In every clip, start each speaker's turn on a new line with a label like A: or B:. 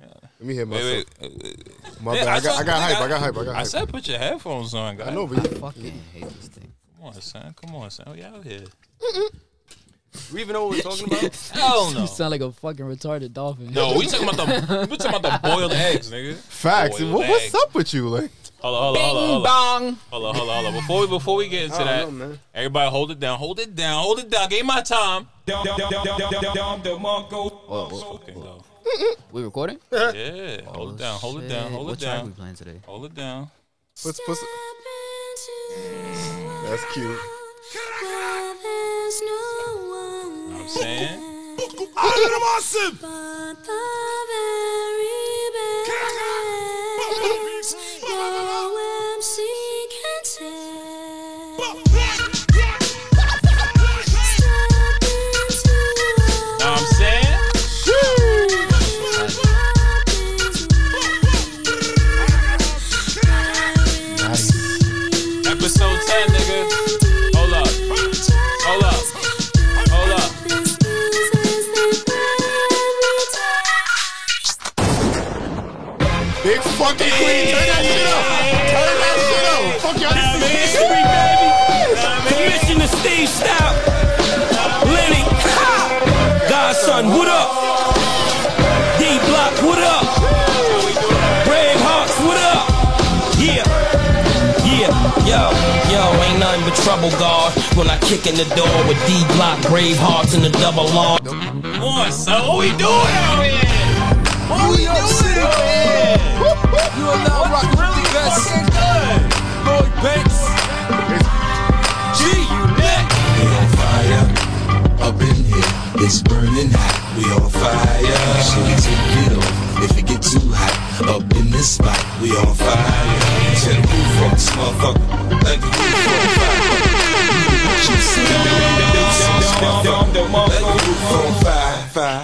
A: Let me hear myself.
B: Wait, wait.
A: My
B: Yeah,
A: bad. I, got,
B: said-
A: I got hype. I got hype. I got
B: I
A: hype.
B: said put your headphones on, guys.
A: I know, but you,
C: Fucking hate this thing.
B: Come on, son. Come on, son. We out here.
D: We even know what we're talking about.
B: Hell
C: You
B: no.
C: sound like a fucking retarded dolphin.
B: No, we talking about the we talking about the boiled eggs, nigga.
A: facts.
B: Boiled
A: What, what's
B: eggs.
A: up with you? Like,
B: Hold on, hold on,
C: Bing
B: hold on,
C: bong.
B: hold on, hold on, hold on. Before we before we get into
D: I
B: that,
D: don't know, man.
B: everybody hold it down, hold it down, hold it down. Give me my time.
E: Dum dum dum dum dum dum dum Monko.
C: Oh, oh,
B: Fucking go.
C: we recording?
B: Yeah, hold
C: Oh,
B: it down, hold it down,
C: shit.
B: hold
C: what
B: it
C: track we
B: down,
C: playing today?
B: hold it down.
A: what's, what's, that's cute.
B: You know what I'm saying. Know what I'm saying.
A: Nice.
B: Episode 10, nigga. Hold up, hold up, hold up.
A: Big fucking queen. Turn that shit up. Turn that shit up. Fuck y'all. This is
F: Commissioner Steve Stout, Lenny, ha! Godson, what up? D Block, what up? Brave Hawks, what up? Yeah. Yeah, yo, yo, ain't nothing but trouble, God. When I kick in the door with D Block, Brave Hearts, and the double R.
B: Come on, son. What we doing out here?
F: What we doing out here? You are now rocking with the best. Lloyd Banks. G Unit.
G: We on fire up in here. It's burning hot. We on fire. Should we take it off if it get too hot? Up in this spot, we on fire. To the roof on this motherfucker. Like the roof on fire. What you see?
E: Dum dum dum
G: Like
E: Monko.
G: the roof on fire.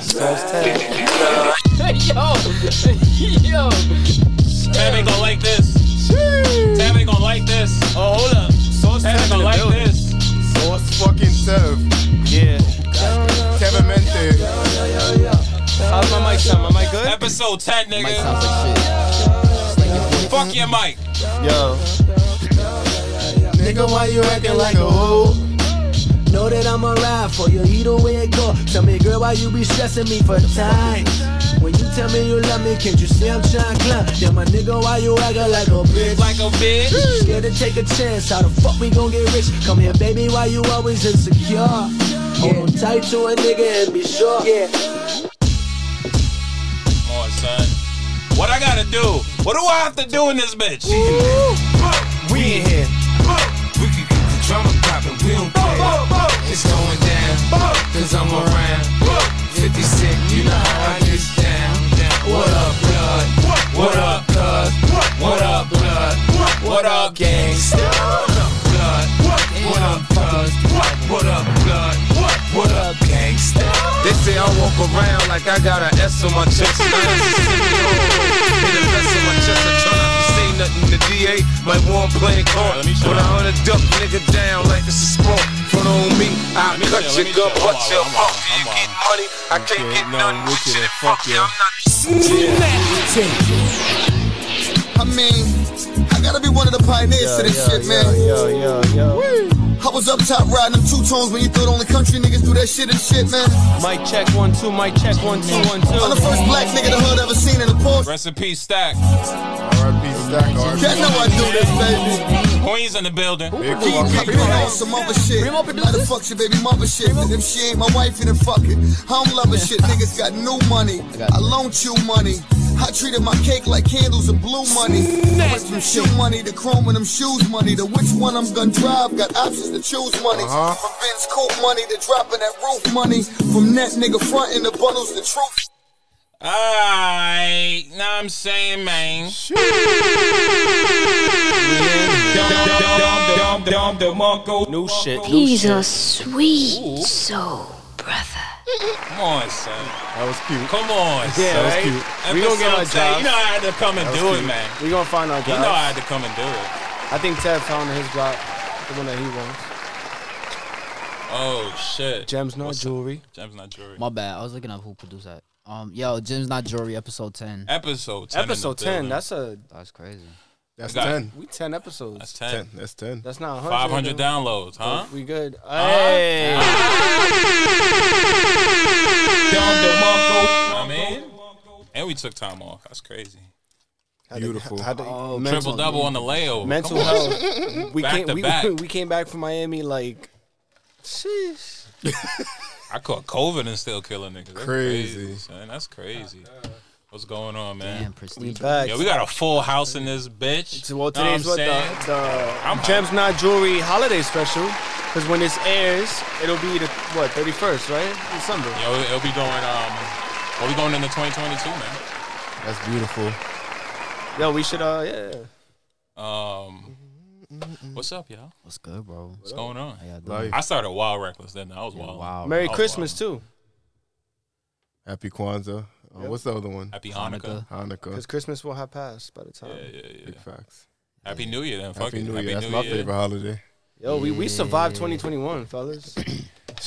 G: fire.
C: yo, yo.
B: Tab ain't gonna like this. Tab ain't gonna like this. Oh, hold up.
D: Sauce
B: Tab ain't
D: Tab in
B: gonna
D: the
B: like
D: building.
B: this.
A: Sauce fucking Tev.
D: Yeah.
A: Tevin Mente.
D: How's my mic sound? My mic good?
B: Episode 10,
C: Mic
B: nigga.
C: sounds like shit.
B: Fuck your mic.
D: Yo.
H: Nigga, why you acting like a hoe? Know that I'm alive for you either way it go. Tell me, girl, why you be stressing me for time? When you tell me you love me, can't you see I'm trying to climb? Yeah, my nigga, why you acting like a bitch?
B: Like a bitch.
H: Scared to take a chance, how the fuck we gon' get rich? Come here, baby, why you always insecure? Hold on tight to a nigga and be sure.
B: Come on, son. What I gotta do? What do I have to do in this bitch?
G: We in here. We can get the drama poppin', we don't care. It's going down, cause I'm around. 50 Cent, you know how I get down. down. What up, blood? What up, blood? What up, blood? What up, gangsta? What up, blood? What up, blood? What up, blood? What up, gangsta? They say I walk around like I got an S on my chest. Hit a vest on my chest, I try not to say nothing to DA. Like one playing card.
B: Let me chill.
G: When I hunt a duck nigga down like it's a sport. Front on me, I
B: Let me
G: cut
B: chill, let
G: your
B: me
G: gun,
B: chill.
G: butt
B: I'm
G: your
B: on, I'm
G: up.
B: on,
G: You
B: I'm
G: get
B: on.
G: money, I can't get nothing with you. then Fuck you, I'm not
I: I mean, I gotta be one of the pioneers to this shit, man.
D: Yo, yo, yo.
I: I was up top riding them two tones when you thought only country niggas do that shit and shit, man.
D: Mic check one, two. Mic check one, two, one,
I: I'm
D: two.
I: the first black nigga the hood ever seen in a Porsche.
B: Rest in peace, Stack.
A: R.I.P. Stack. R.I.P.
I: Y'all know I do this, baby.
B: Queens in the building.
A: Big
I: Keep
A: fucking
I: it on some other shit.
C: Remo
I: How the
C: produces?
I: fuck your baby mama shit? And if she ain't my wife, then fuck it. I don't love her shit. Niggas got new money. I loaned you money. I treated my cake like candles and blue money. I went from shoe money to chrome and them shoes money to which one I'm gonna drive. Got options to choose money.
A: Uh-huh.
I: From Ben's coat money to dropping that roof money. From that nigga frontin' the bundles the truth.
B: Alright, now I'm saying, man.
E: Dum dum dum dum Monko.
D: New shit. New
J: He's
D: shit.
J: a sweet soul, brother.
B: Come on, son.
A: That was cute.
B: Come on,
D: Yeah,
B: son.
D: right? We gonna get our
B: Episode 10.
D: jobs.
B: You know I had to come and
A: was
B: do it,
A: cute.
B: man.
D: We gonna find our
B: You know I
D: job.
B: had to come and do it.
D: I think Ted found his job, the one that he wants.
B: Oh shit.
D: Gems, not
B: What's up?
D: jewelry.
B: Gems not jewelry.
C: My bad. I was looking up who produced that. Um, yo, Jim's not jewelry. Episode ten.
B: Episode 10. in the
G: Episode ten.
B: building.
G: That's a
C: That's crazy.
A: That's
B: Got it.
A: ten.
G: we ten episodes.
B: That's
G: That's,
B: 10.
A: Ten. That's ten.
G: not hundred.
B: 500 downloads,
D: Oh,
B: huh?
G: We good. Hey,
B: I mean, and we took time off. That's crazy.
A: Beautiful.
G: How the-
B: Triple
G: mental,
B: double on the layover.
G: mental
B: Come on.
G: health. We
B: Back
G: came.
B: to
G: We,
B: back.
G: we came back from Miami like. Sheesh.
B: I caught COVID and still killing niggas. That's crazy.
A: Crazy.
B: son. That's crazy. What's going on, man?
C: Damn,
G: We
C: prestige.
G: back.
B: Yeah, we got a full house in this bitch.
G: So, well,
B: Know what I'm
G: today's what
B: saying?
G: the, the
B: I'm
G: Gems Not Jewelry Holiday Special. Because when this airs, it'll be the what 31st, right? December.
B: Yo, it'll be going. Um, well, we going into 2022, man.
A: That's beautiful.
G: Yo, we should. Uh, yeah.
B: Um, what's up, y'all?
C: What's good, bro?
B: What's going on?
C: How y'all doing?
A: Life.
B: I started wild reckless. Then I was wild.
C: Wow.
G: Merry
B: Oh,
G: Christmas too,
A: Happy Kwanzaa. Uh, What's the other one?
B: Happy Hanukkah.
C: Hanukkah.
A: Hanukkah.
G: because Christmas will have passed by the time.
B: Yeah, yeah, yeah.
A: Big facts.
B: Happy New Year, then. Fuck
A: Happy
B: it.
A: New
B: Happy
A: Year. That's
B: New
A: my
B: Year.
A: favorite holiday.
G: Yo, we, we survived 2021, fellas.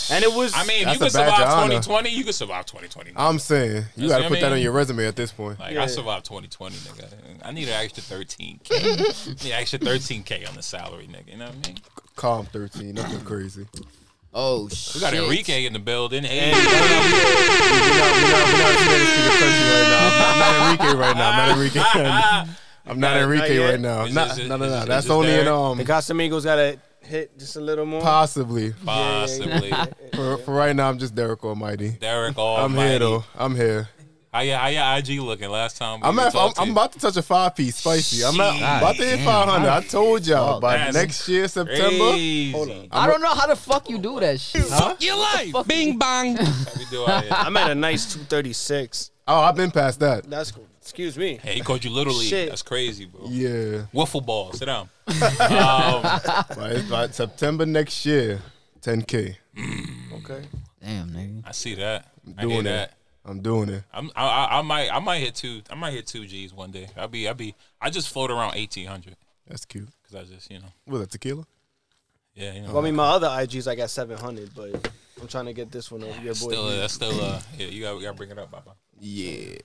G: And it was.
B: I mean,
A: That's
B: if you
A: a
B: could
A: badge of
B: survive
A: honor.
B: 2020, you could survive 2020.
A: I'm saying you
B: That's
A: got to
B: what I
A: put that
B: mean.
A: on your resume at this point.
B: Like
G: Yeah.
B: I survived 2020, nigga. I need an extra 13k. I need an extra 13k on the salary, nigga. You know what I mean?
A: Calm 13, nothing crazy.
C: Oh shit.
B: We got Enrique in the building. Hey,
A: I'm not explaining this to the country right now. I'm not- I'm not Enrique right now. I'm not Enrique. I'm not Enrique
G: yet.
A: right now.
B: Is
A: Not,
B: this-
A: no, no,
B: is
A: no.
B: this- is
A: That's
B: this
A: only in
B: Derek?
G: The
A: um
G: Casamigos got to hit just a little more.
A: possibly.
B: possibly
A: For, for right now, I'm just Derek Almighty.
B: Derek. All
A: I'm here though. I'm here.
B: How your, how your IG looking? Last time we
A: I'm at, I'm,
B: talked to
A: I'm
B: you.
A: about to touch a five piece spicy. I'm, at, I'm about to hit 500. I told y'all by
B: That's
A: next year September.
B: Crazy.
C: I don't know how the fuck you do that shit.
K: Your life. Bing bang.
B: We do out here.
G: I'm at a nice 236.
A: Oh, I've been past that.
G: That's cool. Excuse me.
B: Hey, he called you literally.
G: Shit.
B: That's crazy, bro.
A: Yeah,
B: Wiffle ball. Sit down. Um,
A: by, by September next year, 10k.
G: Okay.
C: Damn, nigga.
B: I see that. I hear
A: Doing
B: that.
A: it. I'm doing it.
B: I'm, I, I, I might I might hit two I might hit two G's one day. I'll be I'll be I just float around eighteen hundred
A: That's cute.
B: because I just you know
A: Was that tequila?
B: yeah you know
G: Well, I mean, my other IG's I got 700, but I'm trying to get this one over your boy.
B: still uh, that's still uh yeah you got you got to bring it up Baba.
A: Yeah.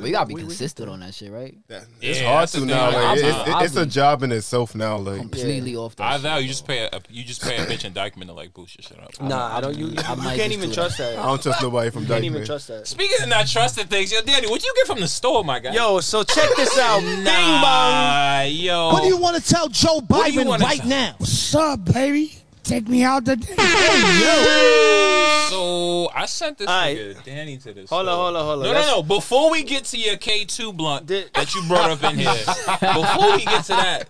C: We gotta be consistent on that shit, right?
B: Yeah,
A: It's hard
B: that's the
A: to
B: thing.
A: now.
B: Like,
A: Like,
B: I'm
A: it's,
B: not-
A: it's- it's a job in itself now. Like
C: Completely off that.
B: I
C: shit.
B: vow you just pay a you just pay a bitch and Dykeman to like boost your shit up.
G: Nah, I don't. You, you
C: might
G: can't
C: just
G: even
C: do
G: trust that.
A: I don't trust nobody from
G: can't even
A: Dykeman.
G: trust that.
B: Speaking of not trusting things, yo, Danny, what you get from the store, my guy?
G: Yo, so check this out. Bing bong.
B: nah, yo.
L: What do you want to tell Joe
B: do you
L: Biden
B: wanna
L: right
B: tell-
L: now? What's up, baby? Take me out the Hey,
B: So I sent this
G: Alright.
B: nigga Danny to this.
G: Hold on, hold on, hold on.
B: No,
G: That's-
B: no, no. Before we get to your K two blunt
G: Did-
B: that you brought up in here, before we get to that,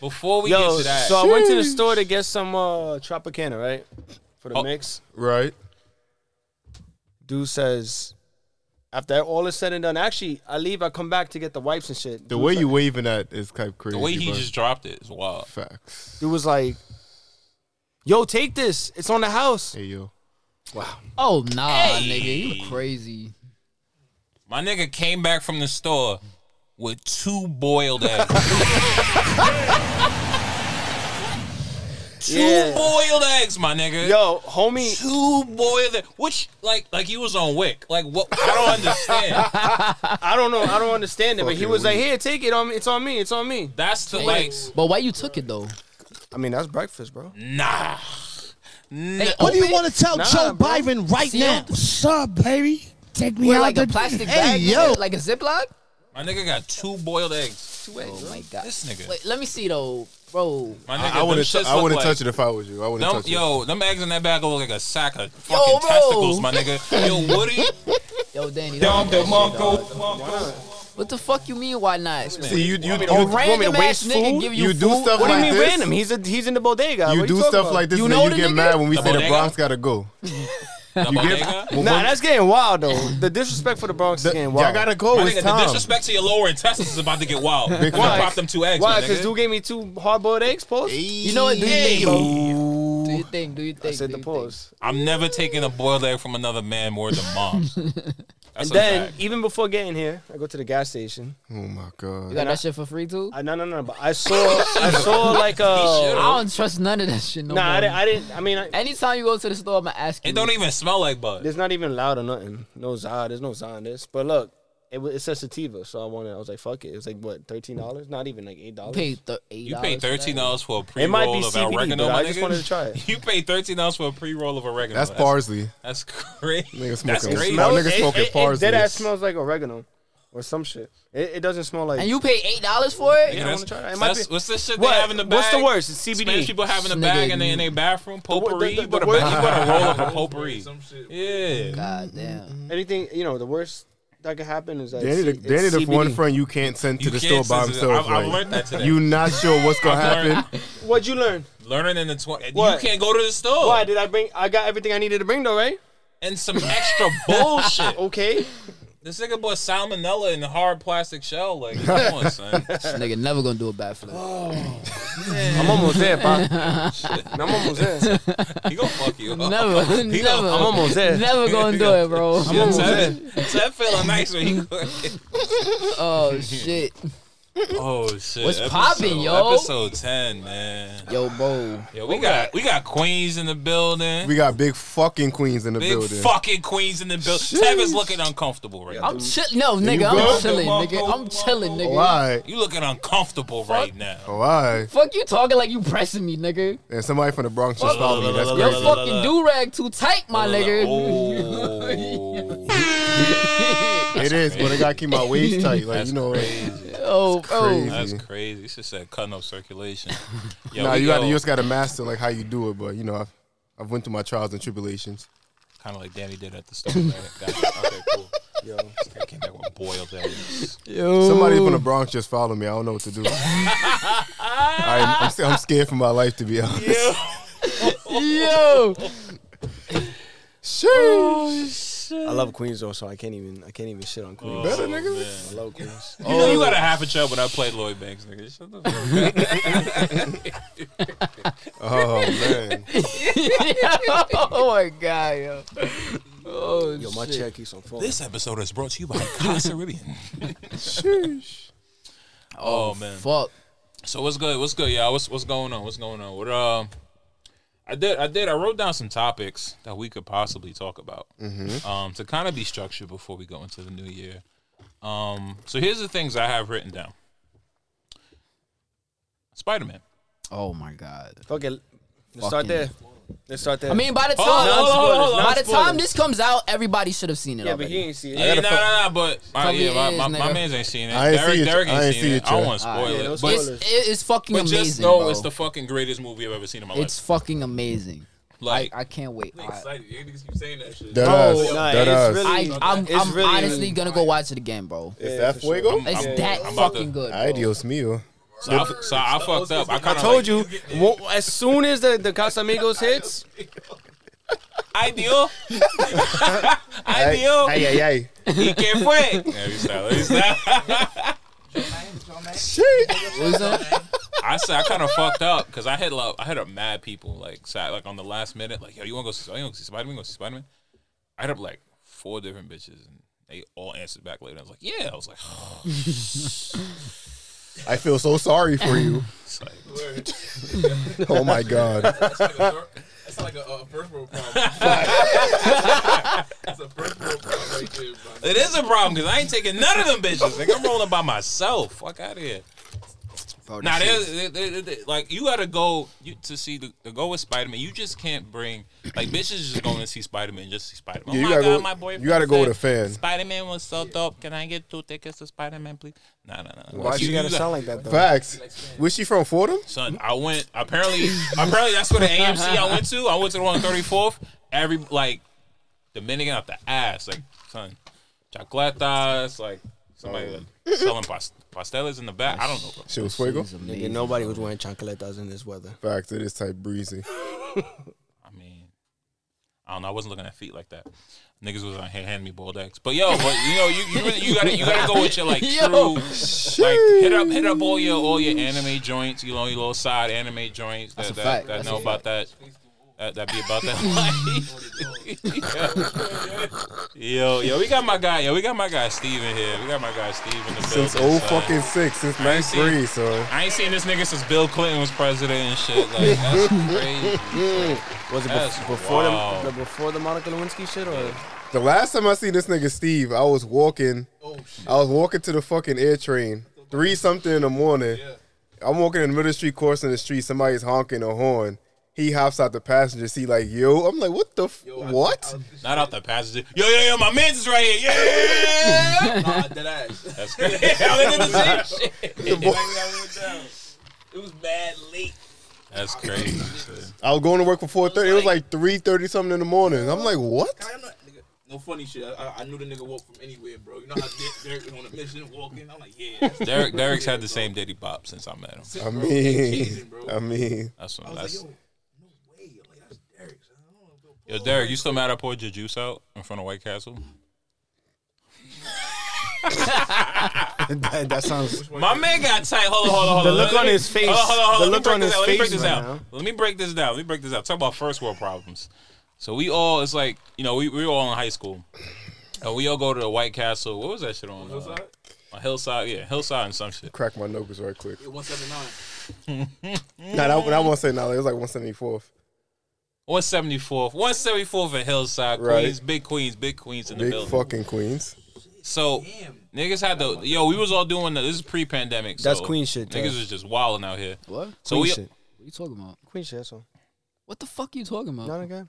B: before we get
G: Yo,
B: to that,
G: so I went to the store to get some uh, Tropicana, right? For the
B: Oh.
G: mix.
A: Right?
G: Dude says, after all is said and done, actually, I leave, I come back to get the wipes and shit.
A: The
G: Dude
A: way
G: was
A: you waving at is kind of crazy.
B: the way he
A: bro.
B: just dropped it is wild.
A: facts.
G: like- Dude was like, yo, take this. It's on the house.
A: Hey yo,
C: Oh nah, nigga, you crazy.
B: My nigga came back from the store with two boiled eggs. two
G: Yeah.
B: boiled eggs, my nigga.
G: Yo, homie.
B: Two boiled eggs. Which like like he was on wick. Like what? I don't understand.
G: I don't know. I don't understand it, but he
A: Fucking
G: was like,
A: weak.
G: "Here, take it. On me. It's on me. It's on me."
B: That's the like.
C: But why you took it though?
G: I mean, that's breakfast, bro.
B: Nah. Nah.
L: What do you want to tell
G: Nah,
L: Joe
G: bro.
L: Biden right now? What's up, baby? Take me
C: Wait,
L: out
C: like
L: the
C: a plastic
L: Hey,
C: bag?
L: yo.
C: Like a Ziploc?
B: My nigga got two boiled eggs.
C: Oh my god.
B: This nigga.
C: Wait, let me see though, bro.
B: My nigga,
A: I, I wouldn't.
B: them
A: T-
B: shits
A: I
B: look
A: wouldn't
B: like-
A: touch it if I was you. I wouldn't
B: Them,
A: touch it.
B: yo, them eggs in that bag look like a sack of fucking
C: bro.
B: testicles, my nigga. Yo, what do you?
C: Yo, Danny,
E: Dom
C: don't
E: the
C: do that shit, dog.
E: Monko.
C: what the fuck you mean? Why not?
A: See, you you, you,
C: A random ass
A: waste
C: nigga
A: food?
C: give you
A: do
C: food?
A: stuff
G: What do you
A: like
G: mean
A: this.
G: random? He's a he's in the bodega.
A: You
G: What
A: do
G: talking
A: stuff
G: about?
A: like this,
C: You
A: and then
C: know
A: you
C: the
A: get
C: nigga?
A: mad when we
B: The
A: say the
B: bodega?
A: Bronx gotta go.
B: The
A: You get
B: bodega?
A: well,
G: Nah,
A: well,
G: that's getting wild though. The disrespect for the Bronx is
A: the-
G: getting
A: y'all
G: wild.
A: gotta go.
B: My
A: it's
B: nigga,
A: time.
B: the disrespect to your lower intestines is about to get wild. I'm gonna
A: facts.
B: pop them two eggs,
G: Why?
B: my
G: Because
B: nigga.
G: dude gave me two hard boiled eggs, post.
C: You know what? Do your thing, bro. Do your thing. Do your thing.
G: I said
C: do
G: the
C: your thing.
G: pause.
B: I'm never taking a boiled egg from another man more than mom's.
G: and then even before getting here, I go to the gas station.
A: Oh my
C: You
A: god.
C: got
G: I-
C: that shit for free too?
G: I, no, no, no, but I saw, I saw like a.
C: I don't trust none of that shit no
G: Nah, I
C: more.
G: didn't. I didn't. I mean, I,
C: Anytime you go to the store, I'm gonna ask you.
B: It don't even smell like bud.
G: there's not even loud or nothing. No za, there's no za in this. But look, it wa- it says sativa, so I wanted. I was like, fuck it. It was like what, thirteen dollars? Not even like eight dollars.
C: pay th- eight.
B: You paid
C: dollars for
B: thirteen dollars for a pre
G: It might
B: roll
G: be
B: of
G: CBD,
B: oregano.
G: but
B: my
G: I just
B: nigga?
G: wanted to try it.
B: You paid thirteen dollars for a pre roll of oregano.
A: That's Parsley.
B: That's crazy.
A: Nigga
B: That's
A: smoking-
B: crazy.
A: My nigga
G: it,
A: smoking
G: it, it,
A: parsley.
G: dead ass smells like oregano or some shit. It, it doesn't smell like.
C: that. And you paid eight dollars for it?
B: Yeah,
G: I
B: that's-
G: wanna try it. It
B: so
G: might
B: that's-
G: be-
B: What's this shit
G: What-
B: they have in the bag?
G: what's the worst? It's CBD.
B: Spanish people have in the
C: Nigga,
B: bag and they in their bathroom potpourri. You
G: the- the
B: bought a
G: word-
B: bag- you bought a roll of a potpourri. Yeah.
C: God damn.
G: anything you know the worst that could happen is that
A: Danny, the,
G: it's-
A: Danny,
G: it's
A: the
G: CBD.
A: one friend you can't send to
B: You
A: the store
B: can't
A: by
B: send to the-
A: himself.
B: I- I
A: like,
B: learned that today.
A: You not sure what's gonna
B: I've learned-
A: happen.
G: What'd you learn?
B: Learning in the twenty. You
G: What?
B: can't go to the store.
G: Why did I bring? I got everything I needed to bring though, right?
B: And some extra bullshit.
G: Okay.
B: This nigga bought salmonella in a hard plastic shell. Like, come on, son.
C: This nigga never gonna do a backflip.
G: I'm almost there, pop. I'm almost there.
B: He gonna fuck you. up.
C: Never,
B: He
C: never.
B: gonna-
G: I'm almost there.
C: Never gonna do it, bro.
B: Yeah, Ted, Ted feeling nice when he.
C: oh shit.
B: oh shit!
C: What's poppin', yo?
B: Episode ten, man.
C: Yo, bro.
B: Yo, we got we got queens in the building.
A: We got big fucking queens in the
B: Big
A: building.
B: fucking queens in the building. Tev is looking uncomfortable right now.
C: I'm chill. No, nigga,
A: good?
C: I'm chilling, nigga. I'm chilling, nigga.
A: Why?
B: You looking uncomfortable right now.
A: Why?
C: Fuck you talking like you pressing me, nigga.
A: oh, And somebody from the Bronx just
C: Fuck.
A: followed me. That's
B: La,
C: Your
A: crazy.
B: la, la, la.
C: fucking do rag too tight, my nigga.
B: Oh.
A: It is, but I gotta keep my waist tight. Like
B: That's
A: you know,
B: crazy.
C: Oh, bro.
A: crazy.
B: That's crazy. It's just that cutting up circulation. Yo,
A: nah,
B: we
A: you gotta
B: go-
A: you just gotta master like how you do it. But you know, I've, I've went through my trials and tribulations.
B: Kind of like Danny did at the store. Right? Got it. Okay, cool. Yo, I came back with boiled eggs.
A: Somebody from the Bronx just followed me. I don't know what to do. I, am I'm scared for my life to be honest.
C: Yo.
B: Oh,
G: I love Queens though, so I can't even. I can't even shit on Queens.
A: Better nigga.
G: I love Queens.
B: You know you got a half a chub when I played Lloyd Banks, nigga. Shut the fuck up.
A: Oh man.
C: oh my god, yo. Oh
G: Yo, my chair keeps on falling.
B: This episode is brought to you by Casa Caribbean. Oh man.
C: fuck.
B: So what's good? What's good, y'all? What's what's going on? What's going on? What uh I did I did I wrote down some topics that we could possibly talk about. Um to kind of be structured before we go into the new year. Um so here's the things I have written down. Spider-Man.
C: Oh my god.
G: Fuck it. Let's start
C: Fucking-
G: there. Let's start there.
C: I mean, by the time
B: on, hold on, hold on, hold on.
C: by the time
G: Spoilers.
C: this comes out, everybody should have seen it
G: yeah, but he
C: already.
G: ain't see it.
B: Yeah, nah, nah, nah, but my,
C: Cover
B: yeah,
C: your
B: my,
C: ears,
B: my, my
C: nigga.
B: man's ain't seen it.
A: I ain't
B: Derek,
A: see it,
B: Derek
A: I
B: ain't
A: ain't
B: seen
A: see
B: it.
A: it,
B: I don't
A: Chad.
B: want to spoil
G: yeah, no
B: it. But,
G: spoilers.
C: it's, it is fucking
B: but
C: amazing.
B: just know
C: bro.
B: it's the fucking greatest movie I've ever seen in my
C: It's
B: life.
C: fucking amazing.
B: Like
C: I, I can't wait. I,
B: keep saying that shit.
A: Dead ass.
G: nah,
A: Dead
G: it's
A: ass.
G: really-
C: I, I'm,
G: It's
C: I'm
G: really-
C: honestly gonna go watch it again, bro.
A: Is that fuego?
C: It's
B: I'm-
C: that
B: I'm about to-
C: fucking good. Bro.
A: Ay, Dios mío.
B: So I, f- so I fucked up. I kind
G: I
B: of
G: told you. wo- As soon as the the Casamigos hits,
B: Ideal. Ideal.
A: Ay, ay, ay.
B: ¿Y qué fue? Yeah, we stop, we stop.
C: What was that?
B: I said I kind of fucked up because I hit up. I hit up mad people like sat like on the last minute like yo you want to go see oh, you wanna go see Spider Man go see Spider Man. I hit up like four different bitches and they all answered back later. I was like yeah. I was like
A: I feel so sorry for you.
B: it's like
A: Oh my god.
M: That's like a, a first world problem. That's a first world problem right there, bro.
B: it is a problem because I ain't taking none of them bitches. Like I'm rolling by myself. Fuck out of here.
C: Bro, this
B: Now,
C: shit-
B: there's, there- there- there- like you gotta go you, to see the to go with Spider Man. You just can't bring like bitches just going to see Spider Man just see Spider Man.
A: Yeah, you
B: oh my
A: gotta
B: god,
A: go-
B: my boyfriend.
A: you gotta go with a fan.
B: Spider Man was so dope. Can I get two tickets to Spider Man, please? Nah, nah, nah.
A: Why she gotta
B: got-
G: sound like that though.
A: Facts. Was she from Fordham?
B: Son, I went. Apparently, apparently that's what the AMC I went to. I went to the one on 34th. Every like Dominican out the ass, like son, chocolatas, like somebody like, selling pas- pasteles in the back. I don't know, bro.
A: She was fuego.
C: it's
G: Nigga,
C: amazing.
G: nobody was wearing chocolatas in this weather.
A: Facts. It is type breezy.
B: I mean, I don't know. I wasn't looking at feet like that. Niggas was on here handing me bald eggs. But yo, but you know, you you, really, you gotta you gotta go with your like
C: Yo.
B: true, like hit up hit up all your all your anime joints. You know, your little side anime joints that
C: That's a
B: that,
C: fact.
B: that
C: That's
B: know
C: a
B: about that. That, that'd be about that life. yo, yo, we got my guy. Yo, we got my guy Steven here. We got my guy Steven.
A: Since oh fucking six, since
B: I ain't
A: ninth
B: seen-
A: grade, so
B: I ain't seen this nigga since Bill Clinton was president and shit. Like, that's crazy.
G: Was it
B: That's
G: bef- before
B: wild.
G: the, the before the Monica Lewinsky shit or
A: the last time I seen this nigga Steve, I was walking, I was walking to the fucking air train, three something in the morning. I'm walking in the middle of the street, crossing the street. Somebody's honking a horn. He hops out the passenger seat like, "Yo," I'm like, "What the f- what?"
B: Not out the passenger. Yo, yo, yo, my man's is right here. Yeah. nah, dead ass. That's crazy. I did the same shit.
A: The boy-
B: It was bad late. That's crazy.
A: I was going to work for four thirty. It was like three thirty something in the morning. I'm like, "What?"
M: No funny shit. I, I, I knew the nigga walked from anywhere, bro. You know how Derek, Derek was on a mission walking. I'm like, yeah. that's-
B: Derek, Derek's had the same diddy bop since I met him.
A: I mean, I mean,
B: That's what. That's. Yo, Derek, you still mad I poured your juice out in front of White Castle?
G: that, that sounds.
B: My man got tight. Hold on, hold on, hold
G: The
B: on.
G: look
B: Let
G: on
B: me-
G: his face.
B: Hold on, hold on,
G: The
B: hold on.
G: look on his
B: Let me break
G: face
B: this
G: right
B: down.
G: now.
B: Let me break this down. Let me break this down. Let me break this out. Talk about first world problems. So we all, it's like you know, we we were all in high school, and we all go to the White Castle. What was that shit on? Hillside. on Hillside, yeah, Hillside and some shit.
A: crack my knuckles right quick.
M: It 179.
A: Nah, that, that one say nah. It was like one seventy fourth.
B: 174th, 174th at Hillside,
A: Right.
B: Queens, big Queens, big Queens in the
A: Big
B: building.
A: fucking Queens.
B: So niggas had the yo. We was all doing the, this is pre-pandemic.
G: That's
B: so
G: queen shit,
B: Niggas
G: Dad.
B: was just wilding out here.
C: What?
B: So
G: Queen
B: we
G: shit.
C: What are you talking about?
G: Queen shit. That's all.
C: What the fuck are you talking about?
G: Not again.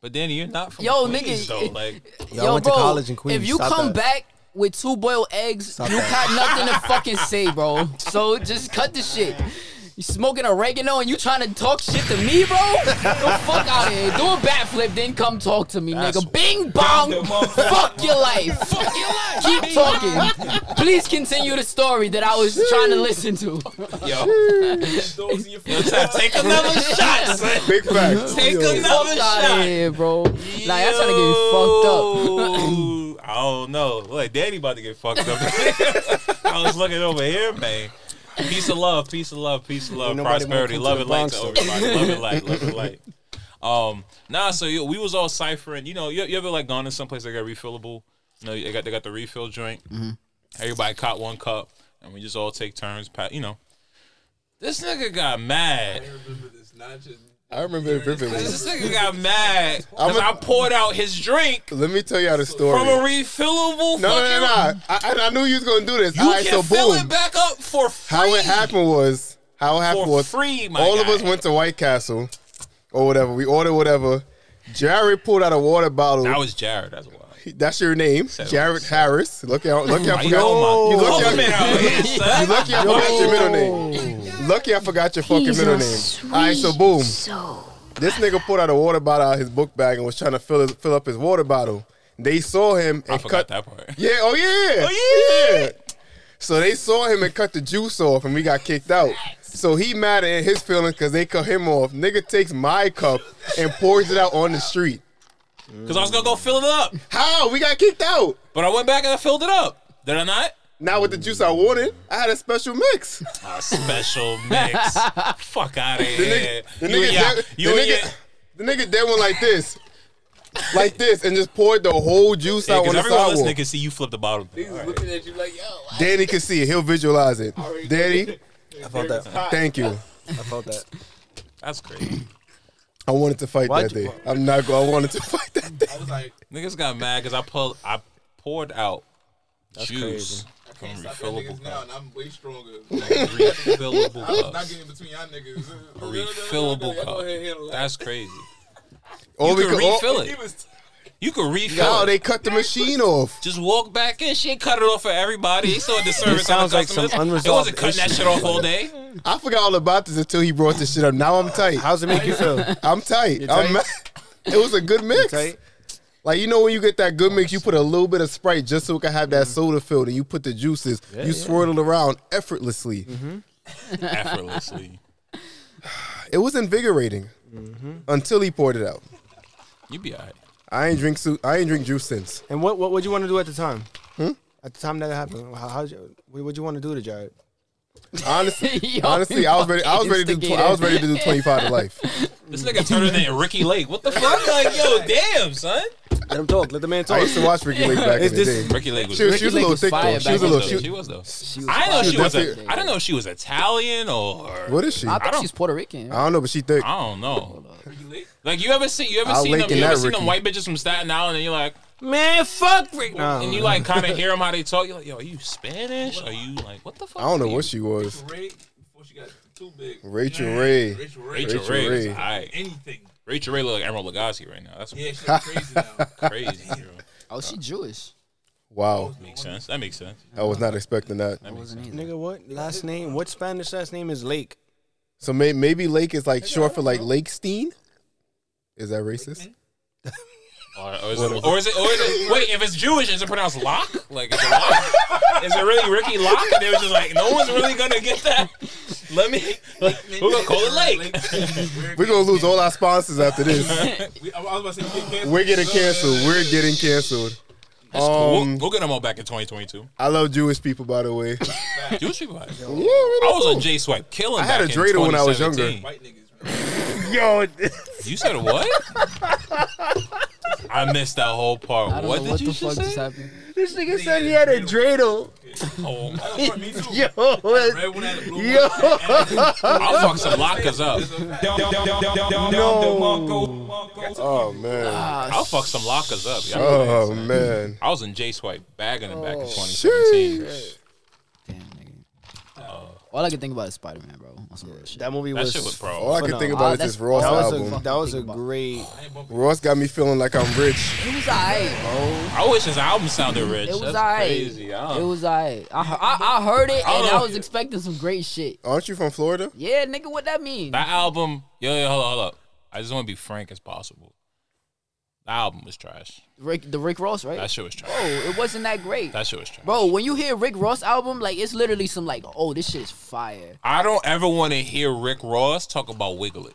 B: But Danny, you're not from
C: Yo,
B: Queens,
C: nigga,
B: though.
C: it-
B: Like,
G: Y'all went to college in Queens.
C: If you
G: Stop
C: come
G: that.
C: back with two boiled eggs,
G: Stop
C: you
G: that.
C: got nothing to fucking say, bro. So just cut the shit. You smoking oregano and you trying to talk shit to me, bro? Get the fuck out here. Do a backflip, then come talk to me, nigga. Bing bong. fuck your life. Fuck your life. Keep talking. Please continue the story that I was trying to listen to.
B: yo, take another shot, son.
A: Big facts.
B: Take another
C: Fuck out
B: shot.
C: here, bro. Like, I'm trying to get you fucked up.
B: Ooh, I don't know. Like Danny about to get fucked up. I was looking over here, man. Peace of love, peace of love, peace of love,
G: nobody wanna
B: prosperity,
G: come to
B: love
G: the
B: and light
G: Bronx,
B: to
G: though.
B: everybody, love and light, love and light. Um, nah, so yo, we was all ciphering. You know, you, you ever like gone to someplace that got refillable? You know, they got they got the refill joint.
G: Mm-hmm.
B: Everybody caught one cup, and we just all take turns. Pat, you know, this nigga got mad.
A: I remember it vividly.
B: This nigga got mad because
A: I'ma-
B: I poured out his drink
A: Let me tell y'all the story.
B: from a refillable.
A: No, no,
B: fucking
A: no, no. I, I, I knew you was gonna do this.
B: You
A: All right,
B: can
A: so
B: fill
A: boom.
B: it back up for free.
A: How it happened was, how it happened
B: For
A: was,
B: free, my
A: all of
B: guy.
A: us went to White Castle or whatever. We ordered whatever. Jared pulled out a water bottle.
B: That was Jared. That's wild.
A: That's your name,
B: Settle.
A: Jared Harris. Look out! Look out! for
B: Why you
A: your-
B: oh my
A: you lucky
B: government
A: I-
B: out here,
A: you
B: son?
A: lucky I forgot your middle name. Lucky I forgot your fucking
J: He's
A: middle
J: a
A: name. All right, so boom.
J: So
A: This nigga pulled out a water bottle out of his book bag and was trying to fill his, fill up his water bottle. They saw him
B: I
A: and cut
B: forgot that part.
A: Yeah, oh yeah.
B: Oh, yeah.
A: So they saw him and cut the juice off and we got kicked out. So he mad at his feelings because they cut him off. Nigga takes my cup and pours it out on the street.
B: Because I was gonna go fill it up,
A: How? We got kicked out.
B: but I went back and I filled it up. Did I not?
A: Not with the juice I wanted. I had a special mix.
B: A special mix. Fuck out of
A: The
B: here.
A: nigga, the
B: you
A: nigga,
B: and your-
A: did-
B: you
A: the,
B: and your-
A: nigga the nigga did one like this. Like this, and just poured the whole juice
B: Yeah,
A: out on
B: 'cause
A: the
B: everyone listening
A: sidewalk.
B: can see you flip the bottle.
M: He's looking at you like, yo. I
A: Danny can see it. He'll visualize it.
M: already-
A: Danny,
G: I felt that.
A: thank you.
G: I felt that.
B: That's crazy.
A: I wanted to fight
G: Why'd
A: that
G: you-
A: day. I'm not going. I wanted to fight that day.
M: I was like,
B: Niggas got mad because I pulled, I poured out juice from
M: can't stop y'all
B: refillable
M: niggas now,
B: cup.
M: and I'm way stronger.
B: refillable
M: I'm not
B: cup.
M: getting between y'all niggas.
B: A refillable
M: Y'all go ahead and
B: cup.
M: handle that.
B: That's crazy.
A: Or
B: You can
A: or-
B: refill it.
M: He was
B: You could refill.
A: No,
B: it.
A: they cut the machine off.
B: Just walk back in. She ain't cut it off for everybody. He saw the service on
G: sounds
B: the
G: like
B: customers.
G: some
B: It wasn't
G: unresolved
B: cutting that
G: issue.
B: shit off all day.
A: I forgot all about this until he brought this shit up. Now I'm tight.
G: How's it make you feel?
A: I'm tight.
G: You
A: I'm
G: tight?
A: It was a good mix.
G: Tight.
A: Like you know when you get that
B: Oh,
A: good mix, you put a little bit of Sprite just so it can have that
B: Mm-hmm.
A: soda filled, and you put the juices. you swirl it around effortlessly.
B: Mm-hmm. Effortlessly.
A: It was invigorating
B: Mm-hmm.
A: until he poured it out.
B: You be alright.
A: I ain't drink su- I ain't drink juice since.
G: And what Hmm? what would you want to do at the time? At the time that it happened, how, how'd you, what would you want to do to Jared?
A: Honestly,
B: Yo,
A: honestly, I was ready. I was ready to. do- I was ready to do twenty five to life.
B: This nigga turning into Ricky Lake. What the fuck? Like, yo, damn, son.
G: Let him talk. Let the man talk.
A: I used to watch Ricky Lake back
G: It's
A: in the
G: this-
A: day.
B: Ricky Lake was.
A: She was, she was a little thick though.
B: fire
A: She was a
B: back
A: little.
B: in the day. She was though.
A: was
B: I didn't know
A: fire.
B: she was.
A: That's
B: A, I didn't know she was Italian or.
A: What is she?
B: I think
A: don't-
B: she's
C: Puerto Rican.
A: I don't know, but she thick.
B: I don't know. Like you ever see you ever
A: I'll
B: seen
A: link
B: them
A: in
B: you ever
A: that,
B: seen them
A: Ricky.
B: white bitches from Staten Island and you're like
G: man fuck Rick
B: and you like kind of hear them how they talk you're like yo are you Spanish are you like what the fuck
A: I don't know what she was. Rachel Ray. Rachel Ray.
B: Rachel Ray is alright. anything Rachel Ray look like Emerald Lagasse right now that's yeah she's crazy now crazy bro.
C: Oh, she Jewish.
A: Wow,
B: makes sense that makes sense
A: I was not expecting that.
G: Nigga, what last name? What Spanish last name is Lake?
A: So may, maybe Lake is like short for like Lakestein. Is that racist?
B: or, or is it or is it or is it wait if it's Jewish is it pronounced Lock like is it Lock is it really Ricky Lock and they was just like no one's really gonna get that let me we're gonna call it Lake
A: We're gonna lose all our sponsors after this.
M: We- I was about to say, we get canceled.
A: We're getting canceled. We're getting canceled.
B: That's cool.
A: Um,
B: We'll, we'll get them all back in 2022.
A: I love Jewish people, by the way.
B: Jewish people. I
A: Yeah, really
B: was on
A: cool.
B: J Swipe killing.
A: I had
B: back
A: a
B: in
A: dreidel when I was
B: 2017.
G: Yo,
B: You said what? I missed that whole part.
C: I don't
B: what
C: know
B: did
C: what
B: you
C: the
B: just
C: fuck
B: say?
C: just happened.
G: this nigga said he had a dreidel.
B: Oh, my-
G: Yo, yo.
B: I'll fuck some lockers up.
A: Oh man.
B: I'll fuck some lockers up. Y'all know that.
A: Oh man.
B: I was in J Swipe bagging them back in 2017.
C: All I can think about is Spider Man, bro. On some real shit.
G: That movie
B: That
G: was.
B: shit was pro.
A: All I can think
C: Ah,
A: about is
C: that's-
A: this Ross
G: that was
A: album.
G: a that was a great.
A: Ross got me feeling like I'm rich.
C: It was alright, bro.
B: I wish his album sounded rich.
C: It was
B: That's
C: alright.
B: crazy. I
C: It
B: don't-
C: was alright. I, he- I I heard it
B: I
C: and
B: don't-
C: I was expecting some great shit.
A: Aren't you from Florida?
C: Yeah, nigga, what that mean?
B: That album, yo, yo, hold up, hold up. I just want to be frank as possible. That album was trash.
C: Rick, the Rick Ross, right?
B: That shit was
C: Bro,
B: trash.
C: it wasn't that great.
B: That shit was trash.
C: Bro, when you hear Rick Ross album, like it's literally some like, oh, this shit is fire.
B: I don't ever want to hear Rick Ross talk about Wiggle It.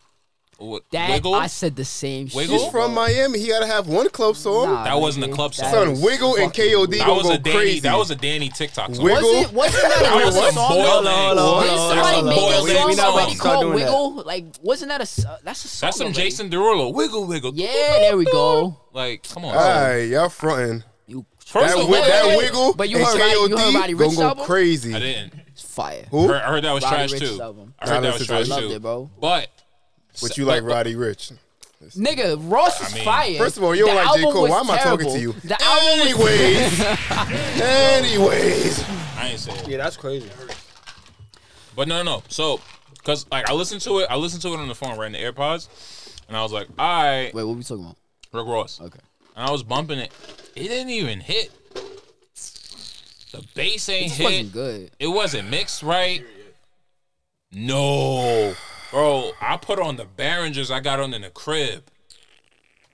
B: Wh-
C: That
B: Wiggle?
C: I said the same shit.
B: Wiggle?
A: He's from Miami. He gotta have one club song.
C: Nah,
B: that wasn't a
C: nigga.
B: club song.
C: That
A: Son,
C: was
A: Wiggle and
C: fucking-
A: KOD
B: That was
A: gonna
B: a
A: go
B: Danny.
A: crazy.
B: That was a Danny TikTok song.
A: Wiggle?
C: Wasn't wasn't that
B: That was
C: another
B: some
C: song?
B: boiled
C: though?
B: Hold on, eggs. hold on,
C: Didn't
B: hold on,
C: somebody
B: hold on,
C: make
B: hold on. Wait,
C: a
B: we
C: song
B: not about
C: already
B: to
G: start
C: called
G: doing that.
C: Wiggle? Like, wasn't that a s- uh, that's a song?
B: That's some
C: already.
B: Jason Derulo. Wiggle, wiggle.
C: Yeah, there we go.
B: Like, come on.
A: All right, y'all fronting.
C: You
B: First
A: That,
B: of all,
A: wi-
C: wait,
A: that
C: wait, wait.
A: wiggle
C: But you
A: and
C: heard Roddy- you heard
A: KOD
C: Roddy Rich's
A: gonna go
C: album?
A: crazy.
B: I didn't.
C: it's fire.
B: I
A: Who?
B: heard, I heard that was
C: Roddy
B: trash
C: Rich's
B: too.
C: album.
B: I heard
A: Nah,
B: that was
A: this
B: trash
A: is-
C: Loved
B: too.
C: it, bro.
B: But
A: But you like
B: but-
A: Roddy Rich.
C: Nigga, Ross is
B: I mean,
C: fire.
A: First of all, you don't
C: The
A: like J.
C: album
A: Cole.
C: was
A: Why am I talking
C: terrible.
A: to you?
C: The album was-
A: Anyways. Anyways.
B: I ain't saying.
G: Yeah, that's crazy.
B: But no, no. So, cause like I listened to it. I listened to it on the phone, right in the AirPods, and I was like, all right,
C: Wait, what we talking about?
B: Rick Ross.
C: Okay.
B: And I was bumping it. It didn't even hit. The bass ain't
C: This
B: hit.
C: wasn't good.
B: It wasn't mixed right. No, bro. I put on the Barringers I got on in the crib.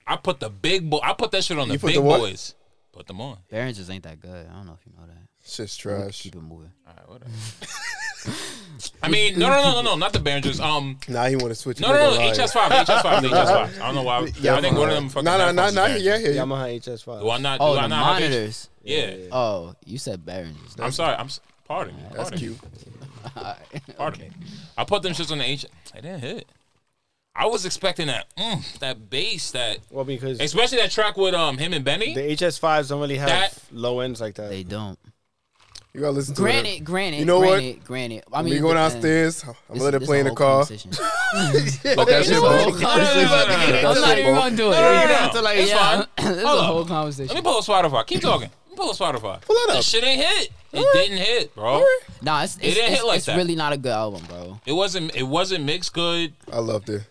B: I put the big boy. I put that shit on the
A: You put
B: big
A: the what?
B: boys. Put them on.
C: Barons just ain't that good. I don't know if you know that.
A: Shit's trash.
C: Keep it moving.
B: All right, whatever. I mean, no, no, no, no, no, not the Barringers. Um,
A: Nah, he wanna switch.
B: no, no, no, HS5, HS5, HS5. I don't know why. I think one of them fucking.
A: No, no, no,
B: headphones is
A: no.
B: Behringer.
A: Yeah, yeah. yeah.
G: Yamaha HS5.
B: Do I not?
C: Oh,
B: do I
C: the
B: not have H-
C: monitors.
B: Yeah.
C: Oh, you said Barons.
B: I'm sorry. I'm s- pardon me. Pardon
A: That's
B: me.
A: cute.
B: Pardon me. I put them shits on the ancient. It didn't hit. I was expecting that, mm, that bass, that
G: Well, because the
B: especially that track with um him and Benny.
G: HS5s don't really have
B: That-
G: low ends like that.
C: They don't.
A: You gotta listen to it.
C: Granted, granted,
A: You know what?
C: granted, granted. I mean,
A: we go
C: but then-
A: downstairs. I'm gonna
C: this-
A: let it
C: this
A: play
C: a
A: in the
C: whole
A: car.
C: conversation.
A: Let that
C: This is
A: shit
C: a whole
A: go.
C: conversation.
B: No, no, no, no, no, no.
C: I'm not even gonna do it.
B: No, no, no,
C: You're gonna
B: no.
C: have to like,
B: It's
C: yeah.
B: fine.
C: This is
B: Hold
C: a
B: up.
C: whole
B: Let me
C: conversation.
B: pull up Spotify. Keep talking. Let me pull up Spotify. Pull
A: it up.
B: This shit ain't hit. It didn't hit, bro.
C: Nah, it's it's,
B: didn't hit
C: it's,
B: like
C: it's
B: that.
C: really not a good album, bro.
B: It wasn't. It wasn't mixed good.
A: I loved it.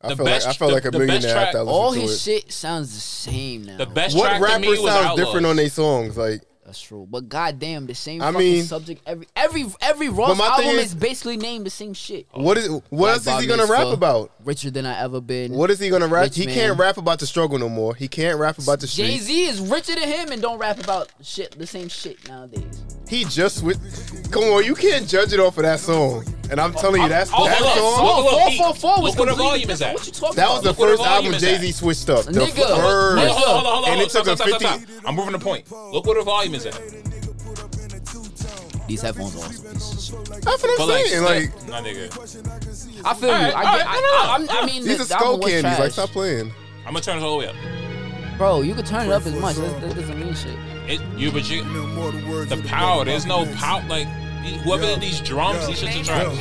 A: I
B: The
A: felt
B: best-
A: like I felt
B: the-
A: like a
B: the best
A: millionaire
B: track-
A: after I listened
C: All
A: to
C: his
A: it.
C: shit sounds the same now.
B: The best
A: what
B: track to me
A: rapper
B: was
A: sounds
B: Outlaws.
A: different on their songs? Like,
C: That's true. But goddamn, the same
A: I
C: fucking
A: mean-
C: subject. Every every every Ross
A: my thing
C: album
A: is-
C: is, basically named the same shit.
A: what is what else is
C: Bob
A: he gonna
C: Mixed
A: rap
C: for
A: about?
C: Richer than I ever been.
A: What is he gonna rap?
C: Rich
A: he
C: Man.
A: can't rap about the struggle no more. He can't rap about the
C: Jay
A: streets.
C: Z is richer than him and don't rap about shit the same shit nowadays.
A: He just with. Come on, you can't judge it off of that song. And I'm telling you, that's
B: Oh,
A: that
B: hold up.
A: song.
B: Look, look,
C: Four
B: he-
C: four
B: look
C: four was
B: where the
C: completely
B: volume is
C: different.
B: at.
C: What you talking
A: That was
C: about?
A: the
B: Look where the
A: first
B: volume
A: album
B: is at.
A: Jay Z switched up. The
C: Nigga.
A: first.
B: Hold on, hold on, hold on, hold on.
A: And it took
B: Stop,
A: a
B: stop, stop,
A: 50.
B: stop. I'm moving the point. Look what the volume is at.
C: These headphones are awesome pieces. That's
A: what I'm saying. Like,
B: nah, nigga.
C: I
B: Alright, alright, no,
C: feel you. I, get,
B: no,
C: I, I, I, I
B: no.
C: mean,
A: These
C: the
A: are
C: album
A: skull
C: was
A: candies. Like,
C: trash.
A: stop playing.
B: I'm gonna turn this all the way up.
C: Bro, you can turn it up as much. That, that doesn't mean shit.
B: It, you, but you, the power. There's no power. Like whoever did these drums, these shits are trash.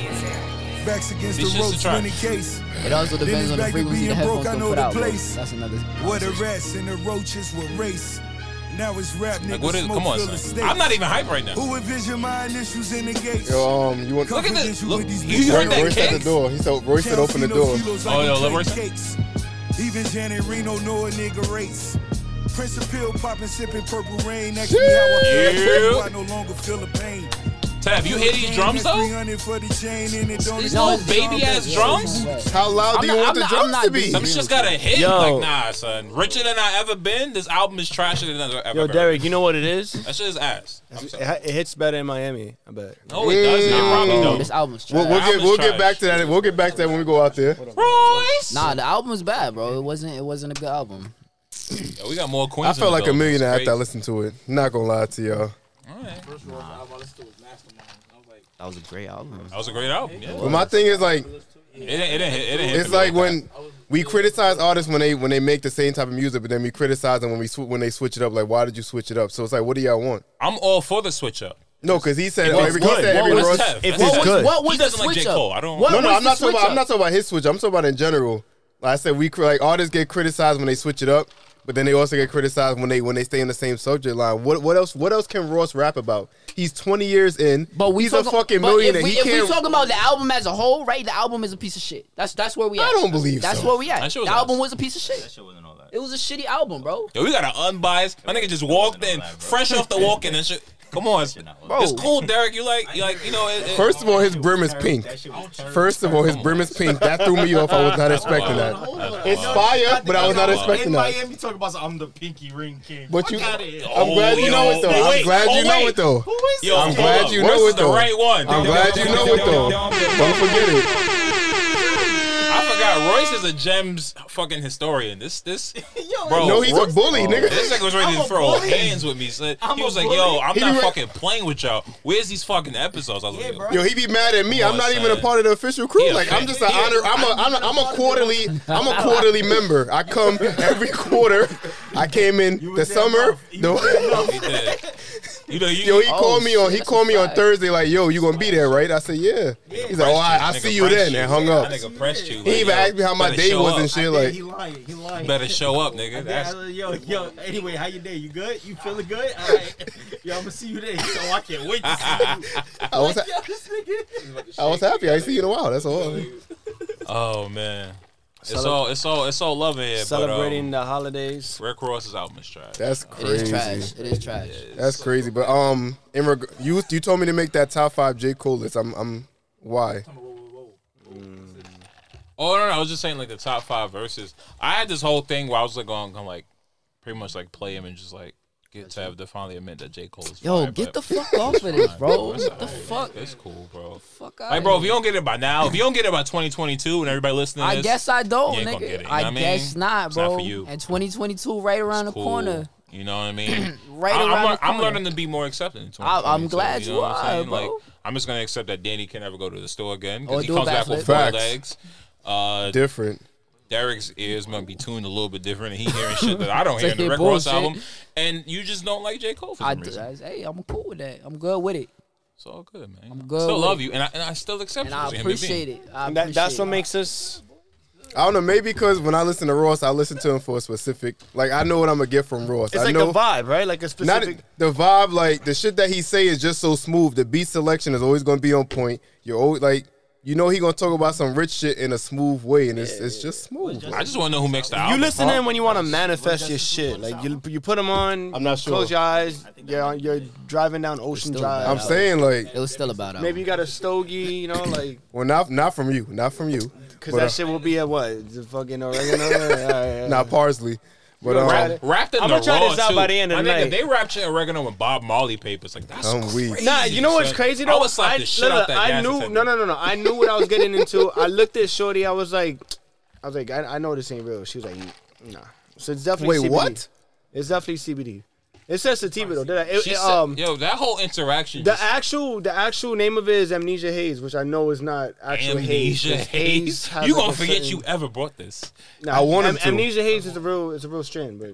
N: Backs against
B: These
N: the
B: shits are
N: ropes,
B: trash.
N: many case.
C: It also
N: Then
C: depends
N: it's
C: on the
N: back to
C: frequency the
N: being broke,
C: headphones
N: I
C: can
N: know
C: put
N: the
C: out. bro.
N: place.
C: That's another.
N: Where the rats and the roaches will race. Now it's rap niggas.
B: Like what is?
N: smoke
B: Come on,
N: fill the
B: son.
N: states.
B: I'm not even hype right now.
N: Who envision my initials in the gates?
A: Yo, um, you want?
N: Look at this. Look,
A: Royce, Royce at the door. He said Royce said open the door.
N: Royce. Even Janet Reno know a nigga race. Prince of Pill popping, sipping purple rain. Next to me, how I feel.
B: Yeah.
N: I no longer feel the pain.
B: Tab, you hear these drums though?
N: These
B: These little baby ass drums.
A: How loud do you want the drums to be?
B: Some shit's gotta hit.
G: Yo.
B: Like nah, son. Richer than I ever been. This album is trasher than I've ever.
G: Yo,
B: heard.
G: Derek, you know what it is?
B: That shit is ass. I'm
G: It,
B: sorry.
G: it hits better in Miami, I bet.
B: No, it doesn't. It probably don't.
C: This album's trash.
A: We'll, we'll get
B: Album's
A: we'll get
B: trash.
A: back to that. We'll get back to that when we go out there.
B: Royce.
C: Nah, the album was bad, bro. It wasn't. It wasn't a good album.
B: Yo, we got more Queens.
A: I
B: in
A: felt
B: the
A: like a
B: building.
A: millionaire
B: It's
A: after I
B: crazy.
A: listened to it. Not gonna lie to y'all.
M: First of all, I listened to was Mastermind. I was like,
C: That was a great album.
B: That was a great album. Yeah.
A: But my thing is like,
B: It didn't. It didn't hit. It didn't hit
A: it's
B: for me
A: like when we criticize artists when they when they make the same type of music, but then we criticize them when we sw- when they switch it up. Like, why did you switch it up? So it's like, what do y'all want?
B: I'm all for the switch up.
A: No, because he said
B: If it's
A: every, he
B: good.
A: said
B: What
A: every
B: was
A: Royce-
B: Tev? If What it's was- good. what was He the doesn't like J. switch up? Cole. I don't- What
A: no, no,
B: was
A: I'm
B: the
A: not talking.
B: switch
A: About, I'm
B: up?
A: not talking about his switch. I'm talking about in general. Like I said, we cri- like artists get criticized when they switch it up, but then they also get criticized when they when they stay in the same subject line. What what else? What else can Ross rap about? He's 20 years in, but
C: we
A: he's
C: talking-
A: a fucking
C: but
A: millionaire.
C: If we,
A: he
C: if we
A: can't.
C: talking about the album as a whole, right? The album is a piece of shit. That's that's where we. At. I
A: don't believe
C: That's
B: so.
C: where we at.
B: That shit
C: The
B: was
C: album was a piece of shit. That shit wasn't all that. It was a shitty album, bro.
B: Yo, we got an unbiased. My nigga just walked in, fresh off the walk in and shit. Come on,
C: Bro.
B: it's cool, Derek. You like, you like, you know. It, it-
A: First of all, his brim is pink. First of all, his brim is pink. That threw me off. I was not expecting that. It's fire, but I was not expecting
F: In
A: that.
F: Miami, talk about some, I'm the pinky ring king.
A: But
F: Fuck
A: you-
F: outta here.
A: I'm glad you know it though. I'm glad you know it though.
F: Yo,
A: I'm
F: hold
A: glad
F: up.
A: you
F: Where's
A: know it
F: the
A: though.
F: right one?
A: I'm glad you know it though. Don't forget it.
B: I forgot. Royce is a gems fucking historian. This, this,
H: Oh,
B: bro.
A: No, he's a
B: Royce-
A: bully, nigga.
B: This nigga was ready
A: I'm
B: to
A: a
B: throw
A: bully.
B: hands with me. So
A: I'm
B: he
A: a
B: was like,
A: bully.
B: "Yo, I'm
A: He
B: not
A: be re-
B: fucking playing with y'all. Where's these fucking episodes?" I was like,
A: Yo, he be mad at me. I'm
B: Come on,
A: not even a
B: son.
A: part of the official crew.
B: He a
A: Like I'm
B: fan.
A: just an
B: He a-
A: honor. I'm a I'm a, I'm a quarterly I'm a quarterly member. I come every quarter. I came in the summer. The,
B: "You know, you."
A: yo, he
B: Oh,
A: called me on he
B: shit.
A: called me on Thursday. Like yo, you gonna be there, right? I said yeah. He's like, oh, I, I
B: Nigga
A: see you
B: pressed
A: then, and hung up.
B: That nigga pressed you.
A: He
B: like,
A: even
B: yo,
A: asked me how my
B: better
A: day
B: show
A: was
B: up.
A: and shit.
F: Yeah,
A: Like
F: he lying. He lying.
B: Better show up, nigga.
F: I think
B: That's-
F: I- yo, yo. Anyway, how your day? You good? You feeling good? All right. Yo, I'm gonna see you there. Yo, I can't wait to see you.
A: I was
F: Like,
A: ha-
F: yo, this nigga.
A: I was happy. I ain't see you in a while. That's all.
B: Oh man, it's
G: Celeb-
B: all it's all it's all love in here.
G: Celebrating
B: but,
G: the holidays.
B: um, Rick Ross's album is trash.
A: That's crazy.
C: is trash.
A: That's crazy. But um, in reg- you you told me to make that top five J Cole list. I'm I'm why?
B: Oh no, no, I was just saying like the top five verses. I had this whole thing where I was like going, I'm like, pretty much like play him and just like get Tab to finally admit that J Cole is.
C: Yo,
B: fire,
C: get
B: but-
C: the fuck off of this, bro.
B: It's
C: What the fuck?
B: It's cool, bro.
C: Fuck
B: Like, bro, if you don't get it by now, if you don't get it by 2022, and everybody listening, to
C: I
B: this,
C: guess I don't,
B: you ain't
C: nigga.
B: gonna get it, you know
C: I
B: what I mean?
C: guess not,
B: It's
C: bro.
B: not for you.
C: And 2022 right around the
B: cool.
C: corner.
B: You know what I mean?
C: Right
B: I, I'm
C: around
B: lear-
C: the
B: I'm,
C: corner.
B: learning to be more accepting. in
C: I-
B: 2022,
C: I'm glad you
B: what I'm
C: are,
B: saying?
C: bro.
B: Like, I'm just gonna accept that Danny can never go to the store again
A: Or
B: because he
A: do a
B: comes back with
A: backflip.
B: four
A: Facts.
B: legs. Uh,
A: Different.
B: Derek's ears might be tuned a little bit different, and he hearing shit that I don't
C: It's
B: hear
C: like
B: in the
C: they
B: Rick Ross
C: bullshit.
B: album. And you just don't like J Cole for some
C: I,
B: reason.
C: I- hey, I'm cool with that. I'm good with it.
B: It's all good, man.
C: I'm good.
B: still
C: with
B: love
C: it.
B: you, and I, and I still accept
C: And
B: you.
C: I
B: as a human
C: appreciate
B: being.
C: it. I
G: And that, that's
C: appreciate
G: what makes us.
A: I don't know. Maybe because when I listen to Ross, I listen to him for a specific. Like I know what I'm gonna get from Ross.
G: It's
A: I
G: like
A: know
G: a vibe, right? Like a
A: not e-
G: specific.
A: the vibe. Like the shit that he say is just so smooth. The beat selection is always gonna be on point. You're always like. You know he gonna talk about some rich shit in a smooth way, and it's it's just smooth.
B: I just want to know who makes the
G: You
B: album.
G: listen
B: bro.
G: in when you want to manifest your shit. Like you, you put them on. I'm not
A: sure.
G: Close your eyes. You're on. You're driving down Ocean Drive.
A: I'm saying like
C: It was still about
G: Maybe you got a stogie. You know, like
A: well not not from you, not from you,
G: because
A: but, uh,
G: that shit will be at what the fucking oregano. Yeah, yeah, yeah.
A: not parsley, but um,
B: Wrap- wrapped in
G: I'm
B: the
G: gonna try
B: raw,
G: this out
B: too.
G: by the end of
B: My
G: the
B: nigga,
G: night.
B: They wrapped your oregano with Bob Marley papers. Like that's
A: I'm weak.
B: crazy.
G: Nah, you know what's
B: son.
G: crazy though?
B: I would slap the shit
G: look,
B: out that
G: I
B: gas
G: knew
B: detector.
G: no no no no. I knew what I was getting into. I looked at Shorty, I was like I was like, I, I know this ain't real. She was like, nah. So it's definitely
A: Wait,
G: CBD.
A: what?
G: It's definitely CBD. It's sensitiva though. Did I, it,
B: She
G: it,
B: said-
G: um,
B: yo, that whole interaction.
G: the
B: just-
G: actual the actual name of it is Amnesia Haze, which I know is not actual
B: amnesia
G: haze. 'cause
B: haze.
G: has,
B: You
G: like,
B: gonna
G: a
B: forget
G: certain-
B: you ever brought this?
G: Nah, am- Amnesia Haze is a real is a real strand, but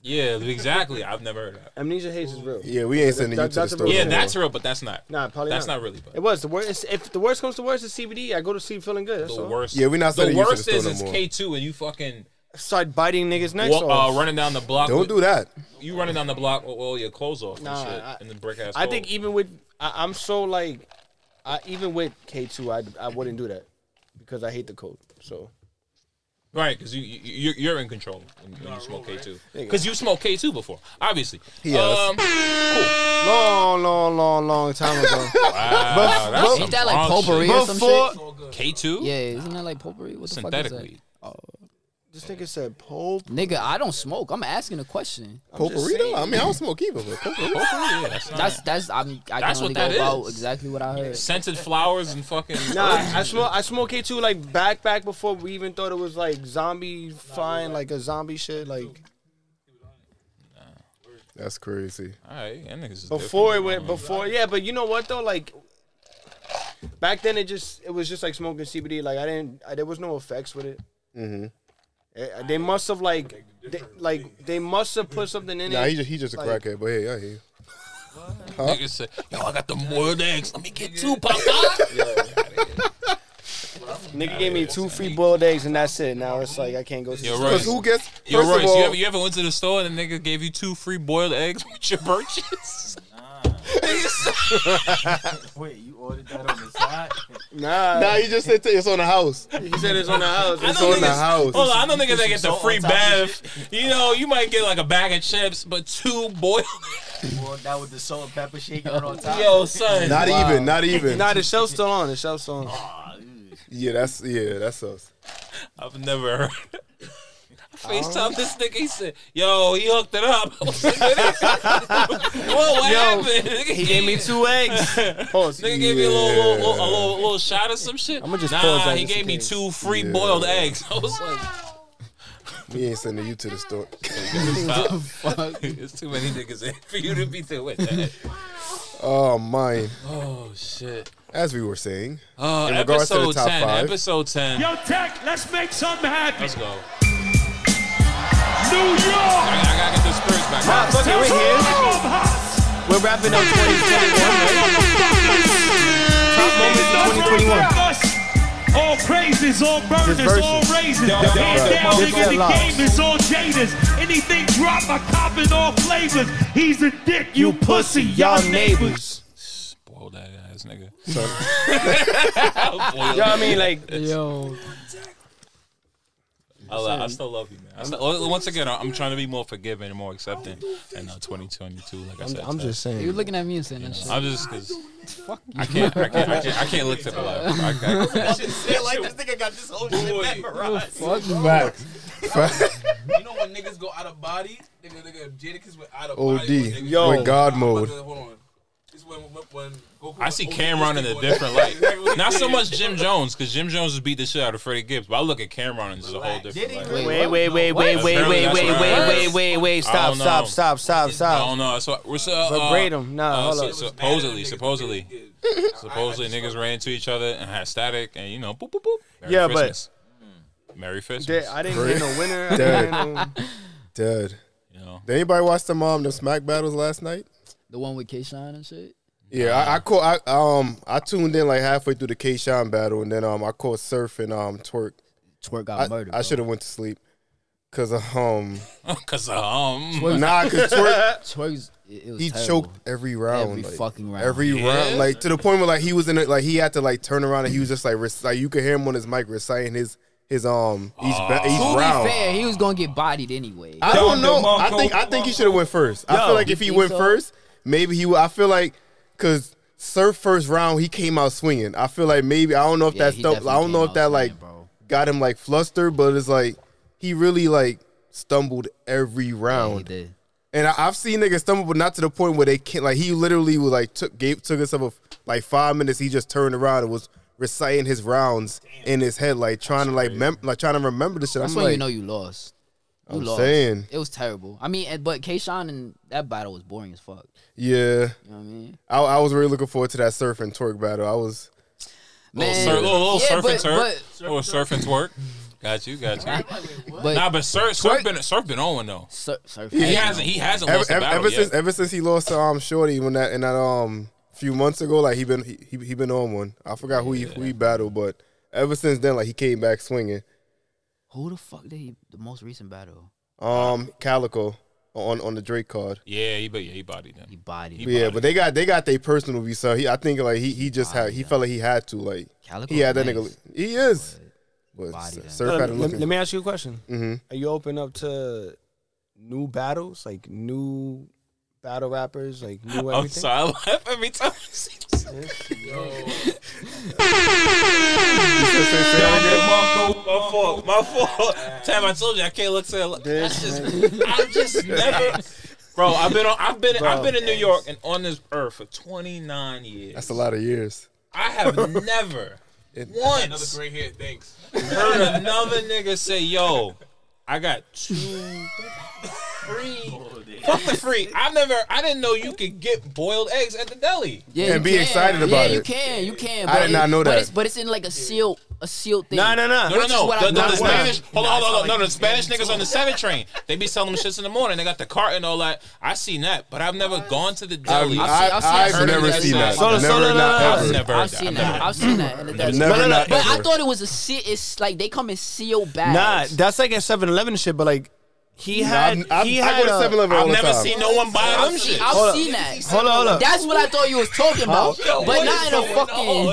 B: Yeah, exactly. I've never heard of that.
G: Amnesia Haze is real.
A: Yeah, we ain't sending you
G: That-
A: to the
G: that's a
A: store.
G: real
B: Yeah,
G: thing.
B: that's real, but that's not.
G: Nah, probably
B: that's
G: not.
B: not really. Bad.
G: It was the worst. If the worst comes to worst, it's CBD. I go to sleep feeling good. That's
B: The
G: all.
B: worst. The
A: sending you to the
B: worst
A: store
B: is
A: no
B: it's
A: more.
B: K two and you fucking
G: Start biting niggas' necks
B: wa-
G: off.
B: uh, running down the block.
A: Don't
B: with-
A: do that.
B: You running down the block with all your clothes off
G: Nah,
B: and shit,
G: I-
B: and the brick ass.
G: I think even with I, I'm so like, I even with K two, I I wouldn't do that because I hate the code. So
B: Right, because you, you you're, you're in control when, when you smoke K two.
G: go.
B: Because you smoked K two before, obviously.
G: Yes.
B: Um, cool.
G: long, long, long, long time ago.
B: Wow, that's some
C: Ain't that like
B: wrong
C: potpourri or some
G: Before-
C: shit?
B: K two.
C: Yeah, isn't that like potpourri? What the
B: Synthetic
C: fuck is
B: weed.
C: that?
G: This nigga said pope.
C: Nigga, I don't smoke. I'm asking a question.
A: I'm just Potpourri, though? saying. I mean, I don't smoke either, but potpourri? Potpourri, yeah, that's not-
C: that's that's I'm, I
B: That's
C: can only
B: what that
C: go about
B: is.
C: exactly what I heard.
B: Scented flowers and fucking.
G: Nah, I smoke. I smoke K two like back back before we even thought it was like zombie fine, like a zombie shit. Like
A: That's crazy.
B: All right, that niggas is
G: before it
B: different.
G: went before, yeah. But you know what though, like back then it just it was just like smoking CBD. Like I didn't, I, there was no effects with it.
A: Mm-hmm.
G: Eh, They must have like, they, like they must have put something in
A: Nah,
G: it.
A: he just, he just a
G: like,
A: crackhead, but hey, I hear you.
B: Niggas said, "Yo, I got the boiled eggs. Let me get two, Papa."
G: Nigga gave me two free boiled eggs and that's it. Now it's like I can't go. to
B: Yo,
G: the
B: Royce.
G: store.
B: Yo, Royce, you, ever, you ever went to the store and the nigga gave you two free boiled eggs with your purchase?
F: Wait, you ordered that on the side?
G: Nah,
A: Nah, he just said it's on the house.
G: He said it's on the house.
A: It's on the house.
B: Hold on, I know niggas that
A: Some
B: get the
A: salt
B: free
A: on top of
B: bath. You know, you might get like a bag of chips, but two boiled.
F: Well, that with the salt and pepper shaking it on top.
B: Yo, son.
A: Not
B: Wow.
A: even, not even.
G: Nah, the shell's still on. The shell's still on.
A: yeah, that's yeah, that's us.
B: I've never heard. FaceTime this nigga. He said, "Yo, he hooked it up." Whoa, what
G: Yo,
B: happened?
G: he gave me two eggs. Pause.
B: Nigga gave me a little, little, little, a little, little shot of some shit. I'm gonna
G: just
B: nah,
G: pause that
B: he
G: just in
B: gave me
G: case.
B: two free
A: Yeah.
B: boiled eggs. I was like,
A: We ain't sending you to the store.
B: fuck? There's too many niggas in for you to be doing that.
A: Oh my.
B: Oh shit.
A: As we were saying,
B: Uh,
A: in regards to the
B: episode
A: top
B: ten.
A: five,
B: Episode ten.
K: Yo, Tech, let's make something happen.
B: Let's go.
K: New York.
B: I, I gotta get the Spurs back.
K: Nah,
G: fuck it, we're here. We're wrapping up 2021. Top
K: moments of 2021. All praises, all burners,
G: verses.
K: all raises.
G: Dumb, dumb,
K: Hands down,
G: dumb.
K: nigga, the
G: Different
K: game is all jaders. Anything drop, I cop in all flavors. He's a dick, you, pussy, y'all neighbors.
B: Boiled that ass nigga.
G: You know what I mean? Like,
C: yo.
B: I, lo- I still love you, man. I still, well, once again, I'm trying to be more forgiving and more accepting. And uh, 2022, like I said,
G: I'm just saying.
C: You're looking at me and saying that shit.
B: I'm just because I can't, I can't, I can't, I can't look to the left. I, can't- I, can't-
M: like this nigga got this whole shit memorized.
A: Facts. Facts.
M: You know when niggas go out of body? Nigga, nigga, Jadakiss went out of
A: OD.
M: body. when niggas-
A: Yo. With God mode.
M: Hold on. This when, when Goku
B: I
M: was
B: see
M: OD,
B: Cameron in
M: this
B: a
M: nigga
B: different
M: was-
B: light. Not so much Jim Jones, because Jim Jones would beat the shit out of Freddie Gibbs, but I look at Cameron as a whole different light.
G: Wait, wait, wait, wait, wait, wait, wait, wait, wait, wait, wait.
B: I
G: Stop,
B: don't
G: stop,
B: know.
G: stop, stop,
B: I
G: stop.
B: don't know. So, we're so, uh,
G: Verbatim. Nah,
B: uh,
G: hold
B: so-
G: up.
B: supposedly, supposedly, supposedly, niggas ran into each other and had static, and you know, boop boop boop. Merry
G: Yeah, but-
B: Christmas. Merry Christmas.
G: There- I didn't hear no winner. I didn't
A: Dead.
G: hear no-
A: Dead.
B: know.
A: Did anybody watch the mom the smack battles last night?
C: The one with K Shine and shit.
A: Yeah, I, I caught. I um I tuned in like halfway through the K Shine battle, and then um I caught Surf and um Twerk.
C: Twerk got
A: I,
C: murdered,
A: I
C: bro.
A: should have went to sleep, cause um
B: Cause um,
A: nah, cause Twerk
C: Twerk's it, it was
A: he
C: terrible.
A: choked every round,
C: Every
A: like,
C: fucking round.
A: every
C: Yeah.
A: round, like to the point where like he was in it, like he had to like turn around and he was just like rec- like you could hear him on his mic reciting his his um each ba-
C: To
A: each round.
C: be fair, he was gonna get bodied anyway.
A: I don't know. I think I think he should have went first. I
C: Yo,
A: feel like if
C: you
A: he
C: think
A: went
C: so?
A: first, maybe he. would- I feel like because Surf first round he came out swinging. I feel like maybe I don't know if
C: Yeah,
A: that
C: he
A: stuff.
C: definitely
A: I don't know
C: came
A: if that
C: out
A: like got him like flustered, but it's like he really like stumbled every round. And I, I've seen niggas stumble, but not to the point where they can't. Like he literally was like took gave, took himself a, f- like five minutes. He just turned around and was reciting his rounds in his head, like trying to like mem- like trying to remember the shit.
C: That's
A: I'm
C: when
A: like,
C: you know you lost. You
A: I'm
C: lost.
A: saying.
C: It was terrible. I mean, eh, but Kayshawn and that battle was boring as fuck.
A: Yeah.
C: You know what I mean?
A: I, I was really looking forward to that surf and twerk battle. I was.
B: Little, sur- little, little surf and twerk. little surf and twerk. Got you, got you.
A: But-
B: nah, but surf,
A: Twerk-
B: surf been surf been on one though.
C: Surf, surf
B: he hasn't he hasn't
A: ever,
B: lost a
A: ever-
B: battle
A: ever
B: yet.
A: since ever since he lost to um Shorty when that in that um few months ago. Like he been he, he, he been on one. I forgot who he who he battled, but ever since then, like he came back swinging.
C: Who the fuck did he? The most recent battle.
A: Um, Calico on on the Drake card.
B: yeah, he but yeah he bodied him. He
C: bodied.
A: But yeah, but they got they got their personal view. So he, I think like he he just had he felt like he had to like
C: Calico
A: he had that
G: nice.
A: nigga. He is. But Surf
G: Let-
A: had him
G: let,
A: looking.
G: let me ask you a question.
A: Mhm.
G: Are you open up to new battles, like new battle rappers, like new
B: I'm
G: everything?
B: sorry, I laugh every time. I see this. my fault, my fault. Time I told you I can't look to. That's just, I just never. Bro, I've been on. I've been. I've
A: Bro.
B: been in New York and on this earth for 29 years.
A: That's a lot of years.
B: I have never once
M: Another great hit. Thanks.
B: heard another nigga say, "Yo, I got two, free." Fuck the free. I never. I didn't know you could get boiled eggs at the deli.
C: Yeah,
A: And
C: you
A: be
C: can.
A: excited about
C: Yeah, you
A: it.
C: can. You can.
A: I
C: but
A: did not know
C: but
A: that.
C: It's, but it's in like a sealed, a sealed thing.
B: No, no,
C: Which is
B: no.
C: what
B: The,
C: I
B: the- the
C: noticed.
B: Spanish. Hold on,
C: Nah,
B: hold
C: it's
B: on. No,
C: not
B: no. The
C: like-
B: Spanish niggas on the seven train. They be selling them shits in the morning. They got the cart and all that. I seen that, but I've never gone to the deli.
A: I've- I've- I've
B: Heard of
A: never
B: that
A: seen
B: shit.
A: that. So- Never, so- no, no, not no. ever.
B: I've never.
A: I've
B: heard that.
A: seen
B: I've
A: that.
B: never heard
C: I've seen that. And that's-
A: Never,
C: but,
A: not
C: but I
A: ever.
C: thought it was a seal. It's like they come in sealed bags.
G: Nah, that's like a 7-Eleven shit, but like he
C: Nah,
G: had.
C: I'm- I'm-
G: he
C: I
G: had
A: go to
G: a-
A: 7-Eleven all I've the never time.
B: seen no one buy
C: I've
B: them
C: seen-
B: shit.
C: I've
G: Hold up.
C: seen that.
G: Hold up, hold up.
C: That's what I thought you was talking about,
G: Yo,
C: but
G: what
C: not in
G: is
C: a
G: going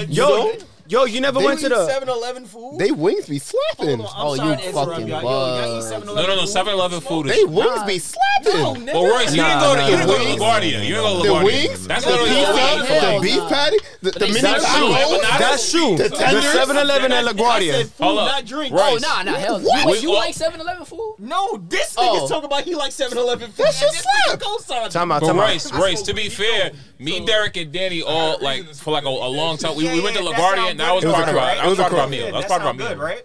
C: fucking.
G: Yo, yo, you never
A: They
G: went to the.
F: 7-Eleven food.
A: They wings be slapping.
C: Oh,
F: sorry
C: you
F: to interrupt
C: fucking
F: y'all.
C: bug.
B: No, no, no. 7-Eleven food Oh, is.
A: They wings be slapping.
B: Well, Royce, you didn't go to you didn't go to LaGuardia. You didn't go to
A: The
B: LaGuardia.
A: wings,
B: That's
A: the
B: literally
A: pizza, the
B: Hell
A: beef
B: nah.
A: patty, the, the
B: They
A: mini
B: sell
A: tacos,
B: food. That's true.
A: The
B: The
A: tenders.
G: 7-Eleven at LaGuardia.
B: Hold up.
C: Oh,
B: Royce.
C: nah, nah, hell.
B: What?
C: Wait, you
B: We-
C: like 7 Eleven food?
F: No, this nigga's
C: Oh.
F: talking about he likes 7-Eleven food.
C: That's just
F: slap. Time
G: Time out,
B: But
G: time
B: Royce,
G: out.
B: Royce, to be fair, me, Derek, and Danny all like for like a, a long time. We, we went to
F: Yeah, yeah,
B: LaGuardia,
F: that
B: and that was
A: sound
B: part of
A: good,
B: our
A: right?
B: that was
A: It was
B: part of
A: a
B: our
A: crowd.
B: meal.
A: Yeah,
B: That's
F: that
B: part of our
F: sound
B: meal.
F: good, right?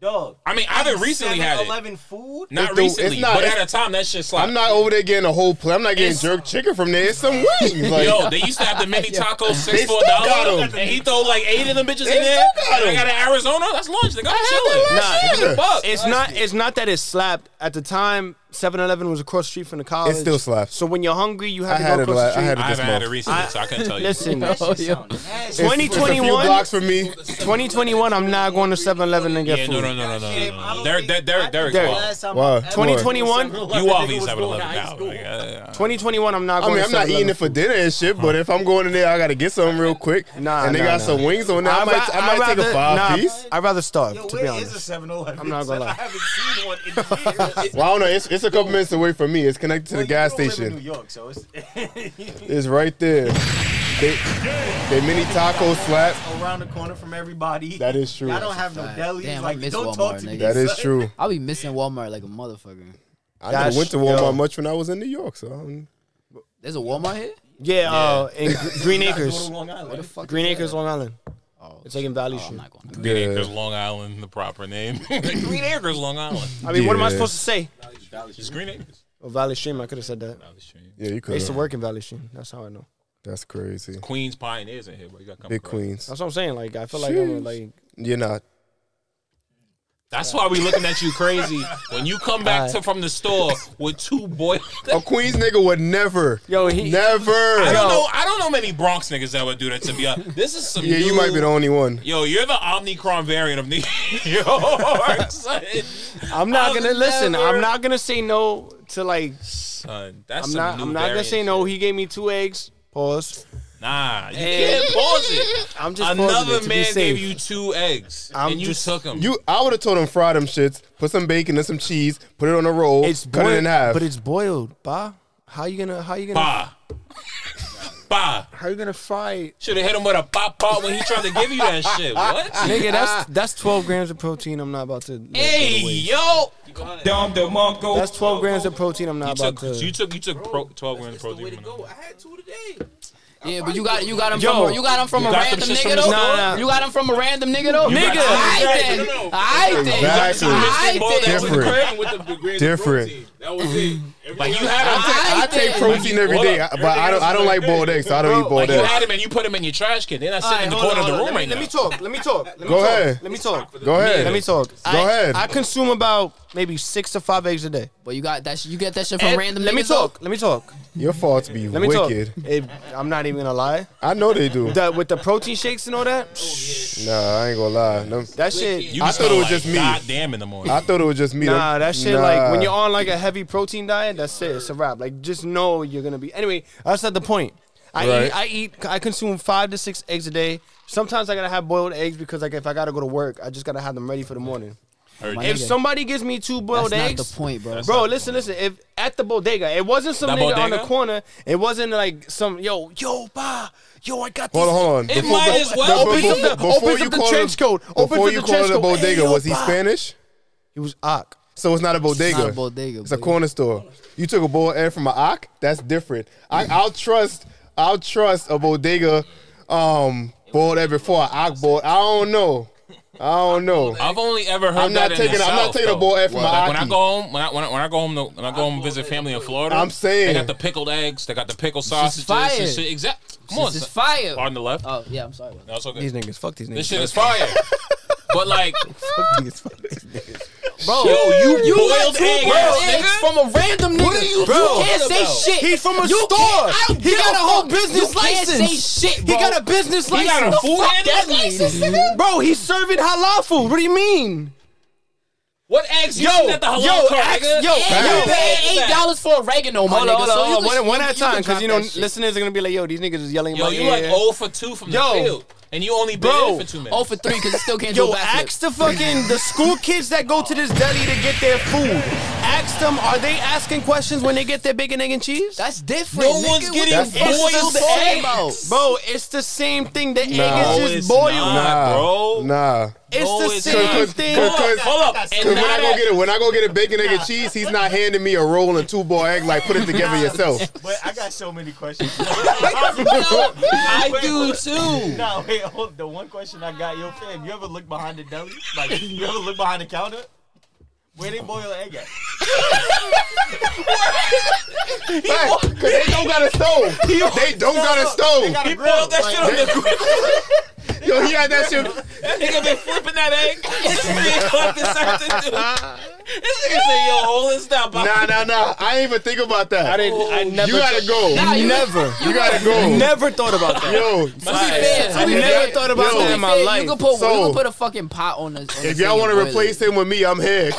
F: Dog.
B: I mean, I haven't recently had it.
F: 7-Eleven food?
B: Not
A: It's the-
B: recently,
A: it's not-
B: but
A: it's-
B: at a time that shit slapped.
A: I'm not over there getting a whole plate. I'm not getting
B: It's-
A: jerk chicken from there. It's some wings. Like,
B: Yo, they used to have the mini tacos
A: They
B: six for
A: still
B: a
A: got
B: dollar,
A: 'em.
B: and he throw like eight of them bitches
A: They
B: in there.
A: still got
B: And I
A: 'em.
B: got an Arizona. That's lunch. They got
G: Nah,
B: chilling. Nah, fuck.
G: it's not. It's not that it slapped. At the time, 7-Eleven was across the street from the college.
A: It still slaps.
G: So when you're hungry, you
A: I
G: have to
A: had it.
G: go across the
A: la- I
G: street.
A: had it
B: I
A: this
B: haven't had it
A: month.
B: recently, so I couldn't tell you.
G: Listen,
A: It's- It's a few
G: 2021?
A: blocks from me.
G: 2021, I'm not going to 7-Eleven and get
B: Yeah,
G: food.
B: no, no, no, no, no, no, no. Derek, Derek, Derek, Derek.
G: Derek.
B: Derek.
A: Why?
G: 2021?
B: You all these 7-Eleven now. Like, uh,
G: 2021, I'm not
A: I
G: going
A: mean,
G: to
A: I'm not eating it for dinner and shit, but if I'm going in there, I gotta get something real quick.
G: Nah,
A: and they
G: nah,
A: got
G: nah.
A: some wings on there. I,
G: I'd
A: might,
G: ra-
A: I might
G: I'd
A: take a
G: rather-
A: five
G: nah,
A: piece.
G: I'd rather starve, to be
F: Where is
G: honest.
F: a 7-Eleven?
G: I'm not gonna
F: I
G: lie.
F: haven't seen one in years.
A: Well, I don't know. It's, it's a couple minutes away from me. It's connected to the gas
F: You don't live in
A: station.
F: New York, so it's
A: It's right there. They, they mini taco slap.
F: around the corner from everybody.
A: That is true.
F: I don't have no delis.
C: Damn, I
F: like,
C: miss
F: don't
C: Walmart.
F: talk to me.
C: nigga.
A: That is
F: son.
A: true.
C: I'll be missing Walmart like a motherfucker.
A: I
G: That's-
A: never went to Walmart
G: yo.
A: much when I was in New York, so I'm,
C: There's a Walmart here?
G: Yeah, Uh, in Gr- Green
F: Gotta go
G: Acres.
F: to Long Island. Oh,
C: What the fuck?
G: Green Acres, Long Island. It's like in Valley Street.
B: uh, Green Acres, Long Island, the proper name. Green Acres, Long Island.
G: I mean, what am I
A: Yeah.
G: supposed to say?
B: It's Green Acres.
G: Oh, Valley Stream. I could have said that.
A: yeah, you
G: I
A: could.
G: used to work in Valley Stream. That's how I know.
A: That's crazy.
B: Queens pioneers in here, but you got to come
A: Big
B: correct.
A: Queens.
G: That's what I'm saying. Like, I feel like I'm
A: Sheesh.
G: like.
A: You're not.
B: That's why we looking at you crazy when you come back
G: Alright.
B: to from the store with two boy.
A: A Queens nigga would never.
G: Yo, he.
A: Never.
B: I
G: Yo.
B: don't know. I don't know many Bronx niggas that would do that. To be honest, this is some.
A: Yeah, you
B: new-
A: might be the only one.
B: Yo, you're the Omnicron variant of New York. son.
G: I'm not
B: I've
G: gonna listen.
B: never-
G: I'm not gonna say no to like.
B: Son, that's
G: I'm
B: some
G: not.
B: new
G: I'm not gonna
B: variant
G: say no.
B: shit.
G: He gave me two eggs. Pause.
B: Nah, you
G: Hey.
B: can't pause it.
G: I'm just
B: Another
G: pausing it to be
B: man
G: safe.
B: gave you two eggs,
G: I'm
B: and you
G: just-
B: took them.
A: You, I would have told him fry them shits, put some bacon and some cheese, put it on a roll,
G: It's
A: cut
G: boiled,
A: it in half.
G: but it's boiled, ba. How you gonna? How you gonna?
B: bah, bah.
G: How you gonna fry?
B: Should have hit him with a pop pop when he tried to give you that shit. What?
G: Nigga, that's that's 12 grams of protein. I'm not about to.
B: Hey yo,
E: Dom the Monko.
G: That's 12 grams of protein. I'm
B: you
G: not about
B: took,
G: to.
B: you took you took pro, twelve grams of protein.
M: I had two today.
C: Yeah, but you got you got him
G: Yo,
C: from a, you got him from
G: you
C: a
G: got them
C: random
G: shits
C: nigga
G: from the
C: though.
G: store? Nah, nah.
C: You got him from a random nigga though.
G: You got-
C: nigga, I then, I then,
A: Exactly.
C: I then.
A: Different. Different.
B: Like you had him.
A: I take protein every day, I- but I don't. I don't like boiled eggs. So I don't eat
B: Like
A: boiled
B: you had
A: eggs.
B: him and you put him in your trash can. They're not
G: All
B: sitting
G: right,
B: in the
G: hold
B: corner
G: on,
B: of the
G: hold on.
B: room right
G: Let me-
B: now.
G: Let me talk. Let me talk. Let me
A: Go
G: talk.
A: ahead.
G: Let me talk.
A: Go ahead.
G: Let me talk.
A: Go ahead.
G: I consume about maybe six to five eggs a day.
C: But you got that. sh- You get that shit from
G: And
C: random.
G: Eh, Let me
C: niggas, though?
G: talk. Let me talk.
A: Your faults be
G: Let me
A: wicked.
G: talk. It- I'm not even gonna lie.
A: I know they do.
G: The- with the protein shakes and all that,
A: Nah, I ain't gonna lie. Them-
G: that shit.
A: I thought it was just me.
B: God damn in the morning.
A: I thought it was just me.
G: Nah,
A: Them-
G: that shit. Like when
A: Nah.
G: you're on like a heavy protein diet, that's it. It's a wrap. Like just know you're gonna be. Anyway, that's not the point. I
A: Right.
G: eat. I eat. I consume five to six eggs a day. Sometimes I gotta have boiled eggs because like if I gotta go to work, I just gotta have them ready for the morning.
B: Heard
G: if
B: you.
G: somebody gives me two boiled
C: That's not
G: eggs,
C: the point, bro. That's
G: Bro, listen, listen. If at the bodega, it wasn't some
B: The
G: nigga on the
B: bodega?
G: corner. It wasn't like some yo, yo, ba, yo. I got.
A: Hold on,
G: these-
A: hold on.
G: It
A: Before-
G: might as well.
A: be-
G: Opens
A: be-
G: up the,
A: before
G: opens
A: you
G: up
A: call
G: the trench
A: it-
G: coat. Opens
A: Before
G: up
A: you
G: the
A: call
G: trench
A: it a
G: coat. Hey,
A: bodega,
G: yo,
A: was he
G: ba.
A: Spanish?
G: He was ock.
A: So it's not a bodega.
C: not a bodega,
A: It's a
C: buddy.
A: corner store. You took a bowl of air from an ock. That's different. I, I'll trust. I'll trust a bodega um, boiled egg before an ock boiled. I don't know. I don't know.
B: I've only ever heard
A: I'm not
B: that in
A: taking.
B: the
A: I'm not
B: South,
A: taking a
B: though.
A: boiled egg from an
B: Like, when I
A: ock.
B: go home, when I when I, when I go home, to, when I go home and visit family in Florida,
A: I'm saying.
B: they got the pickled eggs, they got the pickled sausages,
C: fire.
B: and shit. Exact. Come on,
C: This is fire.
B: on the left.
C: Oh yeah, I'm sorry. About that.
B: No, it's okay.
G: These niggas, fuck these niggas.
B: This shit is fire. but like,
G: Fuck these, fuck these niggas.
C: Bro,
B: yo, you,
C: you
B: boiled
C: got two
B: egg,
C: boiled
B: ass,
C: eggs
B: nigga.
C: from a random nigga.
G: are you
C: you
G: talking
C: can't say
B: about?
C: shit.
G: He's from a
C: you
G: store.
C: Can't, I don't
G: He
C: give
G: got a whole
C: fuck.
G: business
C: you Can't
G: license.
C: say shit,
G: He
C: bro.
G: got a business
B: He
G: license.
B: got a
G: The
B: food
G: fuck
B: handler
G: that
B: license,
G: means? Bro, he's serving halal food. What do you mean?
B: What eggs? You
G: Yo,
B: yo, at the halal
G: yo,
B: cart,
G: ask-
B: nigga?
G: yo,
C: And
G: Back.
C: you paid eight dollars for oregano, my
G: Hold
C: nigga.
G: on, hold
C: so
G: on,
C: you
G: hold on.
C: can-
G: One, one at a
C: you can
G: time, because
C: drop
G: you know,
C: that shit.
G: listeners are gonna be like, "Yo, these niggas is yelling." in
B: Yo,
G: my
B: you
G: ear.
B: like 0 for 2 from
G: Yo.
B: the field, and you only been
G: Bro.
B: there for two minutes.
C: Oh for three because it still can't do
G: Yo,
C: a backflip.
G: ask the fucking the school kids that go to this deli to get their food. Ask them, are they asking questions when they get their bacon, egg, and cheese?
C: That's different.
B: No
C: nigga.
B: one's
C: What
B: getting
C: the fuck
B: boiled
C: you talking about?
B: eggs.
G: Bro, it's the same thing. The
A: Nah.
G: egg
B: No,
G: is
B: it's
G: just boiled.
B: not, bro.
A: Nah.
G: It's
B: No,
G: the
B: it's
G: same
B: not.
G: thing.
A: Cause-
B: Hold up, hold up.
A: Cause
B: And
A: when I
B: not
A: go
B: at,
A: get it, when I go get a bacon, egg, and cheese, he's not handing me a roll and two boiled egg. Like put it together yourself.
F: But I got so many questions.
B: no, I do too.
F: No, wait, hold The one question I got, yo, fam, you ever look behind the deli? Like, you ever look behind the counter? Where they boil egg at?
A: Fact, Cause they don't got a stove. They don't got a
F: They
A: stove.
F: got a
B: He
F: grill.
B: boiled that
F: like,
B: shit on the
A: Yo, he had that shit.
B: That nigga been flipping that egg. This nigga caught this afternoon. This nigga said, yo, hold it stop.
A: Nah, nah, nah. I ain't even think about that. I
G: didn't- I never
A: You gotta go.
C: Nah, you-
G: Never.
A: You gotta go.
G: Never thought about that.
A: Yo,
C: fair, to
G: I
C: be
G: never
C: fair-
G: thought about
A: Yo.
G: that in my
C: you
G: life.
C: can put you
A: So-
C: can put a fucking pot on the. on the
A: if y'all
C: thing
A: want to
C: and boil
A: replace
C: it.
A: him with me, I'm here.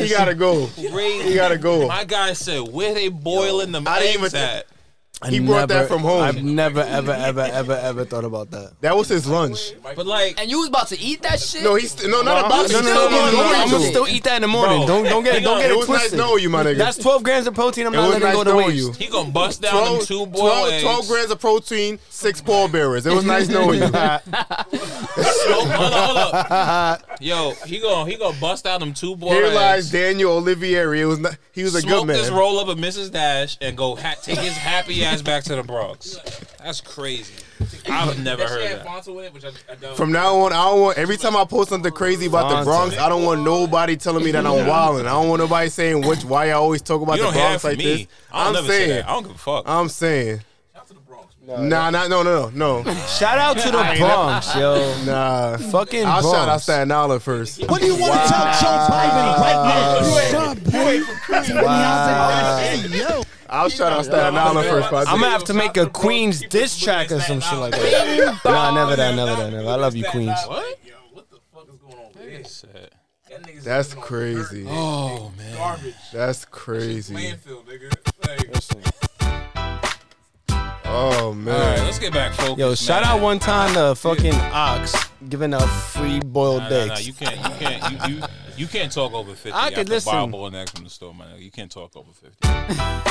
A: he gotta go. He gotta go.
B: My guy said, where they boiling them
A: I
B: eggs
A: didn't even-
B: at?
A: He brought that from home.
G: I've never, ever, ever, ever, ever thought about that.
A: That was his lunch.
B: But like,
C: and you was about to eat that shit.
A: No, he's no, not about
G: No,
A: to.
G: no, no, no, no, no, I'm gonna still eat that in the morning.
B: Bro.
G: Don't, don't get, don't get
A: It
G: it
A: was nice
G: twisted.
A: knowing you, my nigga.
G: That's 12 grams of protein. I'm
A: it
G: not
A: was
G: letting
A: nice
G: go to
A: knowing
G: waste.
A: you.
B: he gonna bust down them
A: 12,
B: two boiled
A: 12,
B: eggs.
A: 12 grams of protein, six pallbearers. It was nice knowing you.
B: Hold up, hold up, hold up. Yo, he gonna, he gonna bust out them two boiled
A: Here
B: eggs.
A: lies Daniel Olivieri. It was not, he was a
B: smoke
A: good man.
B: this roll up of Mrs. Dash and go ha- take his happy ass back to the Bronx. That's crazy. I've never
M: She
B: heard
M: had
B: that.
M: Fonto in it, which I, I don't.
A: From now on, I don't want. Every time I post something crazy about the
G: Fonte.
A: Bronx, I don't want nobody telling me that I'm wilding. I don't want nobody saying which why I always talk about
B: You
A: the
B: don't hear that
A: Bronx
B: from
A: like
B: me.
A: this.
B: I'll
A: I'm
B: never
A: saying.
B: say that. I don't give a fuck.
A: I'm saying. Nah, nah, no, no, no, no.
G: Shout out to the Bronx, yo.
A: Nah.
G: Fucking
A: I'll
G: Bronx.
A: shout out Staten Island first.
L: What do you want to tell Joe Biden right now? You son, Take me out
G: Wow.
L: the Hey, yo.
A: I'll shout out Staten Island first. but I
G: I'm
A: think-
G: gonna have to make a Queens diss track or some shit like that. Nah, never that, never that, never. I love you, Queens.
B: What?
M: Yo, what the fuck is going on with this?
B: Shit.
M: That nigga's
A: That's
M: living on
A: crazy.
B: Oh man.
M: Garbage.
A: That's crazy.
M: Landfill, nigga. Like,
A: Oh
B: All right,
A: man.
B: let's get back focused.
G: Yo,
B: man.
G: shout out one time to fucking Ox giving out free boiled
B: Nah, nah, nah,
G: eggs.
B: you can't, you can't, you, you, you can't talk over fifty.
G: I
B: I
G: could
B: could
G: listen.
B: listen. Buy a bowl next from the store, man. You can't talk over fifty. yeah.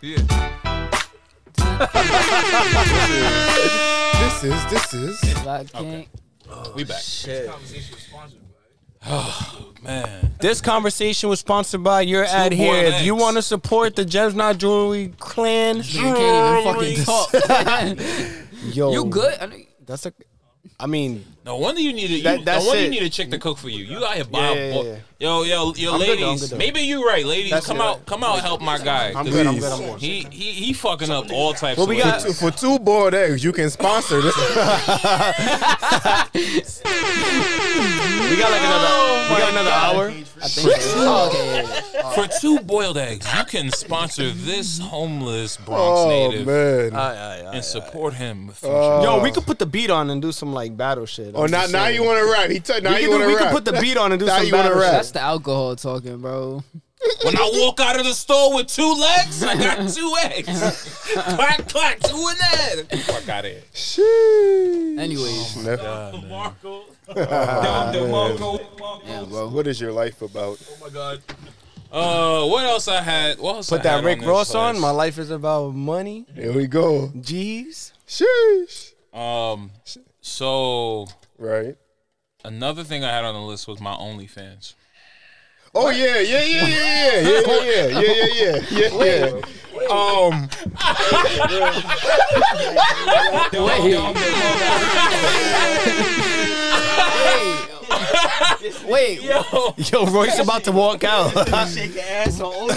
B: yeah.
A: This is this is.
C: Like, can't-
B: We back.
M: conversation was sponsored by.
B: Man.
G: This conversation was sponsored by Your Ad
B: boiled
G: Here. If you
B: eggs.
G: want to support the Gems Not Jewelry clan,
C: can't even fucking talk.
G: Yo,
C: You good? I know-
G: That's a. I mean,
B: No wonder you need a you,
G: That- that's
B: no wonder
G: it.
B: you need a chick to cook for you. You out here
G: Yeah,
B: Bob.
G: yeah, yeah.
B: Yo, yo, yo,
G: I'm good though, I'm
B: ladies.
G: good though.
B: maybe you right, ladies.
G: That's
B: come
G: it.
B: out, come out, help my guy.
G: I'm good, I'm
B: Please.
G: good, I'm good.
B: He he he fucking up all types.
A: But
B: of
A: we
B: ways.
A: got for two boiled eggs. You can sponsor this.
G: we got like another. we got another hour.
B: For two, for two boiled eggs, you can sponsor this homeless Bronx
G: Oh,
B: native
A: man.
B: and support him. With
G: Yo, we could put the beat on and do some like battle shit.
A: Oh, now- now you wanna rap. He took- now
G: we
A: you
G: could do-
A: wanna
G: We could
A: rap.
G: put the beat on and do
A: Now
G: some
A: you wanna
G: battle shit.
A: rap.
C: That's the alcohol talking, bro.
B: when I walk out of the store with two legs, I got two eggs. clack clack, two in there. Fuck out of here.
G: Oh
C: Anyways,
M: Marco.
A: Ah,
M: Dom DeMarco.
F: Oh,
A: man. What is your life about?
M: Oh my God.
B: Uh, what else I had? What else I
G: Put that
B: had
G: Rick
B: on this
G: Ross on.
B: list?
G: My life is about money.
A: Here we go.
G: Jeez.
A: Sheesh.
B: Um, so
A: right.
B: Another thing I had on the list was my OnlyFans.
A: Oh yeah, yeah, yeah, yeah, yeah, yeah, yeah, yeah, yeah, yeah, yeah, yeah, yeah. Um,
C: wait,
B: yo,
G: yo, Royce about to walk out.
F: Shake your ass on only.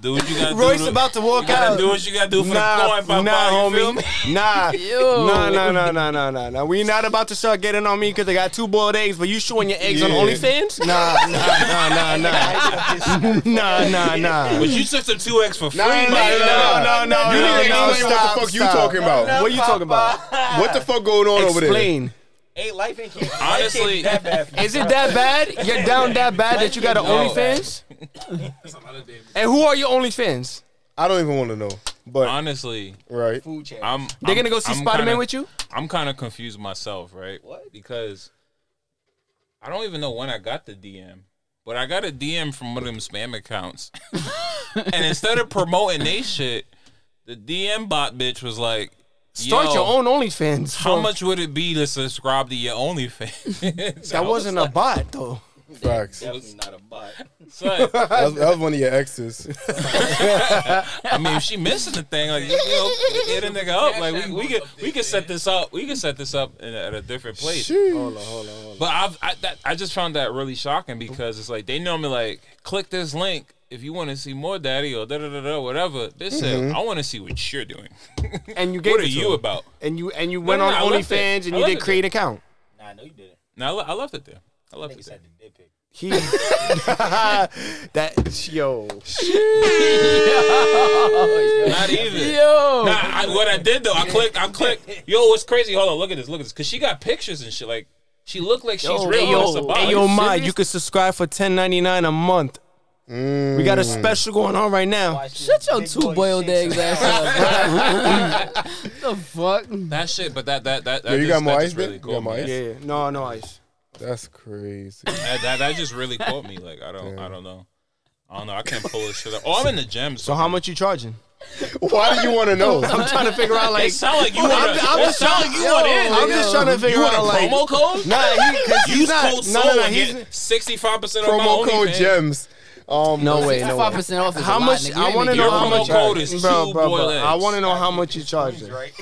B: Do what you gotta
G: Royce
B: do. to-
G: about to walk
B: you gotta
G: out.
B: Do what you gotta do for the coin, Papa.
G: nah,
B: you feel me?
G: homie. Nah,
C: Yo.
G: nah, nah, nah, nah, nah, nah, nah. We not about to start getting on me because I got two boiled eggs, but you showing your eggs on
A: Yeah.
G: OnlyFans? Nah, nah, nah, nah, nah, nah, nah, nah.
B: But you took some two X for free,
A: nah, nah,
B: man.
A: nah, nah,
G: no, no,
A: You
G: no,
A: didn't
G: no,
A: explain what
G: stop,
A: the fuck you
G: stop.
A: talking about.
G: What you talking about?
A: What the fuck going on over there?
G: Explain.
F: Hey, life ain't can't- life can't
B: Honestly,
F: be that bad for you,
G: Is it
F: bro.
G: that bad? You're down that bad that you got an
B: No.
G: OnlyFans? And who are your OnlyFans?
A: I don't even want to know. But
B: honestly,
A: right,
F: Food chain.
B: I'm.
G: They're
B: I'm-
G: gonna go see
B: I'm
G: Spider Man
B: kinda-
G: with you?
B: I'm kind of confused myself, right? What? Because I don't even know when I got the DM, but I got a DM from one of them spam accounts, and instead of promoting they shit, the DM bot bitch was like,
G: Start
B: "Yo,
G: your own OnlyFans.
B: How
G: bro.
B: much would it be to subscribe to your OnlyFans?
G: That wasn't a bot though.
A: facts. That
F: That's not a bot.
B: Son,
A: was, that was one of your exes.
B: I mean, if she missing the thing, like you know, hit a nigga up. Like we, we could we could set this up. We could set this up in, at a different place.
A: Sheesh.
B: But I've, I that, I just found that really shocking because it's like they normally like click this link if you want to see more daddy or da da da da whatever. This said, I want to see what you're doing.
G: And you gave
B: what
G: it
B: are
G: to
B: you
G: him.
B: about?
G: And you and you went
B: no,
G: on
B: I left it.
G: OnlyFans and
B: I
G: you
B: left
G: did
B: it
G: create an account.
F: Nah, no, you didn't.
B: Now I, le- I left it there. I left it
F: Niggas
B: there.
F: had the dick pic.
G: He that yo.
B: Not even.
C: yo,
B: Nah, I, what I did though, I clicked. I clicked. Yo, what's crazy? Hold on, look at this. Look at this. Cause she got pictures and shit. Like she looked like she's real.
G: hey
B: Hey,
G: yo, hey yo, Ma,
C: serious?
G: you can subscribe for ten ninety nine a month. We got a
B: Mm.
G: special going on right now.
F: Why she
C: shut
F: was
C: your
F: big
C: two
F: boy
C: boiled
F: six
C: eggs ass up, bro. the fuck?
B: that shit. But that that that. that
A: Yo, you
B: just,
A: got more
B: that
A: ice,
B: just really
A: Vic? You
B: caught
A: got more
B: me.
A: ice?
G: Yeah, no, no ice.
A: That's crazy.
B: That, that that just really caught me. Like I don't I don't know. I don't know. I can't pull this shit up. Oh, I'm in the gym.
G: So how much you charging?
A: Why do you want to know?
G: I'm trying to figure out
B: It
G: like
B: sound like you
G: I'm-
B: want.
G: I'm
B: It
G: just
B: sound
G: trying-
B: like you want in.
G: I'm
B: nigga.
G: just trying to figure
B: you want
G: out,
B: a
G: like-
B: promo code.
G: nah, he, cause he's
B: Use
G: not.
B: code
G: no,
B: soul
G: no, no,
B: and
G: he's
B: get sixty five percent off my
A: Promo code
B: OnlyFans.
A: gems. Um,
G: no way, no
C: Sixty-five
G: way.
C: percent off is a
G: How
C: lot,
G: much?
C: nigga. You
G: I
C: ain't
G: want to
C: making
G: know
B: Your
G: how
B: promo
G: much.
B: code is
G: bro,
B: two
G: bro, bro.
B: boiled
G: I
B: eggs.
G: want to know how much you charging.
F: Right?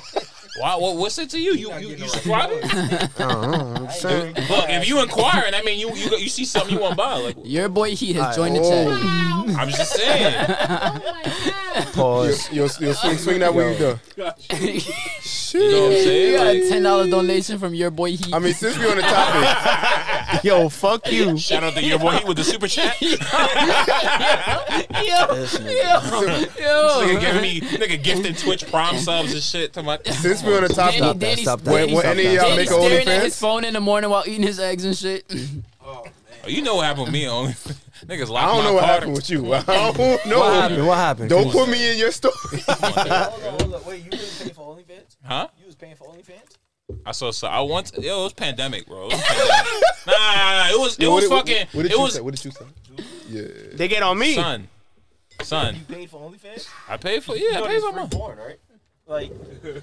B: Why? What, what's it to you? You you, you subscribe it?
G: I'm saying.
B: Look, if you inquiring, I mean, you you you see something you want to buy. Like
C: Your boy Heat has joined the
A: oh.
C: chat.
B: I'm just saying.
G: Pause.
A: Yo, yo, swing, swing that when you done.
B: You know what I'm
C: You
B: saying?
C: got a
B: Like,
C: ten dollar donation from your boy Heat.
A: I mean, since we on the topic,
G: Yo, fuck you.
B: shout out to your boy. He with the super chat.
C: yo, yo, yo.
B: nigga giving me nigga gifted Twitch prom subs and shit. To my
A: since we on the topic,
C: Danny,
G: Stop that,
C: Danny,
G: stop that.
A: when, when any of y'all
C: Danny
A: make an
C: staring at his
A: OnlyFans,
C: phone in the morning while eating his eggs and shit.
B: Oh, you know what happened with me? Only
A: I
B: niggas locked
A: don't
B: my
A: know what
B: car.
A: happened with you. I don't know.
G: What happened? What happened?
A: Don't put me in your story.
F: Hold on, hold on. Wait, you was paying for OnlyFans?
B: Huh?
F: You was paying for OnlyFans?
B: I saw. So I once. Yo, it was pandemic, bro. It was pandemic. nah, nah, nah, it was. It
A: Yo,
B: was
A: did-
B: fucking.
A: What did
B: it
A: you
B: was
A: say? What did you say? Yeah.
G: They get on me.
B: son. Son,
F: You paid for OnlyFans?
B: I paid for. Yeah, I
F: You know
B: paid
F: there's
B: for
F: free
B: my.
F: porn, right? Like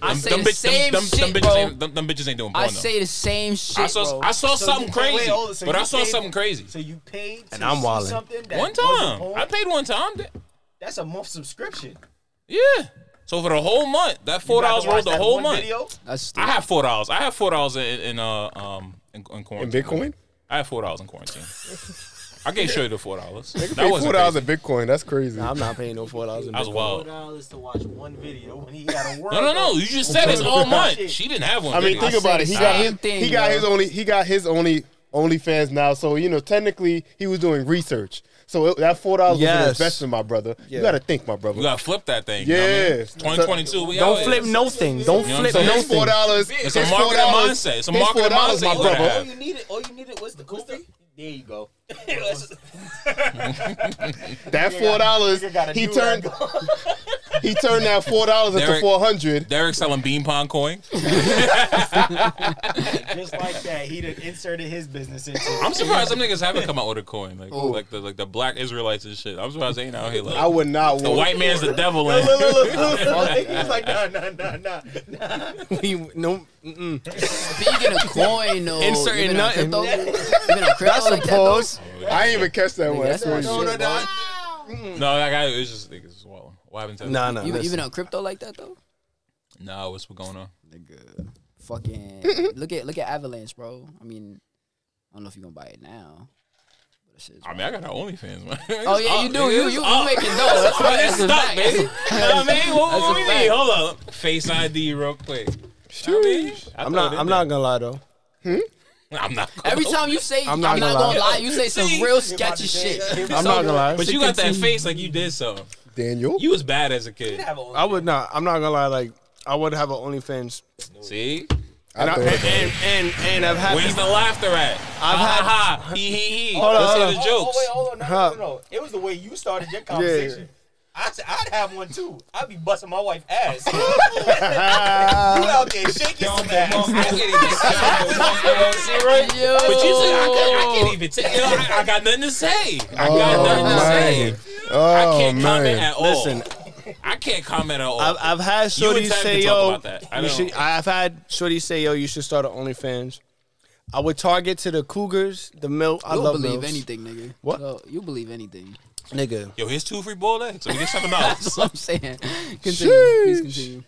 C: I
B: Them-
C: say
B: them bitch-
C: the
B: them-
C: same
B: them-
C: shit,
B: them bitches
C: bro.
B: ain't- Them them bitches ain't doing porn.
C: I say the same shit.
B: Oh, I saw
C: bro.
B: I saw something
F: wait,
B: crazy,
F: hold on. So
B: but
F: you
B: I saw
F: paid-
B: something crazy.
F: So you paid to
B: And I'm
F: see
B: wildin'.
F: something that
B: One
F: wasn't
B: time.
F: porn?
B: I paid one time.
F: That's a month subscription.
B: Yeah. So for the whole month, that four
F: got
B: dollars
F: to
B: rolled
F: watch
B: the
F: that
B: whole
F: one
B: month. Oh.
F: video?
B: I have four dollars. I have four dollars in, in uh um in, in quarantine.
A: Bitcoin?
B: I have four dollars in quarantine. I gave Shirley the four dollars.
A: Nigga
B: That
A: pay four
B: wasn't
A: dollars
B: crazy.
A: in Bitcoin. That's crazy.
G: I'm not paying no four dollars.
B: That was wild.
F: dollars to watch one video when he got a world.
B: No, no, no. You just said it's all month. She didn't have one.
A: I mean,
B: video.
A: think about it. He got his, he got
B: yo.
A: his only he got his only OnlyFans now. So you know, technically, he was doing research. So it, that four dollars was an
B: Yes.
A: investment, my brother.
B: Yeah.
A: You got to think, my brother.
B: You gotta flip that thing.
A: Yeah.
B: Twenty twenty two.
A: Don't flip
G: no thing. Don't
B: flip no
A: His four dollars.
B: It's a marketing mindset. It's a marketing mindset
A: my
B: you gotta
A: brother.
B: have.
F: All you needed, all you needed was the goofy. There you go.
A: That four dollars, he turned. he turned that four dollars into
B: Derek-
A: four hundred.
B: Derek selling bean pong coin.
F: Just like that, he done inserted his business into. it.
B: I'm surprised some niggas haven't come out with a coin, like like the like the black Israelites and shit. I'm surprised they ain't out here like.
A: I would not.
B: The
A: want-
B: white man's the devil.
A: Look,
B: And
A: look, look,
F: He was like, nah, nah, nah, nah, nah.
G: We- no. Mm-mm.
C: Speaking of coin, though,
G: Inserting
C: you been on
G: nothing.
C: crypto- you been on crypto
G: That's a
C: like that, though?
G: pause.
A: I ain't even catch that
C: Nigga,
A: one. That's
C: that's
A: crazy.
C: not shit, bro.
B: no, like I, it's just niggas is wilding. What happened to
G: Nah, nah,
C: You, you been on crypto like that though?
B: Nah, what's going on?
C: Nigga, fucking look at look at Avalanche, bro. I mean, I don't know if you gonna buy it now. But that shit's
B: I mean, I got our OnlyFans, man.
C: Oh yeah, you do. You you, you making dough. That's right.
B: It's
C: That's a
B: stuck,
C: fact.
B: baby. You know what I mean? What,
C: That's a
B: what we
C: fact.
B: need? Hold up. Face ID real quick.
G: I'm not. I'm not gonna lie though.
B: I'm not.
C: Every time you say
G: I'm not gonna lie.
C: you say some real sketchy shit.
G: I'm not gonna lie.
B: But you got that face like you did something.
A: Daniel,
B: you was bad as a kid.
G: I would not. I'm not gonna lie. Like I would have an OnlyFans.
B: See.
G: And I,
B: thought-
G: and, and and and I've had.
B: Where's the laughter at?
G: I've
B: ha,
G: had-
B: ha, ha. He he he.
G: Hold on,
B: Those
G: hold
B: are
G: on.
B: the
F: Oh,
B: jokes.
F: Oh, wait, hold on. No, no, no, no. It was the way you started your conversation. I said, I'd have one too. I'd be busting my wife ass. you out there shaking some ass. I can't even
B: See, right? But you said I, can't- I can't even tell. Oh. You know, I, I got nothing to say. I got
A: Oh,
B: nothing to say.
A: man. Oh,
B: I can't comment
A: man.
B: at all.
A: Listen.
B: I can't comment at all.
G: I've, I've had
B: You and
G: Shorty
B: Tab
G: say,
B: can talk
G: "Yo,
B: about that. I
G: you
B: don't-
G: should." I've had Shorty say, "Yo, you should start an OnlyFans." I would target to the Cougars, the milk. I
C: You'll
G: love
C: believe
G: Mills.
C: anything, nigga.
G: What?
C: Yo, you believe anything?
G: nigga?
B: Yo, here's two free ball legs. So we get seven
C: That's
B: dollars.
C: what I'm saying. Continue. Please continue.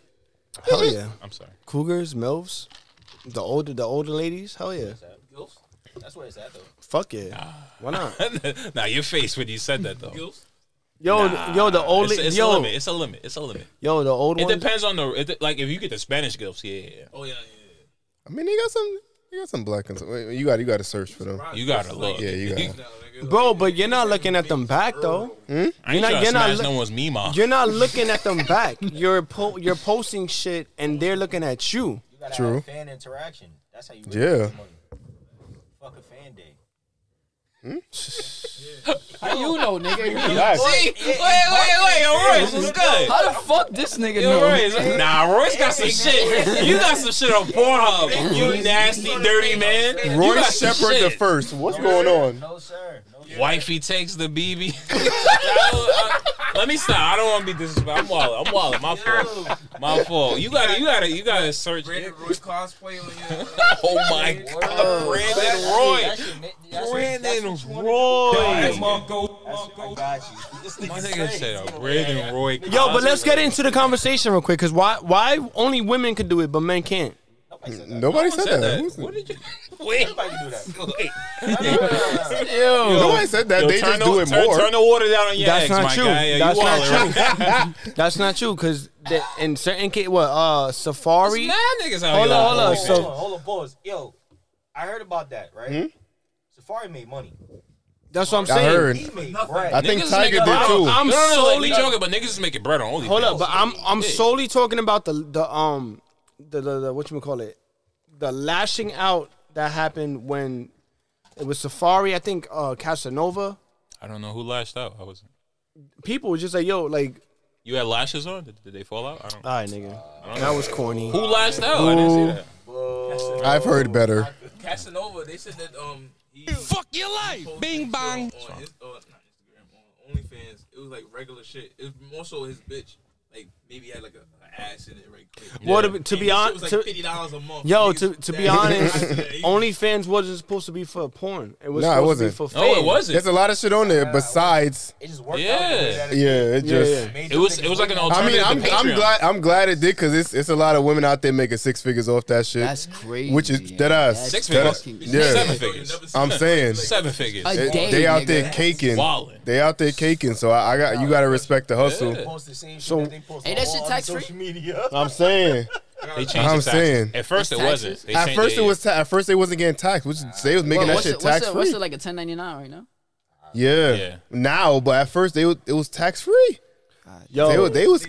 G: Hell yeah!
B: I'm sorry.
G: Cougars, milfs, the older the older ladies. Hell yeah!
F: That's where it's at though.
G: Fuck yeah! Why not?
B: now your face when you said that though.
G: Yo,
B: Nah.
G: yo, the old
B: It's, it's
G: yo,
B: a limit. It's a limit. It's a limit.
G: yo, the old
B: It
G: one.
B: depends on the it, like if you get the Spanish gifts, yeah, yeah. Oh yeah.
A: I mean, they got some. They got some black and some. wait, You got. You got to search for them.
B: You gotta look.
A: Yeah, you got.
G: Bro, but you're not looking at them back though.
A: Hmm?
B: I ain't tryna smash no one's meme off.
G: You're not looking at them back. You're po- you're posting shit and they're looking at you.
A: True.
F: Fan interaction. That's how you.
A: Yeah.
F: Fuck a fan day.
C: How you know, nigga?
B: Nice.
C: See?
B: Wait, wait, wait, yo, Royce, what's good?
C: How the fuck this nigga
B: Yo,
C: know?
B: Royce, nah, Royce got some shit. You got some shit on Pornhub. You nasty, dirty man. You
A: Roy
B: got some
A: Shepherd the
B: shit.
A: first. What's going on?
B: Wifey takes the BB. I don't- I- Let me stop. I don't want to be disrespectful. I'm wallet. I'm wallet. My fault. My fault. You gotta. You gotta. You gotta search.
M: cosplay on your. uh,
B: Oh my God, Brandon Roy. Brandon Roy.
F: I got you. This
B: My
F: nigga
B: nigga
F: said-
B: said, oh, Brandon Roy.
G: Yo, but let's
B: Cosby.
G: get into the conversation real quick, cause why why only women could do it but men can't?
A: Nobody said that. Who's-
B: What did you? Wait. Wait.
A: Nobody said that.
B: Yo,
A: They just
B: turn the-
A: do it
B: turn-
A: more.
B: Turn the water down on your
G: That's
B: eggs,
G: not
B: my
G: true.
B: guy. Yeah, you
G: That's not
B: wildin',
G: true.
B: right?
G: That's not true, cause the, in certain case, what uh
B: There's
G: Safari?
B: mad niggas out
G: Hold
B: here
G: on, hold on.
B: like that.
F: Hold
G: So
F: on, hold on, pause. Yo, I heard about that, right?
A: Hmm?
F: Safari made money.
G: that's what I'm
F: I
G: saying.
A: heard.
F: He made bread.
A: I think
B: Niggas
A: Tiger did
B: making bread.
A: too.
G: I'm
B: no, no, no,
G: solely-
B: we joking, but niggas is making bread on OnlyFans.
G: Hold up, but I'm I'm
B: Yeah.
G: solely talking about the the um the the, the what you call it, the lashing out that happened when it was Safari. I think uh Casanova.
B: I don't know who lashed out. I was.
G: People were just like, yo, like,
B: You had lashes on? Did, did they fall out? I don't.
A: Uh,
G: all right, nigga, that was corny.
B: Who lashed out? I didn't see that.
A: I've heard better.
M: Casanova, they said that um he fuck your life, bing bang. On his, uh, not Instagram, on OnlyFans, it was like regular shit. It was more so his bitch. Like, like maybe had like a, an ass in it right quick.
G: Well, to, be- to
M: And
G: be
M: this shit
G: honest,
M: was like fifty dollars a month.
G: Yo,
M: Niggas-
G: to, to be
M: Yeah.
G: honest,
M: Yeah.
G: OnlyFans wasn't supposed to be for porn. It was
A: Nah, it
G: supposed
A: wasn't.
G: to be for
B: No, it
G: fame.
B: wasn't.
A: There's a lot of shit on there besides.
F: It just
B: worked out the way that it
A: Yeah,
B: did.
A: it just.
B: It was it was like an
A: I mean,
B: alternative.
A: I'm,
B: to
A: I'm
B: Patreon.
A: glad I'm glad it did because it's it's a lot of women out there making six figures off that shit.
B: That's crazy,
A: Which is that ass
B: Six
A: That-
B: figures.
A: yeah.
B: Seven figures.
A: I'm saying
B: Seven figures. A
A: They,
B: day,
A: they out
B: nigga.
A: there
B: That's
A: caking.
B: wildin'.
A: They out there caking. So I, I got you got to respect the hustle.
G: So
C: Hey, that shit tax free.
A: I'm saying.
B: They changed
A: I'm
B: the taxes.
A: saying.
B: At first it
C: It's taxes.
B: wasn't. They
A: at
B: changed
A: first it
B: yeah,
A: was. Ta- at first they wasn't getting taxed. Which they was making that
C: what's
A: shit
C: it, what's
A: tax
C: it- What's
A: free.
C: it like a ten ninety nine right now?
A: Yeah. Now, but at first they was, it was tax free.
G: Yo.
B: Oh.
A: they, wa- they was.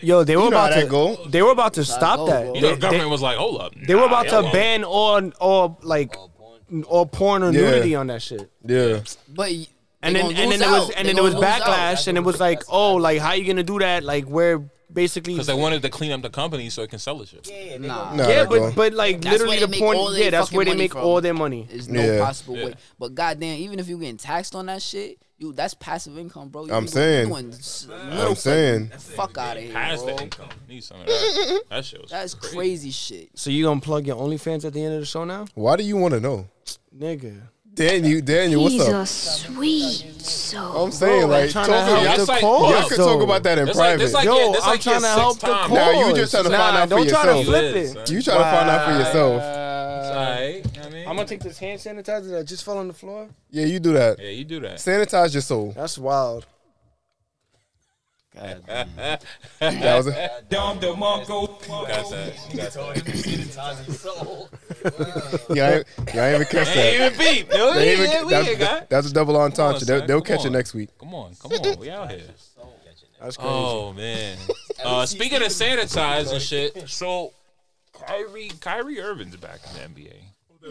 G: Yo, they were
A: You know how
G: about
A: that
G: to
A: go.
G: They were about to
A: how it
G: stop
A: go, bro.
G: that.
B: yeah.
G: They,
B: You know, the government
G: they-
B: was like, hold up.
G: they were about
B: Nah,
G: to
B: y'all
G: ban all all like all porn or
A: Yeah.
G: nudity on that shit.
A: Yeah.
C: But y-
G: And
C: they
G: then
C: gonna
G: and then
C: lose
G: there was
C: out.
G: and
C: They
G: then there was
C: gonna lose out.
G: backlash and it was like, oh, like how you gonna do that? Like we're basically
B: Because they wanted to clean up the company so it can sell the shit. Yeah,
C: nah.
G: yeah, but but like
C: That's
G: literally
C: where they
G: the
C: make all
G: point.
C: their
G: Yeah, that's
C: fucking
G: where they
C: money
G: make
C: from.
G: all their money.
C: There's no
A: Yeah.
C: possible
A: Yeah.
C: way. But goddamn, even if you getting taxed on that shit, you that's passive income, bro. You
A: I'm
C: doing-
A: saying.
C: doing s-
A: I'm
C: little
A: saying.
C: fucking fuck out of here,
B: Pass
C: bro.
B: the income. Need some of that. That shit was
C: That's crazy shit.
G: So you gonna plug your OnlyFans at the end of the show now,
A: Why do you want to know,
G: nigga?
A: Daniel? Daniel, what's
J: He's
A: up?
J: a sweet soul.
A: I'm
G: Oh,
A: saying, like, talk, y'all, could, y'all could talk about that in private.
G: Yo, I'm trying to help the cause.
A: Nah, you just trying to find out for
G: don't
A: yourself.
G: try to flip it.
A: You trying to find out for yourself.
G: I'm gonna take this hand sanitizer that just fell on the floor.
A: Yeah, you do that.
B: Yeah, you do that.
A: Sanitize your soul.
G: That's wild.
A: That was a-
E: Dom the Monko.
B: Got that. Got
A: y'all, ain't, y'all ain't even catch that.
B: They ain't even beep. No,
A: They ain't
B: yeah,
A: even-
B: we
A: that's,
B: ain't got-
A: that's a double
B: Come on,
A: entendre.
B: son.
A: They'll, they'll
B: Come
A: catch it
B: on.
A: next week.
B: Come on, come on. We out here.
G: That's crazy.
B: Oh man. Uh, speaking of sanitize and shit, so Kyrie Kyrie Irving's back in the NBA.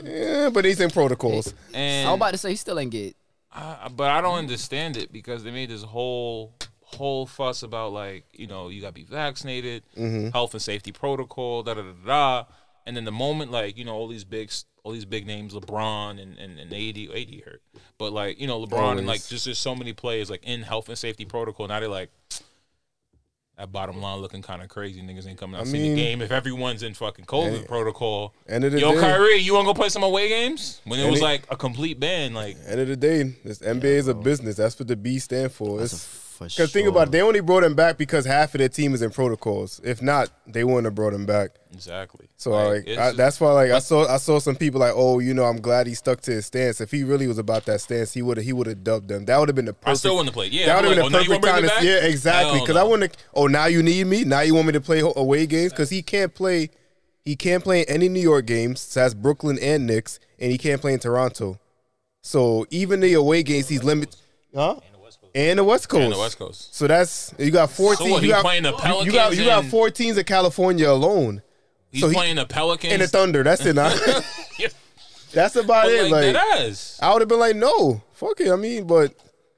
A: Yeah, but he's in protocols.
B: And
C: I'm about to say he still ain't get.
B: I, but I don't understand it because they made this whole whole fuss about like you know you gotta be vaccinated,
A: Mhm.
B: health and safety protocol, da da da da. And then the moment like you know all these big all these big names, LeBron and and, and AD AD hurt, but like you know LeBron and like
A: Always.
B: just there's so many players like in health and safety protocol. Now they're like. That bottom line looking kind of crazy. Niggas ain't coming out
A: I
B: seeing
A: mean-
B: the game. If everyone's in fucking COVID protocol,
A: End of the
B: yo
A: day-
B: Kyrie, you wanna go play some away games? When it
A: End
B: was
A: it-
B: like a complete ban, like
A: End of the day, this NBA is a business. That's what the B stand for. Because think
B: sure.
A: about it, they only brought him back because half of their team is in protocols. If not, they wouldn't have brought him back.
B: Exactly.
A: So
B: Like,
A: like,
B: it's
A: I,
B: just-
A: that's why like I saw I saw some people like, oh, you know, I'm glad he stuck to his stance. If he really was about that stance, he would have he would have dubbed them. That would have been the perfect.
B: I still wouldn't have played. Yeah,
A: that
B: I'd
A: would have been
B: be
A: the
B: like, oh, now you
A: perfect
B: wanna
A: time.
B: bring me
A: To,
B: back?
A: yeah, exactly.
B: Hell
A: Because I want to. Oh, now you need me. Now you want me to play ho- away games because he can't play. He can't play in any New York games. So that's Brooklyn and Knicks, and he can't play in Toronto. So even the away games, he's limited. Huh? And the West Coast.
B: And the West Coast.
A: So that's you got four
B: So
A: teams.
B: what,
A: you
B: he
A: got,
B: playing the
A: you- You got
B: Pelicans
A: you got
B: and-
A: four teams in California alone.
B: He's
A: So he-
B: playing the Pelicans
A: and the Thunder. That's it. Now.
B: Yeah.
A: that's about
B: But,
A: it.
B: like,
A: Like,
B: that is.
A: I would have been like, no, fuck it. I mean, but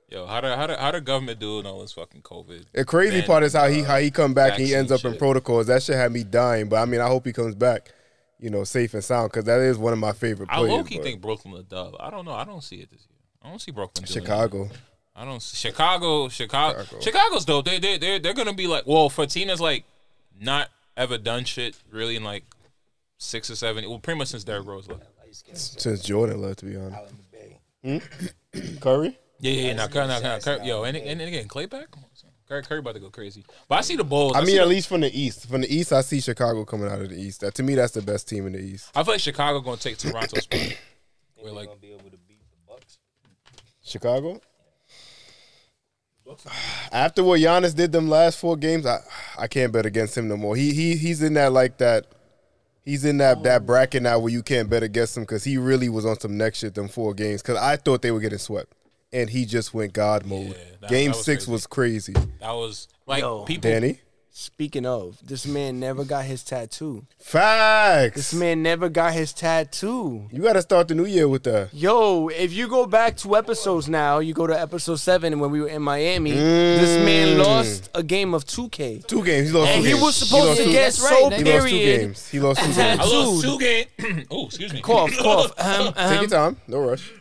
B: Yo, how the how the how the government doing all this fucking COVID?
A: the crazy
B: Man, uh,
A: part is how he how he come back and he
B: vaccine
A: ends up in
B: shit.
A: protocols. That shit had me dying. But I mean, I hope he comes back, you know, safe and sound because that is one of my favorite
B: I
A: players.
B: low key
A: but
B: think Brooklyn a dub. I don't know. I don't see it this year. I don't see Brooklyn. Doing it.
A: Chicago.
B: I don't see Chicago. Chicago. Chicago's dope. They they they they're gonna be like well for a team that's like not ever done shit really in like six or seven. Well, pretty much since Derrick Rose left.
A: Since Jordan left, to be honest. Hmm? Curry.
B: Yeah, yeah, yeah. Now, Curry, now, now, Curry, yo, and, and, and again, Clay back. Come on, son. Curry, Curry about to go crazy. But I see the Bulls.
A: I
B: see
A: mean, uh, at
B: the-
A: least from the East. From the East, I see Chicago coming out of the East. That, to me, that's the best team in the East.
B: I feel like Chicago gonna take Toronto's spot. We're like,
A: Chicago. After what Giannis did them last four games, I I can't bet against him no more. He he he's in that like that. He's in that, that bracket now where you can't bet against him because he really was on some next shit them four games because I thought they were getting swept and he just went God mode.
B: that-
A: Game
B: that was
A: six
B: crazy.
A: was crazy.
B: that was like people.
A: Danny,
G: Speaking of, this man never got his tattoo.
A: facts.
G: This man never got his tattoo.
A: You got to start the new year with that.
G: Yo, if you go back two episodes now, you go to episode seven when we were in Miami. This man lost a game of 2K.
A: Two games. He lost
G: And
A: two
G: he
A: games.
G: was supposed
A: lost
G: to
A: two
G: get
A: games.
G: so
A: He lost two
G: period.
A: games. He lost two games.
B: I lost
G: Dude.
B: two games. oh, excuse me.
G: Cough, cough. Ahem,
A: Take
G: ahem.
A: your time. No rush.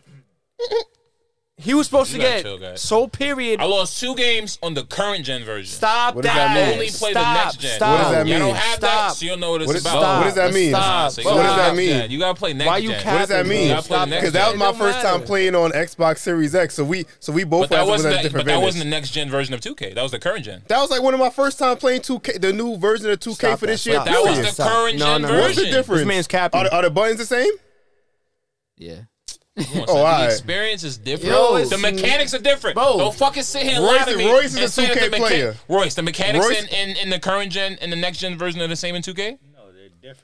G: He was supposed
B: You
G: to
B: gotta
G: get
B: chill, guys.
G: sole period.
B: I lost two games on the current gen version.
G: Stop What does that that. mean?
B: Only play
G: Stop,
B: the next gen.
G: stop. What does
B: Y'all
G: that mean?
B: don't have that,
G: Stop.
B: so you don't know what it's
A: What is-
B: about.
A: stop. What does that mean?
B: Stop.
A: Stop. What does that
B: Stop.
A: mean?
B: You gotta play next
A: Why
B: gen.
A: you What does that mean?
B: You gotta play the next
A: Because that was
B: gen.
A: my first time playing on Xbox Series X, so we so we both
B: But that
A: had was
B: wasn't.
A: at
B: the-
A: different
B: But that
A: vendors.
B: wasn't the next gen version of 2K. That was the current gen.
A: That was like one of my first time playing 2K, the new version of 2K
B: Stop
A: for
B: that,
A: this year.
B: stop. That was
A: period.
B: the Stop. current
A: no,
B: gen
A: no, What's the
B: version.
A: difference?
B: This man's capping.
A: Are, the- oh, are the buttons the same?
C: Yeah.
A: Oh,
B: Come on, son.
A: all
B: the
A: right.
B: experience is different.
A: Yo, it's-
B: the mechanics are different.
A: Bro.
B: Don't fucking sit here and
A: Royce
B: lie to
A: is-
B: me.
A: Royce is
B: and
A: a
B: say that
A: 2K
B: the
A: player.
B: Royce, the mechanics
A: Royce-
B: in, in, in the current gen and the next gen version are the same in 2K?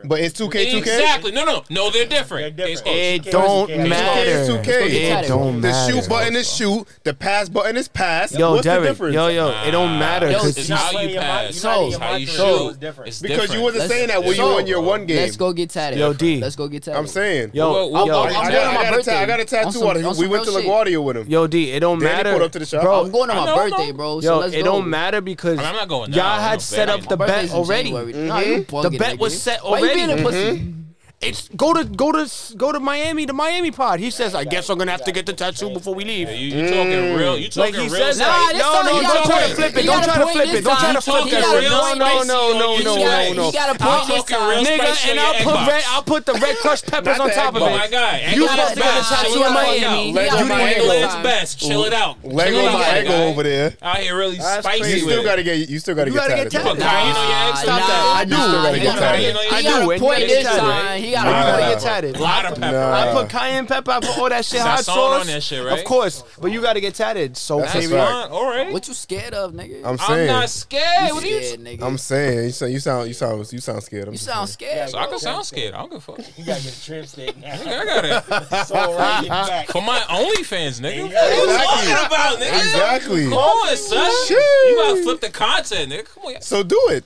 A: But it's 2K, 2K.
B: Exactly. No, no, no. They're different. Case closed.
G: It don't matter.
A: It's 2K.
G: It don't
A: the
G: matter.
A: The shoot button is shoot. The pass button is pass.
G: Yo,
A: What's
G: Derek,
A: the difference?
G: yo, yo, it don't matter, Yo, 'cause it's he's-
B: how you pass.
A: So,
B: how you
A: so,
B: shoot.
A: because
B: It's different.
A: you wasn't
B: Let's-
A: saying that when you
B: so,
A: won your one game.
C: Let's go get tatted.
A: Yo, D.
C: Let's go get tatted.
A: I'm saying.
G: Yo,
C: I'm-
G: yo,
C: I'm- I'm
A: I,
C: going
A: got,
C: on my
A: I, got a
C: birthday.
A: ta- I got a
C: On
A: tattoo
C: some-
A: on
C: on
A: it. We
C: some
A: went to
C: real shit.
A: LaGuardia with him.
G: Yo, D, it don't
A: Danny
G: matter.
A: pulled up to the shop.
G: Bro,
C: I'm going on
A: I
C: my
A: know, I know.
C: birthday, bro. So
G: Yo,
C: let's
G: it
C: go.
G: don't matter because
B: I mean, I'm not going now.
G: y'all
B: I'm
G: had
B: not
G: set
B: betting.
G: up the
B: My
G: bet
C: birthday's in
G: already.
C: January. Nah, you bugging,
G: The bet
C: nigga.
G: was set
C: Why you
G: already.
C: being a pussy?
G: It's go to go to go to Miami, the Miami pod. He says, "I guess I'm gonna have to get the tattoo before we leave."
B: You, you talking real? You talking
G: Like he
B: real?
G: says,
B: stuff.
G: that. no, no, don't try to flip it. Don't try to flip it. Don't try to flip it. No, no, no, no, no, no, no. I'll- Nigga, and I'll put red. I'll put the red crushed peppers
B: Not
G: on
B: the
G: top of
B: Xbox.
G: it.
B: My guy, Xbox
G: you supposed to get a
B: best.
G: tattoo
B: Chill
G: in
B: the fuck
G: Miami.
B: out. Let
G: Yeah,
B: you
G: right.
B: handle it best. Chill it out.
A: Lego
B: Chill it out,
A: my ego
B: guy.
A: over there.
B: Out here really spicy.
A: You still gotta get. You still gotta
B: You
A: get
B: gotta
A: tatted.
B: get tatted. But Kanye, you know your ex-
A: Stop
B: Nah,
A: that. I do.
B: nah,
A: still gotta
B: you
A: get
B: gotta-
A: tatted.
B: you know,
G: I
B: you gotta
G: do. and
B: point
G: you get
B: this
G: tatted.
B: sign. He gotta
G: You
B: point
G: gotta
B: it.
G: get tatted.
B: Lot of pepper.
A: Uh,
G: I put cayenne pepper. I put all that shit. Hot
B: Sazon
G: sauce.
B: on that shit, right?
G: Of course, but you gotta get tatted. So
A: That's a
G: period.
A: fact.
B: All right.
C: What you scared of, nigga?
A: I'm saying.
B: not scared.
C: You
B: What are you?
C: scared, nigga?
A: I'm saying. You sound. You sound. You sound. You sound scared. I'm
C: You
A: just
C: sound scared.
B: So I
C: bro.
B: can sound scared. I don't give a fuck.
F: You gotta get a trim stick now.
B: Nigga, I got it.
F: So right in back.
B: For my OnlyFans, nigga. What are you
A: Exactly.
B: talking about, nigga?
A: Exactly.
B: Come on, son.
A: Sheesh.
B: You gotta flip the content, nigga. Come on. yeah.
A: So do it.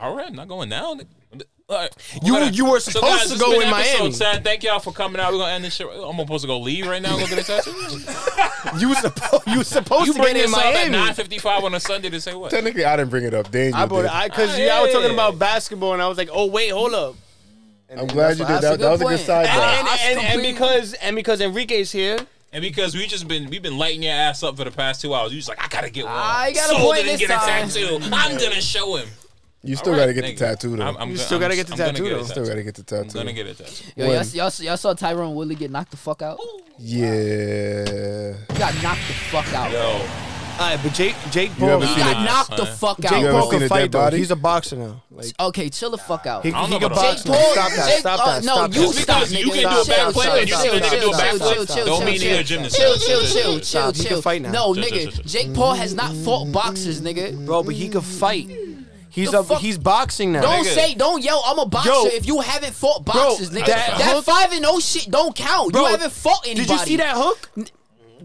B: All right, I'm not going now. nigga. All right.
G: You
B: All right.
G: you were
B: So,
G: supposed
B: guys,
G: to
B: this
G: go
B: been
G: in
B: episode
G: Miami.
B: 10. Thank y'all for coming out. We're gonna end this shit. right- I'm supposed to go leave right now. and Go get a tattoo.
G: You were supposed you were supposed
B: You
G: to get
B: bring
G: in
B: this up at
G: Miami.
B: 9:55 on a Sunday to say what?
A: Technically, I didn't bring it up. Daniel
G: I brought
A: did.
G: it I because
B: Ah,
G: y'all were talking
B: yeah.
G: about basketball, and I was like, "Oh wait, hold up."
A: I'm glad you did. That, that was a good
G: And,
A: sidebar.
G: and, and, and because and because Enrique's here,
B: And because we just been we've been lighting your ass up for the past two hours, you just like I gotta get one.
C: I gotta
B: Sold
C: point
B: it and
C: this
B: get
C: time.
B: a tattoo. I'm gonna show him.
A: You still
B: All
A: gotta
B: right,
A: get the
B: thank you.
A: tattoo though.
B: I'm- I'm
G: You
B: go-
G: still gotta
B: I'm-
G: get the
B: I'm gonna
G: tattoo,
B: get a
G: though.
A: Still gotta get the
B: I'm
A: tattoo.
B: gonna get a tattoo.
C: Yo, y'all, y'all, y'all saw Tyrone Woodley get knocked the fuck out?
A: Yeah.
C: He got knocked the fuck out.
B: Yo,
G: all right, but Jake Jake
A: You
G: Paul,
A: ever
C: He
A: seen
C: got
A: a-
C: knocked the
B: son.
C: fuck out.
A: You
G: Jake
A: ever
G: Paul
A: seen
G: can
A: a
G: fight
A: dead
G: though.
A: body?
G: He's a boxer now. Like
C: okay, chill the fuck out.
G: he, he
B: don't know
G: can
B: about
G: box.
C: Jake
G: now.
C: Paul,
G: Stop that!
C: Jake-
G: Stop
C: uh,
G: that!
C: no,
G: Stop
C: you
G: that!
B: Just because
C: stop,
B: you
C: nigga.
B: can do a
C: Stop,
B: backflip
C: stop,
B: and you
C: stop,
B: think you can do a
C: stop,
B: backflip,
C: chill, chill,
B: don't
C: chill,
B: mean
C: chill,
B: you're a
C: chill.
B: gymnast.
C: Chill,
B: Stop,
C: chill,
B: stop,
C: chill,
B: stop,
C: chill,
G: stop. He
C: chill.
G: can fight now.
C: No,
B: Chill, chill,
C: nigga,
B: chill,
C: Jake Paul has not fought boxers, nigga.
G: Bro, but he can fight. He's
C: The
G: a
C: fuck-
G: he's boxing now.
C: Don't
B: Nigga.
C: say, don't yell, I'm a boxer
G: Yo.
C: if you haven't fought
G: Bro,
C: boxers, nigga.
G: that-
C: That,
G: Hook-
C: 5 and 0 shit don't count.
G: Bro,
C: you haven't fought anybody.
G: Did you see that hook?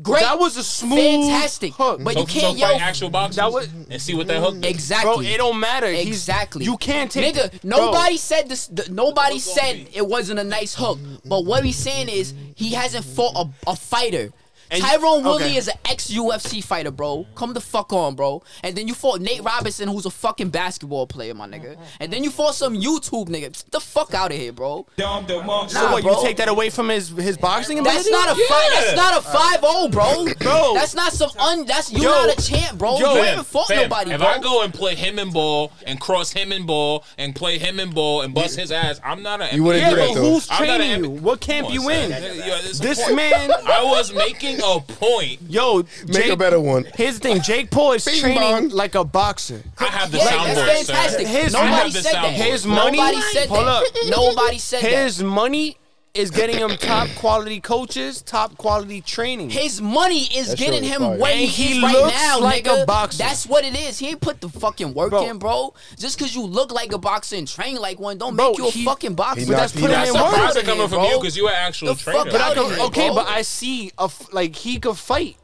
C: Great.
G: That was a smooth
C: Fantastic.
G: hook.
C: But
B: So-
C: you can't
B: so fight
C: yell.
B: actual boxers
G: That was-
B: and see what that hook. Did.
C: Exactly.
G: Bro, it don't matter. He's-
C: Exactly.
G: you can't take
C: nigga.
G: Bro.
C: Nobody said this. th- nobody said it wasn't a nice hook. But what he's saying is he hasn't fought a, a fighter.
G: And-
C: Tyrone Woodley
G: okay.
C: is an ex UFC fighter, bro. Come the fuck on, bro. And then you fought Nate Robinson, who's a fucking basketball player, my nigga. And then you fought some YouTube nigga. Get the fuck out of here, bro.
G: So
C: Nah,
G: what?
C: bro.
G: You take that away from his his boxing
C: That's
G: ability?
C: not a fight. That's not a five zero, bro.
G: Bro.
C: that's not some un. That's you
G: Yo.
C: not a champ, bro.
G: Yo.
C: you
B: Fam,
C: haven't fought
B: fam,
C: nobody,
B: if
C: bro.
B: I go and play him in ball and cross him in ball and play him in ball and bust his ass, I'm not an.
A: You wouldn't
G: Yeah,
A: do that
G: but
A: though.
G: who's
B: I'm not
G: training you?
B: an-
G: What camp you in? This
B: This man.
G: man,
B: I was making a point.
G: yo,
A: Make a
G: Jake-
A: better one.
G: Here's the thing: Jake Paul is
A: Bing
G: training
A: bong.
G: like a boxer.
B: I have the
C: Yeah,
B: soundboard,
C: that's
B: sir.
C: fantastic.
G: His-
B: I
C: Nobody
B: have the
C: said that.
B: soundboard.
G: His money.
C: Nobody said
G: Hold
C: that.
G: up.
C: Nobody said
G: His money is getting him top quality coaches, top quality training.
C: that. His money is
A: That shit
C: getting
A: was
C: him
A: fire.
C: where
G: And
C: he,
G: he
C: is right
G: looks
C: now,
G: like a
C: nigga.
G: boxer.
C: That's what it is. He ain't put the fucking work
G: Bro.
C: in, bro. Just because you look like a boxer and train like one, don't
G: Bro,
C: make you a
G: he-
C: fucking boxer.
A: But that's putting
B: That's
G: in
B: a
G: Man, work.
B: boxer
G: outta
B: coming from you because you an actual
C: The
B: trainer.
C: fuck
G: But I
C: Outta
G: could,
C: here,
G: okay,
C: bro.
G: but I see a f- like he could fight.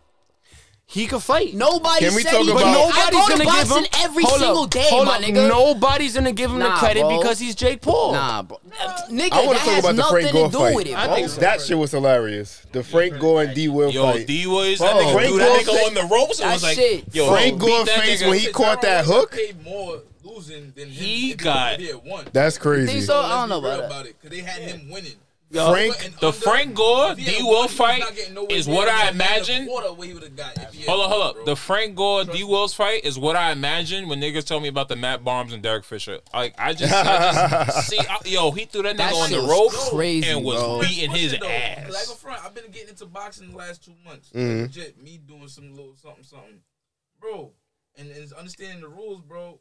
G: He could fight.
C: Nobody
A: Can we
C: said
A: talk
C: he
A: about-
G: But
C: did. I
G: nobody's
C: go
G: gonna
C: to
G: give
C: boxing
G: him
C: every
G: Hold up,
C: single day,
G: hold
C: my
G: up.
C: nigga.
G: Nobody's gonna give him the
C: Nah,
G: credit
C: bro.
G: because he's Jake Paul.
C: Nah, bro. Nigga,
A: I
C: that
A: want to talk
C: has
A: about the
C: nothing
A: Frank
C: to
A: Gore
C: do
A: fight.
C: with it, bro.
A: That shit was hilarious. The Frank Gore and D. Will
B: Yo,
A: fight.
B: D was that nigga
A: Frank
B: threw that
A: Gore
B: nigga on the ropes and
C: that
B: was like,
C: shit.
B: yo,
A: Frank
B: beat
A: Gore
B: that
A: face
B: nigga.
A: when he caught that hook.
M: Paid more losing than him.
B: He
M: They
B: got-
M: did one.
A: That's
C: Think
A: crazy.
C: so? I
M: Let's
C: don't know
M: be real
C: about that.
M: about it. Cause they had him winning.
B: Frank, the Frank Gore D Will fight is what I imagine. Hold up, hold up. The Frank Gore D Wills fight is what I imagine when niggas told me about the Matt Bombs and Derek Fisher. Like I just, I just see, I- yo, he threw that nigga
C: That
B: on
C: shit
B: the
C: was
B: ropes
C: crazy,
B: and was
C: bro.
B: beating his
H: Though,
B: ass.
H: 'cause I go front, I've been getting into boxing the last two months.
B: Mhm.
H: Legit, me doing some little something, something, bro, and, and understanding the rules, bro.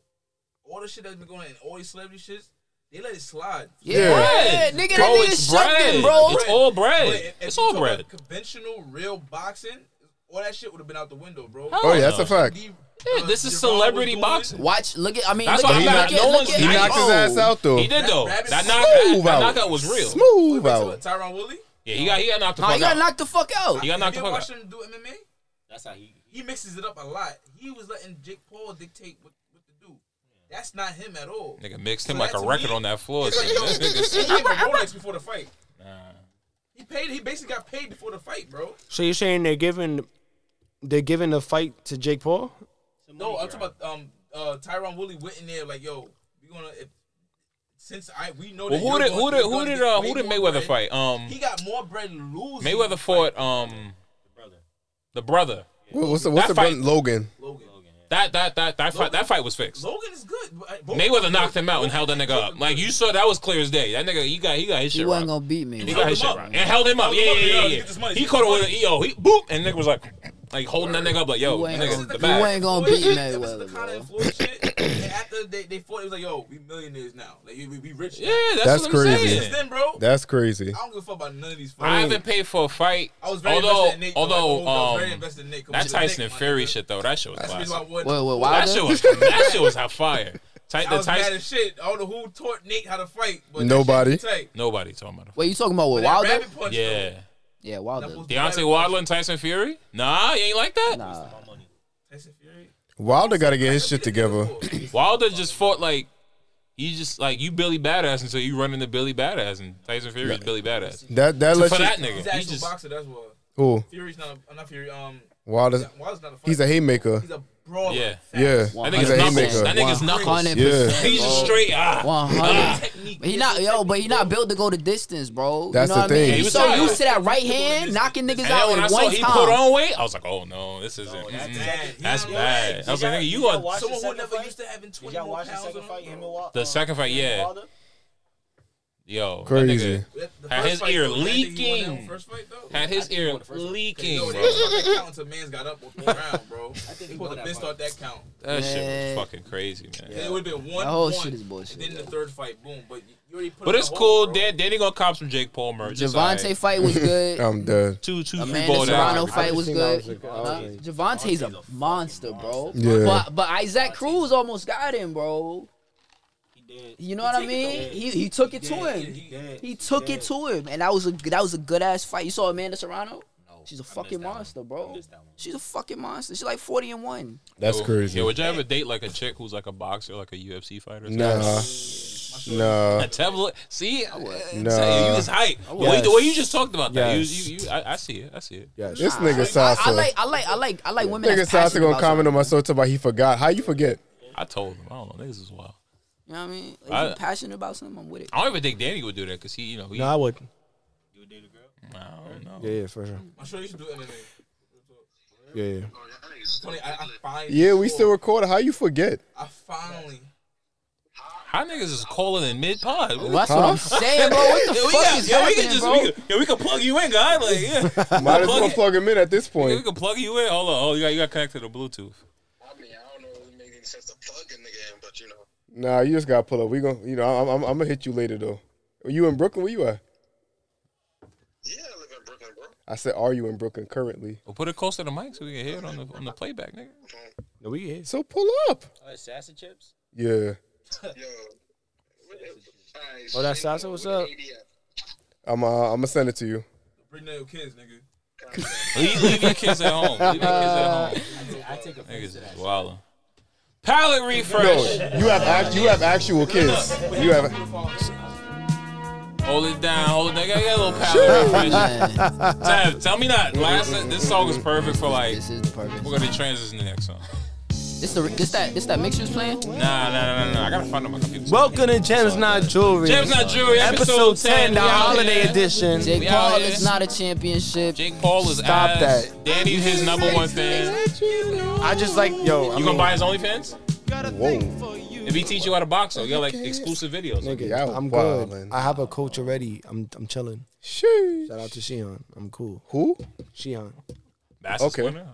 H: All the shit that's been going, on and all these celebrity shits, they let it slide.
B: Yeah. Bread.
C: nigga,
B: Bro,
C: that nigga
B: it's
C: shucked
B: bread.
C: him, bro.
B: It's all bread.
H: But if- if
B: It's
H: you
B: all
H: talk about
B: bread.
H: Conventional, real boxing, all that shit would have been out the window, bro.
B: Hell Oh, yeah, that's no. a fact.
H: The-
B: Yeah, this is celebrity boxing.
C: Watch, look at. I mean,
B: That's
C: look
B: why
C: at,
B: I'm
C: look
B: not.
C: at,
B: No
C: look
B: one's
C: at-
A: He knocked his ass out though.
B: He did though. That,
H: Rabbit
B: knock, that,
A: Smooth
B: that
A: out.
B: knockout was real.
A: Smooth out.
H: Tyron Woodley.
B: Yeah, he got he got knocked the
C: Nah,
B: fuck
C: he got
B: out.
C: knocked the fuck out.
B: He got knocked the
H: Have you
B: fuck
H: watched
B: out.
H: him do MMA?
F: That's how he.
H: He mixes it up a lot. He was letting Jake Paul dictate what, what to do. That's not him at all.
B: Nigga mixed him
H: So
B: like
H: that
B: a
H: to
B: record
H: me-
B: on that floor.
H: It's like, yo,
B: This nigga's-
H: he gave him Rolex before the fight.
B: Nah.
H: He paid. He basically got paid before the fight, bro.
G: So you're saying they're giving they're giving the fight to Jake Paul?
H: No, I'm talking about um uh Tyron Woodley went in there like, yo, we gonna if, since I we know
B: Well,
H: that
B: who
H: you're
B: did
H: gonna-
B: who did
H: you're
B: who
H: gonna
B: did
H: get
B: uh,
H: way
B: who did
H: more
B: Mayweather
H: bread.
B: fight? Um,
H: he got more bread losing.
B: Mayweather fought um the brother.
A: What- What's the what's the
B: That fight-
A: brother- Logan?
B: That that that that fight that fight was fixed.
H: Logan is good. but, uh, both-
B: Mayweather knocked him out and held that nigga up. Like you saw, that was clear as day. That nigga, he got he got his
C: He
B: shit
C: wasn't
B: rocked.
C: gonna beat me.
B: He got his shit
H: up.
B: rocked and held him up.
H: Held
B: Yeah,
H: him up,
B: yeah,
H: yo,
B: yeah.
H: get this
B: yeah.
H: money,
B: He
H: get
B: caught
H: this
B: him with a yo. He boop and nigga was like like holding that nigga up like yo,
C: You
B: that
C: ain't
B: nigga the
C: gonna, you ain't
B: back.
C: gonna
H: Well,
C: beat
H: it- it- this is the
C: Mayweather,
H: kind of
C: bro.
H: influence shit. And after they, they fought, it was like, yo, we millionaires now. Like, we, we, we rich.
B: Yeah, that's,
A: That's
B: what I'm
A: crazy.
B: saying.
H: Then, bro,
A: That's crazy.
H: I don't give a fuck about none of these fights.
B: I haven't paid for a fight.
H: I was very
B: although,
H: invested in Nate, though.
B: although,
H: I was
B: um,
H: very invested in Nate. Come
B: that
H: on,
B: Tyson
H: Nick,
B: and
H: my
B: Fury
H: nigga.
B: shit though, that shit was
H: That's the reason
B: classic.
H: why I
C: Whoa,
H: wasn't-
C: whoa,
B: That
C: Wilder?
B: shit was that shit was hot fire. Ty,
H: I
B: the
H: was mad
B: Tyson,
H: as shit. I don't know who taught Nate how to fight. But that shit
A: Nobody.
H: was tight.
B: nobody talking about.
C: Wait, you talking about with
H: That
C: Wilder?
H: rabbit punch,
B: Yeah,
C: Yeah, Wilder.
H: though.
B: Deontay Wilder and Tyson Fury. Nah, you ain't like that.
C: Nah.
H: Tyson Fury.
A: Wilder got to get his shit together.
B: Wilder just fought like you just like you Billy Badass until you run into Billy Badass and Tyson Fury is Billy Badass.
A: That- that
B: So
A: lets
B: for
A: you-
B: that
H: He's
B: nigga.
H: an
B: He
H: actual
B: just
H: boxer. That's why.
A: Who?
H: Fury's not a, not Fury. Um,
A: Wilder.
H: Wilder's not a fighter.
A: He's a haymaker.
H: He's a brawler.
B: yeah.
A: Yeah,
B: That
A: he's
B: nigga's
A: a
B: knuckles.
A: haymaker.
B: That nigga's knuckles.
C: 100%,
B: He's just
C: bro.
B: straight ah.
C: One hundred. He not yo, but he not built to go the distance, bro.
A: That's
C: you
A: the
C: know what I
A: thing.
C: mean?
A: He
C: He's
B: was
C: so
B: tired.
C: used to that right hand knocking niggas
B: And
C: out
B: then when
C: at
B: I saw
C: one time.
B: he put on weight, I was like, oh no, this isn't. mm-mm.
F: that-
B: That's
F: he-
B: bad. I was like, nigga, you
F: y'all
B: are
F: watch the
H: Someone who
F: second
H: never
F: fight?
H: used to having
F: Did
H: twenty
F: y'all
H: more
F: watch the
H: pounds.
F: second
H: on
F: fight?
H: him.
F: Him and Wa-
B: the
F: uh,
B: second fight.
F: him and
B: Yeah,
F: Wilder?
B: yo,
A: Crazy.
B: That
H: The
B: nigga had
H: first
B: his
H: fight,
B: ear
H: though, that day he won that
B: leaking.
H: First fight though.
B: Had his ear leaking,
H: No, they
B: bro.
H: don't start that count until man's got up on the ground, bro. I think he supposed to been start that count.
B: That shit
C: Man.
B: was fucking crazy, man.
H: It would have been one.
C: That whole
H: one,
C: shit is bullshit,
H: And then the third fight, boom. But you- you already put.
B: But
H: in
B: it's
H: the
B: cool.
H: Hole, bro.
B: Then then they gonna cop some Jake Paul merch. It's
C: Javante
B: alright.
C: fight was good.
A: I'm dead.
B: two two three
C: Amanda
B: ball down.
C: Serrano
G: I
C: fight
G: just
C: was
G: seen that
C: good.
G: was a-
C: Huh?
G: I was like- oh,
C: Javante's a monster, bro.
A: Yeah.
C: But but Isaac Cruz almost got him, bro. You know what I mean? He he took it to him. He took it to him, and that was a that was a good ass fight. You saw Amanda Serrano? She's a fucking monster, bro. She's a fucking monster. She's like forty and one.
A: That's
B: Yo,
A: crazy.
B: Yo, would you ever date like a chick who's like a boxer, like a UFC fighter? or
A: Nah.
B: something?
A: Nah.
B: A Tevla, see, I would.
A: Nah.
B: Say, you just hype. The way-
A: Yes.
B: The way you just talked about that,
A: Yes.
B: you, you, you I, I see it. I see it.
A: Yes. This
C: Nah,
A: nigga
C: I, I
A: Sasa.
C: like I like I like I like women.
A: Nigga
C: that's
A: Sasa
C: passionate
A: gonna
C: about
A: comment on my story about he forgot. How you forget?
B: I told him. I don't know. Niggas is wild.
C: something. You know what I mean? If
B: I-
C: you're passionate about something, I'm with it.
B: I don't even think Danny would do that because he, you know, he,
G: No, I would.
B: I don't know.
G: Yeah, yeah, for sure.
H: I'm sure you should do MMA.
G: Yeah, yeah.
H: Tony, I, I finally.
A: Yeah, we still recording. How you forget?
H: I finally.
B: How niggas is calling in mid pod?
C: Well, that's what I'm saying, bro. What the
B: Yeah, we
C: fuck
B: got-
C: is
B: yeah, we
C: happening,
B: can just
C: bro?
B: we can, yeah, we can plug you in, guy. Like, yeah,
A: Might as well
B: plug,
A: plug him in at this
B: it. we
A: point.
B: can plug you in. Hold on, oh, you got you got connected to Bluetooth.
A: Nah, you just gotta pull up. We gonna, you know, I'm, I'm, I'm gonna hit you later though. Are you in Brooklyn? Where you at? Yeah, I live in Brooklyn, bro. I said, are you in Brooklyn currently?
B: Well, put it close to the mic so we can hear it on the on the playback, nigga.
G: No, we here.
A: So pull up.
F: Uh, Assassin chips.
A: Yeah,
G: Oh, that's Sasa. What's up?
A: I'm, uh, I'm gonna send it to you.
H: Bring down your kids, nigga.
B: Leave, leave your kids at home. Leave your kids at home.
F: I take a
B: Niggas is wildin'. Palette
A: No,
B: refresh.
A: Oh, you have, act, you have actual kids. You have.
B: Hold it down. Hold it down. Got got a little palette refresh. Tab, tell me not. Last, this song is perfect for like.
C: This is the perfect.
B: We're gonna transition to the next song.
C: This the this that this that mix you was playing?
B: Nah, nah, nah, nah, nah. I gotta find on my computer.
G: Welcome to Gems Not Jewelry.
B: Gems Not Jewelry,
G: episode
B: episode
G: 10, the
B: 10, we out
G: holiday
B: here.
G: edition.
C: Jake
B: We
C: Paul
B: out here.
C: is not a championship.
B: Jake Paul is
G: Stop
B: ass.
G: that.
B: Danny's his number one fan.
G: I just like, yo. I
B: You
G: mean,
B: gonna buy his OnlyFans?
A: Whoa.
B: If he teach you how to box, so you got like exclusive videos.
G: Nigga,
A: Y'all
G: I'm
A: wildin'.
G: good. I have a coach already. I'm I'm chilling. Shout out to Shion. I'm cool.
A: Who?
G: Shion.
B: That's
A: Okay.
B: okay. winner.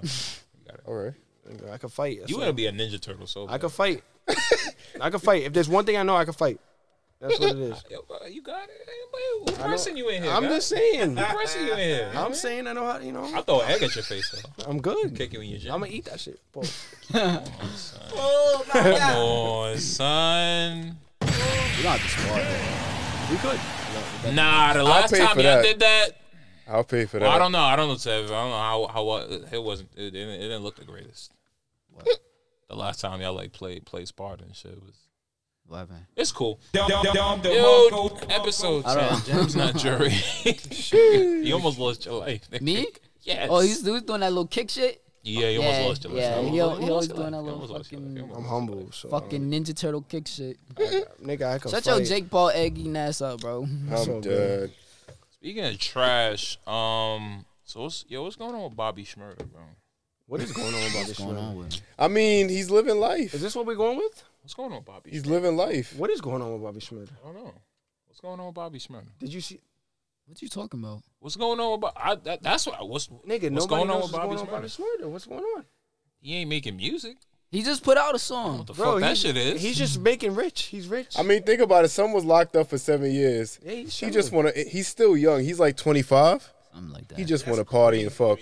A: All right.
G: Nigga, I could fight.
B: You gotta be a Ninja Turtle, so
G: I could fight. I could fight. If there's one thing I know, I could fight. That's what it is.
B: Yo, uh, you got it. Who pressing you in here?
G: I'm
B: guy?
G: just saying.
B: Who pressing you in here?
G: I'm saying I know how. You know.
B: I'll throw an egg at your face. Though.
G: I'm good.
B: Kick you in your gym.
G: I'm gonna eat that shit. Boy.
F: Oh my
B: Come
F: god.
B: on, son.
L: You're not this smart, man.
G: We could.
B: Nah, the
A: I'll
B: last
A: pay
B: time
A: for
B: y'all
A: that.
B: did that,
A: I'll pay for that.
B: well, I don't know. I don't know, Tev. I don't know how how uh, it wasn't. It didn't, it didn't look the greatest. the last time y'all like played play Spartan shit was.
L: Eleven.
B: It's cool.
E: Dum, dum, dum, the
B: Yo,
E: Mongo.
B: episode
L: I don't
B: ten. Gems not jury. you almost lost your life. nigga.
C: Me?
B: Yes.
C: Oh, he's, he was doing that little kick shit.
B: yeah. You
C: yeah,
B: almost lost your life.
C: yeah.
B: You
C: He, al-
B: almost
C: he always
B: lost your life.
C: doing that
B: You
C: little
B: almost lost your life. You
C: fucking,
G: I'm
B: almost-
G: humble. So
A: Uh,
C: fucking Ninja Turtle kick shit.
G: nigga, I could
C: Shut
G: fight.
C: your Jake Paul eggy ass up, bro.
A: I'm
G: so
A: dead.
B: Speaking of trash, um, so what's, yo, what's going on with Bobby Schmurder, bro?
G: What is going on about this?
L: Going on
G: show?
L: with.
A: I mean, he's living life.
G: Is this what we're going with?
B: What's going on with Bobby?
A: He's
B: Schmurder?
A: living life.
G: What is going on with Bobby Schmidt?
B: I don't know. What's going on with Bobby Schmurder?
G: Did you see?
C: What you talking about?
B: What's going on about? I, that, that's what. What's
G: Nigga,
B: What's
G: nobody
B: going on with
G: knows what's going
B: Bobby
G: on with Bobby
B: Smurda?
G: Schmidt. What's going on?
B: He ain't making music.
C: He just put out a song.
B: What the
G: Bro,
B: fuck that
G: he's-
B: shit is?
G: He's just making rich. He's rich.
A: I mean, think about it. Someone was locked up for seven years.
G: Yeah, he's
A: He just
G: chilling.
A: want to. He's still young. He's like 25.
L: Something like that.
A: He just want to party and fuck.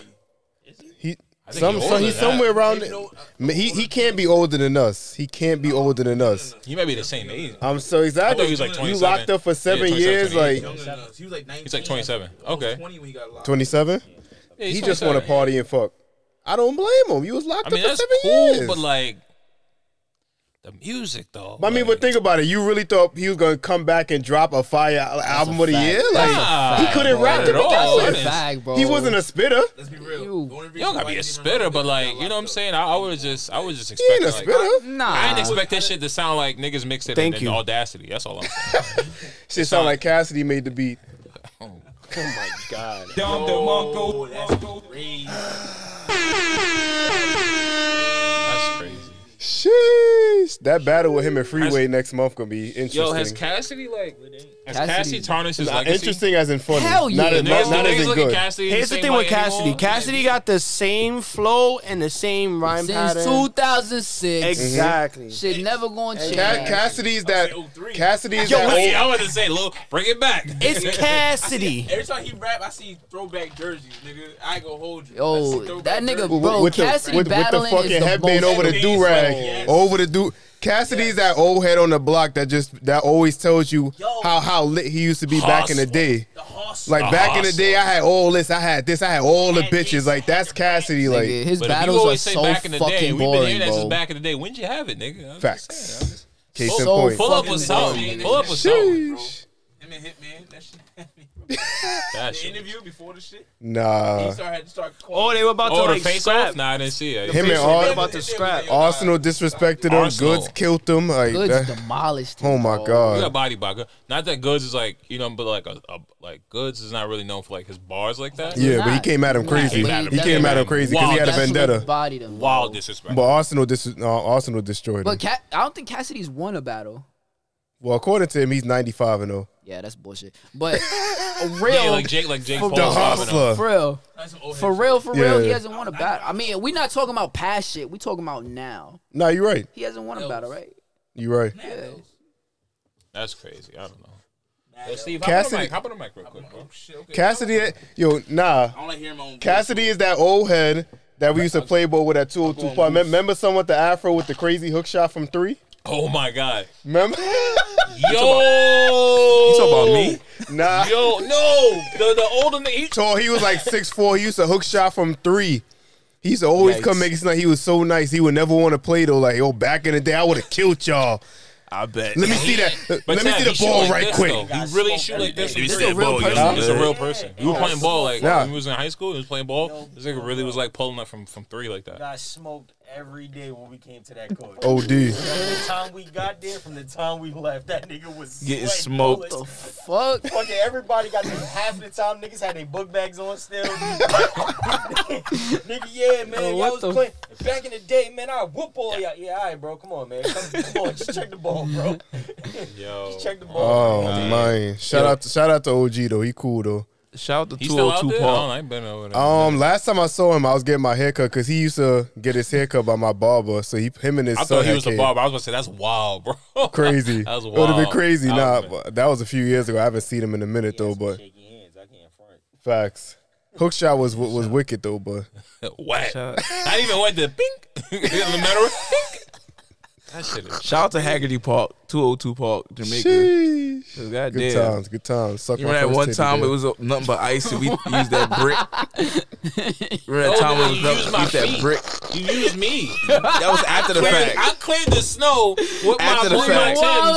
A: He
B: think
A: some
B: he's
A: so
B: older
A: he's
B: than that.
A: somewhere around. He he can't be older than us. He can't be older than us.
B: He might be the same age.
A: I'm so exactly.
B: I thought he was like
A: you
B: 27.
A: locked up for
B: Yeah,
A: seven
B: 27,
A: years,
B: 28.
A: like
M: Younger than us. He was like 19.
B: He's like 27.
M: I was
B: Okay.
M: 20 when he got locked.
A: 27.
B: Yeah, he's
A: He just
B: 27.
A: want to party and fuck. I don't blame him. You was locked
B: I mean,
A: up for
B: that's
A: seven
B: cool,
A: years.
B: but like the music though.
A: I mean,
B: like,
A: but think about it. You really thought he was gonna come back and drop a fire al- album of the year? Like
B: Nah,
A: he couldn't
B: bro.
A: rap to
B: Not at
A: begin
B: all.
A: with.
B: That is-
C: Bag, bro.
A: He wasn't a spitter.
M: Let's be real.
C: You-
M: The only
B: you don't gotta be a
M: reason why
B: spitter,
M: he
B: but
M: got
B: like you know what I'm
M: locked
B: saying. I, I was just, I was just
A: He ain't
B: expecting.
A: a
B: like,
A: spitter.
C: Nah.
B: I didn't expect that shit to sound like niggas mixed it in
G: Thank
B: in
G: you.
B: audacity. That's all I'm saying.
A: Shit sound like Cassidy made the beat.
E: Dum, the Mongo.
B: That's crazy.
A: Sheesh. That battle with him and Freeway next month gonna be interesting.
B: Yo, has Cassidy like has
C: Cassidy-
B: Cassidy tarnished his
A: Not
B: legacy?
A: interesting as in funny.
C: Hell
A: Not,
C: yeah.
A: as- not,
B: Niggas,
A: not
B: niggas
A: as in
B: look at
A: good.
B: Cassidy.
G: Here's the
B: same
G: thing with
B: way
G: Cassidy.
B: anymore.
G: Cassidy got the same flow and the same rhyme
C: Since
G: pattern.
C: 2006,
G: Exactly.
C: shit never going to change.
A: Ca- Cassidy's that.
B: oh,
A: Cassidy's
G: Yo,
A: that.
G: what's-
A: old-
B: Yeah, I was to say, Lil, bring it back.
G: It's Cassidy.
M: Every time he rap, I see throwback jerseys, nigga. I go hold you. I see
C: Yo,
M: throwback
C: that
M: jerseys.
C: nigga,
A: with-
C: bro,
A: with the-
C: Cassidy
A: with- with the
C: battling
A: fucking
C: is the
A: headband
C: most-
A: over the do rag, over the do. Cassidy's that old head on the block that just that always tells you
M: Yo.
A: how how lit he used to be back in the
B: Hustler.
A: day.
M: The horse.
A: Like
B: A
A: back in the day, I
B: hustler.
A: had all this, I had this, I had all the bitches. Like that's Cassidy. Like
C: Nigga, his
B: But if you
C: battles are
B: always say
C: so
B: back in the day,
C: fucking
B: we've been
C: boring,
B: hearing that since
C: bro.
B: back in the day. When'd you have it, nigga? I'm
A: Facts.
B: just saying, I'm just-
A: case
C: So
A: in point.
B: Pull up
C: fucking
B: with something.
C: boring.
B: Pull up with something.
A: Sheesh.
M: Him and Hitman. That shit happened. The
B: That shit.
M: interview before the shit. he
A: Nah,
M: started had to start calling.
G: Oh, they were about
B: Oh,
G: to
B: the
G: like
B: face
G: scrap.
B: off? Nah, I didn't see it.
A: him and
G: Face off.
A: Ar-
G: They about to scrap.
A: Arsenal disrespected him.
B: Arsenal.
A: Goods killed him. Like
C: Goods
A: that-
C: demolished. him,
A: oh my
C: bro.
B: You got
A: god.
B: body by Good- Not that Goods is like you know, but like a, a like Goods is not really known for like his bars like that.
A: Yeah, but he
C: Not.
A: came at him
C: Nah,
A: crazy.
C: but he
A: He came at him
B: definitely-
A: crazy because he
B: Wow,
A: had a
C: Definitely
A: vendetta.
C: Bodied him.
B: Wild disrespect.
A: But Arsenal, dis- uh, Arsenal destroyed him.
C: But Ca- I don't think Cassidy's won a battle.
A: well, according to him, he's ninety five and oh. zero.
C: Yeah, that's bullshit. But a real,
B: yeah, like Jake, like Jake Paul.
A: The
B: popping up.
A: hustler.
C: for real,
M: That's some old
C: for
M: head
C: real, for real, he
A: Yeah.
C: hasn't won a battle. I mean, we're not talking about past shit. We talking about now.
A: Nah, you're right.
C: He hasn't won a battle, right?
A: You're right.
M: shit. Nah, those-
B: That's crazy. I don't know. Yo, Steve,
A: Cassidy-
B: hop on the mic. Hop on the mic real quick, bro.
M: Oh, shit, okay.
A: Cassidy, yo, nah.
M: I don't like hearing my own.
A: Cassidy is that old head that we used to play ball with at 202 Park. Mem- Remember someone with the afro with the crazy hook shot from three?
B: Oh my god.
A: Remember?
B: Yo. You
A: nah.
B: Yo, no, the the older nigga. He,
A: Tall, he was like 6'4. He used to hook shot from three. He used to always come make it seem like he was so nice. He would never want to play though. Like, yo, back in the day, I would have killed y'all.
L: I bet.
A: Let me see that.
B: but
A: Let me
B: nah,
A: see the
B: he shoot
A: ball
B: like
A: right
B: this,
A: quick.
B: Though. He really shoot like this.
L: This
B: This
L: is
B: a real person. This a real person. You were playing ball like
A: Yeah.
B: when we was in high school. He was playing ball. This nigga really was like pulling up from from three like that.
F: Got smoked every day when we came to that court.
A: OD.
F: From the time we got there, from the time we left, that nigga was
B: Getting
F: sweating
B: smoked.
F: bullets.
C: Fuck.
F: Fucking everybody got this half the time niggas had their book bags on still. Nigga, yeah,
C: Yo,
F: man. yo,
C: Oh, what
F: was
C: the-
F: playing. Back in the day, man, I whoop all y'all. Yeah, all right, bro. Come on, man. Come, come on, just check the ball, bro. Yo. just check the
A: Oh
F: ball.
A: man! Shout out to shout out to OG though. He cool though.
B: Shout out to
A: He
B: two
A: still
B: hundred
A: out
B: two
A: there?
B: Paul. I ain't been over there.
A: Um, last time I saw him, I was getting my haircut because he used to get his haircut by my barber. So he, him and his
B: I
A: son
B: thought he
A: had
B: was
A: came.
B: a barber. I was gonna say that's wild, bro.
A: Crazy.
B: that was
A: It
B: wild.
A: would have been crazy.
B: That
A: Nah,
B: would've
A: but that was a few years ago. I haven't seen him in a minute though. But facts. Hook shot was was wicked though. But
B: been whack. I even went to pink in the middle. That shit is
H: Shout out to Haggerty Park, 202 Park, Jamaica.
A: Sheesh.
H: God
A: Good
H: damn.
A: times, good times. Suck
H: you
A: my
H: remember that
A: first tape
H: one time
A: again.
H: it was uh, nothing but ice and we used that brick? remember that
B: Oh,
H: time
B: no,
H: it was
B: you
H: nothing
B: used my
H: but used that
B: feet.
H: brick?
B: You used me.
H: That was after the
B: I cleared,
H: fact.
B: I cleared the snow with
H: After the
B: my blue
H: fact.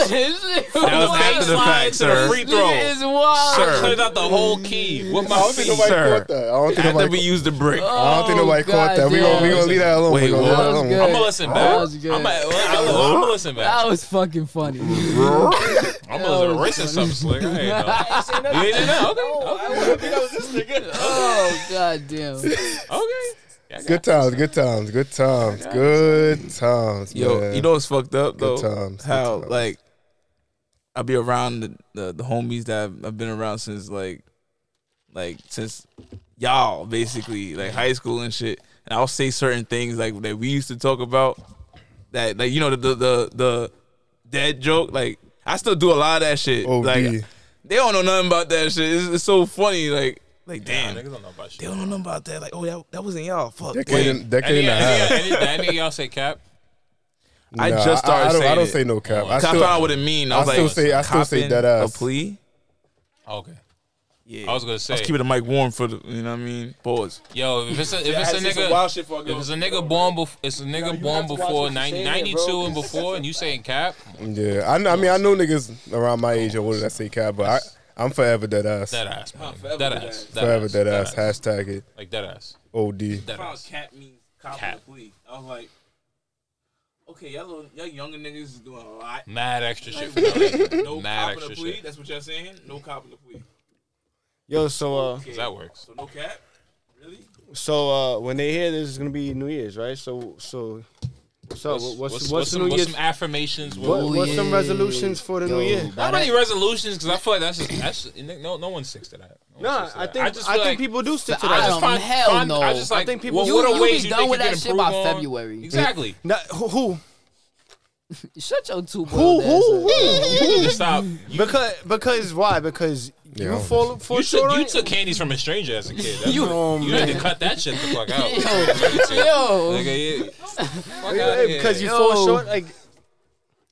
B: Timbs.
C: That
B: From
H: was after the
B: baseline
H: fact,
B: to
H: sir.
B: The free
H: This
B: throw.
C: nigga is wild.
B: I
H: Sir.
B: cleared out the whole key with my feet.
H: Sir.
A: that. I don't think
H: after
A: nobody
H: we used the brick.
A: I don't think nobody caught that. We gonna we gonna leave that alone.
H: Wait,
A: we gonna leave
H: what?
A: that alone.
B: I'm gonna listen back.
C: That was good.
B: I'm gonna I'm gonna listen back.
C: That was fucking funny.
B: I'm gonna listen to racist something slick. I ain't know. You ain't know. Okay.
C: Oh god damn.
B: Okay.
A: Good times, good times, good times, good times.
H: Yo,
A: man.
H: you know what's fucked up though?
A: Good times. good
H: How
A: times.
H: like I'll be around the, the the homies that I've, I've been around since like like since y'all basically like high school and shit. And I'll say certain things like that we used to talk about that like you know the the the, the dead joke like I still do a lot of that shit. Like they don't know nothing about that shit. It's, it's so funny like like damn.
B: Niggas don't know about shit.
H: they don't know nothing about that. Like, oh, that, that wasn't y'all. Fuck.
A: That
H: Wait.
A: kid- that kid-
B: Any,
A: and a half.
B: any, any, any of y'all say cap?
H: I
A: Nah,
H: just started
A: I, I don't,
H: saying
A: I don't
H: it.
A: say no cap.
H: Cause I found out what it mean. I was
A: still
H: like,
A: say I still say
H: copping
A: that ass.
H: A plea.
B: Okay.
H: Yeah.
B: I was gonna say.
H: Let's keep it the mic warm for the. You know what I mean? Pause.
B: Yo, if it's a, if
H: Yeah, I
B: it's a
H: had to say some
B: nigga,
H: wild shit before I
B: if
H: go.
B: it's a nigga born before, it's a nigga born before nine- 92 and before, and you saying cap,
A: Yeah, I, know, I mean I know niggas around my age or what did I say cap, but I I'm forever dead ass.
B: dead ass, man, dead ass,
A: Forever dead ass. Hashtag it.
B: like dead ass,
A: Od.
B: dead
M: found
B: ass.
M: cat means cop
B: Cat.
M: and plea. I was like, okay, y'all, little, y'all younger niggas is doing a lot.
B: Mad extra shit for
M: Like,
B: no reason.
M: no
B: Mad
M: cop
B: extra
M: and a plea.
B: shit.
M: That's what y'all saying. No cop and a plea.
G: Yo, so uh,
M: Okay.
B: That works.
M: So no cap.
G: so uh, when they hear this, it's gonna be New Year's, right? So so. So what's what's, what's,
B: what's
G: the
B: some,
G: New
B: what's
G: Year's?
B: some affirmations?
G: What- what's some resolutions for the New Year?
B: Not really resolutions, because I feel like that's just, that's just- no no one sticks to that. No,
G: Nah,
B: one sticks to
G: I
B: that.
G: think- I
B: feel
G: think people do stick to
B: I
G: that.
B: just
G: Um,
B: find-
G: hell
B: find- I
G: no.
B: just like
G: I think people-
B: Well,
G: You-
B: what are
G: you
B: ways you
G: be done
B: think you
G: with
B: can
G: that shit
B: improve
G: by
B: on?
G: February.
B: Exactly.
G: Nah, who, who?
C: Shut your two
G: Who?
C: balls.
G: Who? Who?
B: Stop.
G: Because because why? Because you fall fall
B: You,
G: short.
B: took,
G: on
B: you
G: it?
B: took candies from a stranger as a kid. That's
G: You-
B: you you had to
G: man.
B: cut that shit the fuck out.
G: Yo.
C: Yo.
B: Nigga, yeah. Fuck
G: Yeah,
B: outta here.
G: because you fall short. Like,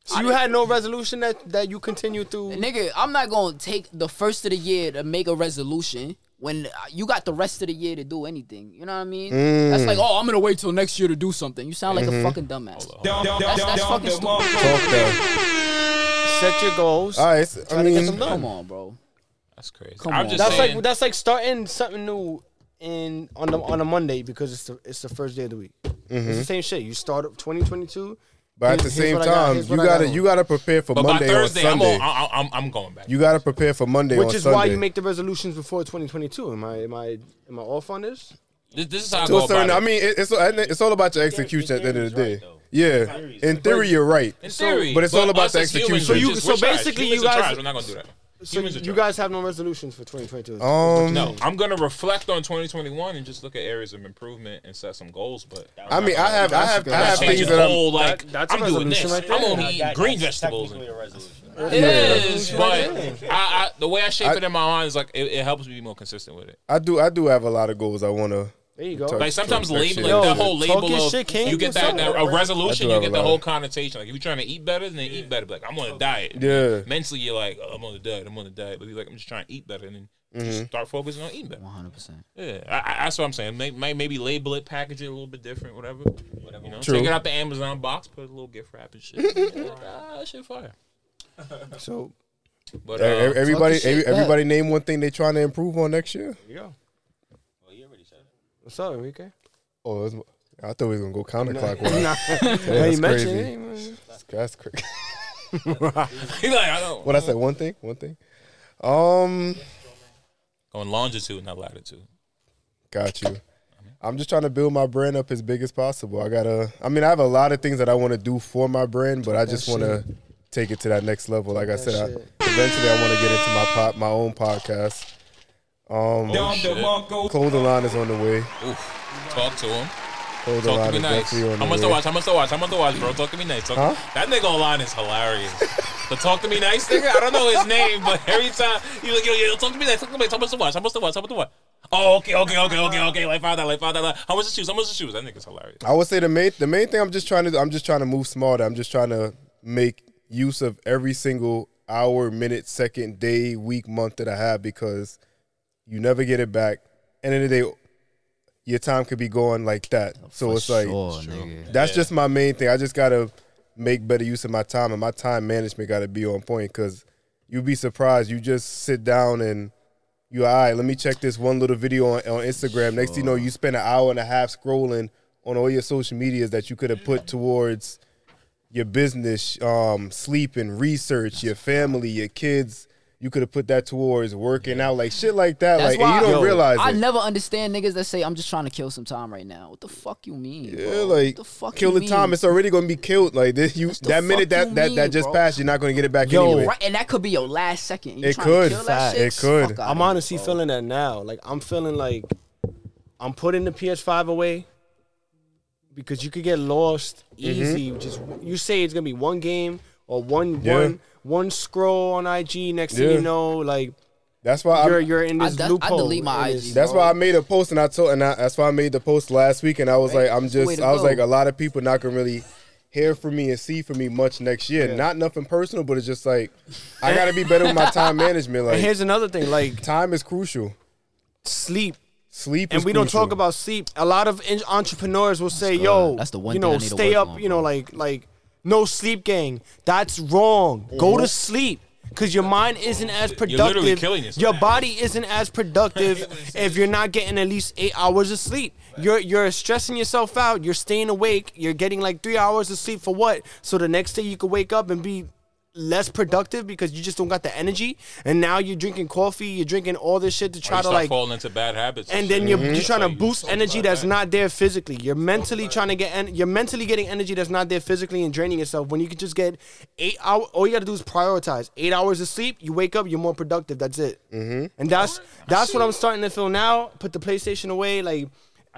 G: so you had no resolution that that you continue through.
C: Nigga, I'm not gonna take the first of the year to make a resolution when uh, you got the rest of the year to do anything. You know what I mean? That's
A: Mm.
C: like, oh, I'm gonna wait till next year to do something. You sound like
A: Mhm.
C: a fucking dumbass.
E: Dumb, dumb,
C: That's,
E: dumb,
C: that's
E: dumb,
C: fucking
E: dumb,
C: stupid.
A: Talk that.
G: Set your goals.
A: All right, s- I
G: Try to get
A: mean-
G: them done.
C: Come on, bro.
B: That's crazy.
C: Come
B: I'm
C: on.
B: just
G: that's
B: saying.
G: like that's like starting something new in on the on a Monday because it's the it's the first day of the week. It's the
A: Mhm.
G: same shit. You start up 2022.
A: But at the
G: here's- here's
A: same
G: what I got,
A: time, you
G: here's what I got
A: gotta
G: on.
A: you gotta prepare for
B: but by
A: Monday or
B: Thursday, I'm,
A: Sunday.
B: on, I, I'm I'm going back.
A: You gotta prepare for Monday
G: Which
A: on
G: is why you
A: Sunday.
G: make the resolutions before 2022. Am I am I am I off on this?
B: This, this is how I
A: To
B: go
A: a certain,
B: about
A: I
B: it.
A: mean, it- it's it's all about your execution at the end of the day. yeah, in theory, you're right.
B: In theory,
A: but it's all about
B: us
A: the
B: as humans,
A: execution.
B: we're just-
G: so
B: we're trash.
G: basically
B: Humans
G: you
B: are
G: guys-
B: trash. We're not gonna do that.
G: So
B: Humans are
G: you
B: trash.
G: guys have no resolutions for 2022.
A: Um,
B: no, I'm gonna reflect on 2021 and just look at areas of improvement and set some goals. But I'm
A: I
B: not
A: mean,
B: gonna
A: I have-
B: do
A: I
B: that.
A: have-
B: I'm
A: I have
B: changing
A: things
B: the
A: that I'm-
B: whole, like
A: That- that's a
B: I'm doing this.
A: resolution right
B: I'm
A: there.
B: only eating green vegetables. It
A: Yeah.
B: is, but I, I, the way I shape it in my mind is like it, it helps me be more consistent with it.
A: I do I do have a lot of goals I wanna.
G: There you go.
B: Like sometimes
A: label
B: labeling that whole label of you get that, that a
A: I do
B: resolution, you
A: have
B: get
A: a
B: the
A: lot.
B: whole connotation. Like if you're trying to eat better, then eat better. But like I'm on a diet.
A: Yeah.
B: Mentally, you're like oh, I'm on a diet. I'm on a diet. But you're like I'm just trying to eat better, and then
A: Mhm.
B: just start focusing on eating better.
C: 100. percent
B: Yeah, I, I, that's what I'm saying. May, may, maybe label it, package it a little bit different, whatever. Whatever. You know,
A: True.
B: Take it out the Amazon box, put a little gift wrap and shit. ah, that shit fire.
G: So,
B: but
A: E-
B: uh,
A: e- everybody
B: talk your
A: every-
B: shit, bet.
A: everybody name one thing they trying to improve on next year.
G: There you go. What's up, Enrique?
A: Oh, that's, I thought we was gonna go counterclockwise. Yeah,
G: Nah. Hey,
A: that's
G: you mentioned it,
A: crazy.
G: you mentioned
A: That's crazy.
B: He like, I don't-
A: What I said? One thing. One thing. Um,
B: Going longitude, not latitude.
A: got you. I'm just trying to build my brand up as big as possible. I gotta. I mean, I have a lot of things that I want to do for my brand, but I just want to take it to that next level. Like I said, I, eventually I want to get into my pop, my own podcast. Um,
B: Oh, shit.
A: Clothing line is on the way.
B: Oof. Talk to him.
A: Hold
B: Talk
A: the
B: to
A: line
B: me
A: is
B: nice.
A: definitely on
B: I'm
A: the
B: gonna
A: way.
B: watch. I'm gonna watch. I'm gonna watch, bro. Talk to me nice. Talk- That nigga online is hilarious. the talk to me nice nigga. I don't know his name, but every time you like, yo, yo, talk to me nice. Talk to me. nice. I'm gonna watch. I'm gonna watch. I'm gonna watch. Oh, okay, okay, okay, okay, okay. Like five dollar, like five dollar. How much the shoes? How much the shoes? That nigga's hilarious.
A: I would say the main the main thing I'm just trying to do, I'm just trying to move smarter. I'm just trying to make use of every single hour, minute, second, day, week, month that I have because you never get it back. End of the day, your time could be going like that. So it's like
C: Oh, sure, True. nigga.
A: that's
C: Yeah.
A: just my main thing. I just gotta make better use of my time and my time management gotta be on point because you'd be surprised. You just sit down and you all right, let me check this one little video on, on Instagram. Next thing you know, you spend an hour and a half scrolling on all your social medias that you could have put towards your business, um, sleep and research, your family, your kids. You could have put that towards working out, like shit like that. like and you don't realize
C: I
A: it.
C: never understand niggas that say I'm just trying to kill some time right now. What the fuck you mean?
A: Yeah,
C: bro?
A: like
C: what the fuck
A: kill
C: you
A: the
C: mean?
A: time. It's already gonna be killed. Like this, you that minute
C: fuck
A: that
C: you
A: that, that
C: mean,
A: just
C: bro?
A: passed, you're not gonna get it back
C: Yo,
A: anyway.
C: right, and that could be your last second. You
A: It
C: trying
A: could.
C: To kill that shit?
A: It could.
C: Fuck outta
A: I'm
C: here,
A: honestly
C: bro.
G: feeling that now. Like I'm feeling like I'm putting the PS5 away because you could get lost
A: Mm-hmm.
G: easy. Just you say it's gonna be one game or one
A: Yeah.
G: one one scroll on IG. Next thing
A: Yeah.
G: you know, like
A: That's why
G: you're
A: I'm,
G: you're in this loophole. It is-
A: That's why I made a post, and I told, and I, that's why I made the post last week, and I was like, I'm
G: That's the way
A: just,
G: to
A: I was
G: go.
A: like, a lot of people not gonna really hear from me and see from me much next year.
G: Yeah.
A: Not nothing personal, but it's just like I gotta be better with my time management. Like
G: and here's another thing, like
A: time is crucial.
G: Sleep.
A: Sleep
G: and
A: is
G: we don't
A: crucial.
G: talk about sleep. A lot of en- entrepreneurs will say, "Yo,
C: That's the one
G: you
C: thing I
G: know,
C: need to
G: stay
C: work
G: up,
C: on,
G: you know, like like no sleep gang. That's wrong. Go to
C: Mhm.
G: sleep because your mind isn't as productive.
B: literally killing yourself.
G: Your body isn't as productive if you're not getting at least eight hours of sleep. You're you're stressing yourself out. You're staying awake. You're getting like three hours of sleep for what? So the next day you could wake up and be less productive because you just don't got the energy. And now you're drinking coffee. You're drinking all this shit to
B: Or
G: try
B: you
G: to
B: start
G: like
B: falling into bad habits,
G: and then
B: shit.
G: you're, you're trying
B: Like,
G: to boost energy that's not there physically. You're mentally trying to get en- you're mentally getting energy that's not there physically and draining yourself. When you can just get eight hour, all you got to do is prioritize. Eight hours of sleep, you wake up, you're more productive. That's it. Mm-hmm. And that's that's what I'm starting to feel now. Put the PlayStation away, like.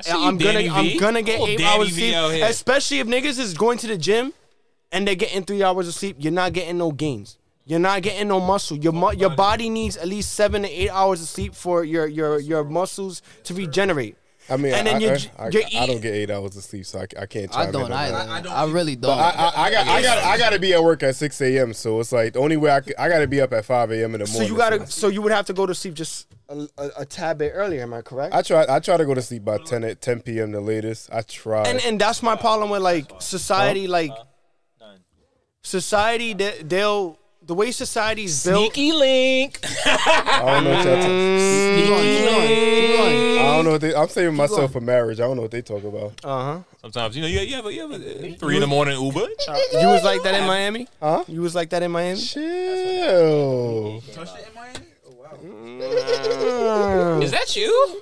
B: see you,
G: I'm gonna
B: Danny
G: I'm
B: V.
G: gonna get
B: Oh,
G: eight
B: Danny
G: hours of
B: V
G: sleep,
B: out here.
G: especially if niggas is going to the gym and they're getting three hours of sleep. You're not getting no gains. You're not getting no muscle. Your mu- your body needs at least seven to eight hours of sleep for your your your muscles to regenerate.
A: I mean,
G: and then
A: I,
G: you're,
A: I, I,
G: you're
A: I
G: eating.
A: don't get eight hours of sleep, so I, I can't.
C: I
A: chime in
C: don't
A: on
C: either.
A: that.
C: I, really don't.
A: But I, I, I got I got I got to be at work at six a.m. So it's like the only way I, c- I got to be up at five a.m. in the morning.
G: So you gotta. So you would have to go to sleep just a, a, a tad bit earlier. Am I correct?
A: I try I try to go to sleep by ten at ten p.m. the latest. I try.
G: and and that's my problem with like society,
B: uh,
G: like society. They, they'll the way society's built.
F: Sneaky link.
A: I don't know what y'all
G: Sneaky
A: talking. I don't know what they. I'm saving
B: going.
A: myself for marriage. I don't know what they talk about.
G: Uh huh.
B: Sometimes you know you you have a, you have a uh, three in the morning Uber.
G: You was like that in Miami? Huh? You was like that in Miami?
A: Chill. Mm.
B: Is that you?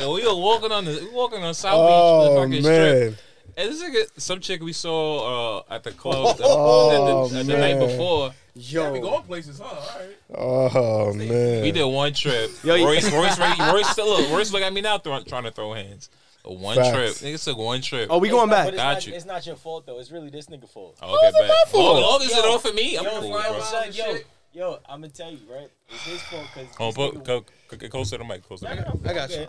B: Yo, we were walking on the we were walking on South
A: Oh,
B: Beach, motherfucking
A: man.
B: strip. And this nigga, some chick we saw uh, at the club the,
A: Oh,
B: the, the, the night
A: man.
B: before.
G: Yo,
M: we going places, huh? All right.
A: Oh man.
B: We did one trip.
A: Yo, you-
B: Royce, Royce, Royce, Royce, still look, Royce look at me now throw, trying to throw hands. But One
A: Facts. Oh.
B: trip. Niggas took one trip.
G: Oh,
F: But it's,
B: Got
F: not,
B: you.
F: it's not your fault though. It's really this nigga fault.
B: Oh, okay, How is it bet. my fault? Long- long as it
F: Yo,
B: all for me, I'm
F: yo,
B: cool, bro.
F: son, yo, yo, I'm gonna tell you right. It's his fault because.
B: Oh, but co- co- co- closer to the mic. Closer to the mic.
F: I got you.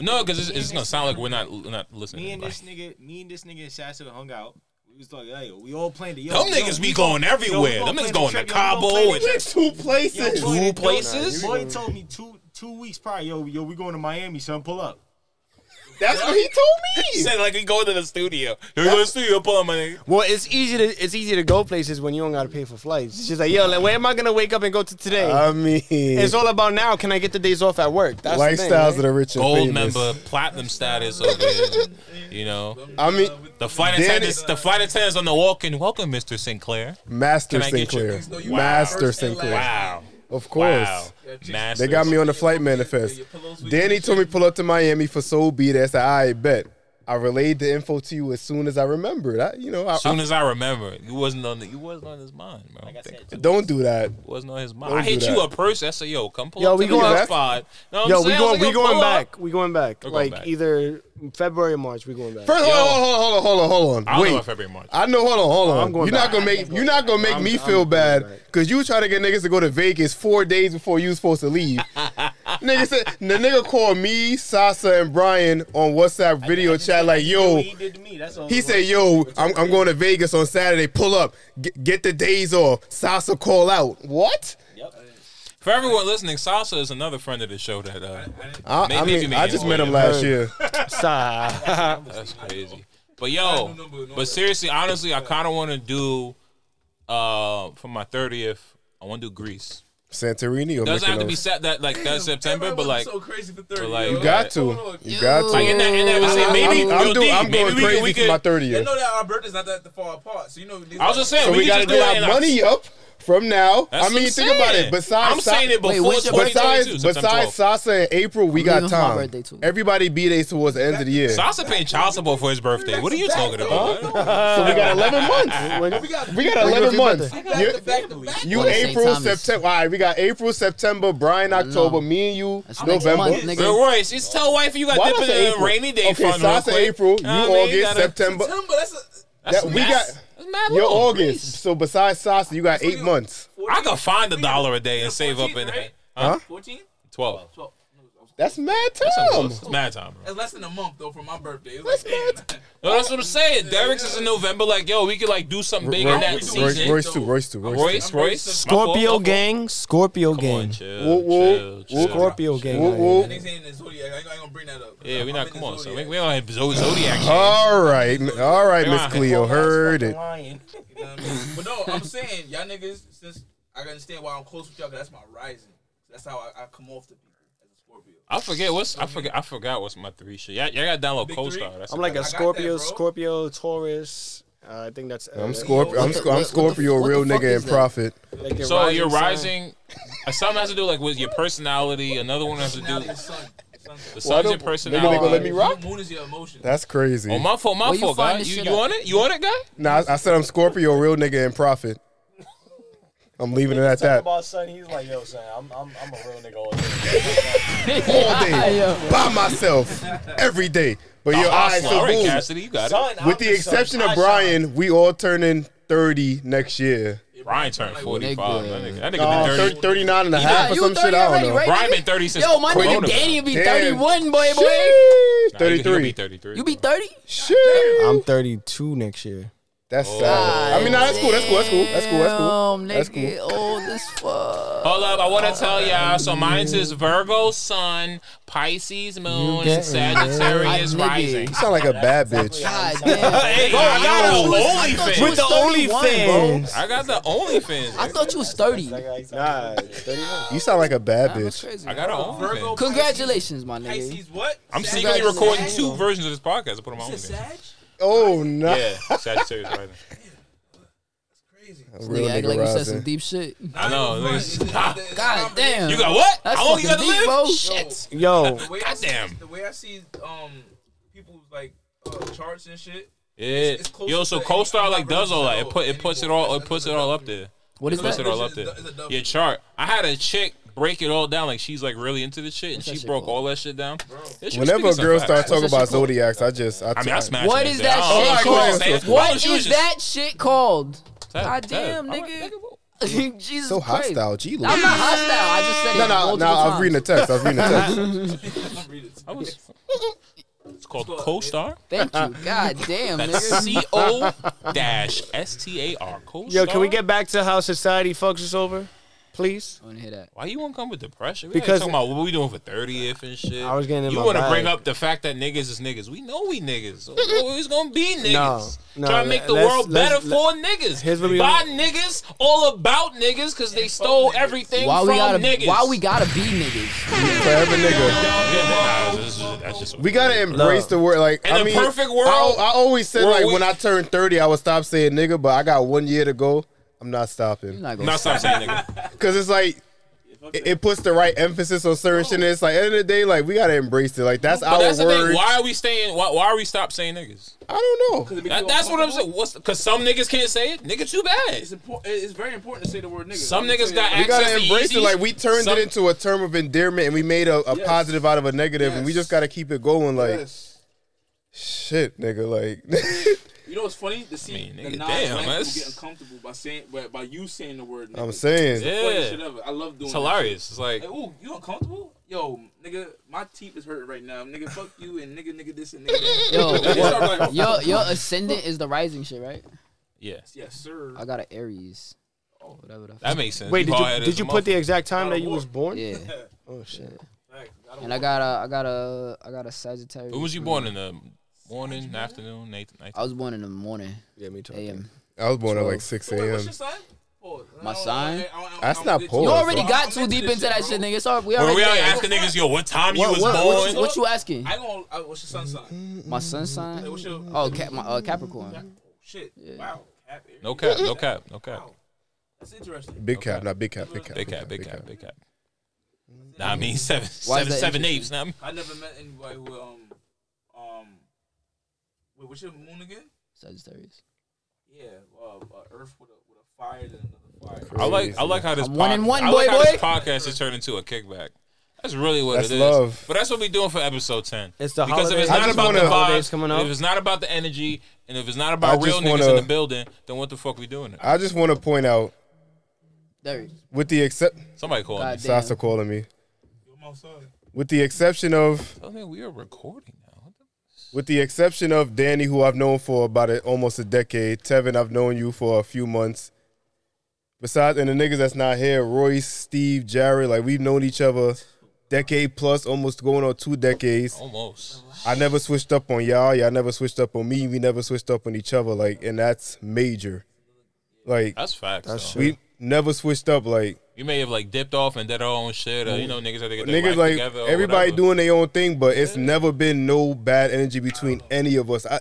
B: No, because it's, it's gonna sound like we're not we're not listening.
F: Me and this nigga, me and this nigga and Shasta hung out. We was talking, hey, we all playing the. Yo,
B: Them
F: yo,
B: niggas
F: we
B: be
F: go-
B: going everywhere.
F: yo, we
B: Them
F: gonna
B: niggas
F: play
B: going
F: the
B: to
F: trip, yo, we
B: Cabo
F: gonna play the
B: and
A: two places.
F: trip. Yo, boy,
B: Two
F: yo,
B: places?
F: Boy told me two two weeks prior, yo, yo, we going to Miami, son. Pull up.
A: That's what he told me.
F: He said like we go to the studio. You go to the studio, pull up my nigga.
G: Well, it's easy to it's easy to go places when you don't gotta pay for flights. She's like, yo, like, where am I gonna wake up and go to today?
A: I mean,
G: it's all about now. Can I get the days off at work? That's the thing,
A: Lifestyles
G: right?
A: of the rich and
B: Gold
A: famous.
B: member, platinum status over here. You know,
A: I mean,
B: the flight
A: Danny-
B: attendants, the flight attendants on the walk in. Welcome, Mister Sinclair.
A: Master
B: Can I get your-
A: Sinclair. Master Sinclair.
B: Wow.
A: Of course.
B: Wow.
A: They got me on the flight manifest. Danny told me pull up to Miami for Soul Beat. I said, I bet. I relayed the info to you as soon as I remembered. I, you know, I,
B: As soon as I remember, you wasn't on the, you wasn't on his mind, bro. Think-
A: don't do that.
B: wasn't on his mind.
A: Don't
B: I hit
A: do
B: you
A: that.
B: a person. I said, "Yo, come pull
G: Yo,
B: up
G: we
B: to the
G: going
B: next
G: back.
B: pod." Know what
G: Yo,
B: I'm
G: we
B: saying?
G: going,
B: I
G: we
B: was like, "Yo,
G: going
B: pull up."
G: back. We going back.
B: going
G: Like
B: back.
G: either February or March. We going back.
A: First, hold on, hold on, hold on, hold on, hold
B: I
A: on.
B: don't know
A: Wait,
B: if February, March.
A: I know. Hold on, hold on.
G: I'm going
A: you're not
G: back.
A: gonna make you're not gonna make me feel bad because you trying to get niggas to go to Vegas four days before you was supposed to leave. nigga said the nigga called me, Sasa, and Brian on WhatsApp video chat like,
B: Oh.
A: yo. He said, "Yo, I'm, I'm going to Vegas on Saturday. Pull up, get, get the days off. Sasa, call out. What?
B: For everyone listening, Salsa is another friend of the show that uh,
A: I,
B: may-
A: I
B: maybe
A: mean,
B: may
A: I just met
B: enjoy
A: him
B: it.
A: last year.
B: That's crazy. But yo, but seriously, honestly, I kind of want to do uh for my thirtieth. I want to do Greece.
A: Santorini or
B: Doesn't have to be
A: Mykonos?
B: set that like that September, but like
M: so crazy for
B: but,
M: 30,
B: like-
A: You got to. You got to.
B: Like, in that- in that-
A: I'm-
B: say,
A: I'm-
B: maybe-
A: I'm,
B: yo,
A: doing-
B: D,
A: I'm
B: maybe
A: going
B: we could-
A: crazy
B: we
A: for my
B: could-
M: They
A: 30th.
M: know that our birthday's not that far apart, so you know. these-
B: I was just saying
A: So we,
B: we,
A: gotta
B: got
A: get our money up from now.
B: That's
A: I mean,
B: what I'm
A: think about
B: saying.
A: it. Besides,
B: I'm saying it
A: Wait,
B: before
A: what's your- besides,
B: 2022, September
A: besides Sasa and April, we got
B: leaving for my
A: time.
B: birthday,
A: Everybody be there towards the end of the year.
B: Salsa paid child support for his birthday. What are you talking about?
A: So we
B: Uh,
A: got 11 months. We got 11 months. You, you
B: Well, St.
A: April,
B: Thomas.
A: September. All right, we got April, September, Brian, October, me and you, November.
B: Girl, Royce, just tell wife you got
A: Why
B: dip
A: don't
B: in
A: I say
B: the
A: April?
B: rainy day
A: Okay,
B: fund.
A: so I
B: real
A: say
B: quick.
A: April,
B: Know
A: you
B: what I mean?
A: August,
B: Gotta-
A: September.
B: That's
A: That we got
B: mass- that's mad
A: your
B: long.
A: August. So besides Sasa, you got eight months.
B: I could find a dollar a day and save up in
A: Huh?
M: 14?
B: 12.
A: That's mad
B: That's
A: time.
B: almost- it's mad time.
M: That's less than a month though from my birthday. It was like, damn.
B: No, that's what I'm saying. Derek's is in November. Like, yo, we could like do something big in that
A: Royce,
B: season.
A: Royce, Royce too. Royce too. Royce. too.
B: Royce, Royce.
G: Scorpio gang. Scorpio gang.
A: Whoa, whoa, whoa.
G: Scorpio gang.
A: Whoa, whoa.
B: Yeah, we not. Come on, so we, we don't have Zo- Zodiac.
A: All right, n- all right,
B: Come
A: Miss
B: on.
A: Cleo, heard it.
M: You know what I mean? But no, I'm saying y'all niggas. Since I understand why I'm close with y'all, 'cause that's my rising. That's how I, I come off to people.
B: I forget what's. I forget. I forgot what's my three shit. Yeah, yeah. I got download
M: Big
B: co
M: three?
B: That's
G: I'm like a
B: about it.
G: Scorpio, Scorpio, Taurus. Uh, I think that's. Uh,
A: I'm Scorpio. I'm, Sc- I'm Scorpio, real nigga and prophet.
G: Like your
B: So your
G: sign.
B: rising, uh, some has to do like with your personality. Another one has to do. The
A: Why
B: sun's your
A: don't- nigga, they
B: personality.
A: gonna let me rock?
M: Moon is your emotion.
A: That's crazy.
B: Oh my fault, my
M: Where you
B: fault,
M: find
B: guy.
M: this
B: You,
M: shit
B: you
M: at?
B: on it? You on it, guy?
A: Nah, I, I said I'm Scorpio, real nigga and prophet. I'm leaving it at
F: Talk
A: that.
F: about son, he's like, yo, son, I'm, I'm, I'm a real nigga all day.
A: All day, by myself, every day. But yo,
B: The
A: all right,
B: hustler.
A: so
B: All right,
A: boom.
B: Oh, Cassidy, you got it. Son,
A: With
B: I'm
A: the
B: the son.
A: exception
B: I
A: of
B: shine.
A: Brian, we all turning 30 next year.
B: Brian turned 45. That nigga, that nigga
A: Nah,
B: been 30.
A: 30 39 and a
B: You
A: half
B: got-
A: or
B: you
A: some
B: 30
A: shit. I
B: already,
A: don't know.
B: right? Brian been 30 since
C: Yo, my
B: Corona.
C: nigga Danny be
B: Damn.
C: 31, boy, boy.
A: Sheesh.
B: Nah, he could- he'll be
A: 33.
C: You be 30?
G: I'm 32 next year.
A: That's
B: Oh,
A: sad. I mean, nah, that's cool. That's cool. That's cool. That's cool. That's cool.
C: Damn,
A: That's
C: nigga,
A: cool.
C: old as fuck.
B: Hold up, I want
M: Oh,
B: to tell y'all. So mine's is Virgo Sun, Pisces Moon, and Sagittarius Rising.
A: You sound like a bad bitch.
B: Hey, I got
G: yo,
B: the
G: I thought you
B: OnlyFans.
G: With the was 31, OnlyFans.
B: I got the OnlyFans.
C: I thought you was 30.
G: Nah,
A: You sound like a bad bitch.
B: I got an OnlyFans.
C: Congratulations, my nigga.
M: What?
B: I'm secretly recording two versions of this podcast. I put them on OnlyFans.
A: Oh no.
B: Yeah, Sagittarius Rising.
A: A
C: Nigga
A: Real
C: act
A: nigga
C: like you said
A: rising.
C: some deep shit.
B: I know. niggas- Ha.
C: God damn.
B: You got what?
C: That's
B: How long you got to
C: fucking deep,
B: live?
C: bro.
B: Shit.
G: Yo.
M: The way I see,
B: Goddamn.
M: the way I see um people's like uh, charts and shit.
B: Yeah. Yo, so CoStar like does all that. It put it puts it all it puts it all up there.
C: What
B: it
C: is
B: puts
C: that?
B: it all up there. Your chart. I had a chick break it all down. Like she's like really into the shit, and she broke all that shit down. This shit was
A: Whenever a
B: speaking
A: girl
B: some
A: starts
B: facts.
A: talking about zodiacs, I just I,
B: I mean, I smashed
C: What
B: it
C: is
B: down.
C: that
B: I don't know
C: shit
B: she was saying-
C: called?
B: I don't know
C: What
B: she was
C: is
B: just-
C: that shit called?
B: Tap,
C: God
B: tap.
C: damn,
B: I'm like,
C: nigga. Jesus
A: So
C: Christ.
A: hostile, G.
C: I'm not hostile. I just said
A: No,
C: it
A: no, no.
C: multiple
A: I was reading the
C: times.
A: text. I was reading the text.
B: I was- It's called CoStar.
C: Thank you. God damn, nigga.
B: That's C O dash S T A R. CoStar.
G: Yo, can we get back to how society fucks us over? Please.
C: I want to hear that.
B: Why you want to come with depression? We because
G: Because-
B: talking about what we doing for thirtieth and shit.
G: I was getting in
B: You
G: my
B: wanna bring
G: bag.
B: up the fact that niggas is niggas. We know we niggas. So we always gonna be
G: No,
B: niggas.
G: no,
B: Trying to make the
G: let's-
B: world
G: let's-
B: better
G: let-
B: for niggas.
G: Here's what we
B: By niggas, all about niggas, because they stole everything
C: Why
B: from
C: we gotta?
B: niggas.
C: Why we gotta be niggas?
A: Forever nigga.
B: Yeah, nah, this is- that's just-
A: We gotta embrace the word. Like
B: In
A: I
B: a
A: mean,
B: perfect world,
A: I, I always said
B: world
A: like
B: we-
A: when I turned thirty, I would stop saying nigga, but I got one year to go. I'm not stopping.
C: Not
B: Not stop saying nigga.
A: Cause it's like it, it puts the right emphasis on certain shit. And it's like at the end of the day, like we gotta embrace it. Like that's
B: But
A: our
B: that's the
A: word.
B: thing. Why are we staying? Why, why are we stop saying niggas?
A: I don't know.
B: That- that's what I'm saying. What's because some niggas can't say it. Nigga, too bad.
M: It's important. It's very important to say the word nigga.
B: Some
M: Let me tell
B: niggas
M: you
B: got
M: that.
A: We gotta
B: access to
A: embrace it.
B: Yeezys.
A: Like we turned
B: Some-
A: it into a term of endearment, and we made a, a
M: Yes.
A: positive out of a negative, and we
M: Yes.
A: just gotta keep it going. Like
M: Yes.
A: shit, nigga. Like
M: You know what's funny to see
B: mean, nigga,
M: the
B: damn,
M: non-black people
B: that's-
M: get uncomfortable by saying by, by you saying the word. Nigga.
A: I'm saying.
M: It's the funniest
B: Yeah.
M: shit ever. I love doing.
B: It's
M: that
B: hilarious.
M: shit.
B: It's like-
M: ooh, you uncomfortable? Yo, nigga, my teeth is hurting right now. Nigga, fuck you and nigga, nigga this and nigga that.
C: Yo,
M: They start like,
C: what- yo, yo, ascendant is the rising shit, right?
B: Yes,
M: yes, sir.
C: I got an Aries. Oh, whatever. The
B: that makes sense.
G: Wait, did you
B: Bald-headed
G: did
B: as
G: you
B: a
G: put the
B: motherfucker.
G: exact time that you was born?
C: Yeah.
G: Oh shit.
C: And I got a, I got a, I got a Sagittarius.
B: When was you born in the morning, afternoon, night? night?
C: I was born in the morning.
G: Yeah, me too.
C: A.M.
A: I was born at like
C: Twelve.
A: six
M: Wait,
A: a.m.
M: what's your sign? Pause.
C: My sign.
A: That's not poor.
C: You already
A: bro.
C: got too deep into that shit, nigga. Sorry, we
B: Where
C: already.
B: we out
C: there.
B: here asking niggas, yo, what time you
C: What-
B: was
C: what- what
B: born?
C: you- what you asking?
M: I gonna. I, what's your sun sign?
C: My sun sign.
M: Hey, what's your-
C: Oh, Cap, my uh, Capricorn.
M: Shit. Wow. Cap, Aries.
B: No cap, no cap, no cap.
M: That's interesting.
A: Big cap, not big cap, big cap,
B: Big cap, big cap, big cap. Nah, I mean seven,
C: Mm. Why is
B: seven,
C: that
B: seven
C: interesting?
B: apes. Nah, I'm-
M: I never met anybody who um um. Wait, what's your moon again?
C: Sagittarius.
M: Yeah, uh, uh, Earth with a with a fire and another fire.
B: I like, I like how this
C: I'm one
B: pod-
C: and one,
B: I like
C: boy,
B: how
C: boy.
B: this podcast has turned into a kickback. That's really what
A: That's
B: it is.
A: love.
B: But that's what we're doing for episode ten.
G: It's the
B: because if
G: holidays.
B: it's
G: I
B: not
G: just
B: about the
G: wanna- holidays
B: vibes,
G: coming
B: and
G: up.
B: if it's not about the energy, and if it's not
A: I
B: about
A: just
B: real niggas
A: wanna-
B: in the building, then what the fuck we doing? It?
A: I just want to point out
C: There.
A: with the except
B: Somebody call me.
C: God
A: Sasa
C: damn.
A: calling me.
M: I'm outside.
A: With the exception of
B: Tell me we are recording now. What the-
A: With the exception of Danny, who I've known for about a, almost a decade, Tevin, I've known you for a few months. Besides, and the niggas that's not here, Royce, Steve, Jared, like we've known each other decade plus, almost going on two decades.
B: Almost.
A: I never switched up on y'all. Y'all never switched up on me. We never switched up on each other. Like, and that's major. Like,
B: That's facts. though.
A: we never switched up. Like,
B: You may have like dipped off and did our own shit, or you know, niggas had to get their
A: niggas
B: life
A: like
B: together. or
A: everybody
B: whatever.
A: doing their own thing, but it's never been no bad energy between any of us. I,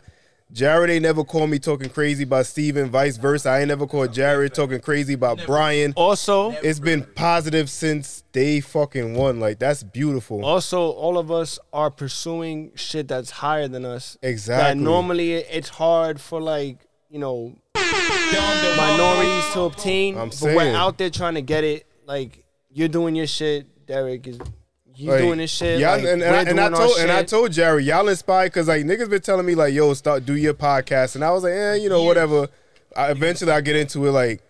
A: Jared ain't never called me talking crazy about Steven, vice versa. I ain't never called Jared talking crazy about Brian.
B: Oh,
G: Also,
A: It's been positive since day fucking one. Like that's beautiful.
G: also all of us are pursuing shit that's higher than us. That
A: Exactly.
G: normally it- it's hard for like, you know, minorities to obtain.
A: I'm
G: but we're
A: saying.
G: out there trying to get it. Like you're doing your shit, Derek is you
A: Like,
G: doing this shit.
A: Y'all,
G: like,
A: and, and
G: we're
A: I, and I
G: doing our
A: told and I
G: shit.
A: told Jared, y'all inspired because like niggas been telling me like, yo, start do your podcast, and I was like, eh, you know, whatever. I, eventually, I get into it. Like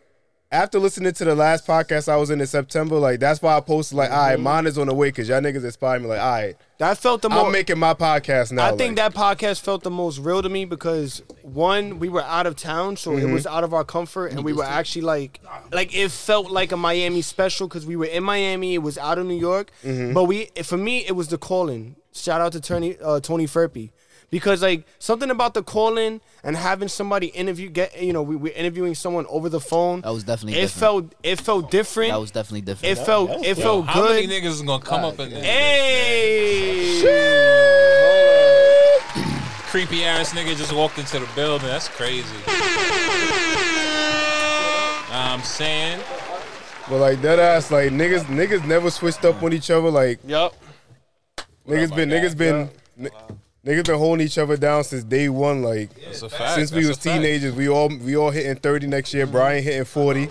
A: after listening to the last podcast I was in in September, like that's why I posted like, all right,
G: Mm-hmm.
A: mine is on the way because y'all niggas inspired me. Like, all right,
G: that felt the most
A: I'm making my podcast now.
G: I think that podcast felt the most real to me because one, we were out of town, so
C: Mm-hmm.
G: it was out of our comfort, and we were actually like, like it felt like a Miami special because we were in Miami. It was out of New York,
C: Mm-hmm.
G: but we for me it was the calling. Shout out to Tony uh, Tony Furpy. Because like something about the calling and having somebody interview, get you know, we were interviewing someone over the phone.
C: That was definitely
G: It
C: different.
G: felt it felt different.
C: That was definitely
G: it
C: different.
G: felt it felt
B: How
G: good.
B: many niggas is gonna come up in there?
G: hey,
B: Creepy ass nigga just walked into the building. That's crazy. I'm saying
A: but like that ass, like niggas, niggas never switched up on each other. Like
G: yep.
A: niggas been, niggas been, ni- niggas been holding each other down since day one. Like.
B: that's a fact.
A: Since we was
B: That's a fact. Mm-hmm.
A: teenagers, we all we all hitting thirty next year. Brian hitting forty.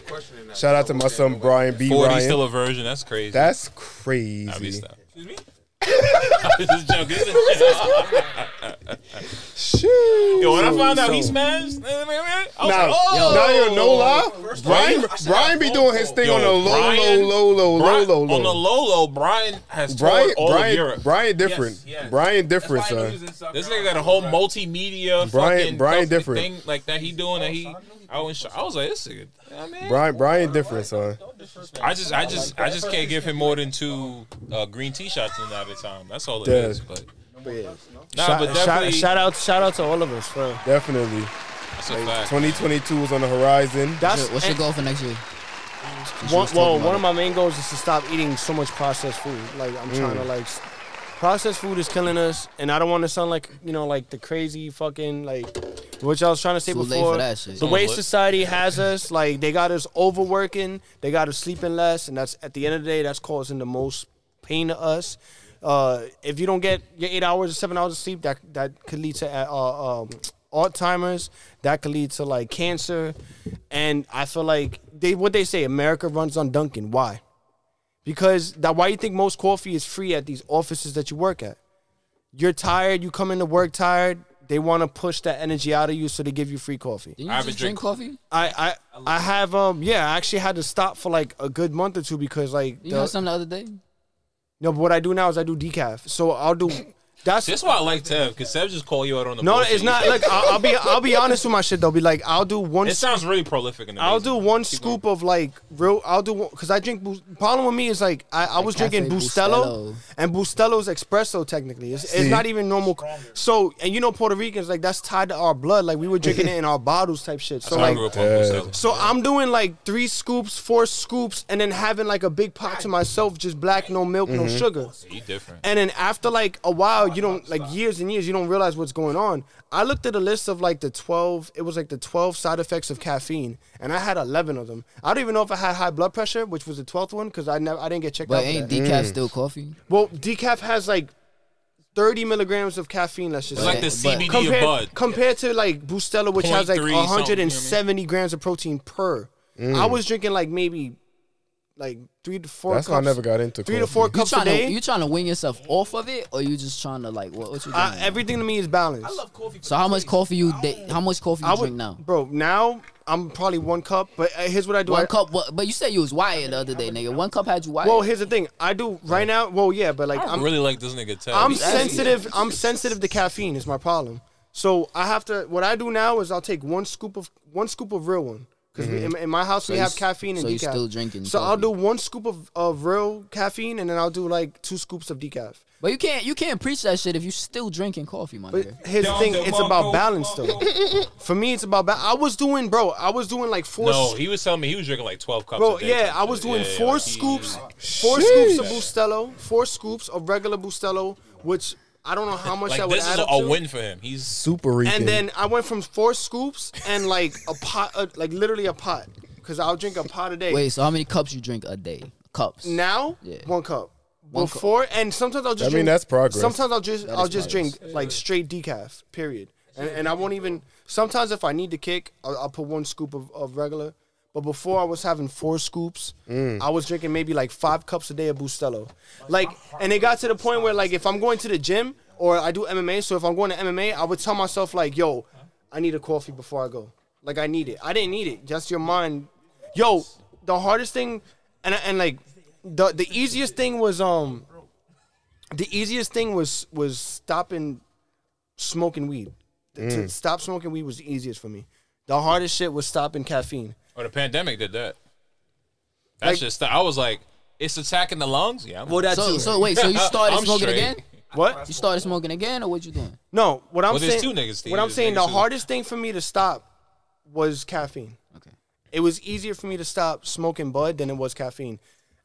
A: Shout out to my son Brian B.
B: forty
A: Ryan.
B: still a virgin. That's crazy.
A: That's
B: Nah, we
A: crazy.
B: stop. This is joke. This is Yo, when I found out he smashed, man, man, man, I
A: Now,
B: was like, oh,
A: now you're no lie. Brian,
B: I said,
A: Brian be doing his thing
B: Yo,
A: on the low,
B: Brian-
A: low, low, low,
B: Brian-
A: low, low,
B: On the
A: low.
B: low low, Brian has
A: Brian,
B: toured all of
A: Brian,
B: Europe.
A: Brian, different. Brian, different, son.
B: This nigga got a whole multimedia
A: Brian-
B: fucking
A: Brian
B: fucking
A: different.
B: thing like that he doing that he I was I was like this nigga. I mean,
A: Brian, Brian, different, son.
B: I just I just I just can't give him more than two uh, green tea shots in at a time. That's all it
A: Yeah.
B: is. But nah,
G: shout,
B: but
G: shout-
B: definitely
G: shout out, shout out to all of us for
A: Definitely.
B: That's a fact.
A: 2022 is on the horizon.
G: That's- What's your goal
C: for next year?
G: One, well, one of my main goals is to stop eating so much processed food. Like I'm trying to
A: Mm.
G: like, s- processed food is killing us, and I don't want to sound like you know like the crazy fucking like, which I was trying to say
C: Too late for
G: before.
C: that shit.
G: The way
C: Sounds lit.
G: society has us, like they got us overworking, they got us sleeping less, and that's at the end of the day that's causing the most pain to us. Uh, if you don't get your eight hours or seven hours of sleep, that that could lead to uh, um, Alzheimer's. That could lead to like cancer, and I feel like they what they say America runs on Dunkin'. Why? Because that why you think most coffee is free at these offices that you work at? You're tired. You come into work tired. They want to push that energy out of you, so they give you free coffee.
C: Didn't you just drink coffee?
G: I I I have um yeah I actually had to stop for like a good month or two because like
C: You
G: the-
C: had something the other day?
G: no but what I do now is I do decaf so I'll do that's
B: That's why I like Tev because Tev just call you out on the.
G: no
B: bullshit.
G: it's not like I'll, I'll be I'll be honest with my shit though be like I'll do one
B: It sounds really prolific and
G: I'll
B: amazing.
G: do one scoop of like real. I'll do one because I drink. Bus- Problem with me is like I, I was
C: Cafe
G: drinking Bustelo,
C: Bustelo.
G: and Bustelo's espresso. Technically, it's, it's
C: See?
G: not even normal. So and you know Puerto Ricans like that's tied to our blood. Like we were drinking it in our bottles type shit. So
B: how I
G: like
B: grew up on Bustelo.
G: so I'm doing like three scoops, four scoops, and then having like a big pot to myself, just black, no milk, no
B: Mhm.
G: sugar.
B: He different.
G: And then after like a while, you don't like years and years, you don't realize what's going on. I looked at a list of like the twelve. It was like the twelve side effects of caffeine, and I had eleven of them. I don't even know if I had high blood pressure, which was the twelfth one, because I never I didn't get checked out.
C: But
G: for
C: ain't
G: that.
C: decaf still coffee?
G: Well, decaf has like thirty milligrams of caffeine. Let's just
C: It's
G: say.
C: like the CBD of
G: compared,
C: Bud.
G: compared to like Bustelo, which has like
C: 0.3 something, you know what I mean?
G: hundred and seventy grams of protein per.
A: Mm.
G: I was drinking like maybe like three to four.
A: That's why I
G: cups-
A: never got into
G: three to
A: coffee.
G: four
A: You
G: cups
C: tryna-
G: a day.
C: you trying to wing yourself off of it, or you just trying to like what? What you doing?
G: Uh, everything to me is balanced. I love coffee.
C: so how much coffee you? da- how much coffee you drink now?
G: bro. Now I'm probably one cup, but uh, here's what I do.
C: One
G: I-
C: cup, but, but you said you was wired the other day, nigga. One cup had you wired.
G: Well, here's the thing. I do right now. Well, yeah, but like
B: I
G: I'm
B: really like this nigga Tev.
G: I'm
B: He's-
G: sensitive. I'm sensitive to caffeine. Is my problem. So I have to. What I do now is I'll take one scoop of one scoop of real one because
C: Mhm.
G: in, in my house
C: So
G: we
C: you
G: have
C: s-
G: caffeine and
C: so you
G: decaf.
C: still drinking
G: So I'll do one scoop of, of real caffeine and then I'll do like two scoops of decaf.
C: But you can't you can't preach that shit if you still drinking coffee, my
G: But
C: nigga.
G: here's the thing. It's about balance though. For me, it's about. Ba- I was doing, bro. I was doing like four.
B: No, he was telling me he was drinking like twelve cups.
G: Bro,
B: a day
G: yeah,
B: type
G: I was
B: shit.
G: doing
B: Yeah,
G: four
B: like, he-
G: scoops, four
B: Sheesh.
G: scoops of Bustelo, four scoops of regular Bustelo, which I don't know how much
B: Like
G: that would
B: this is
G: add
B: a
G: up to.
B: win for him. He's
A: super Rican.
G: And then I went from four scoops and like a pot, uh, like literally a pot, because I'll drink a pot a day.
C: Wait, so how many cups you drink a day? Cups.
G: now one cup.
C: One cup.
G: Before and sometimes I'll just.
A: I mean,
G: drink-
A: that's progress.
G: Sometimes I'll just
A: That
G: I'll
A: is
G: just
A: progress.
G: drink like straight decaf. Period. And, and I won't even. Sometimes if I need to kick, I'll, I'll put one scoop of, of regular. But before I was having four scoops.
A: Mm.
G: I was drinking maybe like five cups a day of Bustelo. Like, and it got to the point where like if I'm going to the gym or I do MMA, so if I'm going to MMA, I would tell myself like, yo, I need a coffee before I go. Like I need it. I didn't need it. Just your mind. Yo, the hardest thing, and and like, the the easiest thing was um, the easiest thing was was stopping smoking weed. To- To
B: Mm.
G: stop smoking weed was the easiest for me. The hardest shit was stopping caffeine.
B: Or the pandemic did that. That's
G: Like-
B: just. I was like, it's attacking the lungs. Yeah. I'm-
G: Well, that
C: so,
G: too.
C: so wait, so you started
B: I'm
C: smoking
B: straight.
C: again?
G: What?
C: You started smoking again, or what you doing?
G: No, what I'm
B: Well, there's
G: saying.
B: two niggas, Steve.
G: what I'm
B: There's
G: saying,
B: niggas
G: the
B: who-
G: hardest thing for me to stop was caffeine. Okay. It was easier for me to stop smoking bud than it was caffeine,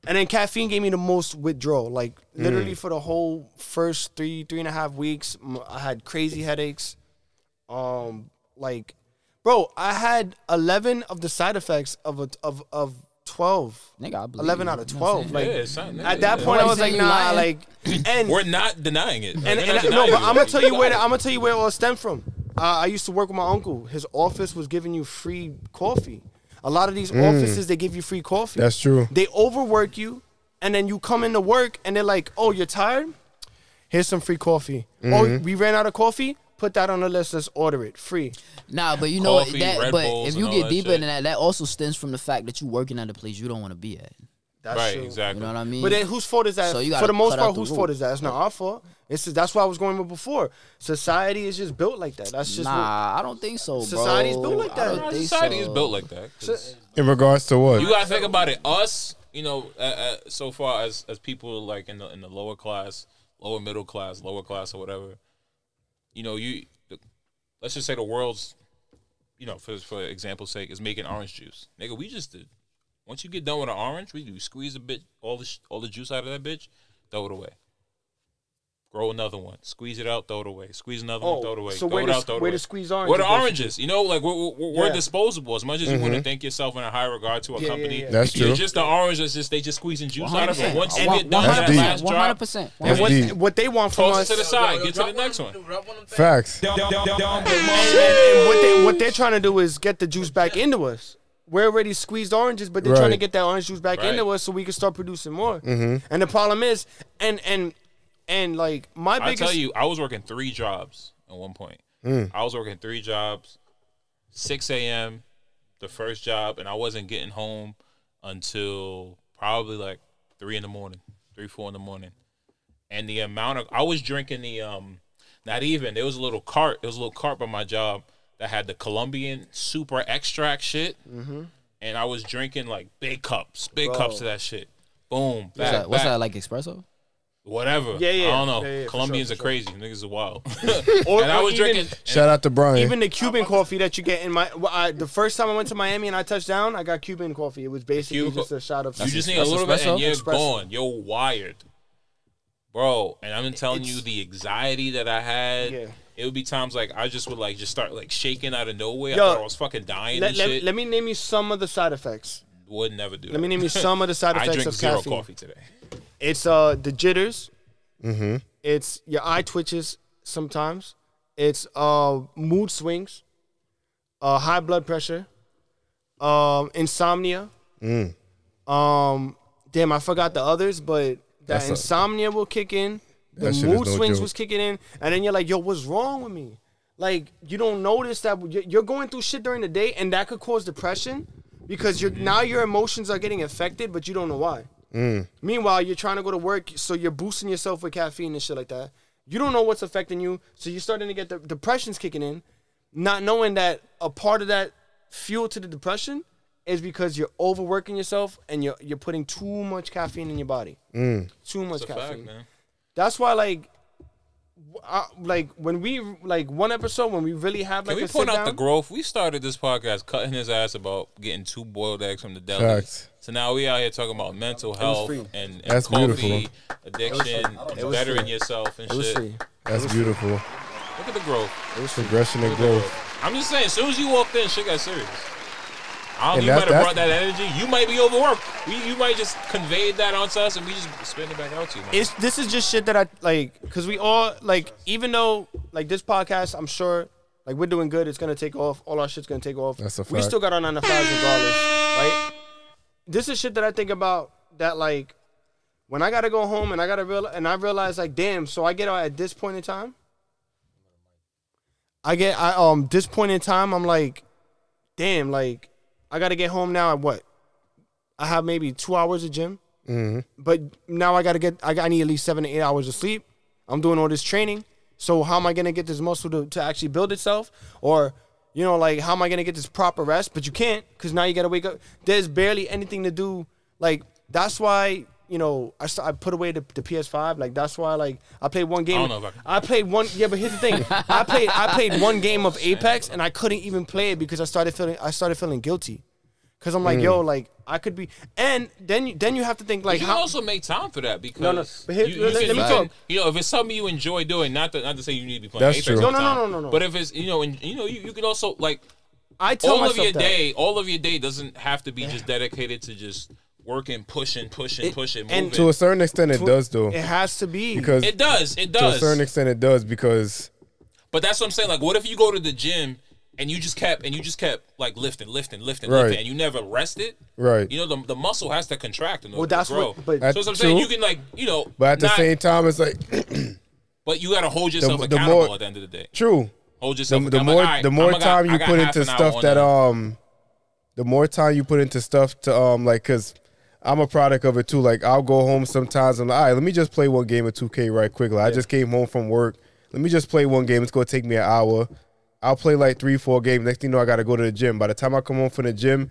G: and then caffeine gave me the most withdrawal. Like literally
A: Mm.
G: for the whole first three three and a half weeks, m- I had crazy headaches. Um, like, bro, I had eleven of the side effects of a of of. 12
C: Nigga, I believe
G: eleven
C: you.
G: out of
C: You know what I'm
G: 12 like
B: saying? Yeah, son,
G: at
B: nigga,
G: that
B: yeah.
G: point i
B: Nobody
G: was
B: saying
G: like
B: you
G: nah
B: lying.
G: like and
B: we're not denying it. Like,
G: and,
B: we're not
G: and I, no,
B: denying
G: but
B: it.
G: I'm gonna tell you where I'm gonna tell you where it all stemmed from. Uh, I used to work with my uncle. His office was giving you free coffee. A lot of these
A: Mm.
G: offices they give you free coffee.
A: That's true.
G: They overwork you, and then you come into work and they're like, "Oh, you're tired." here's some free coffee. Oh,
A: Mm-hmm.
C: Mhm.
G: we ran out of coffee? Put that on the list. Let's order it free.
C: Nah, but you know what?
G: Coffee,
C: that.
G: Red
C: but
G: Bulls
C: if
G: and
C: you
G: all
C: get
G: that
C: deeper
G: shit.
C: than that, that also stems from the fact that you're working at a place you don't want to be at.
G: That's
B: right,
G: true.
B: exactly.
C: You know what I mean?
G: But then whose fault is that?
C: So you
G: For
C: gotta
G: the most
C: cut
G: part,
C: out the
G: whose
C: rule.
G: fault is that? It's not our fault. It's just, that's why I was going with before. Society is just built like that. That's just
C: Nah, I don't think so, bro.
G: Society's built like
C: I
G: that.
C: don't think
B: Society is
C: so.
B: built like that. 'cause
A: In regards to what?
B: You gotta think about it. Us, you know, uh, uh, so far as as people like in the in the lower class, lower middle class, lower class or whatever, you know, you let's just say the world's, you know, for for example's sake, is making orange juice. Nigga, we just did. Once you get done with an orange, we do squeeze a bit all the sh- all the juice out of that bitch, throw it away. Grow another one, squeeze it out, throw it away. Squeeze another one,
G: Oh,
B: throw it away.
G: so
B: throw
G: where
B: it
G: the-
B: out, throw it
G: where
B: away.
G: the squeeze
B: Where
G: orange
B: the
G: is basically-
B: oranges? You know, like we're, we're, we're
G: Yeah.
B: disposable. As much as you want to
A: Mhm.
B: think yourself in a high regard to a
A: Yeah, yeah,
B: company,
A: yeah. That's
B: you're
A: true.
B: just the orange that's just they just squeezing juice out of it.
G: 100%.
B: Once you
G: One-
B: get done, with that
A: That's deep.
B: last drop,
C: 100%.
G: And what,
A: Indeed.
G: what they want from
B: Toss
G: us
B: it to the side. Get to the next one.
A: Facts.
G: And what they what they're trying to do is get the juice back into us. We're already squeezed oranges, but they're trying to
A: Right.
G: get that orange juice back
A: Right.
G: into us so we can start producing more.
A: Mhm.
G: And the problem is, and and and like my
B: I
G: biggest,
B: tell you, I was working three jobs at one point.
G: Mm.
B: I was working three jobs, six a.m. the first job, and I wasn't getting home until probably like three in the morning, three four in the morning. And the amount of I was drinking the um, not even there was a little cart. There was a little cart by my job that had the Colombian super extract shit,
G: Mhm.
B: and I was drinking like big cups, big
C: Mm-hmm. Bro.
B: cups of that shit. Boom,
C: What's
B: back,
C: that, what's
B: back
C: that like espresso?
B: whatever.
C: Yeah, yeah.
B: I don't know.
C: Yeah, yeah, for
B: Colombians
C: sure,
B: are crazy. Niggas are wild. and I was drinking.
A: Shout out to Brian.
G: Even the Cuban coffee that you get in my well, I, the first time I went to Miami and I touched down, I got Cuban coffee. It was basically
B: Cuban
G: just
B: co-
G: a shot of
B: You just need a little bit, and you're
G: Espresso.
B: gone. You're wired, bro. And I'm telling you, the anxiety that I had. It would be times like I just would like just start like shaking out of nowhere.
G: Yo,
B: I thought I was fucking dying
G: Let,
B: and
G: let-
B: shit.
G: let me name you some of the side effects.
B: would never do.
G: Let
B: that.
G: me name you some of the side
B: I
G: effects
B: drink
G: of
B: zero
G: caffeine.
B: coffee today.
G: It's uh the jitters.
A: Mm-hmm.
G: It's your eye twitches sometimes. It's uh mood swings, uh high blood pressure, um insomnia.
A: Mm.
G: Um damn, I forgot the others, but that
A: That's a-
G: insomnia will kick in. The
A: That shit is
G: mood
A: no
G: swings
A: joke.
G: was kicking in, and then you're like, "Yo, what's wrong with me?" Like you don't notice that you- you're going through shit during the day, and that could cause depression because you're now your emotions are getting affected, but you don't know why.
A: Mm.
G: Meanwhile, you're trying to go to work, so you're boosting yourself with caffeine and shit like that. You don't know what's affecting you, so you're starting to get the depressions kicking in, not knowing that a part of that fuel to the depression is because you're overworking yourself and you're you're putting too much caffeine in your body.
A: Mm.
G: Too much
B: It's a fact,
G: caffeine.
B: man.
G: That's why, like, w- I, like when we like one episode when we really have
B: Can
G: like
B: we
G: a
B: point
G: sit
B: out the
G: down.
B: growth? We started this podcast cutting his ass about getting two boiled eggs from the deli.
A: Facts.
B: So now we out here talking about mental health
A: free.
B: and, and
A: That's
B: coffee
A: beautiful.
B: addiction,
A: It was
B: bettering
A: free.
B: yourself and
A: It was
B: shit.
A: free. That's beautiful.
B: Look at the growth.
A: Progression and growth.
B: I'm just saying, as soon as you walked in, shit got serious. I
A: And
B: don't think you
A: that's-
B: might have brought
A: that's-
B: that energy. You might be overworked. We, you might just conveyed that onto us and we just spin it back out to you. man.
G: It's this is just shit that I like because we all like even though like this podcast I'm sure like we're doing good it's gonna take off all our shit's gonna take off
A: That's a
G: we
A: fact.
G: still got our nine to fives regardless right this is shit that I think about that like when I gotta go home and I gotta real and I realize like damn so I get out at this point in time I get I um this point in time I'm like damn like I gotta get home now at what I have maybe two hours of gym
A: Mm-hmm.
G: but now I gotta get I, I need at least seven to eight hours of sleep. I'm doing all this training. So how am I gonna get this muscle to, to actually build itself? Or, you know, like how am I gonna get this proper rest? But you can't, because now you gotta wake up. There's barely anything to do. Like, that's why, you know, I, st- I put away the, the PS5. Like that's why like I played one game.
B: I don't know if I can-
G: played one yeah, but here's the thing. I played I played one game of Apex and I couldn't even play it because I started feeling I started feeling guilty. Cause I'm like,
B: Mm.
G: yo, like I could be, and then you, then you have to think like
B: you
G: how
B: can also make time for that because
G: No, no, but here-
B: you,
G: let-
B: can-
G: let me
B: you
G: talk.
B: can- you know if it's something you enjoy doing, not to not to say you need to be playing.
G: That's
B: Apex
G: true.
B: all
G: No,
B: the
G: no, no,
B: time,
G: no, no, no.
B: But if it's you know and you know you, you can also like
G: I tell
B: all of
G: myself
B: your
G: that.
B: day, all of your day doesn't have to be just dedicated to just working, pushing, pushing, pushing, moving.
A: To a certain extent, it
G: To-
A: does though.
G: It has to be
A: because
B: It does, it
A: To a
B: does.
A: certain extent, it does because
B: But that's what I'm saying. Like, what if you go to the gym and you just kept and you just kept like lifting, lifting, lifting,
A: Right.
B: lifting, and you never rested?
A: Right.
B: You know, the, the muscle has to contract in order
A: Well, that's
B: to grow.
A: what- but-
B: so that's what I'm saying.
A: True.
B: You can like you know,
A: but at the
B: not-
A: same time, it's like
B: But you got to hold yourself
A: the
B: accountable
A: more-
B: at the end of the day.
A: True.
B: Hold yourself
A: The, the
B: accountable.
A: more
B: Like, all right,
A: the more
B: I'ma got-
A: time
B: I
A: you
B: got
A: put
B: half
A: into
B: an hour
A: stuff
B: on
A: that
B: the-
A: um, the more time you put into stuff to um like because. I'm a product of it too. Like I'll go home sometimes. I'm like, all right, let me just play one game of 2K right quick. Like, I just came home from work. Let me just play one game. It's gonna take me an hour. I'll play like three, four games. Next thing you know, I gotta go to the gym. By the time I come home from the gym,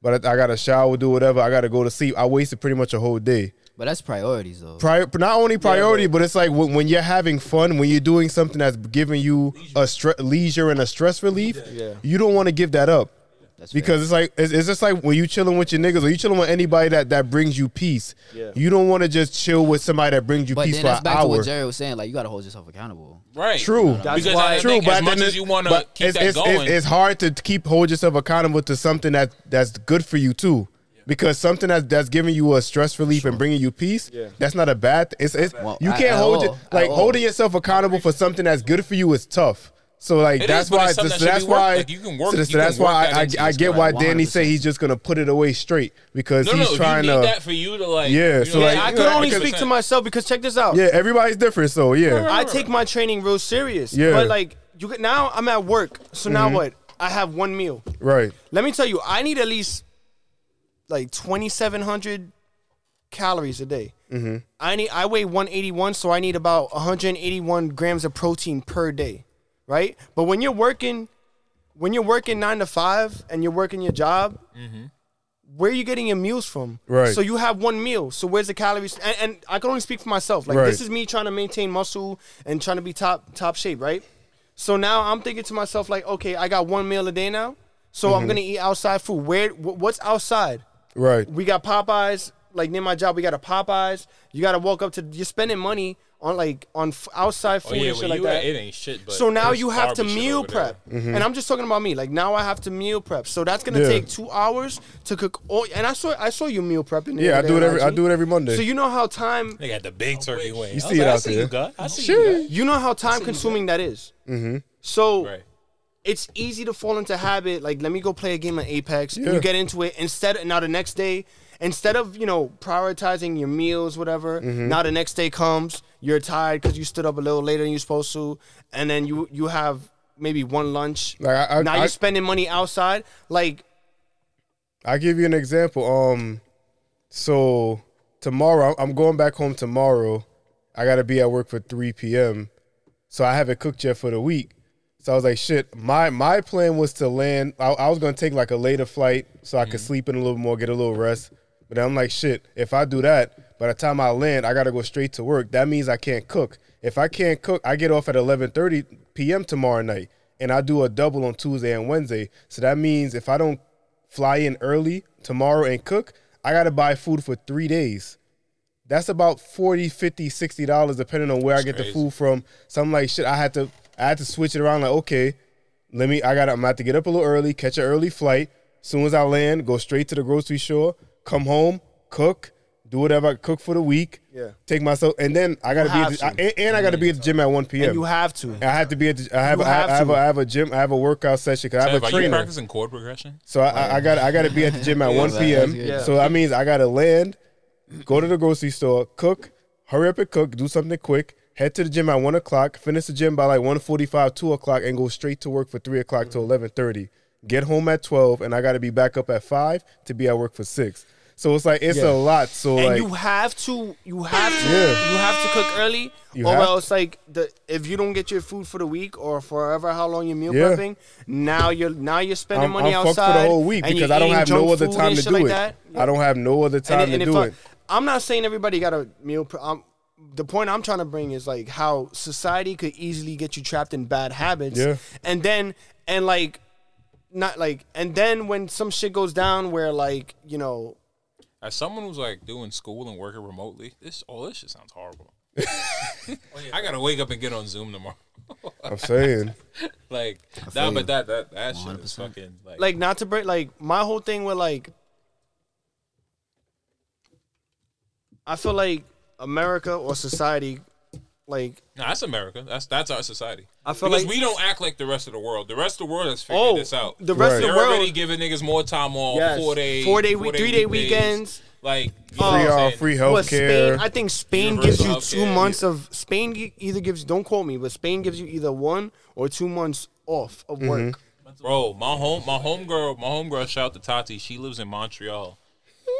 A: but I, I gotta shower, do whatever. I gotta go to sleep. I wasted pretty much a whole day.
C: But that's priorities though.
A: Prior, not only priority, but it's like when, when you're having fun, when you're doing something that's giving you a stre- leisure and a stress relief,
C: Yeah.
A: you don't want to give that up. because it's like it's, it's just like when you chilling with your niggas or you chilling with anybody that, that brings you peace.
C: Yeah.
A: You don't want to just chill with somebody that brings you
C: But
A: peace
C: then
A: for
C: that's
A: an
C: back to
A: hour.
C: what Jerry was saying. Like you gotta hold yourself accountable.
B: Right.
A: True.
B: That's Because why- I think as
A: at
B: much
A: the-
B: as you wanna
A: but
B: keep
A: it's,
B: that
A: it's, it's-
B: going-
A: it's hard to keep hold yourself accountable to something that that's good for you too. Because something that's that's giving you a stress relief and bringing you peace, that's not a bad. Th- it's it's you
C: at-
A: can't
C: at
A: hold
C: all.
A: it
C: At
A: like
C: all.
A: holding yourself accountable for something that's good for you is tough. So like
B: It is,
A: that's
B: but
A: why
B: it's something
A: so
B: that should
A: that's
B: be worked.
A: why
B: Like, you can work-
A: so
B: you
A: that's,
B: can
A: that's
B: work
A: why
B: that
A: I,
B: into
A: I, I
B: yourself.
A: get why
B: Like,
A: Danny said he's just gonna put it away straight because
B: No, no,
A: he's
B: you
A: trying
B: need
A: to
B: that for you to like.
A: yeah. So like
G: I could only speak to myself because check this out.
A: yeah, everybody's different. So yeah,
G: I take my training real serious.
A: Yeah.
G: But like you could, now I'm at work. So now
A: Mhm.
G: what? I have one meal.
A: right.
G: Let me tell you, I need at least like 2700 calories a day.
A: Mm-hmm.
G: I need I weigh 181, so I need about 181 grams of protein per day, right? But when you're working, when you're working nine to five and you're working your job, where are you getting your meals from?
A: Right.
G: So you have one meal. So where's the calories? And, and I can only speak for myself. Like
A: Right.
G: this is me trying to maintain muscle and trying to be top top shape, right? So now I'm thinking to myself like, okay, I got one meal a day now, so I'm
B: Mm-hmm.
A: Mhm.
G: gonna eat outside food. Where wh- what's outside?
A: Right.
G: We got Popeyes. Like near my job, we got a Popeyes. You got to walk up to. You're spending money on like on f- outside food
B: Oh, yeah,
G: and shit
B: where
G: like
B: you
G: that.
B: at, it ain't shit, but
G: so now
B: there's
G: you have to
B: garbage shit
G: meal
B: over there.
G: prep,
B: Mhm.
G: and I'm just talking about me. Like now I have to meal prep. So that's gonna
A: Mm-hmm. Yeah.
G: take two hours to cook. All, and I saw I saw you meal prepping. the
A: Yeah, I
G: other
A: do it
G: day on
A: every I
G: IG.
A: do it every Monday.
G: So you know how time
B: They got the big turkey
A: You
B: wing. I
A: see
B: was
A: it
B: like, I
A: out
B: see
A: there.
B: You, God. I see
A: Sure.
B: you, God.
G: you know how time consuming that is.
A: Mm-hmm.
G: So it's easy to fall into habit. Like, let me go play a game of Apex.
A: Yeah.
G: You get into it instead. Now the next day, instead of you know prioritizing your meals, whatever.
A: Mhm.
G: Now the next day comes, you're tired because you stood up a little later than you're supposed to, and then you you have maybe one lunch.
A: Like, I- I-
G: now
A: I-
G: you're spending money outside. Like,
A: I give you an example. Um, so tomorrow I'm going back home tomorrow. I gotta be at work for 3 p.m. So I haven't cooked yet for the week. So I was like, shit. My my plan was to land. I, I was gonna take like a later flight so I could sleep in a little more, get a little rest. But I'm like, shit. If I do that, by the time I land, I gotta go straight to work. That means I can't cook. If I can't cook, I get off at 11:30 p.m. tomorrow night, and I do a double on Tuesday and Wednesday. So that means if I don't fly in early tomorrow and cook, I gotta buy food for three days. That's about 40 50 60 dollars depending on where I get the
B: crazy.
A: food from. So I'm like, shit, I had to I had to switch it around. Like, okay, let me I gotta I'm gonna have to get up a little early, catch an early flight. Soon as I land, go straight to the grocery store, come home, cook, do whatever I cook for the week.
G: Yeah.
A: Take myself and then I gotta be
G: have
A: at the, I,
G: to.
A: and, and I gotta be at the gym at 1 p.m.
G: and you have to.
A: I have to be at the, I have,
G: You
A: I have,
G: have
A: I have,
G: to.
A: a, I have a gym I have a workout session because I have
B: Tev,
A: a
B: are you
A: trainer.
B: practicing chord progression?
A: So I, I, I got I got to be at the gym at
B: Yeah,
A: 1
B: man,
A: p.m.
B: that's good.
A: So that means I got to land, go to the grocery store, cook, hurry up and cook, do something quick, head to the gym at one o'clock, finish the gym by like 1.45, 2 o'clock, and go straight to work for three o'clock to eleven thirty. Get home at twelve, and I got to be back up at five to be at work for six. So it's like it's
G: Yeah.
A: a lot. So
G: and
A: like
G: you have to, you have to,
A: Yeah.
G: you have to cook early,
A: You
G: or
A: have
G: else like the if you don't get your food for the week or forever how long you're meal
A: Yeah.
G: prepping, now you're now you're spending
A: I'm,
G: money
A: I'm fucked
G: outside
A: for the whole week
G: and
A: because
G: you're
A: I don't
G: eating
A: have
G: junk
A: no other
G: food
A: time
G: and
A: to
G: shit
A: do
G: like
A: it.
G: That.
A: I don't have no other time
G: and,
A: to
G: and
A: do
G: if
A: it.
G: I, am not saying everybody got a meal. Pre- I'm, the point I'm trying to bring is like how society could easily get you trapped in bad habits.
A: Yeah.
G: And then and like not like and then when some shit goes down where like you know
B: As someone who's like doing school and working remotely, this all this shit sounds horrible.
G: Oh,
B: I gotta wake up and get on Zoom tomorrow.
A: I'm saying.
B: like
G: I
B: nah,
G: feel you.
B: but that that that shit is fucking like,
G: like not to break like my whole thing with like I feel like America or society like
B: nah, that's America. That's that's our society.
G: I feel
B: because
G: like-
B: we don't act like the rest of the world. The rest of the world has figured
G: Oh,
B: this out.
G: the rest of the
B: They're
G: world-
B: already giving niggas more time off.
G: Yes.
B: Four day,
G: Four day
B: four
G: week- three day
B: weekdays.
G: weekends.
B: Like
A: Free
B: you know what I'm
A: all
B: saying?
A: free
G: Well, um, Spain,
A: healthcare.
G: I think Spain
B: Universal
G: gives you two
B: healthcare,
G: months of Spain gi- either gives don't quote me, but Spain gives you either one or two months off
A: Mm-hmm.
G: of work.
B: Bro, my home my homegirl, my homegirl, shout out to Tati. She lives in Montreal.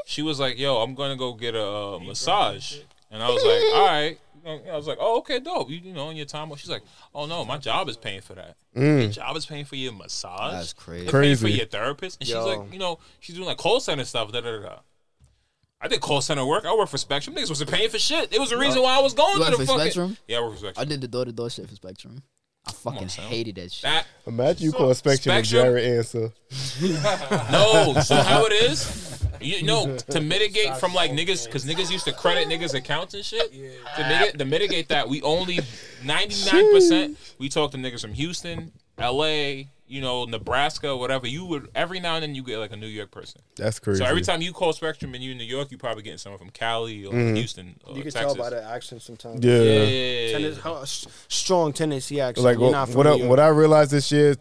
B: She was like, "Yo, I'm gonna go get a uh, massage," and I was like, "All right." You know, I was like, "Oh, okay, dope." You, you know, in your time, off. she's like, "Oh no, my job is paying for that.
A: Mm.
B: Your job is paying for your massage.
A: That's crazy.
B: They're paying for
A: Crazy.
B: your therapist." And
A: Yo.
B: she's like, "You know, she's doing like call center stuff." Da da da. da. I did call center work. I work for Spectrum. Niggas wasn't paying for shit. It was the reason why I was going
C: You
B: to
C: work
B: the
C: for
B: fucking.
C: Spectrum?
B: Yeah, I work for Spectrum.
C: I did the door to door shit for Spectrum. I fucking hated that shit.
B: That
A: Imagine you call Spectrum, a
B: Spectrum?
A: Jared answer.
B: No, Oh, so how it is? You know, to mitigate from like niggas, because niggas used to credit niggas' accounts and shit. To, mitigate, to mitigate that, we only ninety nine percent. We talk to niggas from Houston, L.A., you know, Nebraska, whatever. You would every now and then you get like a New York person.
A: That's crazy.
B: So every time you call Spectrum and you in New York, you probably getting someone from Cali or
A: Mhm.
B: Houston or
G: You can
B: Texas.
G: tell by the accent sometimes.
A: Yeah. Yeah.
G: Tennes- how- s- strong Tennessee accent.
A: Like
G: You're
A: what,
G: not
A: what, I,
G: familiar.
A: what I realized this year,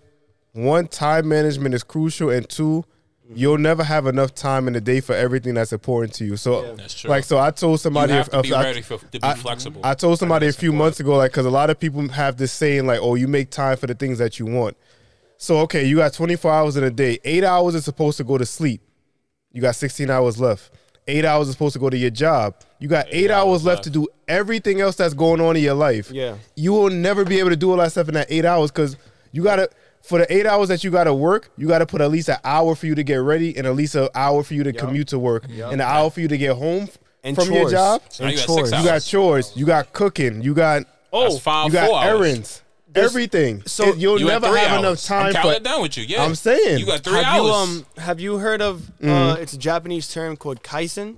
A: one time management is crucial, and 2 you you'll never have enough time in the day for everything that's important to you. So,
B: That's true.
A: like, so I told somebody,
B: You have
A: if-
B: to
A: if
B: be
A: I-
B: ready for- to be
A: I-
B: flexible.
A: I told somebody a few months ago, like, because a lot of people have this saying, like, oh, you make time for the things that you want. So, okay, you got 24 hours in a day. Eight hours is supposed to go to sleep. You got 16 hours left. Eight hours is supposed to go to your job. You got eight, hours, left to do everything else that's going on in your life.
G: Yeah.
A: You will never be able to do all that stuff in that eight hours because you got to, for the eight hours that you got to work, you got to put at least an hour for you to get ready and at least an hour for you to commute to work
G: Yup.
A: and an hour for you to get home
G: And
A: from your
G: chores.
A: job.
G: So now you got six
A: You got
G: hours.
A: chores. You got cooking. You got
B: Oh, That's five,
A: you got
B: four hours.
A: errands. Everything. So
G: so
A: you'll
B: you got
A: never
B: three
A: have
B: hours.
A: enough time.
B: I'm
A: for-
B: counting it down with you. Yeah,
A: I'm saying
B: you got three
G: have
B: hours.
G: You, um, have you heard of? Uh,
A: Mhm.
G: it's a Japanese term called kaizen.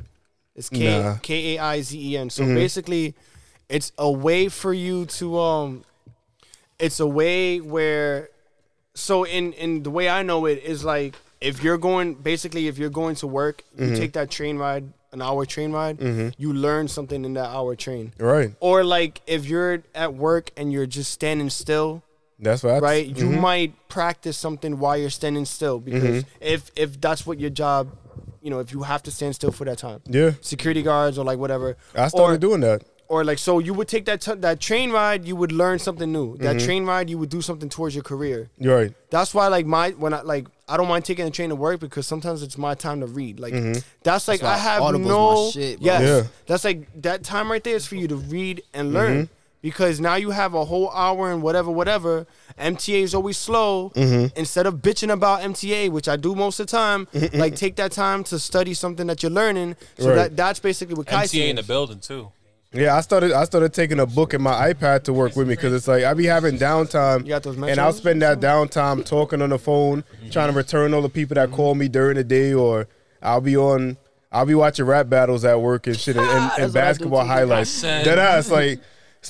G: It's K
A: Nah.
G: K A I Z E N. So
A: Mhm.
G: basically, it's a way for you to um, it's a way where, so in in the way I know it is like if you're going basically if you're going to work, you
A: Mhm.
G: take that train ride, an hour train ride,
A: Mhm.
G: you learn something in that hour train.
A: Right.
G: Or like if you're at work and you're just standing still,
A: That's what. I,
G: right? You
A: Mhm.
G: might practice something while you're standing still because
A: Mhm.
G: if if that's what your job, you know, if you have to stand still for that time,
A: Yeah.
G: security guards or like whatever.
A: I started doing that.
G: Or like so, you would take that t- that train ride, you would learn something new. That
A: Mhm.
G: train ride, you would do something towards your career.
A: You're right.
G: That's why like my when I like I don't mind taking the train to work because sometimes it's my time to read. Like
A: Mhm.
G: that's like
A: That's why
G: I have
A: Audible's my
G: no
A: shit, bro.
G: yes.
A: Yeah.
G: That's like that time right there is for you to read and learn.
A: Mhm.
G: Because now you have a whole hour and whatever, whatever. MTA is always slow.
A: Mhm.
G: Instead of bitching about MTA, which I do most of the time,
A: Mhm.
G: like take that time to study something that you're learning. So
A: Right.
G: that that's basically what Kai
B: MTA in the building too.
A: Yeah, I started. I started taking a book and my iPad to work with me because it's like I be having downtime,
G: those
A: and I'll
G: Metros?
A: spend that downtime talking on the phone, trying to return all the people that call me during the day, or I'll be on. I'll be watching rap battles at work and shit, and, and, and basketball highlights.
B: I said-
A: That ass like,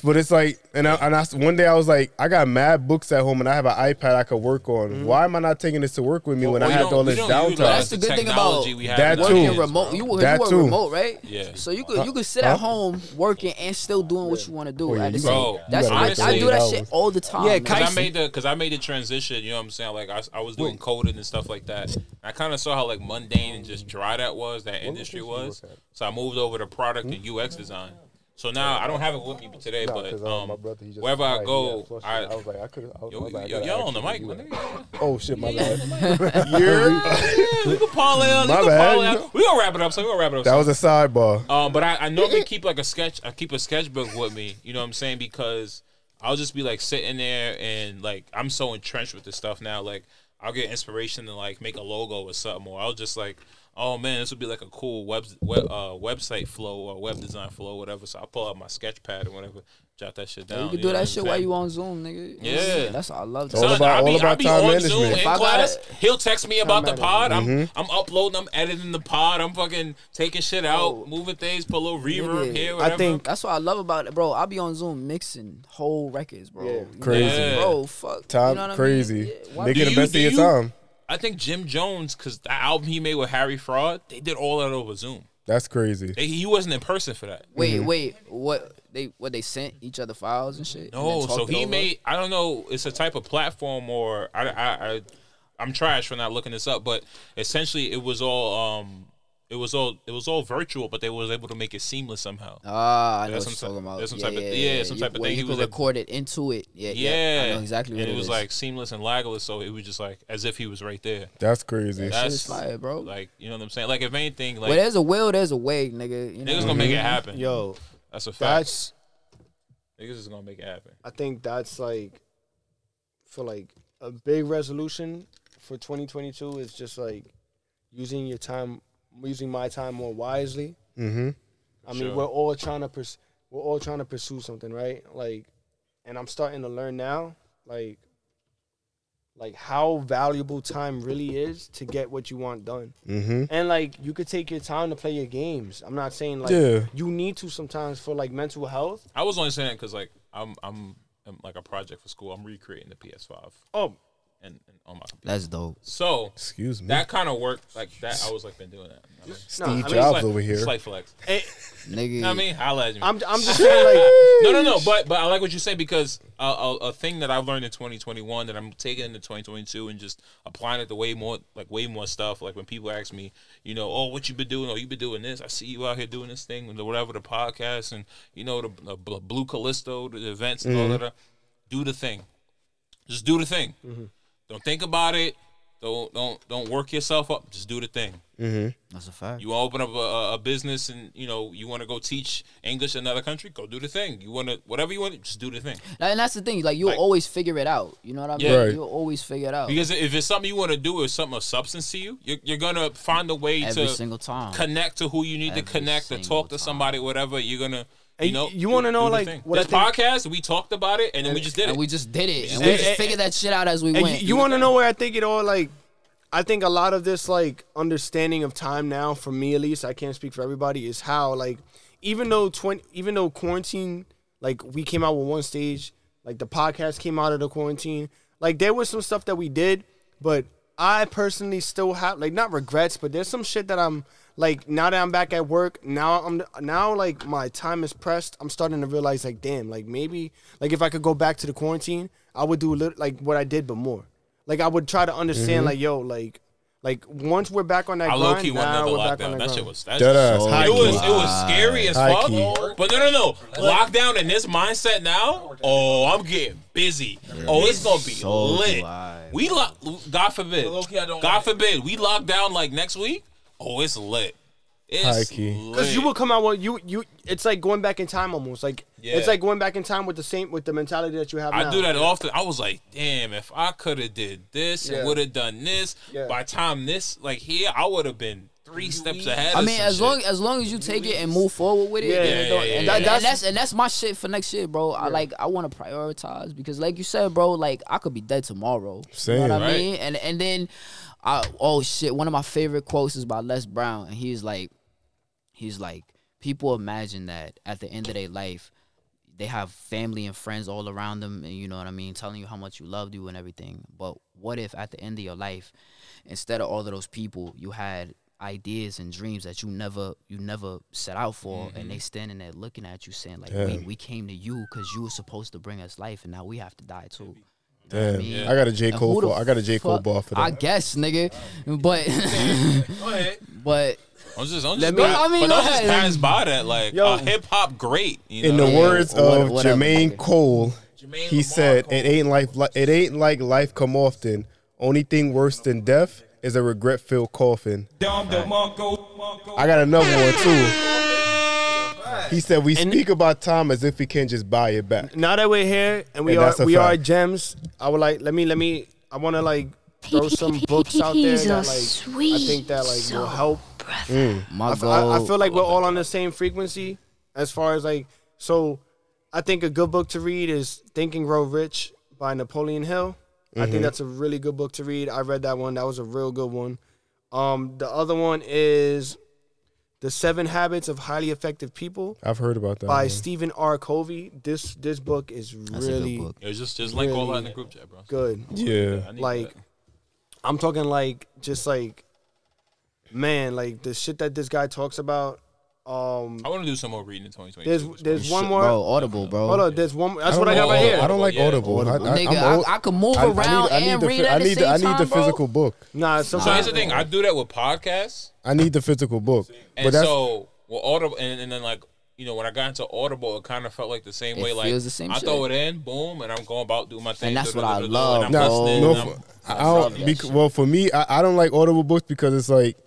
A: but it's like, and I, and I, one day I was like, I got mad books at home, and I have an iPad I could work on. Why am I not taking this to work with me when I
B: Mm-hmm. we
A: have
B: don't-
A: all
B: we
A: this
B: don't
A: downtime?
B: utilize That's the the good thing about technology we have
A: that
B: nowadays,
A: too.
B: bro.
C: remote. You, were-
A: That
C: you were
A: too.
C: remote, right?
B: Yeah.
C: So you could
A: Huh?
C: you could sit
A: Huh?
C: at home working and still doing what you want to do
A: Oh, yeah,
C: at the
A: you
C: same.
A: gotta- you
C: That's
A: gotta
C: I,
A: work
C: I do
A: those
C: that
A: hours.
C: shit all the time.
B: Yeah,
C: man.
B: because Um, I made the because I made the transition. You know what I'm saying? Like I, s- I was doing coding and stuff like that. I kind of saw how like mundane and just dry that was. That industry was. So I moved over to product and UX design. So now I don't have it with me today,
A: Hmm? Nah,
B: but
A: 'cause, um,
B: um,
A: my brother, he just
B: wherever I
A: cried. He got
B: go,
A: flushed
B: I,
A: and I was like, I could've- I was-
B: yo,
A: my bad, I
B: yo,
A: gotta
B: y'all on the mic,
A: actually
B: my nigga.
A: Oh shit, my
B: Yeah,
A: bad.
B: we can parlay on.
A: My
B: We can
A: bad.
B: parlay on. We gonna wrap it up. So we gonna wrap it up.
A: That
B: so.
A: was a sidebar.
B: Um, but I, I normally keep like a sketch. I keep a sketchbook with me. You know what I'm saying? Because I'll just be like sitting there and like I'm so entrenched with this stuff now. Like I'll get inspiration to like make a logo or something, or I'll just like, oh man, this would be like a cool web, web uh, website flow or web design flow, or whatever. So I will pull out my sketch pad or whatever, jot that shit down.
C: you can
B: you
C: do
B: know what I'm
C: that shit while
B: saying?
C: you on Zoom, nigga.
B: Oh, Yeah,
C: that's I love.
A: It's all about- all about time management.
B: Zoom
A: If
B: in
A: I gotta-
B: class. He'll text me about the pod. I'm
A: Mhm.
B: I'm uploading. I'm editing the pod. I'm fucking taking shit out, moving things, put a little reverb here. Whatever.
C: that's what Oh. I love about it, bro. I be on Zoom mixing whole records, bro. You know,
A: Crazy.
C: bro. Fuck,
A: Time
C: You know what I mean?
A: crazy.
C: Yeah, why-
A: Making
B: Do
A: the
B: you-
A: best
B: do
A: of your
B: you-
A: time.
B: I think Jim Jones, because the album he made with Harry Fraud, they did all that over Zoom.
A: That's crazy.
B: They, he wasn't in person for that.
C: Wait, wait. What they what they sent each other files and shit? and then
B: No,
C: talked
B: so
C: it
B: he
C: over?
B: made. I don't know. It's a type of platform, or I, I, I, I'm trash for not looking this up. But essentially, it was all um, it It was all it was all virtual, but they was able to make it seamless somehow.
C: Ah, I know
B: There's
C: what you're
B: some
C: talking
B: type-
C: about.
B: there's some
C: yeah,
B: type
C: yeah,
B: of-
C: yeah,
B: yeah, some
C: You-
B: type of
C: where
B: thing.
C: You
B: He
C: could
B: was like-
C: record it into it. Yeah,
B: Yeah,
C: yeah. I know exactly
B: And
C: what
B: it
C: it
B: was
C: is.
B: like seamless and lagless, so it was just like as if he was right there.
A: That's crazy.
C: That shit
B: That's
C: is fire, bro.
B: Like you know what I'm saying. Like if anything, like
C: Where there's a will, there's a way, nigga. You know
B: niggas
C: what I
B: gonna make it
C: mean?
B: happen.
G: Yo,
B: that's a fact.
G: that's-
B: niggas is gonna make it happen.
G: I think that's like for like a big resolution for 2022 is just like using your time, using my time more wisely.
A: Mhm.
G: I mean,
A: Sure.
G: we're all trying to pers- we're all trying to pursue something, right? Like, and I'm starting to learn now, like, like how valuable time really is to get what you want done.
A: Mhm.
G: And like, you could take your time to play your games. I'm not saying like
A: Yeah.
G: you need to sometimes for like mental health.
B: I was only saying that because like I'm, I'm I'm like a project for school. I'm recreating the PS5.
G: Oh,
B: and, and on my computer.
C: That's dope.
B: So
A: Excuse me.
B: That kind of work like that. I was like been doing that. I mean-
A: Steve Jobs
B: slight-
A: over here.
B: Slight flex.
C: Nigga.
B: I mean, holla at me.
G: I'm- I'm just saying, like-
B: no, no, no. But but I like what you say because a, a, a thing that I've learned in 2021 that I'm taking into 2022 and just applying it to way more like way more stuff. Like when people ask me, you know, oh, what you been doing? Oh, you been doing this? I see you out here doing this thing and the- whatever the podcast and you know the, the Bl- Blue Callisto, the events and all
A: Mhm.
B: that. uh, Do the thing. Just do the thing.
A: Mhm.
B: Don't think about it. Don't don't don't work yourself up. Just do the thing.
A: Mhm.
C: That's a fact.
B: You want to open up a- a, a business and you know you want to go teach English in another country, go do the thing. You want to whatever you want, just do the thing.
C: And that's the thing. Like you'll always figure it out. You know what I mean?
B: Yeah. Right.
C: You'll always figure it out.
B: Because if it's something you want to do or something of substance to you, you're, you're gonna find a way
C: Every
B: to
C: single time.
B: connect to who you need to
C: Every
B: connect to talk to somebody, whatever. You're gonna you know
G: you wanna
B: do-
G: know,
B: do the
G: like,
B: thing.
G: what I
B: this podcast we talked about it and then we just did it.
C: And we just did it.
B: just
C: And we
B: did
C: just
B: it.
C: figured that shit out as we
G: And
C: went.
G: You, want to know where I think it all like? I think a lot of this like understanding of time now, for me at least, I can't speak for everybody, is how like even though twenty, even though quarantine, like we came out with one stage, like the podcast came out of the quarantine, like there was some stuff that we did, but I personally still have like not regrets, but there's some shit that I'm like now that I'm back at work, now I'm now like my time is pressed. I'm starting to realize like damn, like maybe like if I could go back to the quarantine, I would do a little, like what I did but more. Like I would try to understand
A: Mhm.
G: like yo, like like once we're back on that
B: I low
G: grind,
B: key went
G: now
B: another
G: we're back on
B: lockdown. That
G: that grind.
B: shit was that
A: Dead
B: shit
A: ass.
B: was- It
A: High
B: was
A: key.
B: it was scary as
A: High
B: fuck.
A: key.
B: But no, no, no. Lockdown and this mindset now. Oh, I'm getting busy. Oh, it's gonna be
C: So
B: lit.
C: do I.
B: We lock. God forbid. God forbid. We lock down like next week. Oh, it's lit. It's
A: High key.
G: Because
B: lit.
G: you will come out with you you. It's like going back in time almost. Like
B: Yeah.
G: it's like going back in time with the same with the mentality that you have.
B: I
G: now.
B: do that often. I was like, damn, if I could have did this
G: Yeah.
B: and would have done this,
G: Yeah.
B: by time this like here, I would have been three steps ahead.
C: I
B: of
C: mean,
B: some
C: as
B: shit.
C: long as long as you take it and move forward with it,
B: Yeah,
C: then it
B: yeah,
C: don't-
B: yeah,
C: and,
B: yeah,
C: that-
B: yeah.
C: and that's and that's my shit for next year, bro. I like I want to prioritize because, like you said, bro, like I could be dead tomorrow.
A: Same.
C: You know what I
A: Right.
C: mean? And and then, I oh shit, one of my favorite quotes is by Les Brown, and he's like, he's like, people imagine that at the end of their life, they have family and friends all around them, and you know what I mean, telling you how much you loved you and everything. But what if at the end of your life, instead of all of those people, you had ideas and dreams that you never you never set out for, and
G: Mm-hmm.
C: they standing there looking at you saying like, we,
A: Damn.
C: we came to you because you were supposed to bring us life, and now we have to die too. You know what
A: Damn, I got a J
C: And
A: Cole.
C: who the
A: For, I got a J Cole
C: fuck-
A: bar for that.
C: I guess, nigga, but but
B: I'm just, I'm
C: Let
B: just
C: me-
B: not-
C: I mean,
B: but don't just
C: like-
B: pass by that. Like
C: Yo.
B: a hip hop great. You
A: In
B: know?
A: the words
B: Or what-
A: of
B: whatever.
A: Jermaine Cole, he said, "It ain't life. Li- it ain't like life come often. Only thing worse than death is a regret-filled coffin."
E: Dom DeMarco.
A: I got another one too. He said, "We speak about time as if we can just buy it back."
G: now that we're here and we
A: And that's
G: are
A: a
G: we are
A: fact.
G: gems, I would like let me let me I want to like throw some books out there
C: He's a
G: that like I think that like will
C: sweet
G: help.
C: My
G: I f- I, I
C: goal-
G: feel like we're all on the same frequency as far as like so. I think a good book to read is Think and Grow Rich by Napoleon Hill. I
A: Mhm.
G: think that's a really good book to read. I read that one. That was a real good one. Um, the other one is The Seven Habits of Highly Effective People
A: I've heard about that.
G: by
A: one.
G: Stephen R. Covey. This this book is
A: a good
G: really
A: book.
B: Yo, just- just link all that in the group chat, bro.
G: Good.
A: Yeah. I need
G: Like I'm talking like just like man, like the shit that this guy talks about Um,
B: I want to do some more reading in 2020.
G: There's there's one more
B: Bro,
C: Audible, bro.
G: Hold on, there's one. That's
A: I
G: what I
A: don't
G: got
A: know
G: right here.
A: Audible. I don't like Yeah. Audible. I- I- Nigga, I'm I- old. I can move I- I need- around I need and the read fi- at I the need the- I same need the time, bro. physical book.
B: So
G: Nah, sometimes
B: here's the thing. I do that with podcasts,
A: I need the physical book.
B: and
A: but that's
B: so well, Audible, and, and then like you know when I got into Audible, it kind of felt like the same
A: It
B: way. Like
A: feels the same
B: I
A: shit.
B: throw it in, boom, and I'm going about doing my thing.
C: that's
B: duh,
C: what
B: duh,
C: I
B: duh, duh,
C: love,
B: and I'm
A: Nah,
B: listening,
A: no,
B: and I'm-
A: for- I don't. bec- well, for me, I, I don't like audible books because it's like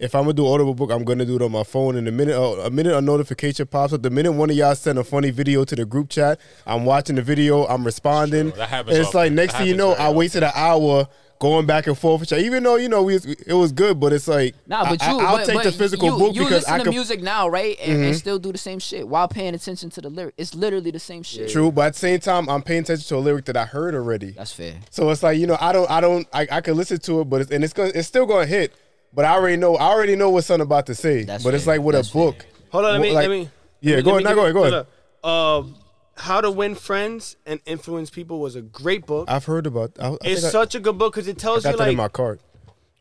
A: if I'm gonna do audible book, I'm gonna do it on my phone. And the minute uh, a minute a notification pops up, the minute one of y'all send a funny video to the group chat, I'm watching the video, I'm responding.
B: that happens
A: And it's like
B: often.
A: next
B: That
A: thing you know,
B: happens
A: I wasted an hour. Going back and forth, with y'all. even though you know we it was good, but it's like
C: Nah, but
A: I,
C: you,
A: I, will
C: but,
A: take
C: but
A: the physical
C: you,
A: book
C: you
A: because
C: listen
A: I
C: to
A: can
C: music now, right, and, and
A: Mhm.
C: still do the same shit while paying attention to the lyric. It's literally the same shit.
A: True, but at the same time, I'm paying attention to a lyric that I heard already. That's
C: fair.
A: So it's like you know, I don't, I don't, I, I could listen to it, but it's, and it's gonna, it's still gonna hit. But I already know, I already know what something about to say. but it's like with a book.
G: Hold on, let me.
A: Like-
G: let me
A: Yeah,
G: let
A: go ahead.
G: me
A: Now
G: give
A: go
G: you-
A: ahead. Go ahead.
G: hold up. Um, How to Win Friends and Influence People was a great book.
A: I've heard about. I, I
G: it's
A: think I-
G: such a good book because it
A: I
G: tells
A: got
G: you
A: that in my
G: like
A: card.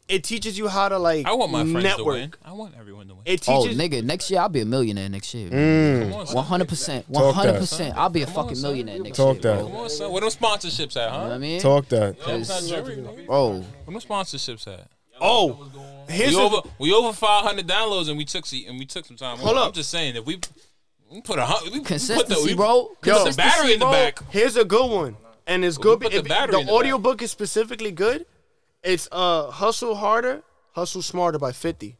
G: it teaches you how to like
B: I want my friends
G: network.
B: to win. I want everyone to win.
G: It
C: Oh,
G: teaches-
C: nigga, next year I'll be a millionaire. Next year,
A: Mm.
B: Come on, son.
C: one hundred percent, one
A: Talk that.
C: hundred percent. I'll be a fucking millionaire next
A: Talk
C: year.
A: that.
C: Bro.
B: Come on, son. Where them sponsorships at, huh?
C: You know what I mean?
A: Talk that.
B: Yeah, it's not jury, man.
C: Bro,
B: Where them sponsorships at?
G: Oh,
B: we over we over five hundred downloads and we took se- and we took some time. off.
G: Hold up.
B: I'm just saying if we, we put a hun- we, we put the,
G: Consistency,
B: we
G: bro.
B: Put the battery in the
G: bro.
B: back.
G: Here's a good one, and it's good.
B: put the
G: If
B: battery
G: the,
B: in the
G: audiobook is specifically good. It's uh, "Hustle Harder, Hustle Smarter" by Fifty.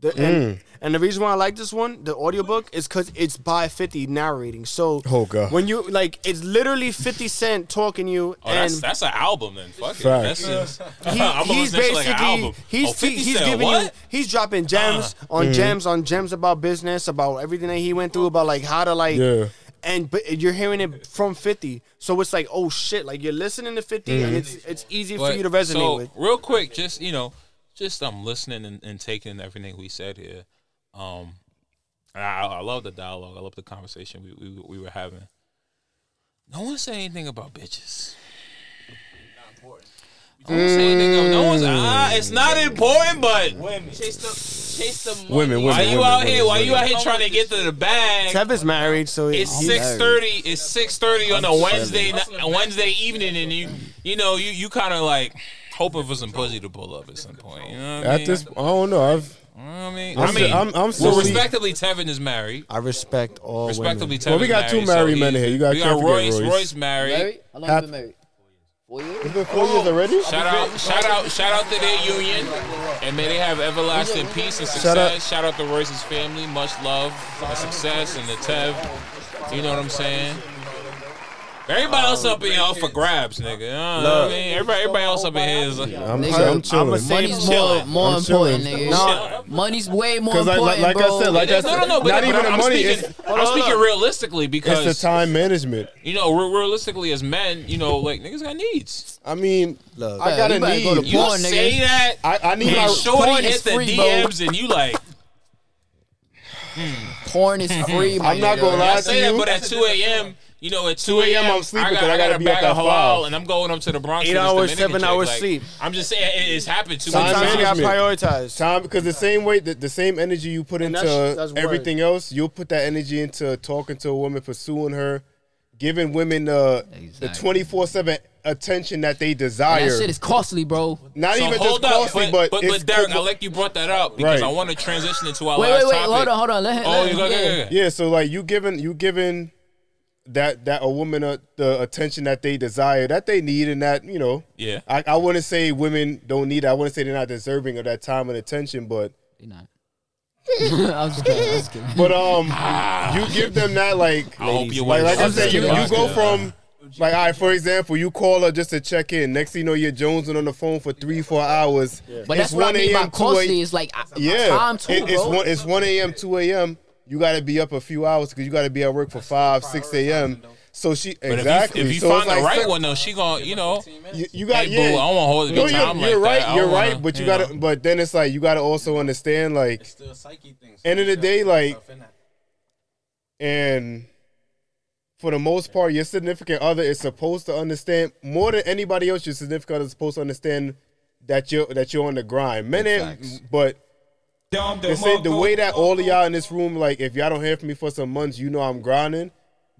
G: The, and,
A: Mm.
G: and the reason why I like this one, the audiobook, is because it's by Fifty narrating. So
A: Oh, God.
G: when you like, it's literally Fifty Cent talking to you,
B: Oh,
G: and
B: that's that's an album then. Fuck it.
A: Facts.
B: That's just,
G: he-
B: I'm gonna
G: he's
B: listen to it
G: basically
B: like an album.
G: he's
B: oh, 50
G: he's
B: Cent,
G: giving you
B: what? Ah.
G: he's dropping gems on
A: Mhm.
G: gems on gems about business, about everything that he went through, about like how to like
A: Yeah.
G: and but you're hearing it from 50 so it's like oh shit like you're listening to 50 and
A: Mm.
B: Mhm.
G: it's it's easy
B: But,
G: for you to resonate
B: so,
G: with
B: Real quick, just you know, just I'm listening and, and taking everything we said here. Um, and I, I love the dialogue. I love the conversation we we, we were having. No one said anything about bitches. No one said anything. No one's. Ah,
G: Mm.
B: it's not important, but
F: Chase the, chase the
A: Women, women,
B: why you
A: women,
B: out
A: women,
B: here? Why you
A: women.
B: out here trying to get to the bag?
G: Tevin's married so
B: It's
G: he's-
B: six thirty. It's six thirty on a
G: I'm
B: Wednesday ni- a Wednesday evening, and you you know you you kind of like hoping for some pussy to pull up at some point. You know what I
A: At
B: mean?
A: this, I don't know. I've.
B: I mean,
A: I'm
B: I mean,
A: still- I'm- I'm still-
B: well, respectively, Tevin is married.
G: i respect all
B: Respectively,
G: women.
B: Tevin.
A: Well, we got two
B: so
A: married men
B: he's-
A: here. You gotta
B: we
A: can't
B: got
A: forget
B: Royce.
A: Royce.
B: Royce married.
C: Married? How long
A: Hap-
C: you been married? Four years.
A: It's been four years already.
B: Shout out! Shout out! Shout out to their union, and may they have everlasting peace and
A: Shout out-
B: success. Shout out to Royce's family. Much love and success, and the Tev. You know what I'm saying? Everybody else up in here up for grabs, nigga. You know what I
A: Love.
B: mean? Everybody, everybody else up in here is.
A: I'm Nigga, chill- I'm chilling. I'ma say
C: Money's more,
B: Chilling.
C: more
A: I'm
C: important,
A: chilling.
C: nigga.
A: Nah.
C: Money's way more
A: Because like,
C: important,
A: like, like
C: bro.
A: I said, like I said,
B: No, no, no. But,
A: not
B: but
A: even
B: I'm,
A: the
B: I'm
A: money.
B: Speaking,
A: it's,
B: I'm speaking realistically because
A: it's the time management.
B: you know, re- realistically, as men, you know, like niggas got needs.
A: I mean, I
B: Yeah,
A: got
B: you
A: a
B: better
A: need.
B: go to You porn, nigga. say that,
A: I, I need
B: and
A: my
B: shorty hit the DMs, and you like.
C: Porn is free, my
A: I'm not
C: nigga.
A: gonna lie
B: I say
A: to
B: that,
A: you.
B: but at 2 a.m. You know, at 2
A: 2
B: a.m.
A: I'm sleeping 'cause
B: got,
A: I gotta
B: got a
A: be
B: back
A: up
B: of
A: at
B: halal,
A: five.
B: and I'm going up to the Bronx.
G: Eight
B: to this
G: hours,
B: Dominican
G: seven
B: chick,
G: hours
B: like,
G: sleep.
B: I'm just saying, it, it's happened too many
A: Time
B: times.
A: management.
G: prioritize
A: time because the same way that the same energy you put
G: And
A: into
G: that's- that's word.
A: everything else, you'll put that energy into talking to a woman, pursuing her, giving women uh, the twenty four seven attention that they desire.
C: And that shit is costly, bro.
A: Not
B: So
A: even just
B: hold up,
A: costly,
B: but but,
A: it's
B: but Derek, I
A: cool.
B: like you brought that up because
A: Right.
B: I want to transition into our
C: Wait,
B: last
C: wait, wait,
B: topic.
C: hold on, hold on, let him-
B: oh,
C: let
B: you
C: him-
B: go, go,
C: yeah.
B: go, go.
A: Yeah, so like you giving you giving that that a woman uh, the attention that they desire, that they need, and that you know.
B: Yeah.
A: I, I wouldn't say women don't need it. I wouldn't say they're not deserving of that time and attention, but
C: they not. I'm just kidding. I'm just kidding.
A: But um, you give them that like,
B: I hope you
A: like,
B: win.
A: like I
B: I'm
A: said,
B: just
A: you,
B: kidding.
A: you go
B: Yeah.
A: from like, all right, for example, you call her just to check in. Next thing you know, you're jonesing on the phone for three, four hours.
C: But that's what I mean by costly. It's like I-
A: yeah,
C: time too,
A: It- it's
C: bro.
A: one, it's one a.m., two a.m. You got to be up a few hours because you got to be at work for five, six a.m. So she
B: But
A: exactly.
B: if you, if you
A: so
B: find
A: it's
B: the
A: like,
B: right one, though, she gonna, you know,
A: you, you got
B: hey,
A: yeah.
B: boo, I don't want to hold it
A: No,
B: no,
A: you're,
B: time
A: you're
B: like
A: right.
B: that. I
A: You're
B: don't wanna,
A: right. But you gotta.
B: know.
A: But then it's like you gotta also understand like. End of the day, like. And. For the most part, your significant other is supposed to understand more than anybody else. Your significant other is supposed to understand that you're that you're on the grind, men.
B: Big
A: And, but They say the way that all of y'all in this room, like, if y'all don't hear from me for some months, you know I'm grinding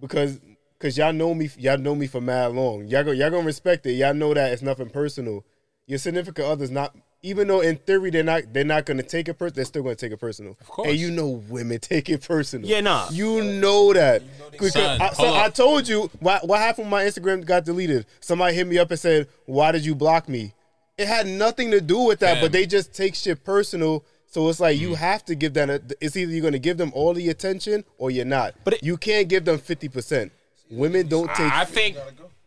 A: because because y'all know me y'all know me for mad long. Y'all go, y'all gonna respect it. Y'all know that it's nothing personal. Your significant other's not even though in theory they're not they're not gonna take it personal, they're still gonna take it personal. Of
G: course.
A: And you know women take it personal.
G: Yeah, nah.
A: You know that. Because
G: Son,
A: I, so
G: hold up.
A: I told you what what happened when my Instagram got deleted. Somebody hit me up and said, Why did you block me? It had nothing to do with that, but they just take shit personal. So it's like
B: Mm.
A: you have to give them. A, it's either you're gonna give them all the attention or you're not. But you can't give them fifty percent. Women don't take.
B: I think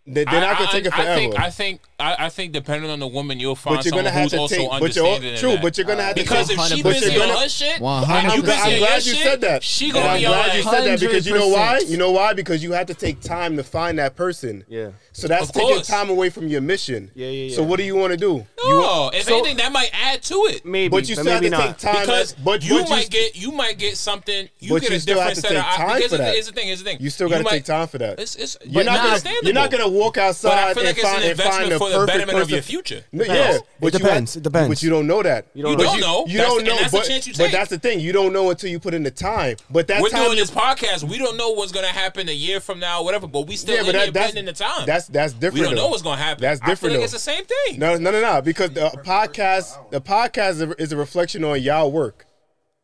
A: they, are not gonna
B: I-
A: take it
B: I-
A: forever.
B: I think I think I, I think depending on the woman, you'll find
A: But you're
B: someone
A: gonna have
B: who's
A: to
B: also
A: take- but you're all-
B: understanding. in
A: true,
B: that.
A: but you're gonna have to
B: because
A: take-
B: if she
A: 100%.
B: busy on
A: You're
B: her
A: gonna-
B: shit, and
A: I'm
B: you
A: glad,
B: busy
A: I'm
B: on your
A: glad you
B: shit,
A: said that.
B: She
A: And
B: gonna
A: I'm
B: be
A: glad
B: alright.
A: you said that because you know why? You know why? Because you had to take time to find that person. Yeah. So that's
B: Of
A: taking
B: course.
A: time away from your mission. Yeah,
B: yeah,
A: So
B: yeah.
A: what do you want to do? You
B: No,
A: want-
B: if
A: so-
B: anything, that might add to it.
G: Maybe,
A: But you but still have maybe to not. take time as-
B: because
A: but-
B: you
A: but you
B: might
A: st-
B: get you might get something. You
A: but
B: get
A: you
B: a
A: still have
B: different
A: to
B: set
A: take
B: of op-
A: time
B: because
A: for that.
B: Is the thing? Is the thing?
A: You still got to
B: might-
A: take time for that.
B: It's, it's
A: you're
B: but
A: not gonna
B: understandable.
A: you're not gonna walk outside
B: But I feel like
A: and
B: it's
A: find
B: an
A: and find
B: investment
A: the
B: for the
A: perfect
B: betterment of
A: person.
B: your future.
A: No,
B: It
A: yeah,
B: depends.
A: but
B: It
A: you got-
B: depends. It depends.
A: But you don't know that.
B: You don't
A: But
B: know. know.
A: You
B: That's-
A: don't
B: and
A: know.
B: that's the
A: but,
B: chance you
A: but
B: take.
A: that's the thing. You don't know until you put in the time. But that
B: We're
A: time
B: doing
A: you
B: this podcast. We don't know what's gonna happen a year from now, whatever. But we still
A: Yeah,
B: in
A: but
B: here
A: that, that's
B: bending the time.
A: That's that's different.
B: We don't
A: though.
B: know what's gonna happen.
A: That's
B: I feel
A: different.
B: like
A: though.
B: it's the same thing.
A: No, no, no, no. Because the podcast, the podcast is a, is a reflection on y'all work.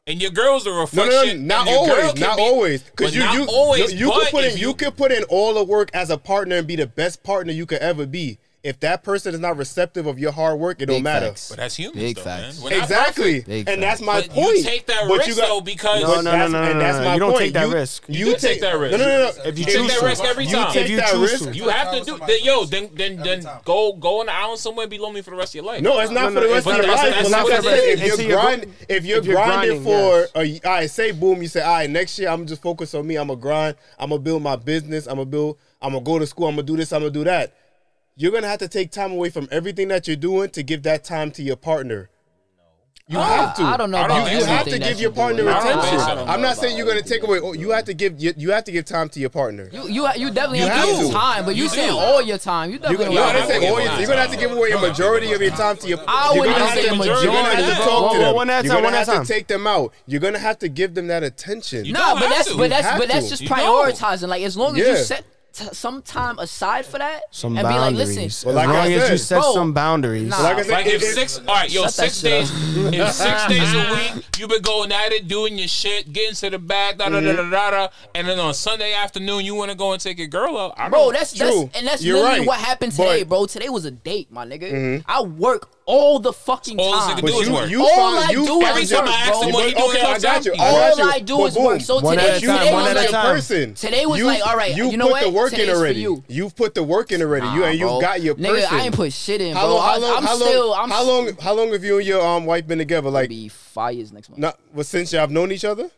B: And your girls are a
A: No,
B: reflection.
A: no, no, not
B: and your girl
A: always,
B: can
A: not
B: be-
A: always. Because
B: but
A: you,
B: not
A: you,
B: always,
A: you, you
B: but
A: could put in,
B: if
A: you, could put in all the work as a partner and be the best partner you could ever be. If that person is not receptive of your hard work, it don't matter.
B: But that's humans,
A: Big
B: though,
A: facts.
B: man. We're not
A: Exactly.
B: perfect.
A: Big And that's my
B: But
A: point.
B: You take that
A: But
B: risk
A: you got-
B: though, because
A: No, no, no, no, no,
B: and that's
A: no,
B: my
A: you don't
B: point.
A: take that risk.
B: You, do take that risk.
A: no, no, no.
B: If
A: You
B: you, take
A: choose
B: that
A: to.
B: risk every
A: You
B: time,
A: take If you that choose risk- to.
B: You have to do. Then, yo, then then then go go on an island somewhere and be lonely for the rest of your life.
A: No, it's not for the rest
B: But
A: of your
B: that's-
A: life.
B: that's
A: But like
B: what
A: I
B: it
A: said,
B: is.
A: if you're grinding, if you're grinding for,
B: yes.
A: a, all right, say boom, you say, all right, next year I'm just focused on me. I'm gonna grind. I'm gonna build my business. I'm gonna build. I'm gonna go to school. I'm gonna do this. I'm gonna do that. You're gonna have to take time away from everything that you're doing to give that time to your partner. You
C: I-
A: have to.
C: I don't know
A: You-
C: about
A: You, have to give
C: everything that
A: your
C: you're
A: partner
C: doing. I don't
A: attention.
C: think so.
A: I'm not saying you're gonna take away. oh, You have to give. You, you have to give time to your partner.
C: You you, you definitely
A: You
C: have
A: have
C: your
A: to.
C: time, but you,
A: You
C: saying
A: do.
C: all your time. You
A: You,
C: definitely
A: you
C: have
A: gotta
C: to
A: take all your, you're gonna have to give away a majority of your time to your.
C: I
A: you're gonna
C: wouldn't
A: have
C: say
A: to-
C: majority.
A: You're gonna have to
C: Whoa,
A: talk
C: whoa,
A: to them.
C: one at a
A: You're
C: time,
A: gonna
C: one at a
A: have
C: time.
A: to take them out. You're gonna have to give them that attention.
C: No, but that's but that's but that's just
A: You don't.
C: prioritizing. Like as long as you
A: Yeah.
C: set t- some time aside for that
G: Some
C: and be like,
G: boundaries.
C: listen,
G: as long as you set
C: Bro,
G: some boundaries.
C: nah. Like I said,
B: Like if six, all right, yo,
C: Shut that
B: six
C: shit
B: days,
C: up.
B: if six days a week, you been going at it, doing your shit, getting to the bag, da da da
A: Mm-hmm.
B: da da, da, and then on Sunday afternoon you want to go and take your girl out. I
C: Bro,
B: don't-
C: that's that's and that's literally what happened today, bro. Today was a date, my nigga. I work all the fucking
B: All this
C: time.
B: nigga do But is you- work. you
C: all
B: found-
C: I
B: you
C: do
B: found
C: is
B: your- Every time
C: work,
B: I
C: bro.
B: ask him what he
A: Okay,
B: doing
A: I got
B: sometimes,
A: you.
B: he
A: I
B: works.
A: got you.
C: all I do
A: But
C: is work.
A: boom,
C: So
A: one
C: today-
A: at a
C: today
A: time,
C: was
A: one at a
C: like-
A: time. person.
C: Today was like, all right,
A: you
C: you know
A: put
C: what?
A: the work
C: Today's
A: in
C: for
A: already.
C: you.
A: have put the work in already. you and you
C: bro.
A: got your
C: Nigga, I
A: person.
C: ain't put shit in,
A: How
C: bro.
A: long? How
C: I-
A: long?
C: I'm
A: how long?
C: still- I'm
A: how long? How long have you and your um wife been together? Like
C: be five years next month.
A: Not well, since y'all have known each other.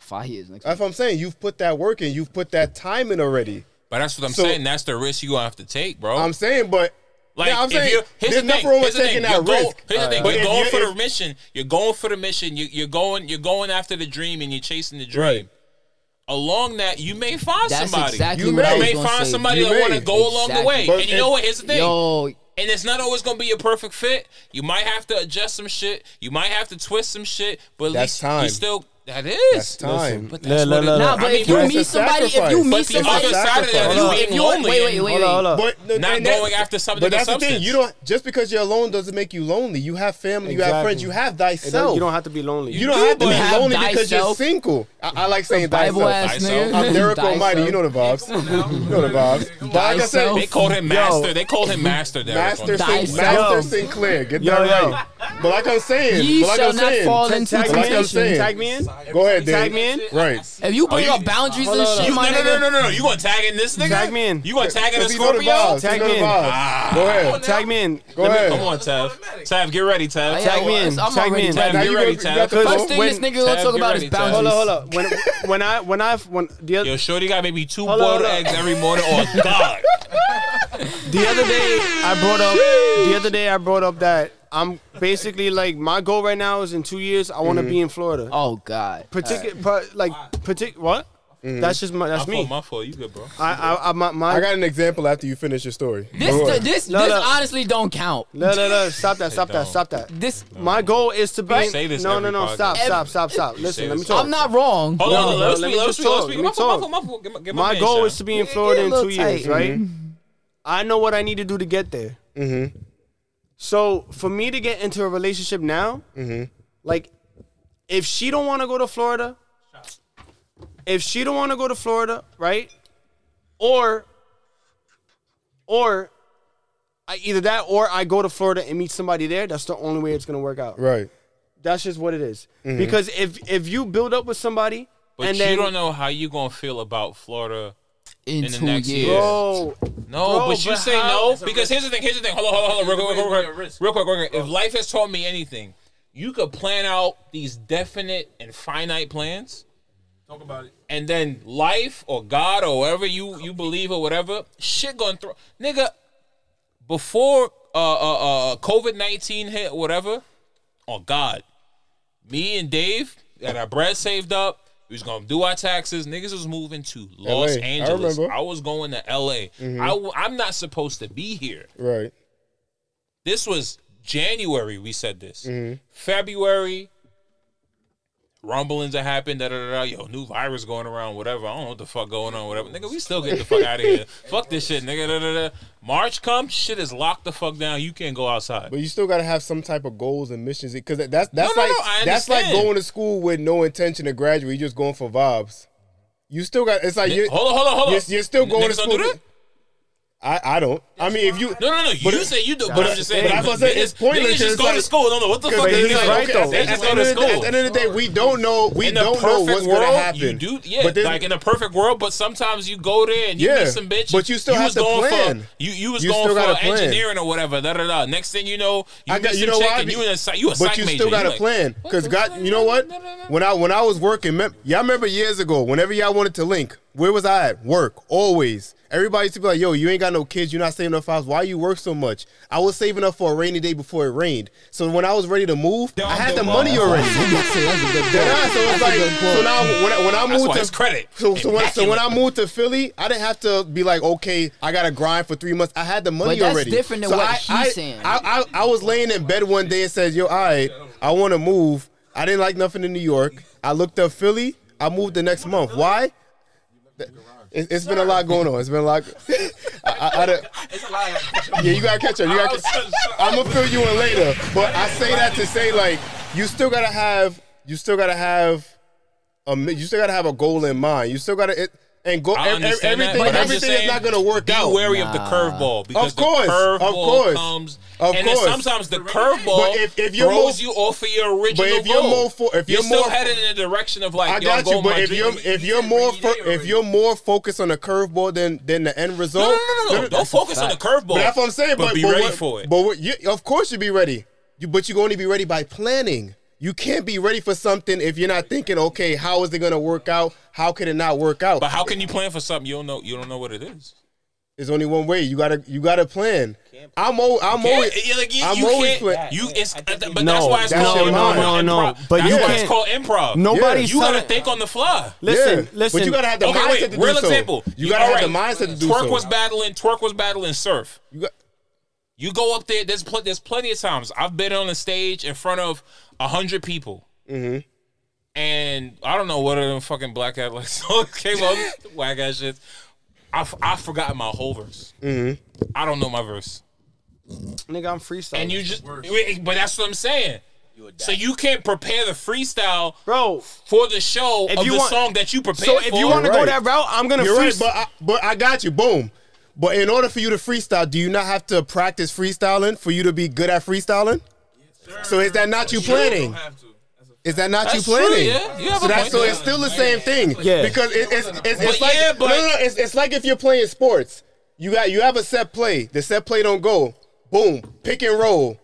C: five years next.
A: That's what I'm saying. You've put that work in. You've put that time in already.
B: But that's what I'm
A: So-
B: saying. That's the risk you gonna have to take, bro.
A: I'm saying, but
B: Like
A: Yeah, I'm
B: if
A: saying
B: you're, here's
A: there's
B: the
A: nothing
B: thing,
A: wrong with
B: here's the
A: taking
B: thing.
A: that
B: You're going-
A: risk.
B: here's the thing.
A: But
B: You're
A: if
B: going
A: you-
B: for the
A: if-
B: mission. You're going for the mission. You, you're going. You're going after the dream, and you're chasing the dream. Along that, you may find
C: That's
B: somebody.
C: exactly
B: you
C: what I was
B: may
C: gonna
B: find
C: say.
B: somebody
C: You
B: that want to
C: may.
B: go along the way.
C: Exactly.
B: and you know what? Here's the thing.
C: Yo.
B: And it's not always going to be a perfect fit. You might have to adjust some shit. You might have to twist some shit. But at
A: That's
B: least
A: time.
B: you still. That is
A: That's time.
B: But
A: No, no,
B: that's what it
A: no,
B: is.
A: no.
B: I
A: Nah, but
B: mean,
A: if you
B: that's
A: meet
B: a
A: somebody- if you
B: sacrifice.
A: meet
B: But the
A: somebody-
B: other side of that,
A: Hold
B: you
A: on.
B: being
A: Hold on,
B: lonely
A: wait, wait,
B: and
A: wait, wait. But-
B: not
A: and that-
B: going after something.
A: But
B: of
A: that's the
B: substance.
A: thing. You don't just because you're alone doesn't make you lonely. You have family. You have
G: Exactly.
A: friends. You have
G: It don't-
A: thyself.
G: You don't have to be lonely.
A: You don't have to be lonely because you're
G: thyself.
A: single. I, I like saying
G: Bible
A: thyself.
G: ass nigga.
A: I'm Derek
G: Thyself.
A: Almighty. You know the vibes. you know the vibes. But like I said,
B: they called him master. they called him master. Derek, on
A: Master,
B: that.
A: Sin- Master Sinclair. Get that right. But like I'm saying,
C: Ye
A: but like
C: shall
A: I'm
C: not
A: saying,
C: fall into
A: but like I'm
C: temptation.
A: saying,
C: Tag
G: me in.
A: Go ahead, Dave.
G: Tag me in?
A: Right.
C: If you bring
B: you-
C: up boundaries
B: Hold
C: and
B: on, hold
C: shit,
B: on.
C: my
B: No, no,
C: nigga.
B: no, no, no, no. You gonna tag in this nigga?
G: Tag me in.
B: You gonna tag in a
G: Cause he know the
B: Scorpio?
G: vibes. He know the vibes.
B: Ah.
G: Go ahead. Tag me in. Go
B: Let me-
G: ahead.
B: Come on, Tav. Tav, get ready, Tav.
G: Tag me in. Tag me in.
B: Tav, get ready, Tav.
G: Hold on, hold on. When, when I, when I, when the other,
B: Yo, Shorty got maybe two
G: Hold on,
B: boiled
G: hold on.
B: eggs every morning. Oh God.
G: the other day I brought up the other day I brought up that I'm basically like my goal right now is in two years I want to
C: Mhm.
G: be in Florida.
C: Oh God.
G: Particular, like partic- what? That's just my. That's
B: my
G: me.
B: Fault, my fault. You good, bro?
G: I, I, I, my, my,
A: I got an example after you finish your story.
C: This,
A: Go ahead.
C: this,
G: No,
C: this
G: no.
C: honestly don't count.
G: No, no, no! Stop that! Stop that! Stop that!
C: This
G: my goal is to be.
C: You say this
G: no,
C: every
G: no, no! Stop!
C: podcast.
G: Stop! Stop! Stop!
C: You
G: Listen,
C: say
G: let me
C: this
G: talk.
C: I'm not wrong.
B: Hold on, let us
G: me
B: speak, let us
G: just
B: speak, let us
G: talk,
B: speak.
G: let
B: My fault, my fault,
G: me talk.
B: my fault. Get my- get my
G: My
B: man
G: goal
B: shot.
G: is to be in
B: Yeah,
G: Florida
B: yeah,
G: in
B: a
G: two
B: little
G: years,
B: tight.
G: right?
B: Mhm.
G: I know what I need to do to get there. Mm-hmm. So for me to get into a relationship now,
B: Mm-hmm.
G: like if she don't want to go to Florida, if she don't want to go to Florida, right? Or or I, either that or I go to Florida and meet somebody there. That's the only way it's gonna work out.
A: Right.
G: That's just what it is.
B: Mhm.
G: Because if if you build up with somebody
B: But
G: and
B: you
G: then
B: don't know how you gonna feel about Florida
C: in,
B: the
G: two
B: next
G: years.
B: year.
G: Bro.
B: no,
G: Bro,
B: but you
G: but
B: say
G: how-
B: no
G: It's a
B: because here's the thing. Here's the thing. Hold on, hold on, hold on. Real quick, real quick, real quick, real quick, real quick. If life has taught me anything, you could plan out these definite and finite plans.
M: Talk about it.
B: and then life or God or whatever you you believe or whatever shit going through nigga before uh uh, uh COVID nineteen hit whatever oh God me and Dave got our bread saved up we was gonna do our taxes niggas was moving to
A: LA,
B: Los
A: I
B: Angeles I,
A: remember.
B: was going to L.A.
A: Mhm.
B: I w- I'm not supposed to be here
A: Right.
B: this was January we said this
A: hmm
B: February, rumblings that happened, da da da da. Yo, new virus going around, whatever. I don't know what the fuck going on, whatever. Nigga, we still get the fuck out of here. fuck this shit, nigga. Da, da, da. March comes, shit is locked the fuck down. You can't go outside.
A: But you still gotta have some type of goals and missions because that- that's that's
B: No, no,
A: like
B: no, I
A: that's like
B: understand.
A: going to school with no intention to graduate. You're just going for vibes. You still got it's like
B: Ni-
A: you're,
B: hold on, hold on, hold on.
A: You're, you're still going to
B: Niggas don't
A: school.
B: do that?
A: I I don't. I mean, if you
B: No, no, no. You
A: But-
B: say you do, but
A: but-
B: I'm just saying.
A: but that's what I'm saying,
B: niggas-
A: it's pointless,
B: Niggas
A: it's
B: just go to
A: like-
B: school. I don't know what the
A: Because
B: fuck they
A: he's
B: do.
A: right, though.
B: They
A: At
B: just
A: the
B: go
A: end
B: to
A: of the
B: school.
A: day- at the end of the day, we don't know. We
B: in
A: don't
B: the
A: know
B: perfect
A: what's
B: world,
A: going to happen.
B: You do, yeah.
A: But then-
B: like in the perfect world, but sometimes you go there and you
A: Yeah,
B: meet some bitch.
A: but you still have
B: was
A: to
B: going
A: plan.
B: For, you you was
A: You
B: going
A: still gotta
B: for
A: plan.
B: engineering or whatever. Da da da. Next thing you know, you
A: I
B: meet
A: got
B: some
A: you know
B: chick
A: why?
B: and you in a psych, you a
A: but
B: psych
A: you
B: major.
A: still got
B: You
A: a
B: like,
A: plan because God. You know what? When I when I was working, mem- y'all remember years ago. Whenever y'all wanted to link, where was I at? Work always. Everybody used to be like, "Yo, you ain't got no kids. You're not saving up for house. Why you work so much?" I was saving up for a rainy day before it rained. So when I was ready to move, I had the money already. Dead ass. So it's like, so now when I, when I
B: That's
A: moved
B: why
A: to
B: it's credit.
A: so, so when, so when I
B: Immaculate.
A: moved to Philly, I didn't have to be like, okay, I gotta grind for three months. I had the money
C: But that's
A: already.
C: different than
A: so
C: what
A: I,
C: he's
A: I,
C: saying.
A: I, I, I was laying in bed one day and said, yo, all right, I want to move. I didn't like nothing in New York. I looked up Philly. I moved the next month. Why? Th- It, has been a lot going on. It's been a lot. I, I, I done- yeah, you gotta catch up. You gotta. I'm gonna fill you in later, but I say that to say like you still gotta have you still gotta have a mi- you still gotta have a goal in mind. You still gotta it, and go.
B: I
A: ev- ev-
B: understand that,
A: everything
B: but I'm just
A: everything
B: saying,
A: is not gonna work
B: be
A: out.
B: wary of the Nah. curveball, because
A: of
B: the
A: course, of
B: curveball
A: course,
B: comes-
A: of
B: and then
A: course.
B: sometimes the curveball
A: But if, if you're
B: throws
A: more-
B: you off of your original
A: But if you're
B: goal.
A: more for, if you're,
B: you're still
A: more
B: headed in the direction of like,
A: I
B: yo,
A: got
B: I'm
A: you,
B: going
A: but
B: my
A: if
B: dream.
A: you're if you're more fo- if you're more focused on the curveball than than the end result.
B: no, no, no. Don't
A: that's a
B: focus on
A: fact.
B: the curveball,
A: But that's what I'm saying.
B: but
A: But,
B: be
A: but
B: ready
A: what-
B: for it.
A: But what, you, of course you be ready. You, but you going to be ready by planning. You can't be ready for something if you're not thinking, okay, how is it going to work out? How could it not work out?
B: But how can you plan for something you don't know? You don't know what it is.
A: There's only one way. You gotta you gotta plan. I'm al- I'm
B: Yeah,
A: always
B: yeah, like, you-
A: I'm
B: you
A: always
B: can't-
A: plan-
B: You, it's, uh, but
A: No,
B: that's why it's
A: that's
B: called
A: your
B: improv.
A: mind. No, no,
B: Improv.
A: but
B: that's
A: you
B: why it's
A: can't-
B: called improv.
A: Nobody's
B: you gotta
A: telling-
B: think on the fly.
A: Listen, Yeah, but listen. you gotta have the
B: okay,
A: mindset
B: wait,
A: to do
B: real
A: so.
B: example.
A: You gotta have the
B: alright,
A: mindset to do
B: Twerk
A: so.
B: was battling. Twerk was battling surf.
A: You got.
B: You go up there. There's pl- there's plenty of times I've been on the stage in front of a hundred people.
A: Mhm.
B: And I don't know what are them fucking black ass like songs came up, whack ass shit. I f- I forgot my whole verse.
A: Mhm.
B: I don't know my verse.
G: Nigga, I'm freestyling.
B: And you just, wait, but that's what I'm saying. So you can't prepare the freestyle,
G: bro,
B: for the show
G: If
B: of
G: you
B: the
G: want-
B: song that you prepared.
G: So if
B: for.
G: you wanna go that route, I'm gonna
A: You're right,
G: freest-
A: but I, but I got you. Boom. But in order for you to freestyle, do you not have to practice freestyling for you to be good at freestyling? So is that not you planning? Is that not
B: That's
A: you
B: true,
A: planning?
B: yeah. You have
A: so
B: a
A: that's
B: point
A: so
B: there.
A: it's still the same thing.
B: Yeah.
A: Because it, it's it's, it's
B: But
A: like
B: yeah,
A: no,
B: but-
A: no, no, it's, it's like if you're playing sports, you got you have a set play. The set play don't go. Boom, pick and roll.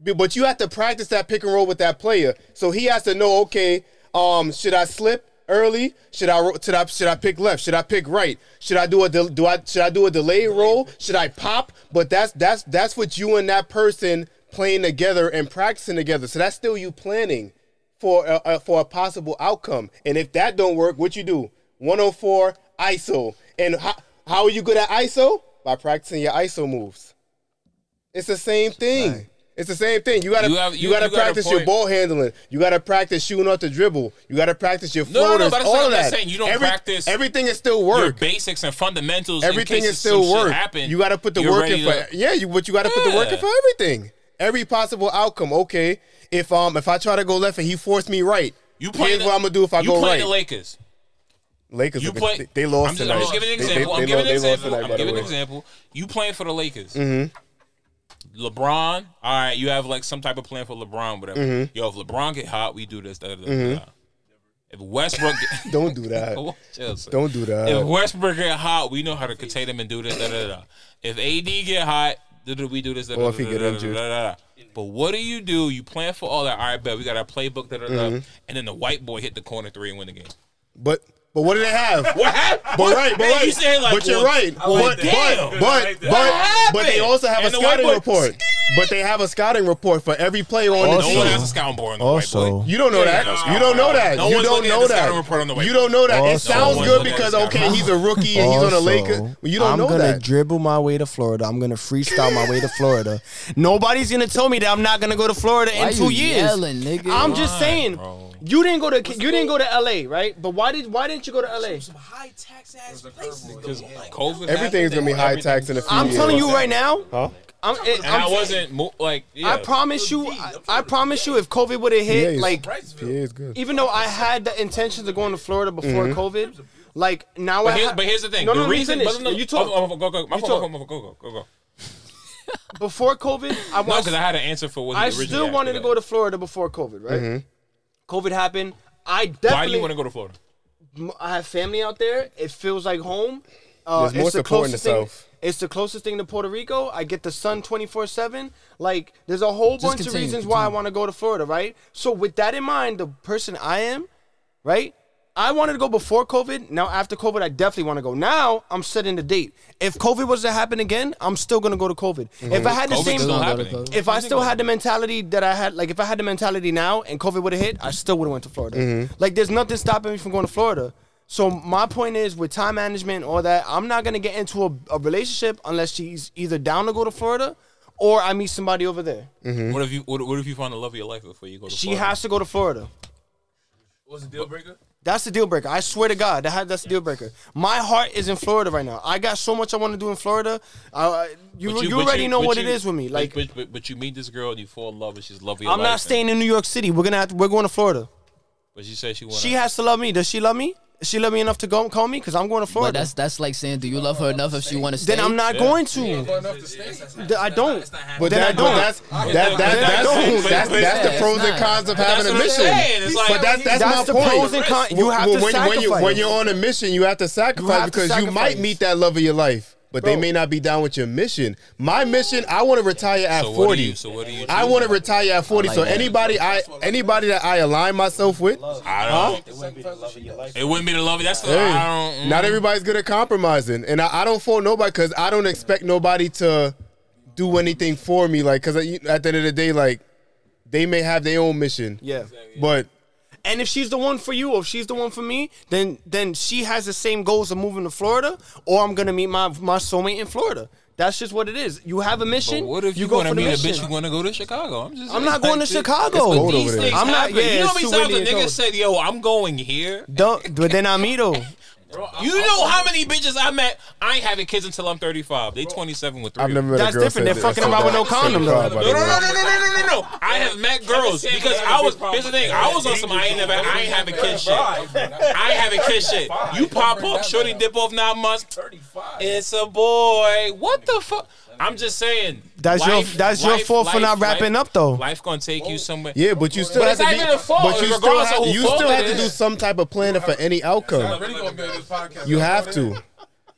A: B- But you have to practice that pick and roll with that player. So he has to know, okay, um, should I slip early? Should I ro- should I should I pick left? Should I pick right? Should I do a del- do I should I do a delayed roll? Should I pop? But that's that's that's what you and that person playing together and practicing together. So that's still you planning for a, a, for a possible outcome. And if that don't work, what you do? 104 ISO. And how, how are you good at ISO? By practicing your ISO moves. It's the same thing. It's the same thing. You gotta
B: You
A: you,
B: have- you-
A: gotta
B: you got a
A: practice your
B: point.
A: ball handling. You gotta practice shooting off the dribble. You gotta practice your
B: No, no, no,
A: floaters.
B: but that's
A: all
B: not
A: of
B: what I'm
A: that.
B: saying. You don't
A: Every-
B: practice
A: Everything is still work.
B: Your basics and fundamentals. in
A: Everything
B: case
A: is still
B: some shit
A: work.
B: Happen,
A: you got to put the
B: you're
A: work in
B: ready
A: for
B: to-
A: yeah. You but you got to put the work in
B: Yeah.
A: for everything. Every possible outcome. Okay, if um if I try to go left and he forced me right,
B: You play
A: here's
B: the-
A: what I'm gonna do if I
B: you
A: go
B: play
A: right.
B: the Lakers.
A: Lakers,
B: You
A: look at-
B: play.
A: they, they lost
B: I'm just,
A: tonight.
B: I'm just giving
A: They-
B: an
A: they-
B: example.
A: they
B: I'm giving an
A: lost- they lost
B: example.
A: tonight, by
B: I'm
A: the
B: giving an
A: way.
B: example. You playing for the Lakers.
A: Mhm. Mm-hmm.
B: LeBron. All right, you have like some type of plan for LeBron, whatever.
A: Mhm.
B: Yo, if LeBron get hot, we do this. Da, da, da, da.
A: Mhm.
B: If Westbrook, get-
A: Don't do that.
B: Chelsea.
A: Don't do that.
B: If Westbrook get hot, we know how to contain him and do this. Da, da, da. If AD get hot, da, da, we do this. Da, da,
A: Or if he
B: da,
A: get
B: da, da,
A: injured.
B: da, da, da. But what do you do? You plan for all that. All right, bet we got our playbook. Da, da, da.
A: Mhm.
B: And then the white boy hit the corner three and win the game.
A: But but what do they have?
B: What happened?
A: But right, but
B: Man,
A: right.
B: you saying like,
A: but you're
B: well,
A: right.
B: I like
A: but, but
B: that. Damn. I
A: but
B: like
A: but
B: that.
A: but,
B: What
A: they also have
B: happened?
A: a
B: And the white
A: scouting
B: boy-
A: report. But they have a scouting report for every player on the
B: no one
A: team.
B: has a scouting board on the
A: Also, you don't know
B: Yeah,
A: that.
B: no
A: you
B: scouting
A: don't know
B: report.
A: that.
B: No
A: you
B: one's
A: don't
B: looking at
A: know
B: the scouting report on the
A: that.
B: white
A: You don't know that.
B: boy.
A: It
B: Also-
A: sounds
B: No one's
A: good
B: looking at
A: because
B: the
A: okay,
B: scouting
A: he's a rookie and he's on the Lakers. Well, You don't
G: I'm
A: know
G: gonna
A: that.
G: dribble my way to Florida. I'm gonna freestyle my way to Florida. Nobody's gonna tell me that I'm not gonna go to Florida
C: Why
G: in two
C: you
G: years.
C: yelling, nigga?
G: I'm just
C: Why,
G: saying. You didn't go to you didn't go to LA, right? But why did why didn't you go to LA?
M: High tax ass places.
B: COVID.
A: Everything's gonna be high tax in a few
G: I'm
A: years.
G: telling you right now.
A: Huh?
G: I'm, it,
B: And
G: I'm,
B: I wasn't mo- like. Yeah.
G: I promise you, I, I promise you, if COVID would have hit,
A: PA is-
G: like,
A: PA is good.
G: even though I had the intentions of going to Florida before
C: Mm-hmm.
A: Mhm.
G: COVID, like now I.
B: But here's,
G: ha-
B: but here's the thing.
G: No, no,
B: the
G: let me
B: reason.
G: finish.
B: but no,
G: you talk.
B: Oh, oh, go, go, go,
G: You
B: go,
G: talk.
B: go, go, go, go, go, go.
G: Before COVID, I
B: oh. No,
G: watched.
B: because I had an answer for what he
G: I
B: originally
G: still
B: asked
G: wanted to
B: me
G: go to Florida before COVID, right?
A: Mhm.
G: COVID happened. I
B: that.
G: definitely.
B: Mm-hmm. Why do you want to go to Florida?
G: m- I have family out there. It feels like home. Uh,
A: There's more
G: it's the
A: support in
G: closest
A: the
G: thing.
A: South.
G: It's the closest thing to Puerto Rico. I get the sun 24 seven. Like, there's a whole
C: Just
G: bunch of
C: continue,
G: reasons why I want to go to Florida, right? So, with that in mind, the person I am, right? I wanted to go before COVID. Now, after COVID, I definitely want to go. Now, I'm setting the date. If COVID was to happen again, I'm still going to go to COVID. If I had the
B: COVID's
G: same,
B: Mm-hmm. still happening.
G: if I still had the mentality that I had, like if I had the mentality now and COVID would have hit, I still would have went to Florida.
B: Mm-hmm.
A: Mhm.
G: Like there's nothing stopping me from going to Florida. So my point is with time management and all that, I'm not gonna get into a, a relationship unless she's either down to go to Florida or I meet somebody over there.
B: What if you what, what if you find the love of your life before you go to
G: She
B: Florida?
G: has to go to Florida.
M: What's the deal breaker?
G: That's the deal breaker. I swear to God, that that's the deal breaker. My heart is in Florida right now. I got so much I want to do in Florida. Uh, you
B: But
G: you,
B: but
G: already know
B: but
G: what
B: you-
G: it is with me.
B: but-
G: Like
B: but, but, but you meet this girl and you fall in love and she's loving.
G: I'm not staying in New York City. We're gonna have to, we're going to Florida.
B: But she said she went.
G: She has to love me. Does she love me? Does she love me enough to go call me? Because I'm going to Florida.
C: But that's that's like saying, do you love her enough if she want to stay?
G: then I'm not going to. Th- I don't.
A: But
G: then
A: that-
G: I
A: but
G: don't.
A: that's- that- that-
G: Then I
A: that's-
G: don't.
A: that's- that's the pros and cons of having a
G: what I'm
A: mission.
G: saying. It's
A: But that's- that's my
G: the
A: point.
G: pros and cons. You have
A: Well,
G: to
A: when, when, you,
G: sacrifice.
A: when you're on a mission, you have to sacrifice
G: have to
A: because you
G: sacrifice.
A: might meet that love of your life, but they
G: Bro.
A: may not be down with your mission. My mission, I want to retire at
B: So what do
A: 40.
B: you? So what do you?
A: I want to retire at 40.
B: I like
A: so
B: that.
A: anybody I anybody that I align myself with,
B: I
A: huh?
B: don't. It wouldn't be the love. That's the.
A: Hey,
B: I don't. mm.
A: not everybody's good at compromising, and I, I don't fault nobody because I don't expect nobody to do anything for me. Like, because at the end of the day, like they may have their own mission.
G: Yeah.
A: but
G: And if she's the one for you, or if she's the one for me, then then she has the same goals of moving to Florida, or I'm gonna meet my my soulmate in Florida. That's just what it is. You have a mission.
B: But what if you,
G: go
B: want to
G: for the
B: meet a
G: mission.
B: bitch? You want to go to Chicago? I'm just.
G: I'm not going to
B: it's like
G: Chicago.
B: it's what
G: Cold
B: these
G: over there.
B: things
G: I'm not-
B: happen.
G: yeah,
B: You know how
G: it's
B: many
G: too
B: times
G: windy
B: a
G: and
B: nigga
G: cold.
B: said, "Yo, I'm going here."
G: Don't, but then I'm Ito.
B: You know how many bitches I met? I ain't having kids until I'm 35. They 27 with three.
A: I've
B: of
A: never
B: them.
A: met a girl said that- said that- said that about
B: No,
A: it.
B: no, no, no, no, no, no, no. I have met girls because I was. Here's the thing. I was on some. I ain't never. I ain't having kid shit. I ain't having kid shit. You pop up, shorty dip off nine months. 35. It's a boy. What the fuck? I'm just saying.
G: That's your- that's your fault for not wrapping
B: life-
G: up, though.
B: Life gonna take you somewhere.
A: Yeah, but you still have
B: it's
A: to
B: not
A: be.
B: even a fault,
A: but you still
B: regardless of
A: have,
B: who
A: you
B: fault
A: still
B: it
A: have to
B: is.
A: do some type of planning for any outcome. You have to.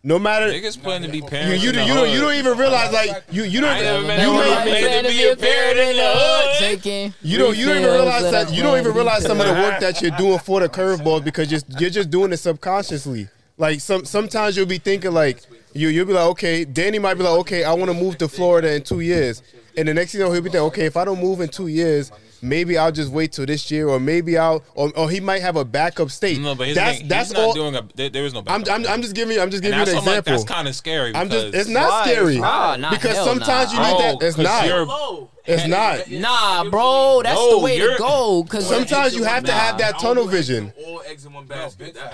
A: No matter
B: Niggas plan to be
A: you,
B: parents.
A: you,
B: in the
A: don't- you, don't,
B: hood.
A: you don't even realize like you you don't
B: I never
A: you
B: met no one
A: may,
B: who planned to be a parent in the hood.
C: Taking
A: You don't. You don't even
C: refills
A: realize
C: of
A: that.
C: the
A: You don't even
C: rum.
A: realize some of the work that you're doing for the curveball because you're, you're just doing it subconsciously. Like some sometimes you'll be thinking like you you'll be like okay, Danny might be like okay, I want to move to Florida in two years, and the next thing you know he'll be thinking okay, if I don't move in two years, Maybe I'll just wait till this year, or maybe I'll, or, or he might have a backup state.
B: No, but his
A: that's
B: thing,
A: that's
B: he's not
A: all.
B: doing a. There, there is no.
A: I'm,
B: backup.
A: I'm, I'm just giving you. I'm just
B: And
A: giving you an
B: that's- I'm like,
A: example.
B: that's kind of scary.
A: I'm just.
B: because-
A: It's not scary.
C: Nah, nah,
A: because
C: hell
A: sometimes
C: nah.
A: you need
C: No,
A: that. It's
C: 'cause
A: not.
C: you're-
A: It's not.
C: Nah, bro, that's the way to go. Cause
A: sometimes you have to have that tunnel vision.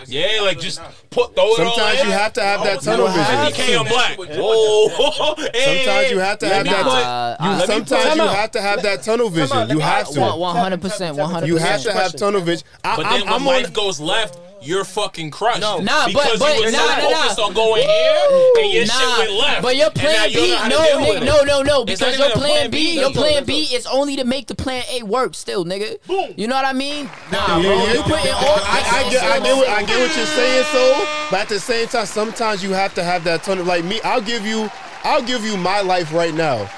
B: Yeah, like just put throw it all
A: Sometimes
B: in.
A: you have to have that tunnel vision.
B: 50K on black. Whoa. Hey,
A: Sometimes you have to
B: let
A: have
B: me
A: that.
B: put-
A: you-
B: let me
A: Uh, sometimes
B: put-
A: you have to have that tunnel vision. You have to.
C: uh, One hundred percent. One hundred.
A: You have to have tunnel vision. I,
B: But
A: I'm,
B: then when
A: I'm on.
B: life goes left, you're fucking crushed.
C: No. Nah, but-
B: because
C: but-
B: you were
C: nah,
B: so
C: nah, nah.
B: focused on going here and your
C: Nah,
B: shit went left.
C: but your
B: and now
C: plan
B: you don't
C: B,
B: know how to
C: no,
B: deal
C: nigga,
B: with it.
C: no, no, no,
B: It's not
C: because your
B: even a
C: plan B,
B: That's
C: your
B: all-
C: plan
B: that's all.
C: B is only to make the plan A work. Still, nigga, you know what I mean? Nah,
A: Yeah,
C: bro,
A: yeah.
C: you put in all.
A: I, I, get, I, get what, I get what you're saying, so. But at the same time, sometimes you have to have that tunnel. Like me, I'll give you, I'll give you my life right now.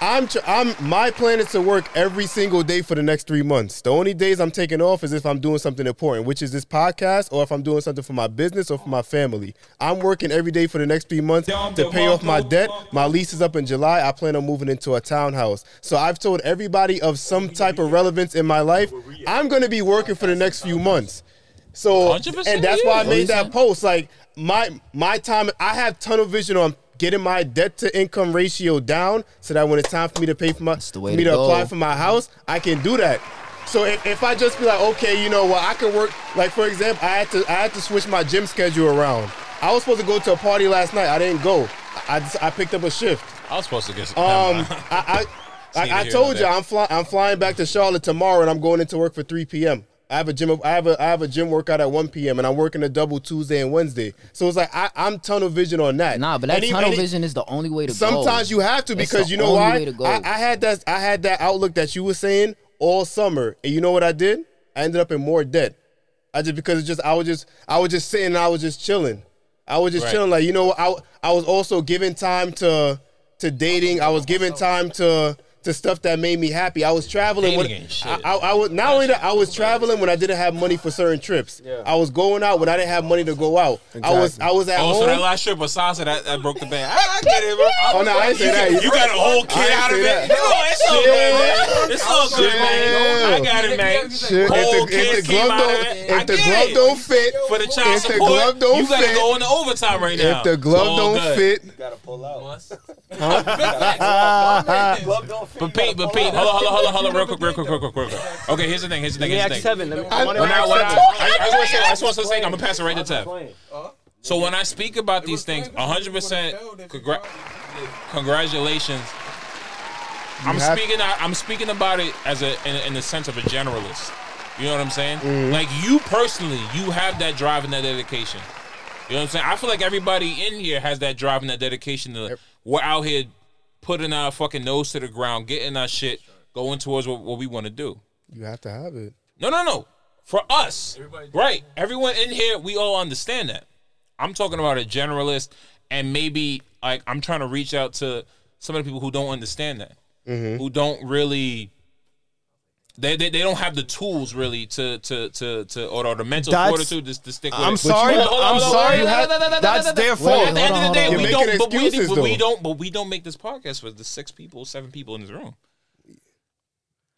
A: I'm, tr- I'm, my plan is to work every single day for the next three months. The only days I'm taking off is if I'm doing something important, which is this podcast, or if I'm doing something for my business or for my family. I'm working every day for the next three months to pay off my debt. My lease is up in July. I plan on moving into a townhouse. So I've told everybody of some type of relevance in my life. I'm going to be working for the next few months. So
B: 100%
A: and that's why I
B: yeah.
A: made that post. Like my my time, I have tunnel vision on getting my debt to income ratio down, so that when it's time for me to pay for my for
C: way
A: me
C: to
A: to,
C: go.
A: apply for my house, I can do that. So if, if I just be like, okay, you know what, I can work. Like for example, I had to I had to switch my gym schedule around. I was supposed to go to a party last night. I didn't go. I just, I picked up a shift.
B: I was supposed to get.
A: Um, I I,
B: Neither
A: I, I
B: here
A: told
B: nor
A: you
B: there.
A: I'm flying. I'm flying back to Charlotte tomorrow, and I'm going into work for 3 p.m. I have a gym. I have a I have a gym workout at 1 p.m. and I'm working a double Tuesday and Wednesday. So it's like I, I'm tunnel vision on that. Nah,
C: But that tunnel vision is the only way to go.
A: Sometimes you have to
C: That's
A: because
C: the
A: you know
C: only
A: why.
C: way to go.
A: I, I had that I had that outlook that you were saying all summer, and you know what I did? I ended up in more debt. I just because it's just I was just I was just sitting, and I was just chilling. I was just
B: Right.
A: chilling, like you know, I I was also giving time to to dating. I was giving time to to stuff that made me happy. I was traveling. When,
B: Dating and shit.
A: I, I, I was not only that I was traveling when I didn't have money for certain trips. I was going out when I didn't have money to go out. I was I was at
B: oh,
A: home.
B: so that last trip with Sasa that, that broke the bank. I, I get it, bro.
A: Oh, no, I didn't say
B: you,
A: that.
B: You got a whole
A: I
B: kid
A: didn't
B: out of
A: say
B: it.
A: that.
B: No, it's all good, man.
A: Shit.
B: It's all good, man. I got it, man.
A: Shit,
B: Whole
A: if the,
B: kid
A: if the
B: came
A: glove
B: out of
A: don't,
B: it. I
A: if the
B: get
A: glove
B: it.
A: don't fit,
B: for the child
A: if the
B: support,
A: glove don't
B: you gotta
A: fit,
B: go into overtime right now.
A: if the glove
B: It's all
A: don't
B: good.
A: fit,
B: But Pete, but Pete, hold on, hold on, hold on, hold on, real quick, real quick, real quick, real quick. Okay, here's the thing, here's the thing, here's the thing.
G: seven. Let me-
B: I,
G: I wanna
B: when I,
G: ask
B: when I, I,
G: seven.
B: I just want to say, I just want to say, I'm gonna pass it right to Tev. So when I speak about these things, 100 percent, congratulations.
A: You
B: I'm
A: have-
B: speaking. I, I'm speaking about it as a in, in the sense of a generalist. You know what I'm saying?
A: Mm-hmm.
B: Like you personally, you have that drive and that dedication. You know what I'm saying? I feel like everybody in here has that drive and that dedication. To, we're out here putting our fucking nose to the ground, getting our shit, going towards what, what we want to do.
A: you have to have it.
B: No, no, no. For us, right? Everyone in here, we all understand that. I'm talking about a generalist, and maybe like I'm trying to reach out to some of the people who don't understand that, who don't really. They, they, they don't have the tools really to to to to or, or the mental
G: That's-
B: fortitude to, to stick with.
G: I'm
B: it.
G: sorry,
B: Hold on, hold on,
G: I'm
B: hold on,
G: sorry.
B: hold on, hold on, hold on, hold
G: That's
B: on,
G: their
B: hold on.
G: fault.
B: At the end of the day,
A: You're
B: we
A: making
B: don't but we,
A: excuses,
B: but we
A: though.
B: don't but we don't make this podcast for the six people, seven people in this room.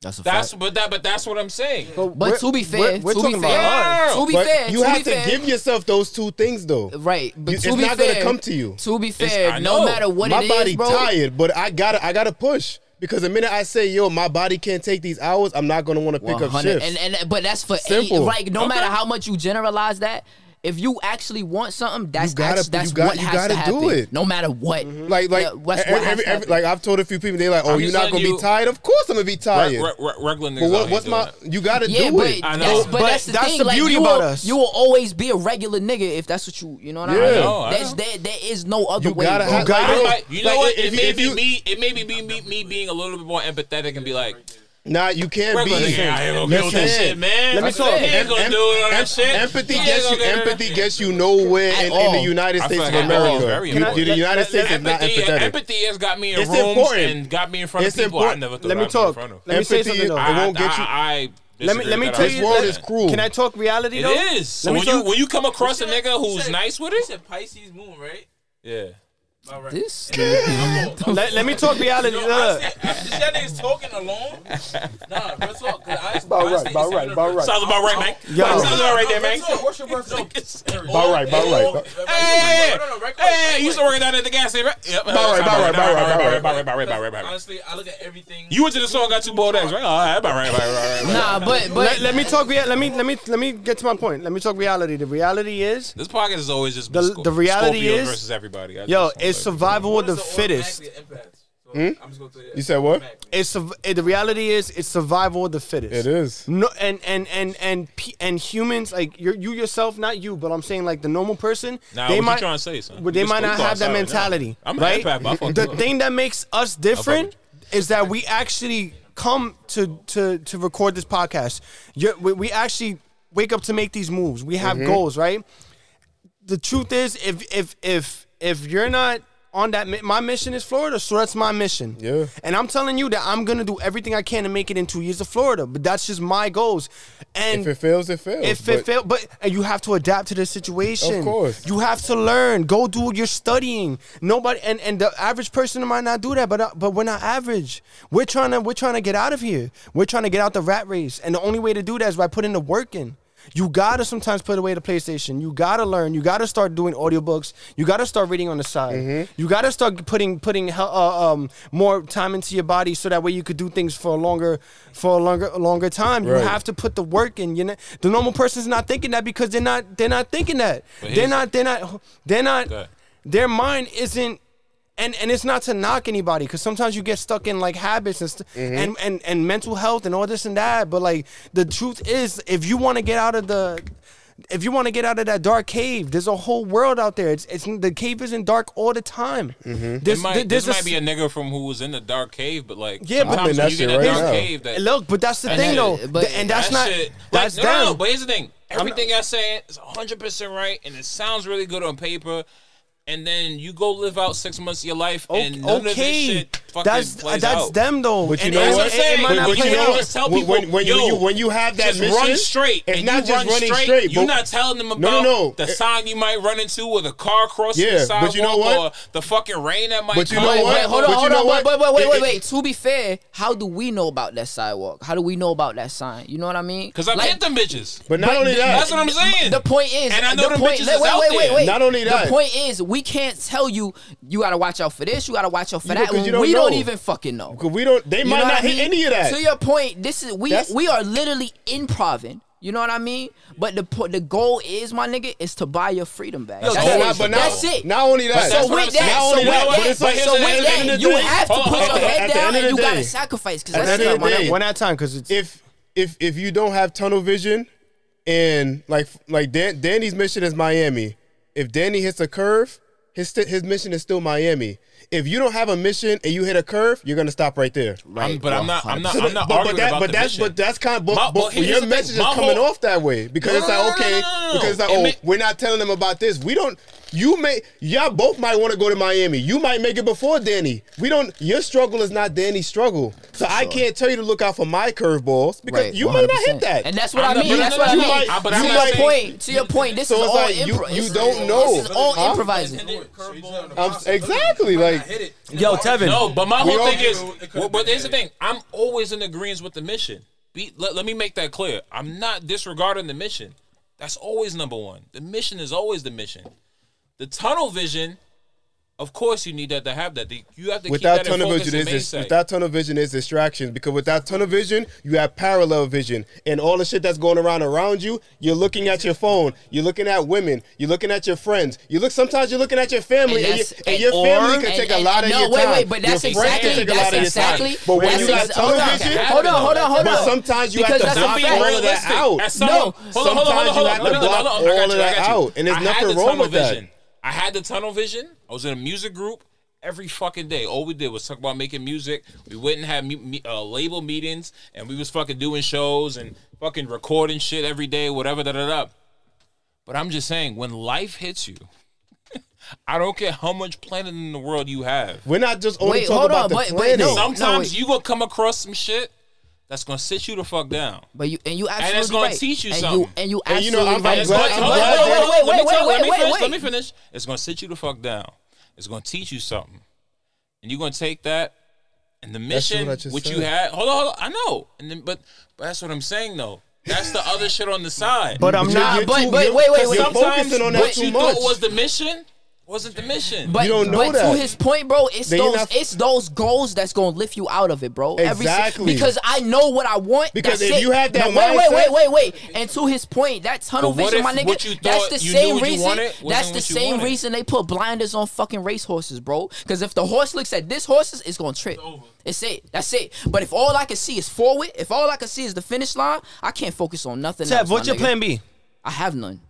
C: That's a
B: That's but that but that's what I'm saying.
C: But to be fair,
A: we're
C: to be
A: talking about
C: fair,
A: us.
C: to be
A: But
C: fair,
A: you
C: to
A: have
C: be
A: to
C: fair.
A: give yourself those two things though.
C: Right, but
A: You-
C: to
A: it's
C: be
A: not
C: fair,
A: gonna come to you.
C: To be
A: It's-
C: fair,
A: I
C: no
A: know.
C: matter what
A: my
C: it is,
A: body
C: bro,
A: tired, but I gotta I gotta push because the minute I say yo, my body can't take these hours, I'm not gonna want to pick up
C: 100
A: shifts.
C: And, and but that's for
A: Simple.
C: any- like no
A: Okay.
C: matter how much you generalize that, if you actually want something, that's
A: You gotta-
C: act- that's
A: you got-
C: what
A: you
C: has
A: gotta
C: to
A: do
C: happen.
A: it. Mm-hmm.
C: No matter what,
A: Like like
C: Yeah, that's
A: every-
C: what has
A: every-
C: to
A: every-
C: happen.
A: like I've told a few people, they're like, oh,
B: I'm
A: you're
B: just
A: not gonna
B: letting
A: be
B: you-
A: tired. Of course I'm gonna be tired.
B: Re- re- regular niggas
A: but
B: out
A: what,
B: here
A: what's
B: doing
A: my?
B: that.
A: You gotta
C: yeah,
A: do
C: but,
A: it.
B: I know.
C: That's, but,
B: But
C: that's the
G: that's
C: thing.
G: the
C: like,
G: beauty
C: you
G: about
C: will,
G: us.
C: You will always be a regular nigga if that's what you. You know what
A: Yeah.
C: I
A: I
C: mean?
A: know, I
C: That's there. There is no other
A: You
C: way.
A: gotta
C: bro.
A: have- Like,
B: I
A: yo,
B: might- you know
A: like,
B: what?
A: if
B: It
A: you-
B: may
A: if
B: be
A: you-
B: me. It may be me, me, me being a little bit more empathetic and be like,
A: Nah, you can't be.
B: regular nigga out here gonna kill this
A: Listen.
B: shit, man.
A: Let me
B: He
A: talk.
B: ain't gonna do it on that shit.
A: Empathy
B: He ain't
A: gets you.
B: gonna do that.
A: Empathy gets you nowhere in, in the
C: all.
A: United
B: I feel
A: States of
B: like empathy is
A: America.
B: very
A: You-
B: important.
A: the United States is not
B: Empathy,
A: empathetic.
B: empathy has got me in
A: It's
B: rooms
A: important.
B: and got me in front
A: It's
B: of people I
A: important.
B: never thought
A: Let
B: I
A: me
B: was
A: talk.
B: in front of.
G: Let me say
A: Empathy,
G: something though.
A: I- It won't get you-
B: I, I
G: Let me let me tell you.
A: This world
G: let-
A: is cruel.
G: Can I talk reality
B: It
G: though?
B: is. So
G: Let me
B: when you
G: talk-
B: when you come across a nigga who's nice with it,
M: Said Pisces moon, right?
B: yeah.
M: All right.
C: This
G: let, let me talk reality.
M: Yo,
G: Look.
M: honestly, I- this guy nigga's talking alone. Nah, real talk. 'cause I-
G: About
M: I
G: right,
M: stay
G: about
M: sitting
G: right,
M: in a-
G: about right. Sounds about right, man. Yo. Sounds about right there,
M: No,
G: man.
M: real talk, What's your birthday?
G: About right, about right. about-
B: Hey, hey, you used to work down at the gas station, right? Yep.
G: About right, about right, about right, about right,
B: about right, about right, about right, about right.
M: Honestly, I look at everything.
B: You went to the store and got two boiled eggs, right? All right, about right, about right, about right. about right.
G: let, let me talk. Rea- let me let me let me get to my point. Let me talk reality. The reality is
B: This podcast is always just
G: the
B: Scorp-
G: the reality
B: Scorpio
G: is
B: versus everybody. I
G: Yo,
B: just wanna
G: it's
B: let
G: survival of the fittest. Hmm?
A: You said what?
G: It's surv- eh, the reality is it's survival of the fittest.
A: It is.
G: No, and and and and pe- and humans like you you yourself, not you, but I'm saying like the normal person.
B: Nah,
G: they
B: what you
G: might
B: trying to say, son?
G: well, they
B: We
G: might
B: go
G: not have
B: outside right
G: that
B: now.
G: mentality.
B: I'm an
G: right?
B: empath, but I fuck
G: the
B: with you.
G: thing that makes us different is that we actually come to to to record this podcast. You're, we, we actually wake up to make these moves. We have
B: Mm-hmm.
A: Mhm.
G: goals, right? the truth is if if if if you're not on that mi- my mission is Florida, so that's my mission. Yeah. And I'm telling you that I'm gonna do everything I can to make it in two years to Florida. But that's just my goals. And
A: If it fails, it fails.
G: if it
A: but-
G: fail, but and you have to adapt to the situation.
A: Of course.
G: you have to learn. Go do your studying. Nobody and, and the average person might not do that, but uh, but we're not average. We're trying to we're trying to get out of here. We're trying to get out the rat race, and the only way to do that is by putting the work in. You gotta sometimes put away the PlayStation. You gotta learn. You gotta start doing audiobooks. You gotta start reading on the side. You gotta start putting putting he- uh, um, more time into your body so that way you could do things for a longer for a longer a longer time. You
A: Right.
G: have to put the work in. You know, the normal person's not thinking that because they're not they're not thinking that.
A: But
G: They're
A: here's-
G: not they're not they're not
A: Go ahead.
G: their mind isn't and and it's not to knock anybody because sometimes you get stuck in like habits and, st- and and and mental health and all this and that but like the truth is if you want to get out of the if you want to get out of that dark cave there's a whole world out there it's, it's the cave isn't dark all the time
B: This, might,
G: th-
B: this,
G: there's
B: might
G: a-
B: be a nigga from who was in the dark cave, but like
G: yeah, but
B: sometimes when you get in a dark cave, that
G: look, but that's the
B: And
G: thing,
B: that-
G: though,
B: but
G: Th- and that's
B: that
G: not
B: shit- like,
G: that's
B: no, no, no,
G: them.
B: But here's the thing:
G: I'm not-
B: everything I'm saying is 100 percent right, and it sounds really good on paper. And then you go live out six months of your life, and none of this
G: okay.
B: shit fucking
G: That's-
B: plays
G: that's
B: out.
G: them, though. But you
B: And
G: know
B: that's
G: what?
B: I'm saying.
G: It might not
B: But
G: play
B: you
G: out.
B: don't just tell
G: When-
B: people
G: when- when
B: yo,
G: you- when you have that
B: just
G: mission,
B: run straight.
G: if
B: and
G: not
B: you
G: just
B: run
G: running
B: straight,
G: straight,
B: you're
G: but-
B: not telling them
G: No,
B: about
G: no, no.
B: the
G: It-
B: sign you might run into, or the car crossing
A: Yeah,
B: the sidewalk,
A: but you know
B: or
A: what?
B: the fucking rain that might.
A: But you
B: come.
A: know
B: Wait,
A: what?
B: wait,
C: Hold
A: But
C: on,
A: you
C: hold
A: know
C: on, wait,
A: what?
C: wait, wait, wait,
A: It-
C: wait,
A: it-
C: wait. To be fair, how do we know about that sidewalk? How do we know about that sign? You know what I mean?
B: Because I've hit them bitches.
A: But not only that,
B: that's what I'm saying.
C: The point is,
B: And I know
C: the
B: them
C: point,
B: bitches
C: wait,
B: is
C: wait,
B: out
C: wait, wait,
B: there.
C: wait.
A: Not only that-
C: The point is, we can't tell you. You gotta watch out for this. You gotta watch out for
A: You-
C: that.
A: 'cause
C: when
A: you don't
C: we don't
A: know.
C: even fucking know.
A: Cause we don't. They
C: You
A: might
C: know
A: not
C: what I
A: hit
C: mean?
A: any of that.
C: To your point, this is we
A: That's-
C: we are literally improving. You know what I mean? But the po- the goal is, my nigga, is to buy your freedom back.
A: Yo,
C: that's,
A: but
C: it.
A: not- but not-
C: that's it.
A: not only that. That's
C: So
A: what
C: with
A: I'm saying.
C: that,
A: Not
C: so
A: only
C: with
A: that, but
C: that,
A: it's
C: so
A: like- here's the-
C: with
A: at the end
C: that,
A: of the
C: you
A: day-
C: have to
A: Hold on,
C: put
A: at
C: your
A: the- at
C: head
A: the
C: down
A: end of
C: and you
A: the
C: gotta
A: day-
C: sacrifice. Cause
A: At
C: that's
A: the end
C: it,
A: of the
C: my nigga.
A: day,
G: one at a time. Because
A: if if if you don't have tunnel vision, and like like Dan, Danny's mission is Miami. If Danny hits a curve, his st- his mission is still Miami. If you don't have a mission and you hit a curve, you're gonna stop right there.
B: I'm- but I'm not. I'm not.
A: So
B: I'm
A: that-
B: not
A: but,
B: arguing
A: but that,
B: about
A: but
B: the
A: that's
B: mission.
A: but that's kind of but,
B: My-
A: but
B: here's
A: your
B: the thing.
A: message is
B: My
A: coming
B: whole-
A: off that way because it's
B: No, no, no,
A: like
B: no,
A: okay
B: no, no, no.
A: because it's like
B: It
A: oh
B: ma-
A: we're not telling them about this we don't you may y'all both might want to go to Miami you might make it before Danny we don't your struggle is not Danny's struggle so I can't tell you to look out for my curveballs because
C: Right,
A: you may not hit
C: 100%.
A: that
C: And that's what
A: I'm
C: i
A: not-
C: mean.
A: but
C: That's
A: I'm
C: what I
A: not-
C: mean.
A: you might- but I'm
C: to
A: not
C: your
A: saying-
C: point, to your point, this
A: So
C: is
A: it's
C: all
A: like you-
C: improv.
A: you
C: this
A: don't
C: is,
A: know.
C: This is all
A: Huh?
C: improvising.
A: I'm, exactly like
G: yo Tevin
B: No, but my
A: We
B: whole
A: all-
B: thing is, well, but here's the thing: I'm always in agreement with the mission. Be, let, let me make that clear. I'm not disregarding the mission. That's always number one. The mission is always the mission. The tunnel vision, of course, you need that to have that. The- You have to
A: without
B: keep that in
A: tunnel
B: focus
A: vision
B: and
A: is
B: mindset.
A: without tunnel vision is distractions because without tunnel vision you have parallel vision and all the shit that's going around around you you're looking at your phone you're looking at women you're looking at your friends you look sometimes you're looking at your family and,
C: that's-
A: your- and your
C: and-
A: family
C: or-
A: can take
C: and-
A: a lot
C: and-
A: of
C: no,
A: your
C: wait,
A: time
C: wait, but that's
A: your friends
C: exactly-
A: can take a
C: that's
A: lot of your
C: exactly-
A: time but when
C: that's
A: you got
C: ex-
A: tunnel
C: hold on,
A: vision
C: hold on, hold on, hold
A: but
C: on.
A: sometimes you have
C: Because that's
A: to
C: a
A: block
C: fact.
A: all of that
C: Realistic.
A: out
C: At some- No. hold on, hold on, hold
A: sometimes
C: on,
A: you
C: hold on.
A: have
C: No,
A: to
C: no, no,
A: block
C: no, no, I got
A: all of
C: you, I
A: that
C: got you.
A: out and there's
B: I had
A: nothing
B: the
A: wrong
B: tunnel
A: with that
B: vision. I had the tunnel vision. I was in a music group every fucking day. All we did was talk about making music. We went and had me, me, uh, label meetings, and we was fucking doing shows and fucking recording shit every day, whatever. Da da da. But I'm just saying, when life hits you, I don't care how much planet in the world you have.
A: we're not just only talking about the planet
B: sometimes you gonna come across some shit that's gonna sit you the fuck down.
C: But you and you
B: and it's
C: absolutely
B: gonna
C: right.
B: teach you
C: And you-
B: something.
C: and you
B: And
C: absolutely
B: I'm
C: right.
B: it's gonna-
C: But-
B: I'm
C: but-
B: glad
C: wait,
B: that-
C: wait, wait,
B: let me
C: wait,
B: tell-
C: wait,
B: let me
C: wait,
B: finish,
C: wait.
B: Let me finish. It's gonna sit you the fuck down. It's gonna teach you something, and you're gonna take that and the
A: That's what
B: mission
A: I just
B: which
A: said.
B: you had. Hold on, hold on, I know, and then but, but that's what I'm saying though. That's the other shit on the side.
G: But I'm But you're- not- you're
C: but- too- but you're- wait, wait, wait.
B: Sometimes
C: you're focusing on that
B: what
C: too
B: you thought
C: much.
B: was the mission wasn't the mission.
C: But, but to his point, bro, it's
B: Then you're
C: those
B: not-
C: it's those goals that's gonna lift you out of it, bro. Every si-
A: Exactly.
C: because I know what I want.
A: Because
C: that's
A: if
C: it.
A: you had that
C: No, wait, wait,
A: mindset-
C: wait, wait, wait. And to his point, that tunnel
B: But what
C: vision,
B: if
C: my nigga,
B: what you
C: that's
B: thought
C: the
B: you knew
C: same
B: what you
C: reason.
B: wanted wasn't
C: that's the
B: what you
C: same
B: wanted?
C: reason they put blinders on fucking racehorses, bro. Because if the horse looks at this horses, it's gonna trip. It's it. That's it. But if all I can see is forward, if all I can see is the finish line, I can't focus on nothing.
G: Tev,
C: else, my
G: what's your
C: nigga.
G: plan B?
C: I have none.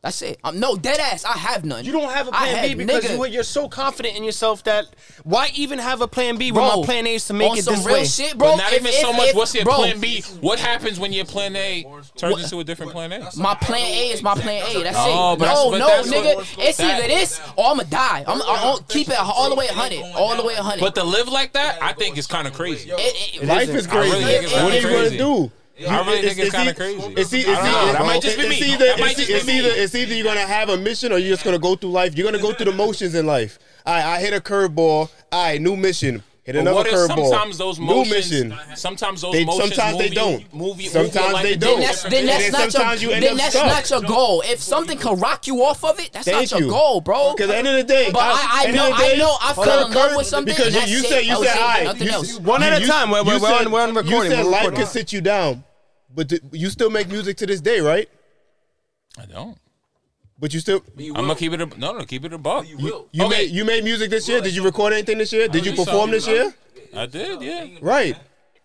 C: That's it. I'm no dead ass. I have none.
G: You don't have a
C: I
G: plan B
C: had-
G: because
C: nigga.
G: you, you're so confident in yourself that why even have a plan B when
C: Bro,
G: my plan A is to make
C: on
G: it
C: some
G: this
C: real
G: way?
C: shit,
B: But not even so much. what's your plan B? What happens when your plan A turns
C: What-
B: into a different plan A?
C: My plan A is my plan A. That's
B: No,
C: it.
B: Oh, but that's-
C: No,
B: but
C: no,
B: that's what-
C: nigga. it's
B: that-
C: either this or I'ma die. I'm, I'll I'll keep it all the way 100. All the way 100.
B: But to live like that, I think it's kind of crazy.
C: It- it-
A: Life is
B: I really
A: crazy.
B: think it's
A: what are
B: kinda
A: you gonna
B: crazy.
A: do?
B: I really think it's kind
A: e-
B: of crazy.
A: It's, e- it's,
B: I don't know.
A: either-
B: That might just be
A: it's
B: me.
A: either,
B: That might
A: it's,
B: just
A: e-
B: be
A: it's
B: me.
A: either it's either you're gonna have a mission or you're just gonna go through life. You're gonna go through the motions in life. All right, I hit a curveball. All right, new mission. Hit
B: But
A: another
B: what if
A: curveball.
B: sometimes those
A: new
B: motions,
A: mission.
B: sometimes those
A: They-
B: motions,
A: sometimes
B: move
A: they
B: you-
A: don't.
B: Move you,
A: Sometimes
B: move your life
A: they
B: in
A: don't.
C: Then
B: different
C: that's, then
B: directions.
C: that's not
A: sometimes
C: your
A: you end
C: then
A: up
C: that's
A: stuck.
C: not your goal. If something can rock you off of it, that's
A: Thank
C: not your
A: you.
C: goal, bro.
A: Because at the end of the day,
C: But I- I
A: at the end
C: know-
A: of the
C: I know I
A: Hold
C: fell
A: on,
C: in love
A: Kurt,
C: with something,
A: Because
C: and
A: you, you
C: that's
A: said
C: it.
A: you
C: That was
A: said
C: it,
A: I
C: nothing else.
G: One at a time. We're- we're- we're on- we're on recording,
A: You said
G: we're
A: life
G: recording.
A: can sit you down, but th- you still make music to this day, right?
B: I don't.
A: But you still
B: I'm gonna keep it. A, no, no, keep it above. You will.
A: you made you made music this year. Did you record anything this year? Did you perform this year?
B: I did. Yeah.
A: Right.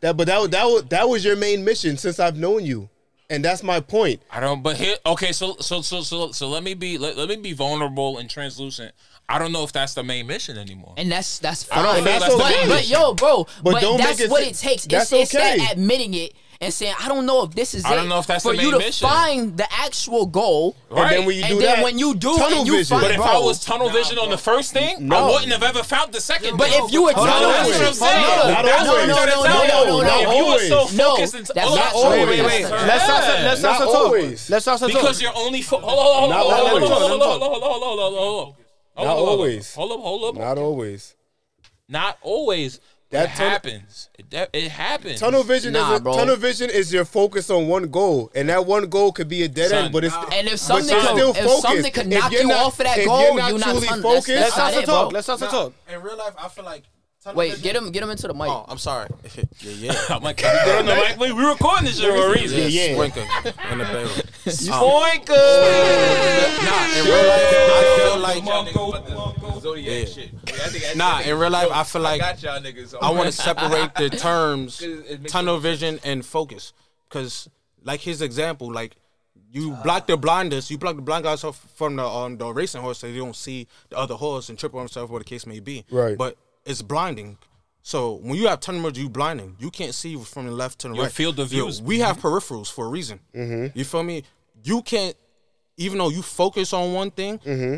A: That but that was- that was, that was your main mission since I've known you. And that's my point.
B: I don't. But here, okay. So so so so so let me be let, let me be vulnerable and translucent. I don't know if that's the main mission anymore.
C: And that's that's
B: I
C: fine.
B: don't think that's
C: but,
B: the
C: but
B: biggest.
C: yo, bro,
B: But
C: but,
B: don't
C: that's
B: make it
C: what
B: se-
C: it takes. It's,
B: that's
C: it's
B: okay.
C: that admitting it and saying, I don't know if this is
B: I
C: it.
B: don't know if that's
C: for
B: the
C: you
B: main
C: to
B: mission.
C: find the actual goal.
B: Right. And then when you
C: and
B: do
C: then
B: that,
C: when you do,
B: tunnel
C: and you
B: vision.
C: Find,
B: But if
C: bro,
B: I was tunnel vision on the first thing, I
C: No.
B: wouldn't have ever found the second.
C: But
B: thing.
C: if you were
B: Hold on,
C: tunnel
B: that's what I'm
C: vision-
B: saying.
C: No, no,
B: that's
C: no,
B: what I'm
C: no,
B: trying to
C: no,
B: tell
C: no,
B: you.
C: no, no,
B: If you were so
C: always. No,
B: focused, and
C: that's
B: oh,
C: not
B: that's
C: always.
B: what it is.
C: Wait, wait, let's
B: Yeah.
G: also- let's Not also talk. always. Let's also talk.
B: because you're only fo- hold on, hold
A: Not
B: on, hold on,
A: always.
B: hold on, hold on, hold on, hold on, hold on, hold on. Hold
A: Not
B: on, hold on.
A: always.
B: Hold up, hold up.
A: Not always.
B: Not always. That
A: That
B: it
A: tunnel-
B: happens. It, that, it happens.
A: Tunnel vision
B: Nah,
A: is a,
B: bro.
A: tunnel vision is your focus on one goal, and that one goal could be a dead
B: Son,
A: end, but it's
C: And if
A: but
C: something
A: you're
C: could-
A: still
C: if
A: focused.
C: something could knock
A: you're
C: you off of that
A: if
C: goal,
A: you're not
C: you're not
A: truly
C: tunnel- that's-
A: focused.
C: that's not it, bro.
G: Let's also
C: Nah.
G: talk.
O: In real life, I feel like
C: Wait, get him, get him into the mic.
A: Oh,
H: I'm sorry. yeah, yeah.
B: I'm like, get on the mic. We we recording this shit for a reason.
H: Squinker in the bedroom.
B: Squinker.
H: Nah, in real life, I feel like. Yeah. Nah, in real life, I feel like
O: I got y'all niggas.
H: I want to separate the terms
O: 'Cause it makes
H: tunnel vision and focus. Because, like his example, like you block the blinders, you block the blind guys off from the um, the racing horse so you don't see the other horse and trip on himself, what the case may be.
A: Right.
H: But it's blinding. So when you have tunnel vision, you blinding. You can't see from the left to the
B: Your
H: right.
B: field of Mm-hmm.
H: Yo,
B: view is-
H: We have peripherals for a reason.
A: Mm-hmm.
H: You feel me? You can't, even though you focus on one thing,
A: Mm-hmm.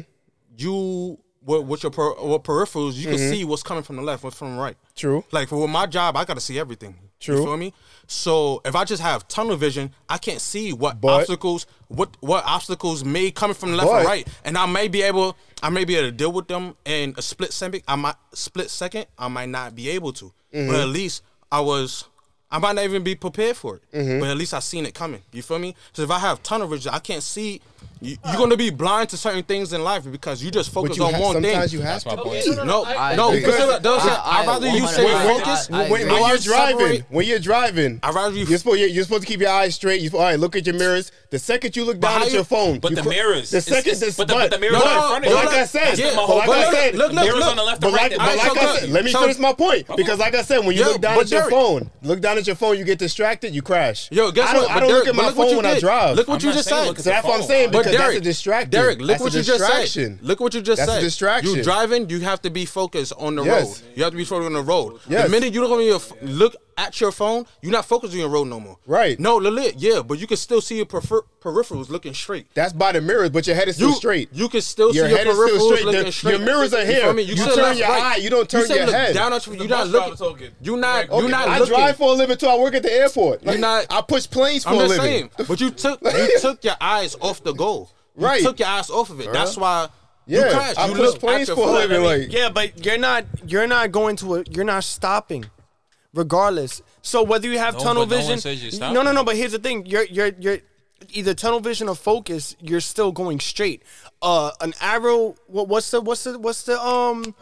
H: you with, with your per, with peripherals, you can
A: Mhm.
H: see what's coming from the left, what's from the right.
A: True.
H: Like for my job, I gotta see everything.
A: True.
H: You feel me? So if I just have tunnel vision, I can't see what obstacles, what what obstacles may come from the left or
A: But-
H: right, and I may be able, I may be able to deal with them in a split second. I might split second, I might not be able to,
A: Mhm.
H: but at least I was. I might not even be prepared for it,
G: Mm-hmm.
A: Mhm.
H: but at least I seen it coming. You feel me? So if I have tunnel vision, I can't see. You, you're gonna be blind to certain things in life because you just focus
A: you
H: on
A: ha-
H: one thing.
A: sometimes you have That's my to point. be.
H: No, no,
A: I agree.
H: because those-
A: I-
H: I'd rather you say
A: When- when-
H: focus.
A: when- when,
H: and
A: you're
H: you separate-
A: driving, when you're driving,
H: I rather you.
A: You're supposed, you're, you're supposed to keep your eyes straight. You, all right, look at your mirrors. The second you look
H: But
A: down
H: how
A: at
H: you-
A: your phone,
B: but
A: you
B: the
A: cr-
B: mirrors,
A: The
B: it's-
A: second,
B: it's-
A: this,
B: but the- but the mirrors
A: no,
B: are in front of
A: but
B: you.
A: like I said,
B: That's my
A: but
B: whole
A: like
B: point.
A: I said,
B: Look, look,
A: mirrors
B: look.
A: on the left
B: But
A: and right.
B: like-
A: But
B: so
A: like I
B: look,
A: said, let me
B: so-
A: finish my point
B: Come
A: because,
B: on.
A: like I said, when you
B: Yo,
A: look down
B: but
A: at your
B: Derek-
A: phone, look down at your phone, you get distracted, you crash.
H: Yo, guess
A: I don't,
H: what?
A: I
H: But
A: don't
H: Derek,
A: look at
H: but
A: my
H: look what
A: phone
H: you
A: when I
H: did.
A: drive.
H: Look what I'm you not just saying said. look
A: So
H: at the
A: that's what I'm
H: phone.
A: saying
H: But
A: because that's a
H: Derek,
A: distraction.
H: Derek, look
A: That's a
H: what you just
A: distraction.
H: said. Look what you just
A: That's a
H: said.
A: distraction.
H: You driving, you have to be focused on the
A: Yes.
H: road. You have to be focused on the road.
A: Yes.
H: The minute you look on your f- look at your phone, you're not focused on your road no more.
A: Right.
H: No, Lilith, yeah, but you can still see your prefer- peripherals looking straight.
A: That's by the mirrors, but your head is still
H: You-
A: straight.
H: You can still
A: Your
H: see your
A: head is
H: peripherals
A: still straight.
H: looking
A: The-
H: straight.
A: your mirrors are here.
H: You, feel me?
A: You
H: still
A: turn
H: left,
A: your
H: right.
A: eye, you don't turn
H: say
A: your
H: look
A: head.
H: Down at you,
A: It's the
H: you're not
A: bus driver
H: looking. You're not.
A: Okay,
H: You're not
A: I
H: looking.
A: drive for a living too. I work at the airport.
H: You're not-
A: I push planes for
H: I'm
A: a
H: just
A: living.
H: saying, but you took you took your eyes off the goal. You
A: Right.
H: took your eyes off of it. That's
A: Bruh.
H: why
A: Yeah,
G: you crash.
A: I
G: you
A: push
G: look
A: planes for a living, like-
G: yeah, but you're not you're not going to a you're not stopping, regardless. So whether you have
B: No,
G: tunnel
B: but no one
G: vision,
B: says you're
G: no,
B: stopping.
G: no, no. But here's the thing: you're you're you're either tunnel vision or focus. You're still going straight. Uh, an arrow. What, what's the what's the what's the um?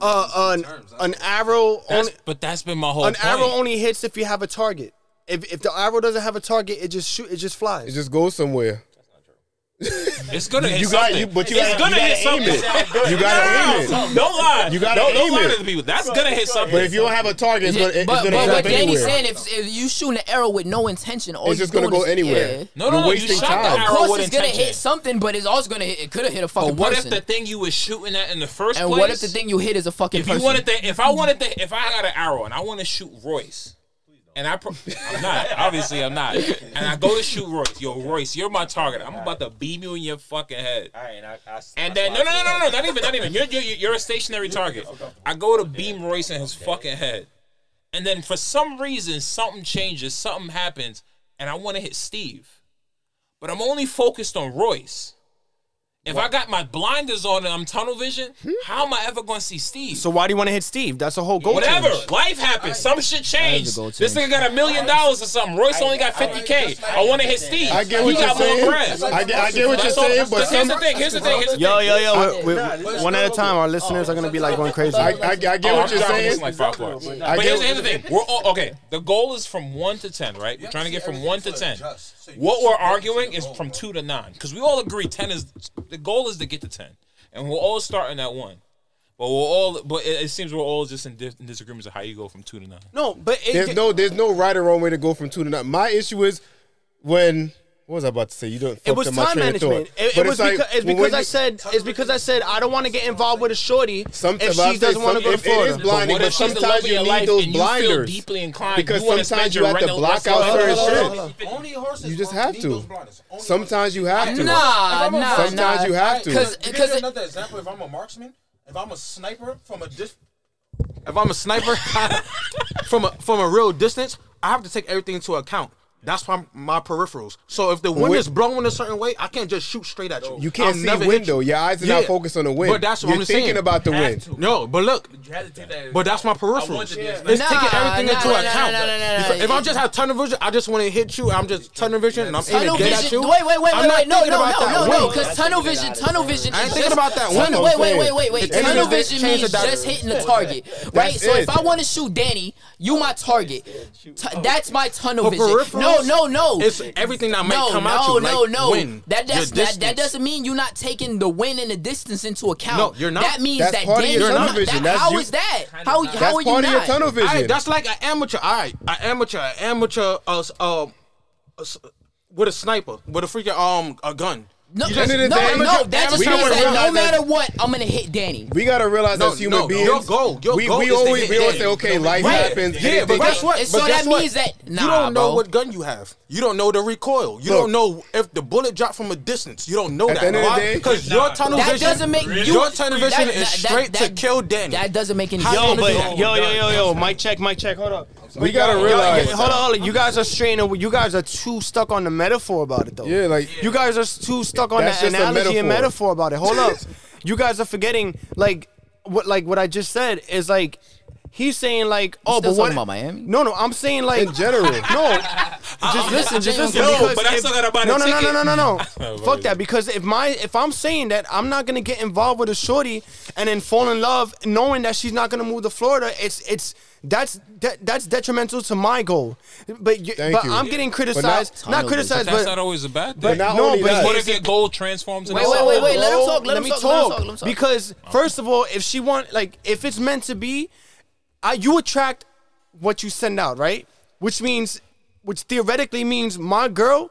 G: Uh, an an arrow on
B: That's- but that's been my whole
G: an
B: point.
G: arrow only hits if you have a target. If if the arrow doesn't have a target, it just shoot. It just flies.
A: It just goes somewhere.
B: It's gonna hit
A: You got-
B: something.
A: you- but you
B: it's
A: gotta-
B: gonna
A: you
B: hit
A: gotta aim it.
B: something.
A: You gotta aim it.
B: Don't lie.
A: You gotta
B: don't,
A: aim
B: don't lie
A: it.
B: to the people. That's gonna hit something.
A: But if you don't have a target, it's gonna, it's
C: but
A: gonna
C: but
A: drop
C: what Danny's
A: anywhere.
C: saying, if, if you shooting an arrow with no intention, all
A: it's
C: you
A: just gonna
C: doing
A: go
C: is-
A: anywhere.
C: yeah.
B: No, no, no,
A: You're
B: you
A: wasting
B: shot
A: time.
B: the arrow
C: Of course,
B: with
C: it's gonna
B: intention.
C: hit something, but it's also gonna hit. It could have hit a fucking
B: But what
C: person.
B: if the thing you was shooting at in the first
C: and
B: place?
C: what if the thing you hit is a fucking
B: if
C: person?
B: you wanted to, if I wanted to, if I got an arrow and I want to shoot Royce, and I, pro- I'm not, obviously I'm not, and I go to shoot Royce. Yo, Royce, you're my target. I'm about to beam you in your fucking head. All right, and, I, and then no, no, no, no, no, not even, not even. You're you're, you're a stationary target. I go to beam Royce in his fucking head, and then for some reason something changes, something happens, and I want to hit Steve, but I'm only focused on Royce. If I got my blinders on and I'm tunnel vision, how am I ever going to see Steve?
G: So why do you want to hit Steve? That's the whole goal.
B: Whatever.
G: change.
B: Life happens. Some shit changed.
G: That is a
B: This
G: goal
B: nigga got a million dollars or something. Royce only got 50K. I want to hit Steve.
A: I get
B: He
A: what you're
B: got more
A: saying.
B: bread.
A: I get- I get what you're
B: That's all-
A: saying, but
B: here's
A: some-
B: the thing. Here's the thing. Here's the
G: Yo,
B: thing.
G: yo, yo! we- we- one at a time. Our listeners are gonna be like going crazy.
A: I, I, I get
B: Oh,
A: what
B: I'm
A: you're
B: sorry,
A: saying.
B: it's like five parts.
A: I
B: But here's,
A: get-
B: here's the thing. We're all, okay. The goal is from one to ten, right? We're trying to get from one to ten. What we're arguing is from two to nine, because we all agree ten is the goal is to get to ten, and we're all starting at one. But we're all, but it, it seems we're all just in, dis- in disagreements of how you go from two to nine.
G: No, but it,
A: There's no there's no right or wrong way to go from two to nine. My issue is when what was I about to say? You don't.
G: It was time management. It, it was because, it's because I said it's because I said I don't want to get involved with a shorty if
A: but I
G: she
A: say
G: doesn't want
A: some-
G: to go
A: it-
G: to
A: it is
G: Florida.
A: blinding, But what but if she's the sometimes love of you your need life those and you feel blinders.
B: deeply inclined.
A: Because
B: you wanna
A: sometimes
B: spend
A: you
B: your
A: have to
B: regular-
A: block
B: Hold
A: out
B: on, hold on,
A: certain
B: hold on,
A: shit. You just have to. Sometimes you have to.
C: Nah, nah,
A: Sometimes
C: nah.
A: you have to.
C: Because
F: Give
C: because
F: you another example. If I'm a marksman, if I'm a sniper from a dis-
P: If I'm a sniper from a from a real distance, I have to take everything into account. That's my my peripherals. So if the wind
A: Wait.
P: is blowing a certain way, I can't just shoot straight at you.
A: You can't
P: I'll
A: see
P: never hit
A: wind, though.
P: you.
A: Your eyes are not focused on the wind.
P: But that's what
A: You're
P: I'm
A: thinking
P: saying.
A: about the You had wind.
P: No, but look, but that's my peripherals. It's
M: wanted this.
P: taking
M: Nah,
P: everything
M: nah,
P: into
M: nah,
P: account.
M: nah, nah, nah, nah,
P: if, if I'm just have tunnel vision, I just want to hit you. I'm just tunnel vision and I'm aiming
C: Tunnel
P: dead
C: vision.
P: at you.
C: Wait, wait, wait,
P: I'm
C: wait,
P: not
C: wait. No,
P: thinking
C: no,
P: about
C: no, no,
P: that
C: no.
P: wind.
C: Because tunnel vision, tunnel vision.
P: I ain't
C: is
P: thinking
C: just-
P: about that wind.
C: Tunnel, wait,
P: That's what I'm
C: wait, wait,
P: saying.
C: wait, wait.
P: It's just-
C: Tunnel
P: it's
C: vision
P: just
C: means
P: change the
C: just
P: dial.
C: hitting the target, right?
P: That's
C: So if
P: it.
C: I want to shoot Danny, you my target. Tu- That's my tunnel
P: But
C: vision. No,
P: peripherals,
C: no, no.
P: it's everything that might
C: no,
P: come
C: no,
P: at you,
C: No,
P: like
C: no,
P: wind,
C: That
P: your
C: that's, that that
P: distance.
C: doesn't mean you're not taking the wind and the distance into account.
P: No, you're not.
C: That means
P: That's
C: that
P: part of
C: Danny.
P: your
C: you're
P: tunnel
C: not-
P: vision.
C: that-
P: That's
C: How
P: you-
C: is that? How how are you not?
P: Aight, that's like an amateur. All right, an amateur, an amateur, uh, s- uh, uh, s- with a sniper, with a freaking um, a gun.
C: No,
P: You
C: no,
P: just-
C: no, that just
P: We
C: means
P: gotta
C: that no
P: realize that-
C: matter what, I'm gonna hit Danny.
A: We gotta realize
P: No,
A: as human
P: no,
A: beings,
P: your goal- your
A: we,
P: goal
A: we
P: is to
A: always
P: hit
A: we always
P: it.
A: say, okay, life
P: Right.
A: happens.
P: Yeah, but guess what?
C: So
P: but
C: that
P: guess what?
C: means that-
P: you
C: nah,
P: don't know
C: bro.
P: what gun you have. You don't know the recoil. You don't know if the bullet dropped from a distance. You don't know
A: At the
P: that.
A: end of the
P: Why?
A: day-
P: Because your tunnel
C: that
P: vision
C: doesn't make you,
P: your tunnel
C: that-
P: vision
C: that-
P: is
C: that-
P: straight
C: that-
P: to kill Danny.
C: That doesn't make any
G: Yo,
C: sense.
G: but yo, yo, yo, yo, mic check, mic check. Hold up.
A: We gotta realize-
G: Hold on, hold on. You guys are straining. You guys are too stuck on the metaphor about it, though.
A: Yeah, like-
G: you guys are too stuck on
A: That's
G: the
A: just a
G: analogy and
A: metaphor.
G: metaphor about it. Hold up. You guys are forgetting, like, what, like what I just said is like. He's saying like, oh,
C: still
G: but what?
C: talking about Miami?
G: No, no, I'm saying like
A: In general.
G: No, just listen, just listen.
B: Yo,
G: because
B: but I still gotta buy the
G: no, no, no, no,
B: ticket.
G: no, no, no,
B: Oh,
G: Fuck that. Because if my if I'm saying that I'm not gonna get involved with a shorty and then fall in love knowing that she's not gonna move to Florida, it's it's that's that, that's detrimental to my goal. But you,
A: Thank
G: but
A: you.
G: I'm getting
A: But not-
G: criticized, not, criticized,
B: That's
G: but,
B: not always a bad thing.
G: but not only that-
B: what if your goal transforms into
C: Wait, wait, wait, wait. Let him
G: Bro,
C: talk. Let, him
G: me
C: talk,
G: talk.
C: Let him talk. Let him talk.
G: Because first of all, if she want like if it's meant to be, I, you attract what you send out, right? Which means, which theoretically means my girl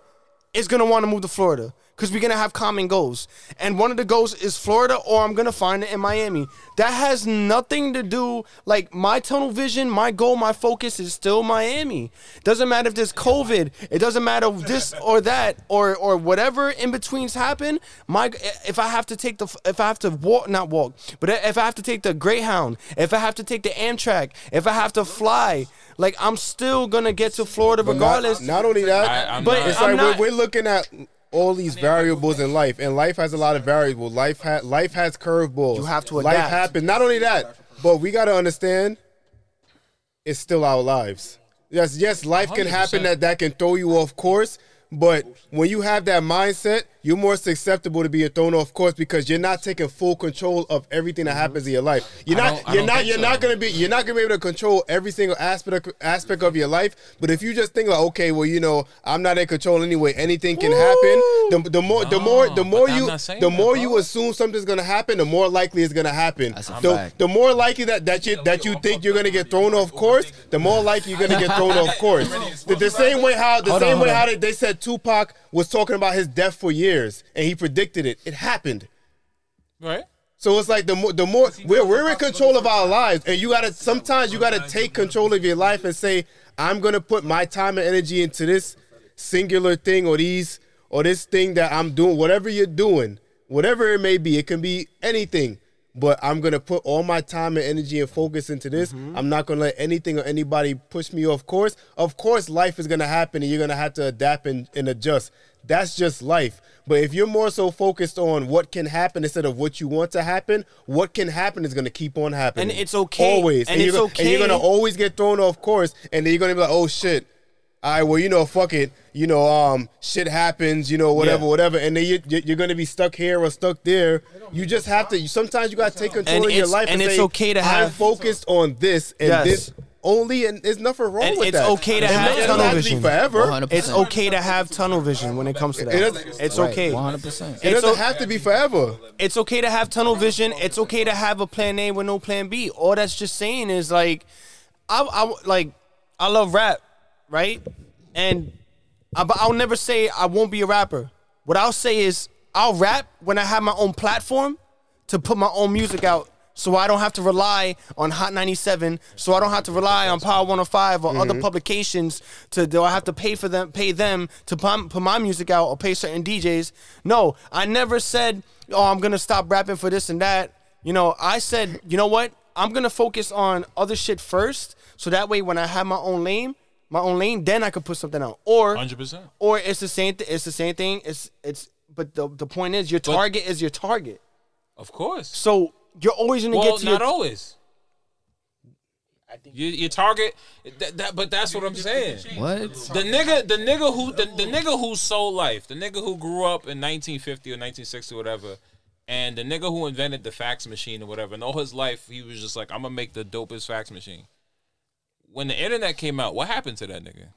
G: is gonna want to move to Florida because we're gonna have common goals, and one of the goals is Florida, or I'm gonna find it in Miami. That has nothing to do like my tunnel vision, my goal, my focus is still Miami. Doesn't matter if there's COVID, it doesn't matter this or that or or whatever in betweens happen. My if I have to take the if I have to walk not walk, but if I have to take the Greyhound, if I have to take the Amtrak, if I have to fly, like I'm still gonna get to Florida
A: But not-
G: regardless.
A: Not, only that,
B: I- I'm
A: but
B: not-
A: it's
G: I'm
A: like
G: not-
A: we're, we're looking at all these variables in life, and life has a lot of variables. Life ha- life has curveballs.
G: You have to
A: Life
G: adapt.
A: happens. Not only that, but we got to understand, it's still our lives. Yes, yes, life can happen
B: 100%.
A: that that can throw you off course. But when you have that mindset, you're more susceptible to being thrown off course because you're not taking full control of everything that happens in your life. You're
B: I
A: not.
B: don't- I
A: you're
B: don't
A: not.
B: think
A: You're
B: so.
A: not gonna be. You're not gonna be able to control every single aspect of, aspect of your life. But if you just think like, okay, well, you know, I'm not in control anyway. Anything can happen. The, the more, the more, the more you,
B: Oh, not saying
A: the
B: that,
A: more you assume something's gonna happen, the more likely it's gonna happen.
B: a
A: the,
B: fact.
A: the more likely that that you that you think you're gonna get thrown off course, the more likely you're gonna get thrown off course. The, the same way how the
B: Hold on,
A: same way
B: hold
A: how
B: on.
A: they, they said Tupac was talking about his death for years and he predicted it. It happened.
B: Right.
A: So it's like the more the more we're we're in control of our lives, and you gotta sometimes you gotta take control of your life and say, I'm gonna put my time and energy into this singular thing or these or this thing that I'm doing, whatever you're doing, whatever it may be, it can be anything. But I'm gonna put all my time and energy and focus into this.
G: Mm-hmm.
A: I'm not gonna let anything or anybody push me off course. Of course, life is gonna happen and you're gonna have to adapt and, and adjust. That's just life. But if you're more so focused on what can happen instead of what you want to happen, what can happen is going to keep on happening.
G: And it's okay.
A: Always.
G: And
A: you're,
G: it's
A: gonna- And you're
G: okay.
A: going to always get thrown off course. And then you're going to be like, oh, shit. All right, well, you know, fuck it. You know, um, shit happens, you know, whatever,
G: Yeah.
A: whatever. And then you, you- you're going to be stuck here or stuck there. You just have to, sometimes you got to take control
G: And
A: of your
G: it's-
A: life.
G: and it's
A: say,
G: okay to
A: I'm
G: have-
A: focused on this and
G: Yes.
A: this only, and there's nothing wrong
G: And
A: with
G: it's
A: that.
G: okay to
A: And
G: have
A: it doesn't
G: tunnel
A: to be
G: vision.
A: forever.
G: It's okay to have tunnel vision when it comes to that.
A: It doesn't-
G: it's
A: Right,
G: okay.
A: 100%.
G: It's
A: It doesn't
G: o-
A: have to be forever.
G: It's okay to have tunnel vision. It's okay to have a plan A with no plan B. All that's just saying is like, I, I like, I love rap, right? And I, but I'll never say I won't be a rapper. What I'll say is I'll rap when I have my own platform to put my own music out. So I don't have to rely on Hot 97. So I don't have to rely on Power 105 or other
P: Mhm.
G: publications to do I have to pay for them pay them to pump, put my music out or pay certain DJs. No, I never said, "Oh, I'm going to stop rapping for this and that." You know, I said, "You know what? I'm going to focus on other shit first so that way when I have my own lane, my own lane, then I could put something out." Or
B: Hundred percent.
G: or it's the same thing. It's the same thing. It's it's. But the the point is, your target is your target.
B: Of course.
G: So you're always gonna
B: Well,
G: get to
B: not
G: your,
B: always. Your, your target, that, that, but that's what I'm saying.
C: What?
B: the nigga, the nigga who, the, the nigga who sold life, the nigga who grew up in 1950 or 1960 or whatever, and the nigga who invented the fax machine or whatever, and all his life he was just like, I'm gonna make the dopest fax machine. When the internet came out, what happened to that nigga?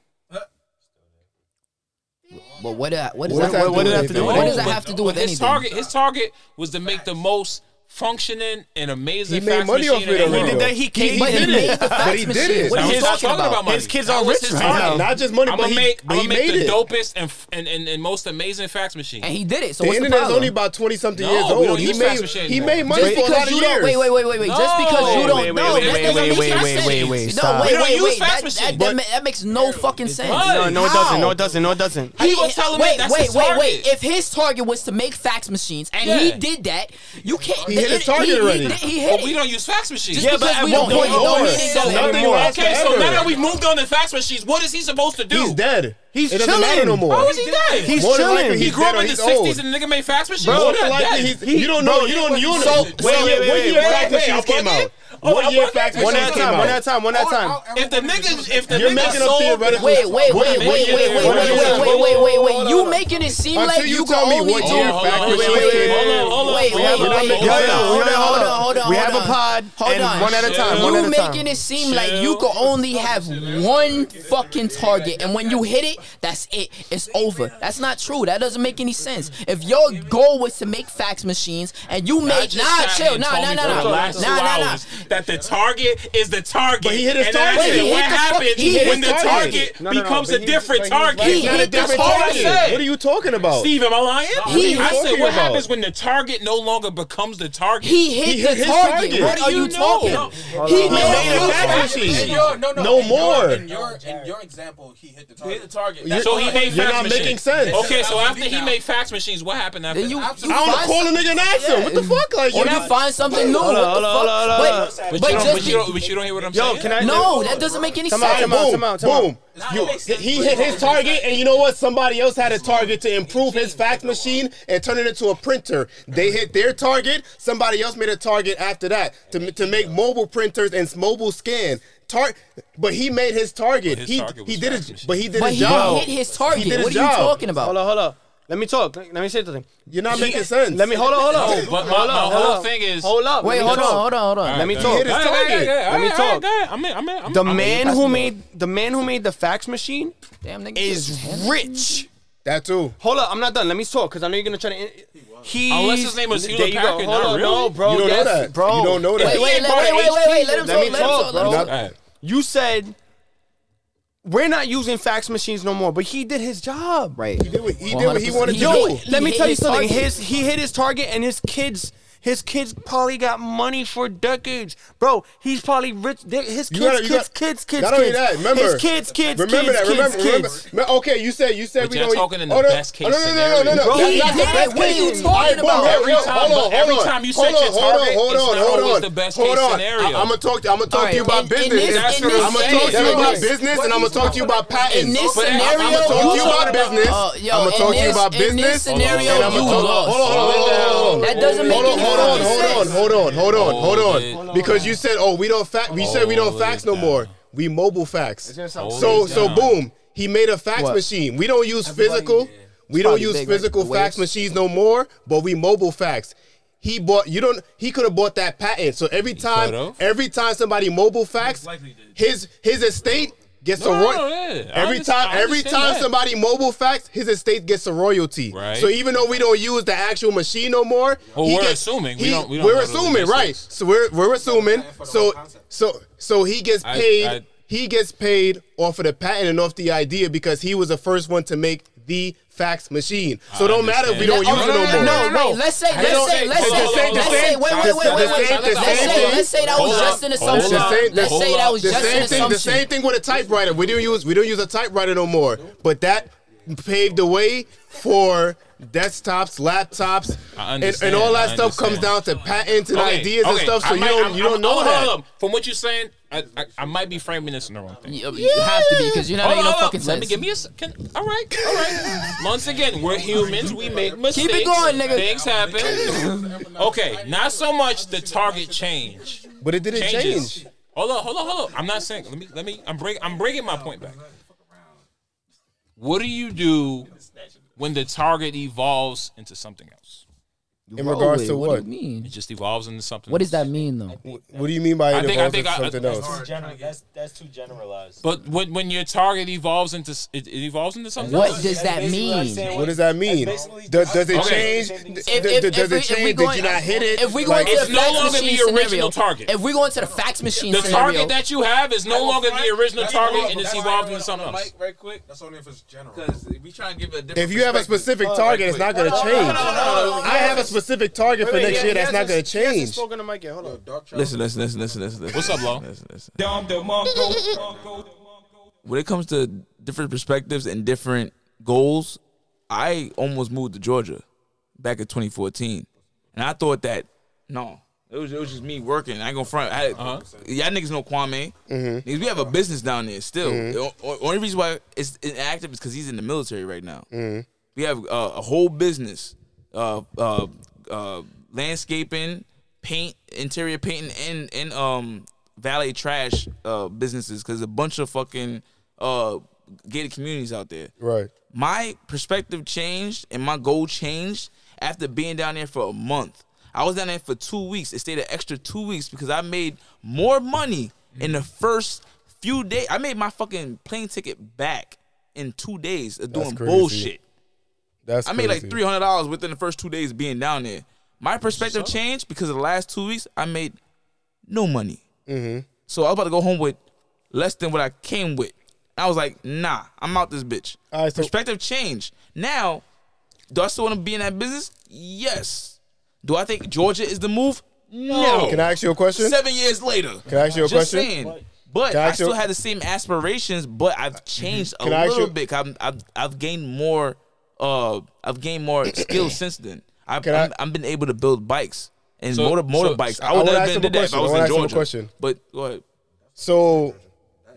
C: But what? uh, What does
B: What
C: that?
B: does that
C: have
B: do
C: to
B: with
C: do?
B: anything?
C: What does that have to do with
B: his
C: anything?
B: target, his target was to make the most functioning and amazing.
A: He made
B: fax
A: money off
B: machine
A: it
B: in the
A: already,
B: world.
A: though. He- he But he did made it. the fax But he did machine. it. What are
B: Now,
A: you
B: he's not
A: talking about?
B: money.
A: His kids
B: That
A: are
B: was
A: rich
B: his
A: right now.
B: target.
A: Not just money,
B: I'ma
A: but he-
B: make,
A: but he
B: I'ma make
A: made
B: the
A: it.
B: dopest and, f- and, and, and most amazing fax machine. And
C: he did it.
A: the internet's only about twenty something
B: No,
A: years
B: we
A: old.
B: don't
A: He
B: use
A: made
B: fax machine
A: he
B: anymore.
A: made money
B: Just
A: for a
B: because
A: lot of
B: you don't-
A: years.
C: Wait, wait, wait, wait, wait. Just because
B: No.
C: you don't
B: Wait, wait,
C: know,
B: wait,
C: that
B: wait,
C: doesn't
B: wait,
C: make
B: wait,
C: sense.
B: wait, wait, wait,
C: No,
B: stop.
C: wait,
B: We don't
C: wait,
B: use
C: wait.
B: fax
C: That,
B: machines.
C: that,
B: But-
C: that, ma- that makes no fucking sense.
G: No, no, it doesn't. No, it doesn't. No, it doesn't.
C: He-
B: gonna tell him
C: wait,
B: that that's
C: wait,
B: his
C: wait, wait.
B: target?
C: If his target was to make fax machines, and he
B: Yeah.
C: did that, you can't.
B: He hit his
C: it-
B: target
C: he,
B: already.
C: He, did- he hit
B: But
C: it.
B: we don't use fax machines.
C: Just Yeah, because but we at don't one do it, point don't mean it
B: So-
C: doesn't anymore.
B: Okay, so
C: Forever.
B: now that we moved on to fax machines, what is he supposed to do?
A: He's dead.
B: He's
A: it doesn't matter
B: chilling.
A: no more.
B: How is he dead?
A: He's
B: More than
A: chilling.
B: likely He
A: He's
B: grew
A: dead
B: up
A: or
B: in the
A: he's
B: 60s
A: old.
B: and the nigga made fax machines.
A: Bro,
B: More
A: more than likely he's, you don't know. You don't. You don't.
B: So,
A: So, wait, wait, what year fax machines came out? What year fax
G: One at
A: machines
G: a
A: came
G: time.
A: out?
G: One at a time. One at a time.
B: If the niggas, if the
A: You're
B: niggas
A: making up
B: sold,
A: theoretical.
C: Wait, wait, wait, wait, wait, wait, wait, wait, wait, wait, wait, wait. You making it seem
A: Until
C: like
A: you
C: you
A: tell me
C: can only
A: what
C: do.
A: year fax
C: Wait, wait,
A: machines
C: wait,
A: came out.
C: wait, wait,
A: Hold on, hold on.
C: wait,
A: Yo,
C: wait, wait,
A: yo,
C: hold on,
A: yo,
C: hold
A: yo.
C: on, hold on.
A: We have
C: hold
A: a
C: on.
A: pod
C: Hold
A: and
C: on.
A: one at a time,
C: You
A: one at a time.
C: making it seem like you can only have one fucking target, and when you hit it, that's it. It's over. That's not true. That doesn't make any sense. If your goal was to make fax machines and you make
B: just
C: nah,
B: sat here
C: chill,
B: and
C: nah,
B: told
C: nah,
B: me
C: nah,
B: for the
C: nah,
B: last two
C: nah, nah, nah.
B: hours That the target is the target. But he
A: hit his
B: and then I
A: target.
B: said,
A: He hit the fucking- he hit
B: what happens when the
A: his target.
B: target
A: No, no, no,
B: becomes
A: but
B: a
A: he-
B: different
A: but he was
B: target?
A: right. He hit the
B: That's all I
A: target.
B: said.
A: What are you talking about?
B: Steve, am I lying?
A: He
B: I
A: hit-
B: said, what
A: talking about?
B: happens when the target no longer becomes the target?
C: He hit
A: He hit
C: the
A: his
C: target.
A: target.
C: What
A: How
C: are
A: do
C: you
A: you
C: talking?
A: know?
C: He
A: He made a fax
M: In
A: machine.
M: your- no, no,
A: No
M: in your-
A: more.
M: in your in your example, he hit the target. hit the target.
A: That's
B: so
A: all
B: he
A: I-
B: made
A: you're
B: fax
A: not
B: machines.
A: making sense.
B: Okay, so after he made fax machines, what happened after?
C: Then you,
B: that?
C: you
A: I wanna
C: find
A: call a nigga and ask him, what the fuck? Like,
C: or
A: you
C: you
A: know-
C: find something new.
G: Hold on,
C: what the
G: hold on, hold on,
C: fuck?
G: hold
C: Wait,
G: on.
B: But you, don't,
C: but
B: but,
C: just
B: you don't, but you don't hear what I'm
G: Yo,
B: saying.
G: can I-
C: no, that doesn't make any
G: Come
C: sense.
G: out, come out, come out, come out.
A: boom. You, he hit his target, and you know what? Somebody else had a target it to improve his fax machine and turn it into a printer. They hit their target. Somebody else made a target after that to, to make mobile printers and mobile scan. Tar- but he made his target. he he did his, but he did
C: But
A: his
C: he
A: job.
C: hit his target.
A: He did his
C: What are you
A: job.
C: talking about?
G: Hold on, hold on. Let me talk. Let me say something.
A: You're not making sense.
G: Let me hold on, hold on.
A: No, but my-
G: hold
A: my
G: on,
A: whole
G: hold on.
A: thing is-
G: Hold up.
A: Wait,
G: let me
A: hold on,
G: talk.
A: hold on, hold on.
G: Let me
A: He
G: talk.
A: hit his target.
G: Let me talk.
B: I'm in. I'm in. I'm
G: The
B: in. I'm in.
G: man
B: That's
G: who
B: the-
G: made the man who made the fax machine
C: Damn, nigga,
G: is rich.
A: That too.
G: Hold up, I'm not done. Let me talk because I know you're gonna try to. He
B: Unless his name was
G: There
B: Hewlett
G: you go.
B: Packard,
G: Hold
B: not
G: on,
B: really?
G: no, bro.
A: You don't know
G: yes,
A: that.
G: bro.
A: You don't know that. Wait,
C: wait,
G: He ain't part
C: wait,
G: of
C: wait,
G: HP,
C: wait, let him
G: though.
C: talk,
G: Let me
C: let him
G: talk,
C: talk, let him
G: bro.
C: talk. Alright.
G: You said we're not using fax machines no more, but he did his job.
C: Right. He
A: did what he,
G: did what he wanted to do. Let me tell you something.
C: His
G: His he hit his target, and his kids. His kids probably got money for decades, bro. He's probably rich. They- His kids,
A: You gotta- you
G: kids,
A: gotta-
G: kids, kids,
A: not
G: kids.
A: only that, remember
G: his kids, kids,
A: remember
G: kids,
A: that,
G: kids,
A: remember, remember.
G: kids.
A: Me- Okay, you said you said
G: But
A: we
G: you're
A: don't.
G: talking in the
A: oh, no,
G: best case
A: oh, no, no, no, no, no,
G: scenario. Bro,
A: no.
G: he
A: That's not the
G: did.
A: best
G: What are
A: case.
G: you
A: All right,
G: talking
A: boom,
G: about?
A: hey,
G: Every
A: yo,
G: time-
A: hold on,
G: but every
A: hold on.
G: time you
A: Hold
G: set
A: on,
G: your
A: hold on,
G: target,
A: hold
G: it's
A: on,
G: not
A: hold
G: always
A: on.
G: the best
A: Hold
G: case
A: on.
G: scenario.
A: I, am gonna talk. To, I'm gonna talk to you about
G: Alright, in- in
A: business. That's
G: this- in
A: what
G: this
A: I'm gonna talk to you
G: scenario-
A: about business, and I'm gonna talk to you about patents.
C: In this
A: I'm gonna
C: scenario,
A: talk to you
C: you
A: about
C: talking
A: business.
C: about-
A: I'm
C: yo,
A: gonna
C: in
A: talk to you
C: this-
A: about
C: in this
A: business.
C: scenario,
A: and I'm gonna
C: you
A: talk.
C: lost.
A: Hold on, hold on, hold on, hold on.
C: That doesn't make
A: Hold on,
C: any
A: hold on,
C: fucking
A: hold
C: sense.
A: on, hold on, hold on, hold on, Because you said, oh, we don't fax. We said we don't fax no more. We mobile fax.
Q: sound
A: So
Q: stupid.
A: so
Q: Yeah.
A: boom. He made a fax
Q: What?
A: machine. We don't use physical. We don't
Q: probably
A: use
Q: big, right?
A: physical
Q: The
A: fax
Q: waves.
A: machines no more, but we mobile fax. He bought you don't he could have bought that patent. So every time
B: could've.
A: every time somebody mobile fax, his his estate gets
B: No,
A: a
B: no,
A: royalty.
B: no, yeah. I
A: Every
B: understand-
A: time
B: I
A: every
B: understand
A: time
B: that.
A: somebody mobile fax, his estate gets a royalty.
B: Right.
A: So even though we don't use the actual machine no more,
B: Well,
A: he
B: we're
A: gets-
B: assuming. We
A: he-
B: don't- we don't
A: we're
B: know the
A: assuming, right?
B: logistics.
A: So we're we're assuming. So so so he gets
B: I-
A: paid
B: I-
A: he gets paid off of the patent and off the idea because he was the first one to make the fax machine. So it
B: I
A: don't matter if we don't
B: understand.
A: use
B: No,
A: it no
B: no, no,
A: more.
B: no,
C: no, wait, let's say-
A: They
C: let's
A: don't-
C: say- let's
A: it's the
C: say-
A: same- the
C: let's
A: same-
C: say- wait, wait,
A: the
C: wait, wait,
A: same-
C: wait,
A: the
C: wait, let's
A: same
C: say-
A: thing.
C: let's say that was
A: Hold
C: just
A: up,
C: an
A: hold
C: assumption.
A: up, hold
C: Let's say
A: up.
C: that was
A: The
C: just an
A: same thing- The
C: assumption.
A: same thing with a typewriter. We don't use we don't use a typewriter no more. But that paved the way for desktops, laptops,
B: I
A: and, and
B: understand,
A: all that
B: I
A: stuff comes down
B: understand.
A: to patents and
B: Okay,
A: ideas and
B: okay,
A: stuff. So
B: I
A: you
B: might-
A: don't
B: I'm-
A: you don't
B: I'm-
A: know
B: hold
A: that.
B: on. From what you're saying, I, I, I might be framing this in the wrong thing. You,
C: have to be, 'cause you're not making no fucking
B: Let me
C: sense.
B: give me a second. All right, all right. Once again, we're humans. We make mistakes.
C: going, nigga.
B: Things happen. okay, not so much the target change.
A: But it didn't
B: Changes.
A: change.
B: Hold on, hold on, hold on. I'm not saying. Let me, let me. I'm break. I'm breaking my point back. What do you do when the target evolves into something else?
A: In regards to
C: Wait,
A: what?
C: do you mean?
B: It just evolves into something.
C: What does that mean though?
A: What do you mean by
B: I
A: it
B: think- I
A: evolves
B: think
A: into
B: I-
A: something
B: that's
A: else?
B: hard.
F: General, that's that's too generalized.
B: But when when your target evolves into s- it, it evolves into something.
C: What
B: else.
C: does That's that basically mean? like saying-
A: What does that mean?
B: That's basically-
A: Does, does it
B: Okay.
A: change?
C: If-
A: Does,
C: if- if
A: does
C: we-
A: it
C: if we
A: change?
C: going-
A: Did you not hit it?
C: If we go
A: Like-
C: into
B: It's
C: the
B: no
C: fax
B: longer
C: machine
B: the original
C: scenario,
B: target.
C: if we go into the fax machine
B: the
C: scenario,
B: target that you have is no longer the original target, and it's evolved into something
R: on the
B: else.
R: mic right quick. That's only if it's general. Because we trying to give it a different
A: If you have a
R: perspective.
A: specific
R: Hold on,
A: target,
R: right
A: it's not
R: quick.
A: going to
R: Hold on,
A: change.
R: hold on, hold on, hold on.
A: I have a specific target for next year that's not going to change.
G: Spoken to Mike yet? Hold on.
H: Listen, listen, listen, listen, listen. listen.
B: What's up, Lo?
H: Listen, listen.
S: Dom DeMarco.
H: When it comes to different perspectives and different goals, I almost moved to Georgia back in 2014, and I thought that no, it was it was just me working. I ain't gonna front. I, Y'all niggas know Kwame.
Q: Mhm.
H: Niggas, we have a business down there still.
Q: Mhm.
H: The o- only reason why it's inactive is because he's in the military right now.
Q: Mhm.
H: We have uh, a whole business, uh, uh, uh, landscaping, paint, interior painting, and and um valet trash uh, businesses because a bunch of fucking uh, gated communities out there.
A: Right.
H: My perspective changed and my goal changed after being down there for a month. I was down there for two weeks. It stayed an extra two weeks because I made more money in the first few days. I made my fucking plane ticket back in two days of
Q: That's
H: doing
Q: crazy.
H: bullshit.
A: That's
H: I made like
Q: crazy.
H: three hundred dollars within the first two days of being down there. My perspective changed because of the last two weeks I made no money.
A: Mhm.
H: So I was about to go home with less than what I came with. I was like, nah, I'm out this bitch. perspective changed. Now, do I still want to be in that business? Yes. Do I think Georgia is the move? No.
A: Can I ask you a question?
H: Seven years later.
A: Can I ask you a
H: Just
A: question?
H: saying. But
A: Can I
H: I
A: ask you- Mm-hmm.
H: still had the same aspirations, but I've changed a
A: Can I ask
H: little
A: you-
H: bit. I've, I've I've gained more. Uh, I've gained more skills since then. I've
A: Can I-
H: I'm, I've been able to build bikes and
A: So-
H: motor
A: so-
H: motorbikes.
A: so
H: I would
A: I wanna
H: not
A: ask
H: have
A: him
H: been
A: a
H: did that if
A: question.
H: I
A: I
H: was
A: wanna
H: in
A: ask him a
H: Georgia.
A: question.
H: But go ahead.
A: So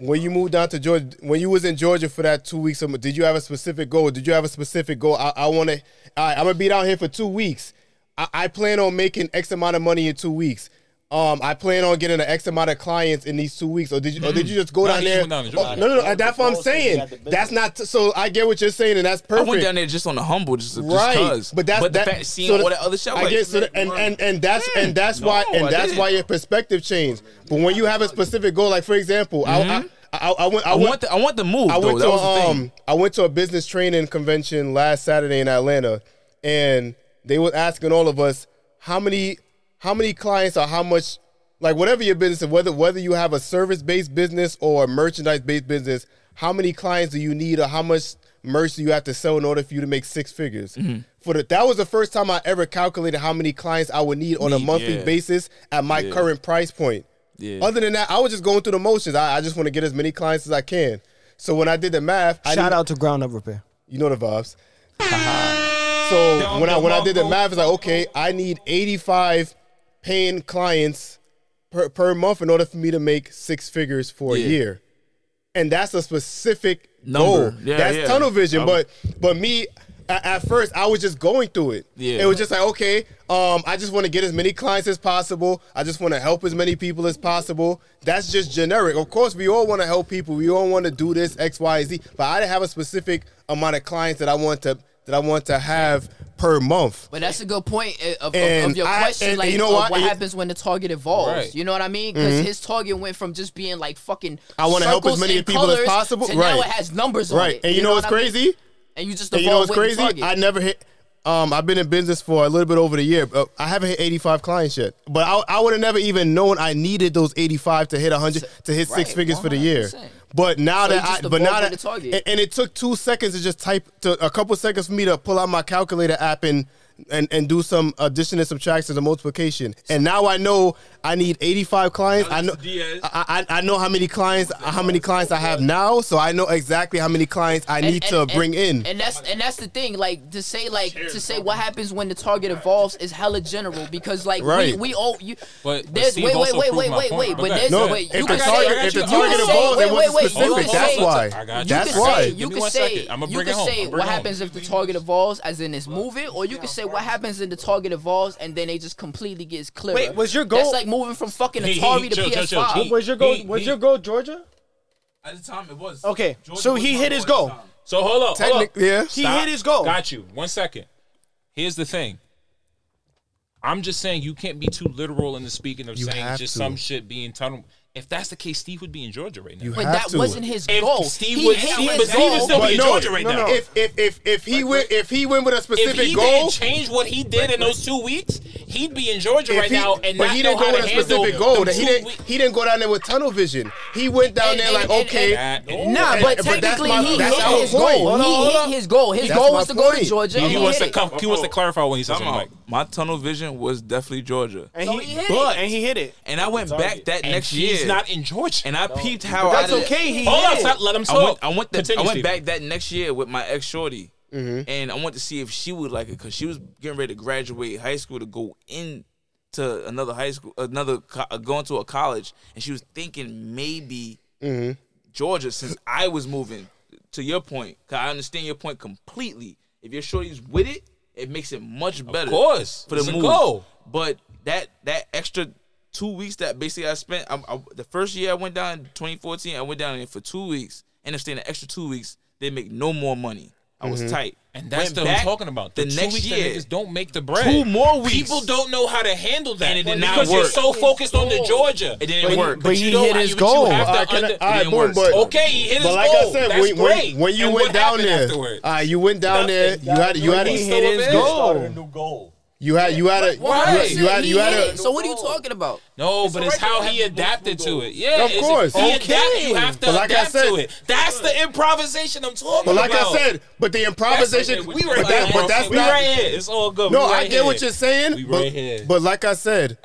A: when you moved down to Georgia, when you was in Georgia for that two weeks, um, did you have a specific goal? Did you have a specific goal? I, I want to. right, I'm gonna be down here for two weeks. I, I plan on making X amount of money in two weeks. Um, I plan on getting an X amount of clients in these two weeks. Or did you? Or did you just go
B: Mm-hmm. Nah,
A: down
B: he
A: there?
B: went down to
A: Oh,
B: Georgia.
A: no, no, no. That's what I'm saying.
H: got the business.
A: That's not. so I get what you're saying, and that's perfect.
H: I went down there just on the humble, just just
A: Right,
H: cause.
A: but that's
H: the
A: that,
H: fact, seeing
A: so the-
H: all that other shit, I'm
A: I
H: like,
A: guess, so the- and, and and that's and that's
H: No,
A: why and
H: I
A: that's
H: didn't.
A: why your perspective changed. But when you have a specific goal, like for example, I-
H: Mhm.
A: I, I, I, went, I,
H: I
A: went,
H: want the- I want the move,
A: I went
H: though. That
A: to
H: was the
A: um,
H: thing.
A: I went to a business training convention last Saturday in Atlanta, and they were asking all of us how many how many clients or how much like whatever your business is, whether whether you have a service based business or a merchandise based business, how many clients do you need or how much merch do you have to sell in order for you to make six figures?
H: Mhm.
A: For the, that was the first time I ever calculated how many clients I would need on a
H: Need,
A: monthly
H: yeah.
A: basis at my
H: Yeah.
A: current price point.
H: Yeah.
A: Other than that, I was just going through the motions. I, I just want to get as many clients as I can. So when I did the math, I
G: Shout
A: didn't-
G: out to Ground Up Repair.
A: you know the vibes. so when I when I did the math, it's like okay, I need eighty five paying clients per, per month in order for me to make six figures for
H: Yeah.
A: a year, and that's a specific
H: Number.
A: goal.
H: Yeah,
A: that's
H: yeah.
A: tunnel vision,
H: I
A: but but me. a- At first, I was just going through it.
H: Yeah.
A: It was just like, okay, um, I just want to get as many clients as possible. I just want to help as many people as possible. That's just generic. Of course, we all want to help people. We all want to do this X, Y, Z. But I didn't have a specific amount of clients that I want to that I want to have per month.
C: But that's a good point uh, of, of- of,
A: And
C: your
A: I-
C: question.
A: and
C: like,
A: you know
C: of
A: what?
C: what,
A: It-
C: happens when the target evolves?
A: Right.
C: You know what I mean? Because
A: Mhm.
C: his target went from just being like fucking.
A: I wanna help
C: circles
A: as many
C: and
A: people as
C: colours
A: possible.
C: To
A: Right.
C: Now it has numbers on
A: Right.
C: it.
A: And you know what's
C: what I mean?
A: crazy?
C: And you just
A: And you know
C: evolve
A: what's
C: with the
A: crazy?
C: target.
A: I never hit. Um, I've been in business for a little bit over the year. But I haven't hit 85 clients yet. But I, I would have never even known I needed those 85 to hit 100 to hit six
C: Right,
A: figures for the year.
C: 100%.
A: But now
C: So you
A: that I,
C: just
A: but now
C: evolved with
A: that
C: the target.
A: and, and it took two seconds to just type to a couple seconds for me to pull out my calculator app and and, and do some addition and subtraction and multiplication. And now I know I need 85 clients. I know I, I I know how many clients how many clients I have now, so I know exactly how many clients I need to bring in.
C: And that's and that's the thing. Like to say like to say what happens when the target evolves is hella general because like
A: Right.
C: we, we all you
B: But, but
C: there's
B: Steve
C: wait wait
B: also
C: wait
B: proved
C: wait
B: my
C: wait
B: point.
C: wait
B: Go
C: but
B: ahead.
C: there's
A: No,
C: wait,
A: if
C: you
A: the
C: can
A: target-
C: say
A: if the
C: you
A: target
C: can say-
A: evolves,
C: wait,
A: it wasn't
C: wait, wait, you
A: specific.
C: can
A: That's
C: say-
A: why.
C: you
A: That's
C: can
A: why.
C: say
A: Give
C: you
A: me
C: can
A: one
C: say
A: second. I'ma
C: you
A: bring
C: can
A: it home.
C: say
A: I'ma bring
C: what
A: it home.
C: happens if the target evolves as in it's moving or you can say what happens in the target evolves and then it just completely gets clear.
G: Wait, was your
C: That's
G: goal-
C: like moving from fucking
B: He- he-
C: Atari to
B: chill, chill, chill,
C: PS5.
B: chill.
G: Was your goal?
B: He-
G: Was
B: he-
G: your goal Georgia?
M: At the time, it was.
G: Okay,
M: Georgia
G: so
M: was
G: he
M: my
G: hit
M: boy
G: his
M: at
G: goal.
M: the time.
B: So hold up. hold up.
A: Technic- yeah.
G: He
B: Stop.
G: hit his goal.
B: Got you. One second. Here's the thing. I'm just saying you can't be too literal in the speaking of
A: You
B: saying
A: have
B: just
A: to.
B: some shit being tunnel. If that's the case, Steve would be in Georgia right now.
A: You
C: But
A: have
C: that
A: to.
C: wasn't his
B: If
C: goal.
B: Steve
C: he
B: was-
C: hit
B: Steve-
C: his
B: but Steve was
C: goal.
B: still But being no, Georgia right no, now. no.
A: If if if if he went if he went with a
B: If
A: specific
B: he
A: goal,
B: didn't change what he did in those two weeks, he'd be in Georgia
A: if
B: right
A: he-
B: now and
A: but
B: not
A: he didn't
B: know how
A: go
B: to
A: with a
B: handle
A: specific goal.
B: them
A: That he
B: two
A: didn't
B: weeks.
A: he didn't go down there with tunnel vision. He went down
C: And-
A: there
C: and-
A: like
C: and-
A: okay,
B: and-
C: Nah,
A: and-
C: but
A: that's
C: technically
A: my-
C: he
A: that's
C: hit
A: our
C: his
A: goal.
C: goal.
A: Hold on,
C: he
A: hold
C: hit
A: on.
C: his goal. His
A: That's
C: goal
A: my
C: was to go to
A: point.
C: Georgia.
B: He,
C: and
B: he
C: he
B: wants
C: hit
B: to
C: it.
B: come. He wants to clarify when he says
H: Time
B: something like,
H: out. My tunnel vision was definitely Georgia.
G: And
C: So
G: he,
C: he hit
G: but,
C: it.
G: and he hit it.
H: And I went back that
B: And
H: next
B: he's
H: year.
B: not in Georgia.
H: and I peeped how
G: That's
H: I did-
G: okay. He
B: Hold
G: hit
B: on,
G: it.
B: stop, let him talk.
H: I went, I went, the-
B: Continue,
H: I went
B: Steven.
H: back that next year with my ex shorty,
G: Mm-hmm.
H: and I went to see if she would like it because she was getting ready to graduate high school to go in to another high school, another co- uh, going to a college, and she was thinking maybe Georgia since I was moving. To your point, 'cause I understand your point completely. If your shorty's with it, it makes it much better.
B: course.
H: for the
B: It's a
H: move.
B: goal.
H: But that that extra two weeks that basically I spent, I, I, the first year I went down in 2014, I went down there for two weeks, ended up staying an extra two weeks. They make no more money. I was
B: Mm-hmm.
A: Mhm.
H: tight,
B: And that's
H: Went
B: what I'm
H: back
B: talking about.
H: The,
B: two
H: next
B: weeks that
H: year,
B: niggas don't make the bread.
H: Two more weeks.
B: People don't know how to handle that.
H: And it did not
B: because you're
H: work.
B: so focused on the Georgia.
H: It didn't
B: But-
H: work.
B: But
G: But
B: you
G: he
B: don't
G: hit
B: I-
G: his
B: but you
G: goal.
B: have to
A: Alright, can I-
B: under-
A: alright,
H: it didn't work.
A: boom, but-
B: Okay, he hit
A: But
B: his
A: like
B: goal.
A: I said,
B: That's
A: when,
B: great.
A: when, when you
B: And
A: went
B: what
A: down
B: happened
A: there,
B: afterwards?
A: uh, you went down there. You had you had
G: He
A: a,
G: hit his
F: Started a
G: goal.
F: new goal.
A: you had you had a you
C: Why?
A: had you had, you had
C: He hit
A: a
C: it. So what are you talking about?
B: No, but it's
F: already
B: how
F: have
B: he
F: to go
B: adapted
F: through
B: to
F: those.
B: it. Yeah,
A: Of
B: it's-
A: course.
B: He adapt,
G: Okay.
B: you have to
A: But like I
B: adapt
A: said-
B: to it. That's the improvisation I'm talking
A: But
B: about.
A: like I said, but the improvisation,
B: we were
A: but, that, but that's
B: we
A: not.
B: right here. It's all good.
A: No,
B: We right
A: I get
B: here.
A: what you're saying.
B: We
A: but,
B: right here.
A: but like I said,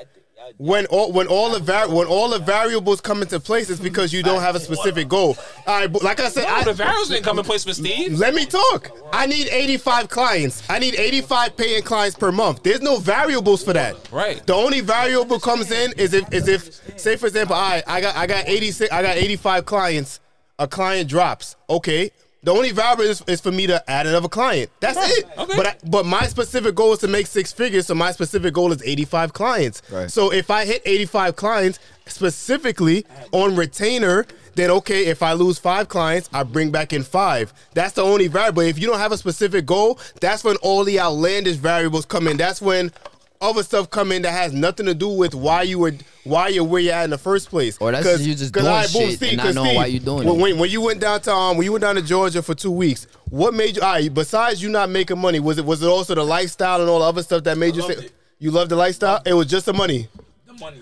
A: when all when all the var- when all the variables come into place, it's because you don't have a specific goal. All right, but like I said,
B: No,
A: I,
B: Oh, the variables didn't come in place for Steve.
A: Let me talk. I need 85 clients. I need 85 paying clients per month. There's no variables for that.
B: Right.
A: The only variable comes in is if is if say for example, I I got I got 86 I got 85 clients. A client drops. Okay. The only variable is, is for me to add another client. That's it.
B: Okay.
A: But I, but my specific goal is to make six figures. So my specific goal is 85 clients.
T: Right.
A: So if I hit 85 clients specifically on retainer, then okay, if I lose five clients, I bring back in five. That's the only variable. If you don't have a specific goal, that's when all the outlandish variables come in. That's when other stuff come in that has nothing to do with why you were why you're where you're at in the first place. Or
C: that's you just doing shit and not knowing why you doing
A: when,
C: it.
A: When, when you went down to um, when you went down to Georgia for two weeks, what made you? All right, besides you not making money, was it was it also the lifestyle and all the other stuff that made you say you love the lifestyle? It was just the money.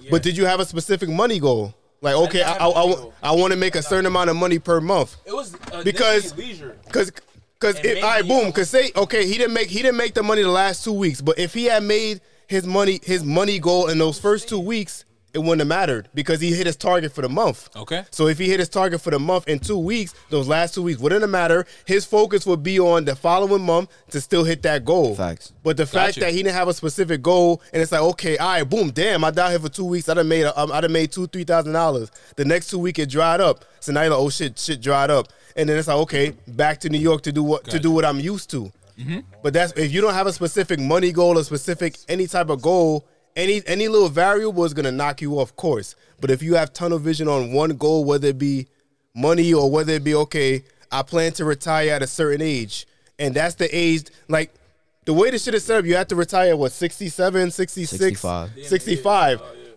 A: But did you have a specific money goal? Like, okay, I, I, I, want to make a certain amount of money per month.
B: It was uh,
A: Because-
B: Disney leisure.
A: Cause, cause, if, all right, boom. Cause say, okay, he didn't make he didn't make the money the last two weeks, but if he had made his money his money goal in those first two weeks, it wouldn't have mattered because he hit his target for the month.
B: Okay.
A: So if he hit his target for the month in two weeks, those last two weeks wouldn't have matter. His focus would be on the following month to still hit that goal. Facts. But the fact
T: Gotcha.
A: that he didn't have a specific goal, and it's like, okay, all right, boom, damn, I down here for two weeks. I done made, a, um, I done made two, three thousand dollars. The next two week it dried up. So now you're like, oh shit, shit dried up, and then it's like, okay, back to New York to do what to do what I'm used to. But that's if you don't have a specific money goal, a specific any type of goal, any any little variable is gonna knock you off course. But if you have tunnel vision on one goal, whether it be money or whether it be okay, I plan to retire at a certain age, and that's the age like the way this shit is set up, you have to retire at what 67, 66, 65.
L: 65.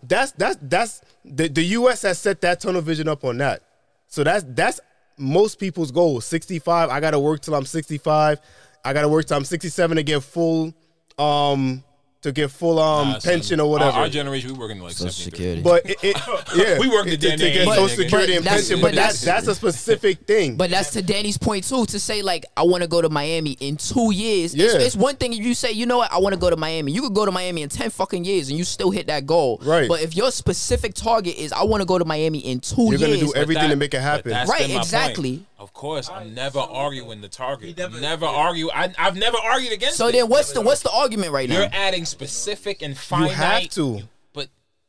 A: That's that's that's the, the US has set that tunnel vision up on that. So that's that's most people's goal. 65, I gotta work till I'm 65. I gotta work till I'm 67 to get full um to get full um
B: Nah, son.
A: pension or
B: Our-
A: whatever.
B: Our, generation, we working like social security.
A: But it, it yeah,
B: we work the
A: to,
B: day
A: to get
B: and
A: social
B: age, nigga.
A: security and
C: that's-
A: pension. But that's that's a specific thing.
C: But that's to Danny's point too. To say like I want to go to Miami in two years. It's,
A: Yeah.
C: it's one thing if you say you know what I want to go to Miami. You could go to Miami in ten fucking years and you still hit that goal.
A: Right.
C: But if your specific target is I want to go to Miami in 2
A: You're
C: years,
A: gonna do everything to make it
B: but
A: happen.
B: that's
C: Right,
B: been my point.
C: exactly.
B: Of course, I'm never arguing the target. Never, argue. I, I've never argued against.
C: So
B: it.
C: then what's the what's the argument right
B: You're
C: now?
B: adding specific and
A: You
B: finite.
A: have to.
B: but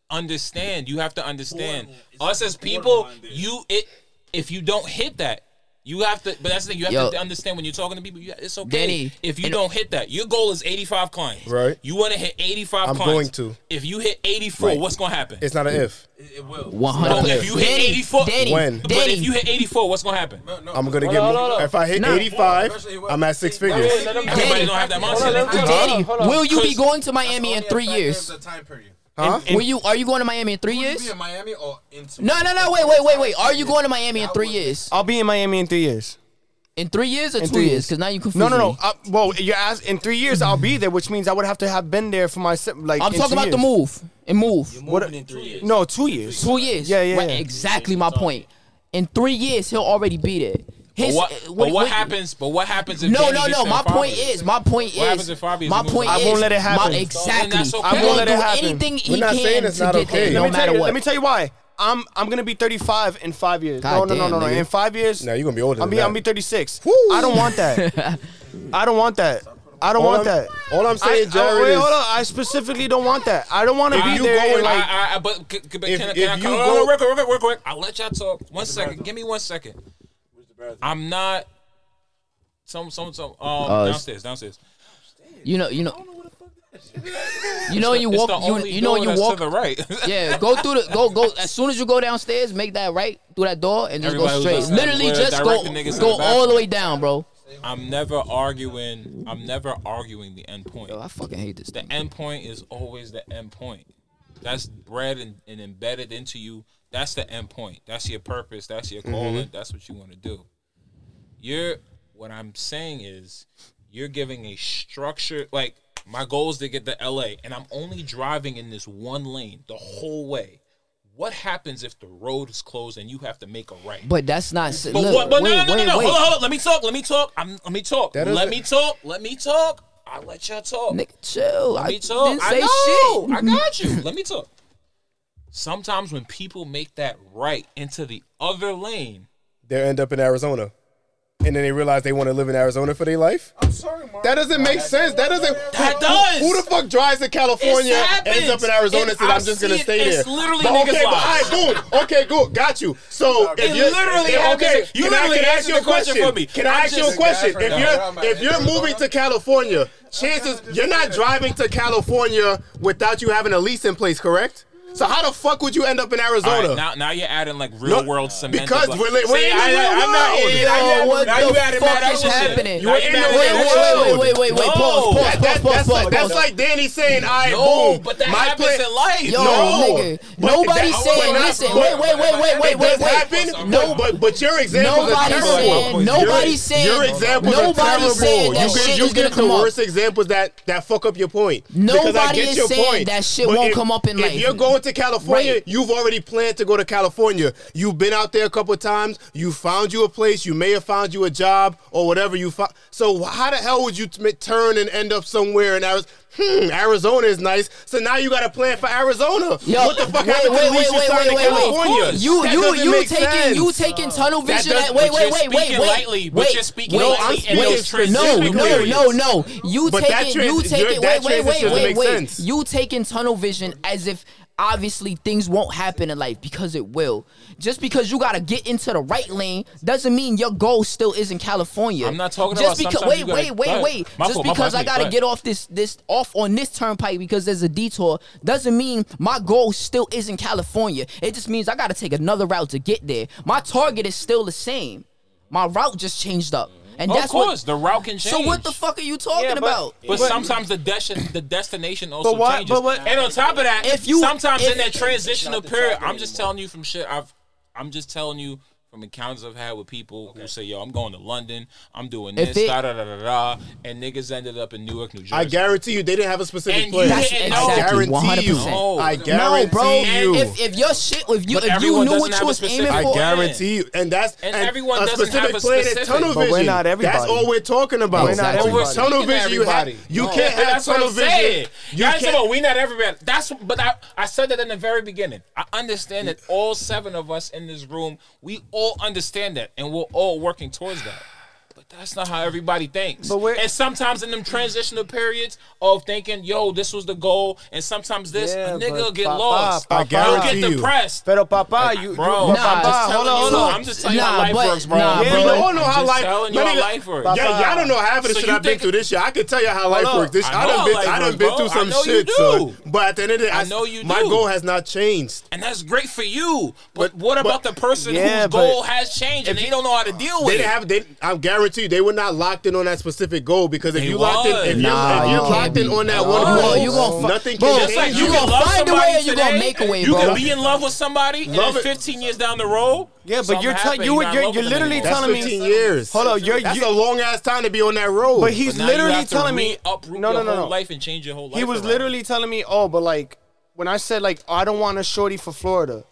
B: understand you have to understand us as people you it if you don't hit that you have to but that's the thing you have
C: Yo.
B: to understand when you're talking to people you, it's okay
C: Danny,
B: if you
C: and-
B: don't hit that your goal is 85 clients
A: Right.
B: you want to hit 85
A: I'm
B: clients
A: going to.
B: if you hit 84
A: Right.
B: what's going to happen
A: It's not an if.
C: One
B: But
C: hundred.
B: if you hit 84
C: Danny,
A: When?
B: but
C: Danny.
B: if you hit 84 what's going to happen
A: I'm gonna
B: Hold
A: get
B: on,
A: more-
B: hold on.
A: if I hit
C: Nah.
A: 85, I'm at six figures.
B: everybody don't have that mindset
C: Danny, will you be
B: Cause-
C: going to Miami in three years?
U: The time period.
A: Huh?
C: Will you? Are you going to Miami in three
U: Will you
C: years?
U: be in Miami or in two?
C: No, no, no. Wait, wait, wait, wait. Are you going to Miami in three years?
G: I'll be in Miami in three years.
C: In three years or
G: In
C: two
G: three
C: years?
G: years.
C: Because now you confuse
G: No, no, no.
C: me.
G: Uh, well, you're asked, in three years I'll be there, which means I would have to have been there for my se- like.
C: I'm
G: in
C: talking
G: two
C: about the
G: years.
C: move and move.
G: What? In three years. No, two years.
C: Two years.
G: Yeah, yeah,
C: Right,
G: yeah.
C: Exactly my point. In three years, he'll already be there.
B: but
C: His-
B: what,
C: uh,
B: but
C: wait,
B: what
C: wait.
B: happens but what happens if
C: No,
B: Danny
C: no,
B: gets
C: no.
B: there
C: My
B: in five
C: point
B: years?
C: is, my point
B: What happens
C: is,
B: if Fabi is
C: my
B: removed?
C: point
B: I
C: is,
B: won't let it
C: my-
B: happen.
C: exactly.
B: Then that's okay.
C: I
B: We'll
C: won't
B: let
C: do
B: it happen.
C: anything he
A: We're not
C: can
A: saying it's
C: to
A: not
C: get
A: okay.
C: there,
A: Let
C: no
A: me
G: Let me,
C: matter
G: tell you,
C: what.
G: let me tell you why. I'm I'm gonna be 35 in five years.
C: God
G: no, no, no,
C: damn,
G: no, no.
C: nigga.
G: In five years,
A: Now you're gonna be older.
G: I'll
A: than
G: be
A: that.
G: I'll be 36. I don't want that. I don't want that. I don't
A: All
G: want
A: I'm-
G: that.
A: all I'm saying,
B: oh,
G: I,
A: Jared,
G: I, wait,
A: is-
G: hold on. I specifically don't want that. I don't want to
B: If
G: be
B: you
G: there.
B: go
G: and
B: in,
G: like,
B: I, I, I, but c- c- but
G: If-
B: can, I-
G: if
B: can I
G: you
B: come?
G: go-
B: Go, real quick, real quick, real quick. I'll let y'all talk. One second. Give me one second. I'm not. Some, some, some. Um,
C: Oh, it's-
B: downstairs, downstairs.
C: You know, you know. You know when you
B: It's
C: walk,
B: the
C: you,
B: only
C: you know when
B: door
C: you
B: that's
C: walk
B: to the right.
C: yeah, go through the go go. As soon as you go downstairs, make that right through that door and just
B: Everybody
C: go
B: was
C: straight.
B: listening.
C: Literally,
B: We're
C: just go
B: directing niggas to
C: go
B: the
C: all the way down, bro.
B: I'm never arguing. I'm never arguing the end point.
C: I fucking hate this.
B: The end point is always the end point. That's bred and, and embedded into you. That's the end point. That's your purpose. That's
C: Mm-hmm.
B: your calling. That's what you want to do. You're what I'm saying is you're giving a structure like my goal is to get to LA and I'm only driving in this one lane the whole way. What happens if the road is closed and you have to make a right?
C: But that's not.
B: But
C: look,
B: what? But
C: wait,
B: no, no, no,
C: wait,
B: no, no.
C: wait.
B: Hold on, hold on. Let me talk. Let me talk. I'm, let me talk.
C: That
B: Let
C: doesn't-
B: me talk. Let me talk. I let y'all talk.
C: Nigga, chill.
B: Let
C: I
B: me talk.
C: didn't
B: I
C: say
B: know.
C: shit.
B: I got you. Let me talk. Sometimes when people make that right into the other lane,
A: They end up in Arizona. And then they realize they want to live in Arizona for their life. I'm sorry, Mark. That doesn't make sense. That doesn't.
B: That
A: who-
B: does.
A: Who, the fuck drives to California,
B: It's happened.
A: ends up in Arizona, and says,
B: It-
A: "I'm just
B: I've
A: gonna
B: seen
A: stay
B: it.
A: there"?
B: It's literally
A: But
B: niggas'
A: okay, but
B: lives.
A: all right, boom. Okay, good. Got you. So
B: It
A: if you're,
B: literally
A: if,
B: happens.
A: okay,
B: You
A: can I-
B: literally
A: can I ask
B: answered
A: you a
B: the question
A: question
B: for me.
A: Can I
B: I'm
A: ask you a
B: just-
A: question?
B: Guy
A: If
B: from
A: you're
B: Alabama.
A: if you're moving to California, chances you're not driving to California without you having a lease in place, correct? So how the fuck would you end up in
B: All right,
A: Arizona?
B: now now you're adding like real world cement.
A: because
B: like,
A: we're li- we're in the real
B: I'm not
A: world.
B: in.
A: Yo,
B: Now you
A: what
B: adding- now
A: the
B: you adding
A: fuck
B: mad
A: is
B: shit.
A: happening?
B: Now
A: You're in the
B: mad
A: real
B: shit.
A: world. Wait, wait, wait, wait,
B: No.
A: pause, pause, That- that- pause, that's pause, like- that's pause. like Danny saying, "All right,
B: No,
A: boom,
B: But that
A: my
B: happens
A: plan-
B: in life.
A: Yo, No. nigga, But
C: Nobody
A: that-
C: said.
A: but not-
C: Listen,
A: but-
C: wait, wait, wait, wait, wait,
A: It
C: wait,
A: does
C: wait.
A: happen, no, but but your example is
C: Nobody
A: terrible.
C: said-
A: Your-
C: nobody said-
A: your examples
C: nobody
A: are terrible.
C: said that
A: you give-
C: shit
A: you
C: is gonna
A: give the
C: come up.
A: worst examples that that fuck up your point. because I
C: Nobody
A: get
C: is
A: your
C: saying
A: point,
C: that shit
A: but
C: won't
A: if-
C: come up in
A: if
C: life.
A: you're going to California,
C: Right.
A: you've already planned to go to California. You've been out there a couple times. You found you a place. You may have found you a job or whatever you found. So how the hell would you t- turn and end up somewhere in Arizona? Hmm, Arizona is nice. So now you got a plan for Arizona.
C: Yo,
A: what the fuck
C: wait,
A: happened to
C: wait,
A: the lease
C: wait,
A: you
C: wait,
A: signed in
C: wait, wait, wait.
A: California?
C: You,
A: That
C: you,
A: doesn't
C: you
A: make
C: taking,
A: sense.
C: you taking tunnel vision.
A: does-
C: At, wait,
A: but
C: wait,
A: you're
C: wait, wait,
A: speaking
C: wait,
A: lightly,
C: wait.
A: but you're speaking
C: wait,
A: lightly
C: I'm
A: in
C: wait,
A: those specific
C: No, no,
A: areas.
C: no, no. You
A: But that
C: taking, you
A: trans- your-
C: taking.
A: that
C: Wait, wait, wait,
A: transition
C: wait,
A: doesn't make
C: wait.
A: sense.
C: You taking tunnel vision as if. Obviously, things won't happen in life because it will. Just because you gotta get into the right lane doesn't mean your goal still isn't California.
B: I'm not talking
C: just
B: about
C: because.
B: sometimes
C: Wait,
B: you gotta-
C: wait, wait,
B: go ahead.
C: wait.
B: My
C: Just
B: fault, my fault,
C: because
B: that's
C: I
B: me.
C: gotta
B: Go ahead.
C: get off this this off on this turnpike because there's a detour doesn't mean my goal still isn't California. It just means I gotta take another route to get there. My target is still the same. My route just changed up, and
B: Of
C: that's
B: course,
C: what.
B: the route can change.
C: So what the fuck are you talking
B: Yeah, but-
C: about?
B: But, sometimes the destination, the destination also
C: But what-
B: changes.
C: but what-
B: and on top of that,
C: If you-
B: sometimes
C: if-
B: in that transitional period, I'm just telling you from shit I've, I'm just telling you from encounters I've had with people who say, "Yo, I'm going to London, I'm doing
A: If
B: this,
A: it-
B: da da da da da," and niggas ended up in Newark, New Jersey.
A: I guarantee you they didn't have a specific
B: And
A: plan.
B: you didn't know.
A: I
B: Exactly,
A: guarantee you.
B: 100%. No.
A: I
B: No,
A: guarantee
B: bro. And
A: you.
C: If if your shit, if you
A: But
C: if you
A: everyone
C: knew
A: doesn't
C: what
A: have
C: you
A: a
C: was
A: specific
C: aiming for,
A: I guarantee you, and that's
B: And
A: and
B: everyone
A: a
B: doesn't
A: specific
B: have a
A: plan
B: specific.
A: is tunnel
B: But
A: vision.
B: we're not
A: That's
B: everybody.
A: all we're talking about.
B: We're not
A: Over
B: everybody.
A: tunnel
B: Speaking of
A: vision, you, have,
B: everybody.
A: you
B: No,
A: can't
B: but
A: have
B: that's what
A: tunnel
B: I'm
A: vision.
B: saying.
A: You
B: Y'all talking
A: can't.
B: about we not everybody. That's but I, I said that in the very beginning. I understand that all seven of us in this room, we all understand that, and we're all working towards that. But that's not how everybody thinks. But and sometimes in them transitional periods of thinking, "Yo, this was the goal," and sometimes this a nigga will get lost.
G: I
B: He'll
G: guarantee
B: get
G: you.
B: depressed.
G: Pero papa, you,
B: Bro,
G: you,
B: I'm
G: papa,
B: just telling
G: hold on,
B: you,
G: hold on.
B: I'm just telling you how life works, bro.
G: Nah,
A: Yeah,
G: bro.
A: we all know how
B: Just
A: life.
B: telling you
A: my
B: how
A: nigga,
B: life works.
A: Yeah, y'all don't know half of the
B: So
A: shit
B: you
A: I've been
B: think-
A: through this year. I can tell you how life
B: Hold on.
A: works. This
B: I
A: I,
B: know
A: done
B: how
A: been,
B: life
A: I done
B: works,
A: been
B: bro.
A: through
B: I
A: some
B: know you
A: shit.
B: do.
A: So, but at the end of the day,
B: I
A: I
B: know you
A: My
B: do.
A: goal has not changed.
B: And that's great for you. But, what about the person
A: Yeah,
B: whose
A: but
B: goal has changed and
A: if
B: they
A: you-
B: don't know how to deal with
A: They
B: it?
A: didn't have. They, I guarantee you, they were not locked in on that specific goal because if
B: They
A: you locked in,
B: was.
A: if
B: Nah,
A: you're, if
B: you
A: you're
B: can't
A: locked in
B: be-
A: on that
B: Nah.
A: one
B: Bro,
A: goal,
B: you gonna fi-
A: nothing
B: Bro,
A: can
B: just like
A: change.
B: you can love
C: find a way
B: somebody
C: and you gonna
B: today,
C: make a way,
B: You
C: bro.
B: can be in love with somebody, and
A: Love
B: then
A: it.
B: 15 years down the road,
G: Yeah, but
B: something
G: you're tell-
B: happened,
G: you
B: you're
G: were-
B: not in
G: you're-
B: love
G: you're
B: with them
G: literally
B: anymore.
G: telling me-
A: 15 years.
G: Hold on, you're-
A: that's a
G: you-
A: long ass time to be on that road.
G: But he's
B: But now you
G: literally
B: have to
G: telling me
B: re-uproot
G: no, no,
B: your
G: no,
B: whole
G: no.
B: life and change your whole life.
G: He was
B: around.
G: literally telling me, oh, but like when I said like I don't want a shorty for Florida,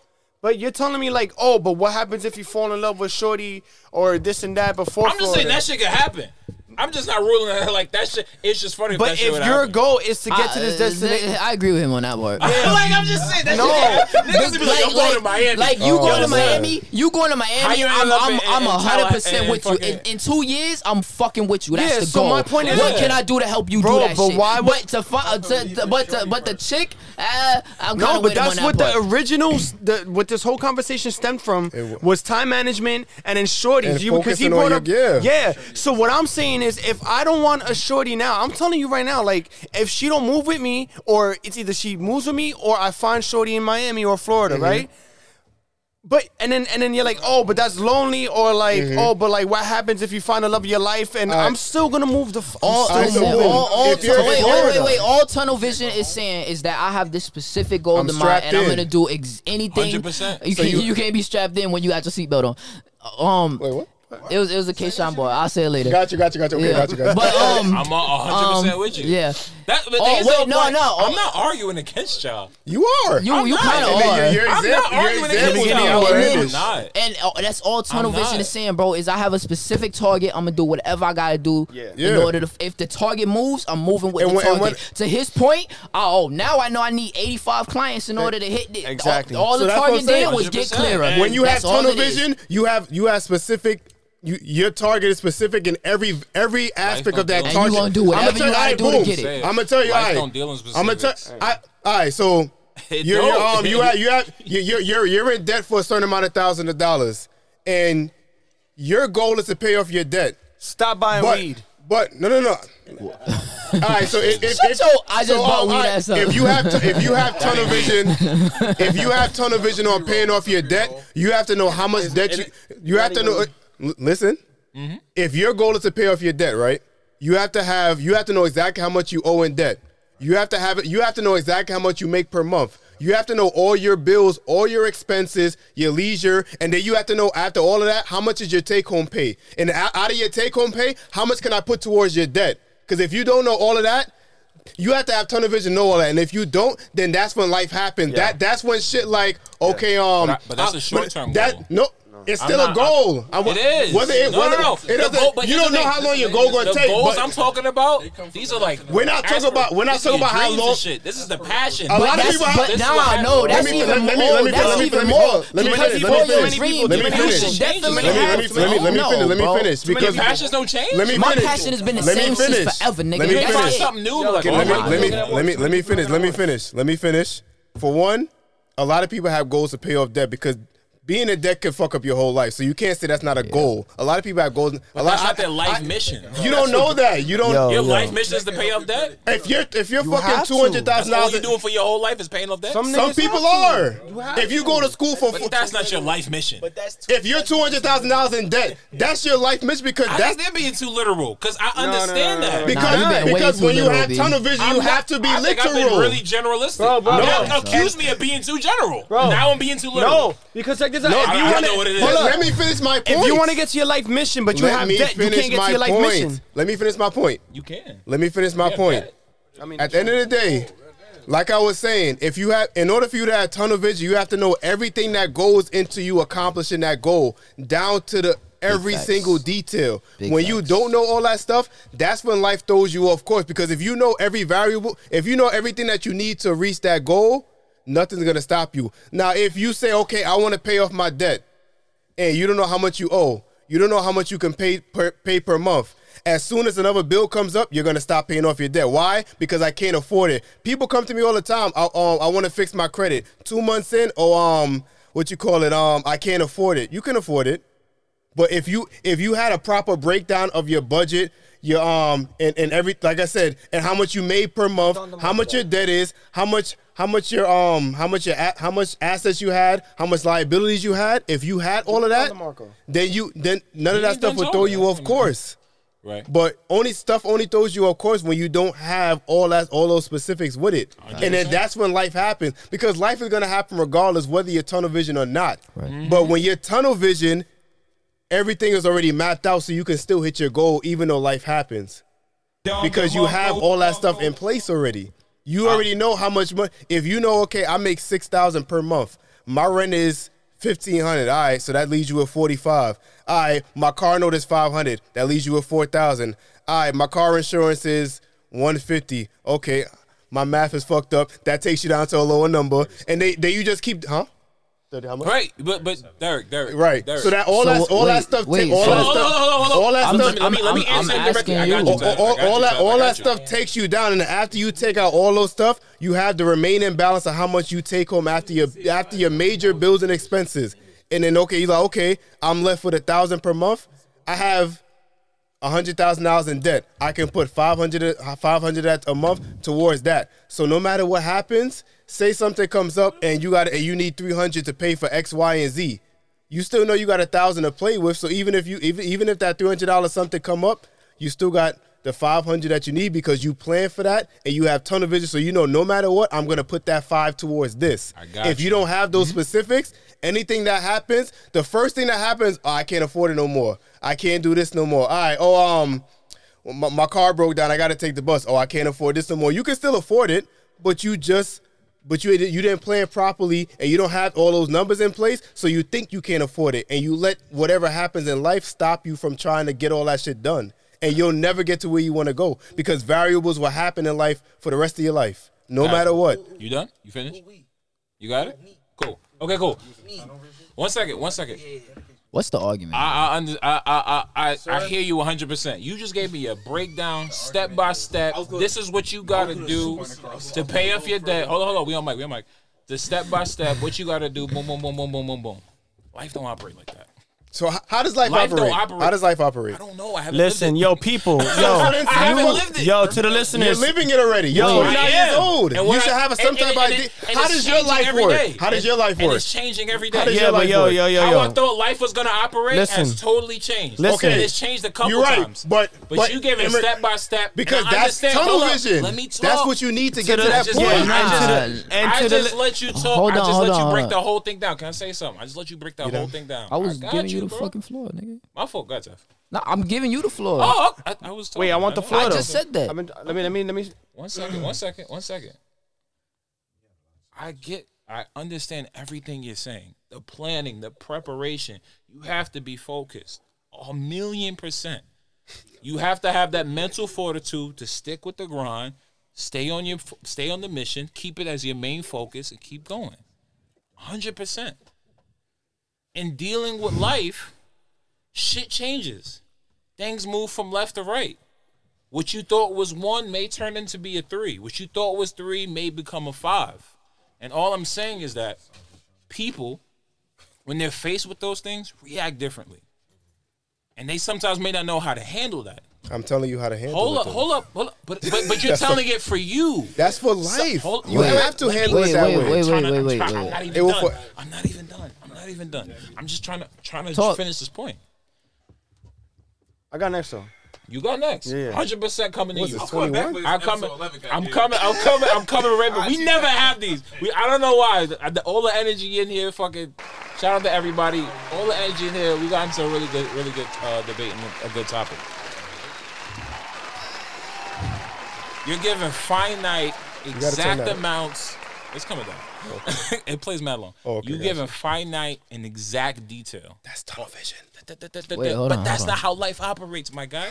G: but you're telling me like, oh, but what happens if you fall in love with shorty or this and that before?
B: I'm just saying
G: Florida?
B: that shit could happen. I'm just not ruling it out like that shit. It's just funny.
G: But
B: that shit
G: if
B: would
G: your
B: happen.
G: goal is to get to
C: Uh,
G: this destination,
C: I agree with him on that part.
B: like I'm just saying that
G: No.
B: shit. could happen. Niggas be like, I'm going to Miami.
C: Like you
B: Oh,
C: going to
B: I'm sorry.
C: Miami, you going to
B: How
C: Miami.
B: you
C: I'm
B: end up
C: I'm
B: in-
C: I'm
B: in
C: hundred
B: Thailand
C: percent with you.
B: fucking-
C: In, in two years, I'm fucking with you. That's
G: Yeah,
C: the
G: so
C: goal.
G: my point is-
C: what
G: Yeah.
C: can I do to help you do
G: Bro,
C: that
G: but
C: shit?
G: why would-
C: but to find, to, to- but to, but the chick, uh, I'm
G: No,
C: kinda
G: but
C: with him on
G: that's
C: that
G: what
C: part.
G: the originals, the, what this whole conversation stemmed from was time management and then shorties.
A: And
G: you because he
A: focusing on
G: brought
A: your-
G: up,
A: yeah.
G: So what I'm saying is, if I don't want a shorty now, I'm telling you right now, like if she don't move with me, or it's either she moves with me, or I find shorty in Miami or Florida,
A: Mm-hmm.
G: right? But and then and then you're like, oh, but that's lonely, or like,
A: Mm-hmm.
G: oh, but like, what happens if you find the love of your life? And I'm still gonna move the f- I'm
C: all, all,
G: still moving.
C: all, all
G: If you're
C: tun- wait, wait, wait,
G: Florida.
C: wait. All tunnel vision is saying is that I have this specific goal
G: I'm
C: in mind,
G: strapped
C: and I'm
G: in.
C: gonna do ex- anything.
G: 100%.
C: You,
G: So
C: can, you,
G: you-
C: can't be strapped in when you got your seatbelt on. Um, It was it was a Kayshawn boy. I'll say it later.
A: Got you, got you, got you. Okay,
C: Yeah.
A: got you, got you.
C: But um,
B: I'm a hundred percent
C: um,
B: with you.
C: Yeah.
B: That, but
C: Oh,
B: there's
C: wait, no,
B: point.
C: no.
B: I'm not arguing against y'all.
A: You are.
C: You- you
B: not.
C: kinda And then are. your- your
B: I'm
A: example-
B: not
A: your example
B: arguing against
A: is
B: y'all.
A: being
B: I'm
A: outlandish.
B: not.
C: And uh, that's all tunnel
B: I'm
C: vision
B: not.
C: is saying, bro. Is I have a specific target. I'm gonna do whatever I gotta do in
A: Yeah.
C: order to. If the target moves, I'm moving with
A: And
C: the
A: when- and
C: target.
A: when-
C: to his point, oh, now I know I need 85 clients in order to hit this.
A: Exactly.
C: All, all
A: So
C: the
A: that's what
C: target
A: I'm saying.
C: did was get
B: 100%,
C: clearer.
B: man.
A: when you have
C: That's all
A: tunnel
C: it is.
A: vision, you have you have specific. You, your target is specific in every every aspect
B: don't
A: of that
B: deal in
A: target.
C: And you gonna do
A: I'ma
C: whatever
A: tell
C: you gotta
A: alright,
C: do to
A: boom.
C: get it.
A: I'm gonna tell you.
B: Life
A: alright.
B: don't deal in
A: I'm gonna tell.
B: specifics.
A: I, all right, so
B: It
A: you're, you're
B: don't.
A: um you have, you have you- you're, you're you're in debt for a certain amount of thousand of dollars, and your goal is to pay off your debt.
G: Stop buying
A: But,
G: weed.
A: but no no no. all right, so if, if,
C: Shut
A: if-
C: your- I just
A: so,
C: bought
A: um,
C: weed
A: all right,
C: ass up.
A: If you have t- if you have tunnel vision, if you have tunnel vision on paying off your debt, you have to know how much debt you you have to know. L- Listen, if your goal is to pay off your debt, right? You have to have you have to know exactly how much you owe in debt. You have to have it. You have to know exactly how much you make per month. You have to know all your bills, all your expenses, your leisure, and then you have to know after all of that how much is your take home pay, and o- out of your take home pay, how much can I put towards your debt? Because if you don't know all of that, you have to have tunnel vision, know all that, and if you don't, then that's when life happens. That that's when shit like okay, um,
B: But I- but that's a short-term
A: that-
B: goal.
A: No, it's
B: I'm
A: still
B: not-
A: a goal. I, wa-
B: It is.
A: Whether it,
B: no,
A: whether,
B: no, no.
A: It
B: The
A: doesn't,
B: goal- but
A: you
B: here's
A: don't
B: the
A: know
B: thing.
A: how long your goal gonna
B: the
A: take.
B: goals
A: but
B: I'm talking about, these are like
A: We're not talking
B: aspir-
A: about- we're not
B: these
A: talking
B: are your
A: about how
B: dreams
A: long-
B: and shit. This is the passion.
A: A lot of
C: that's-
A: people have-
C: but
B: This is
C: nah,
B: what happened.
C: no, that's
A: Let me-
C: even
A: let me-
C: more.
A: let me-
C: that's
A: let me-
C: even
A: let me-
C: more.
A: let me
C: because
A: finish,
C: before
A: let me
C: your
A: finish,
C: dream,
A: let me
C: you
A: finish.
C: should
B: Let me-
C: definitely
B: let
A: let me-
B: me-
C: have
A: let me- let me
C: no,
A: finish, let me
C: bro.
A: finish,
B: Too many
A: because-
B: passions don't change.
A: let me
C: My
A: finish.
C: passion has been the
A: Let me
C: same
A: finish.
C: since forever, nigga.
A: Let me
B: You
C: That's
B: find
A: finish.
C: it.
B: something new. Like,
A: Okay,
B: oh
A: let me
B: my
A: let me
B: God.
A: let me let me finish. Let me finish. Let me finish. For one, a lot of people have goals to pay off debt because being in debt can fuck up your whole life. So you can't say that's not a goal. A lot of people have goals. a lot.
B: That's not
A: I-
B: their life
A: I-
B: mission.
A: You don't know that. You don't.
B: Your life mission is to pay off debt.
A: If you're if you're
G: have
A: fucking
G: to.
A: two hundred thousand
B: That's all
A: dollars,
B: you're doing for your whole life is paying off debt.
G: Some
A: some
G: niggas
A: people are.
G: have to.
A: If you go to school for
B: but that's not your life mission. But that's
A: if you're two hundred thousand dollars in debt, that's your life mission because
B: I
A: that's
B: think they're being too literal because I understand that.
A: because
C: Nah, you been way
A: because
C: too
A: when you
C: literal,
A: have
C: B.
A: tunnel vision,
B: I'm
A: you
B: not-
A: have to be
B: I think I've been
A: literal.
B: really generalistic.
G: Bro, bro,
B: Y'all
G: bro.
B: accuse me of being too general.
G: Bro.
B: Now I'm being too literal.
G: No, because check
B: I-
G: this out. if you
B: I
G: want
B: know what
G: to,
B: it is.
A: Hold
G: Hold
A: on,
G: up.
A: let me finish my point.
G: if you want to get to your life mission, but you
A: Let
G: have
A: me
G: debt, you
A: finish
G: can't get
A: my
G: to your life
A: point.
G: mission.
A: Let me finish my point.
B: You can.
A: Let me finish my
B: Yeah,
A: point.
B: bet.
G: I mean,
A: At the end of the day, like I was saying, if you have, in order for you to have tunnel vision, you have to know everything that goes into you accomplishing that goal, down to the every
C: facts.
A: single detail.
C: Big
A: when you
C: facts.
A: don't know all that stuff, that's when life throws you off course. Because if you know every variable, if you know everything that you need to reach that goal, nothing's gonna stop you. Now, if you say, okay, I want to pay off my debt, and you don't know how much you owe. You don't know how much you can pay per, pay per month. As soon as another bill comes up, you're gonna stop paying off your debt. Why? Because I can't afford it. People come to me all the time. I, um, I want to fix my credit. Two months in, oh um, what you call it? Um, I can't afford it. You can afford it, but if you if you had a proper breakdown of your budget, your um, and and every like I said, and how much you made per month, how much your debt is, how much how much your um, how much your a- how much assets you had, how much liabilities you had. If you had all of that, then you then none of that
B: done
A: stuff would
B: told
A: throw
B: me
A: you
B: that.
A: off course.
B: Right.
A: But only stuff only throws you off course when you don't have all that all those specifics with it, and then that's when life happens because life is gonna happen regardless whether you're tunnel vision or not. But when you're tunnel vision, everything is already mapped out, so you can still hit your goal even though life happens because you have all that stuff in place already. You already know how much money. If you know, okay, I make six thousand per month. My rent is fifteen hundred. All right, so that leaves you with forty five. All right, my car note is five hundred. That leaves you with four thousand. All right, my car insurance is one fifty. Okay, my math is fucked up. That takes you down to a lower number, and they they you just keep huh. How much?
B: Right, but but Derek, Derek,
A: Right.
B: Derek.
A: So that all
C: So
A: that all
C: wait,
A: that stuff
C: wait,
A: take all
C: so-
A: that
B: Hold
A: stuff
B: on, hold on, hold on,
A: all that
B: hold on.
A: stuff
B: Let me let me
C: I'm-
B: answer
C: I'm
B: him directly. I got
C: asking you.
B: you.
A: all,
B: Derek.
A: all-
B: I got you,
A: all that
B: Derek. I
A: all
B: got
A: that
B: you.
A: stuff takes you down, and after you take out all those stuff, you have the remaining balance of how much you take home after your after your major bills and expenses. And then okay, you're like, okay, I'm left with a thousand per month. I have a hundred thousand dollars in debt. I can put 500, 500 at a month towards that. So no matter what happens, say something comes up and you got and you need three hundred to pay for X, Y, and Z you still know you got a thousand to play with. So even if you even even if that three hundred dollars something come up, you still got the five hundred that you need because you plan for that and you have ton of vision. So you know no matter what, I'm gonna put that five towards this.
B: I got
A: if you
B: you.
A: don't have those specifics, anything that happens, the first thing that happens, oh, I can't afford it no more. I can't do this no more. All right. Oh, um, my, my car broke down. I got to take the bus. Oh, I can't afford this no more. You can still afford it, but you just, but you you didn't plan properly, and you don't have all those numbers in place, so you think you can't afford it, and you let whatever happens in life stop you from trying to get all that shit done, and you'll never get to where you want to go because variables will happen in life for the rest of your life, no
B: Nah.
A: matter what.
B: You done? You finished? You got it? Cool. Okay, cool. One second. One second.
C: What's the argument?
B: I I, under, I I I I I hear you 100. percent You just gave me a breakdown, step by step. This is what you gotta do to pay off your debt. Hold on, hold on. We on mic. We on mic. The step by step, what you gotta do. Boom, boom, boom, boom, boom, boom, boom. Life don't operate like that.
A: So how, how does life,
B: Life don't
A: operate?
B: operate.
A: How does life operate?
B: I don't know. I haven't
G: Listen, yo, people, yo,
A: I haven't
G: you-
A: lived it.
G: yo, to the listeners,
A: You're living it already. You're
G: Yo,
A: 29
G: I
A: years
G: am.
A: old.
G: And
A: you
G: what
A: should
G: I-
A: have some
G: and-
A: type
G: and-
A: of
G: and
A: idea.
G: it- and
A: How
G: it's
A: does your
G: changing
A: life
G: every
A: work?
G: day.
A: How does your life
B: And
A: work?
B: it's changing every
A: How
B: day.
A: does your life
G: yo,
A: work?
G: yo, yo,
B: How I
G: yo.
B: thought life was gonna operate
G: Listen.
B: has totally changed.
G: Listen.
B: and it's changed a couple
A: You're right,
B: times.
A: but-
B: but,
A: but-
B: you gave it
A: and re-
B: step by step
A: because
B: and I
A: that's
B: understand-
A: tunnel
B: hold up,
A: vision.
B: Let me talk.
A: That's what you need to get
B: the-
A: to
B: I
A: that
B: just-
A: point.
B: I
C: Nah.
B: just,
C: And
B: I
C: to the
B: just
C: li-
B: let you talk.
C: Hold
B: I
C: on,
B: just
C: hold
B: let
C: on,
B: you break
C: hold
B: the
C: on.
B: whole thing down. Can I say something? I just let you break the whole thing down.
C: I was
B: got
C: giving you, the
B: bro.
C: fucking floor, nigga.
B: My fault. Gotcha.
C: No, I'm giving you the floor.
B: Oh, I, I was.
G: Wait, I
B: talking,
G: want the
B: know.
G: floor.
C: I
G: though.
C: just said that.
G: I mean, let me, let me, let me.
B: One second, one second, one second. I get, I understand everything you're saying. The planning, the preparation. You have to be focused a million percent. You have to have that mental fortitude to stick with the grind, stay on your, f- stay on the mission, keep it as your main focus, and keep going. Hundred percent. In dealing with life, shit changes. Things move from left to right. What you thought was one may turn into be a three. What you thought was three may become a five. And all I'm saying is that people, when they're faced with those things, react differently. And they sometimes may not know how to handle that.
A: I'm telling you how to handle
B: Hold
A: it.
B: up,
A: though.
B: hold up, hold up. But but, but you're
A: That's
B: telling
A: for-
B: it for you.
A: That's for
B: So-
A: life.
B: hold-
A: you
B: wait,
A: have to
B: let me-
A: handle it
B: wait,
A: that
B: wait,
A: way.
B: wait,
C: wait,
B: I'm
C: wait, wait,
B: trying- I'm
C: wait.
B: not
A: It
B: even
A: will
B: done.
A: for-
B: I'm not even done. I'm not even done. I'm just trying to trying to
G: Talk.
B: finish this point.
G: I got next though.
B: You go next.
G: Yeah.
B: Hundred percent coming to
G: What's
B: you.
G: this, 21?
B: I'm coming. I'm coming. I'm coming. I'm coming. Right back. We never have these. We. I don't know why. The- the- All the energy in here. Fucking. Shout out to everybody. All the energy in here. We got into a really good, really good uh, debate and a good topic. You're giving finite
A: gotta turn
B: exact
A: that up.
B: amounts. It's coming down. it plays mad long.
A: Oh, okay,
B: You're
A: gotcha.
B: giving finite and exact detail.
A: That's tunnel vision.
C: Wait, hold
B: but
C: on,
B: that's
C: hold
B: not
C: on.
B: how life operates, my guy.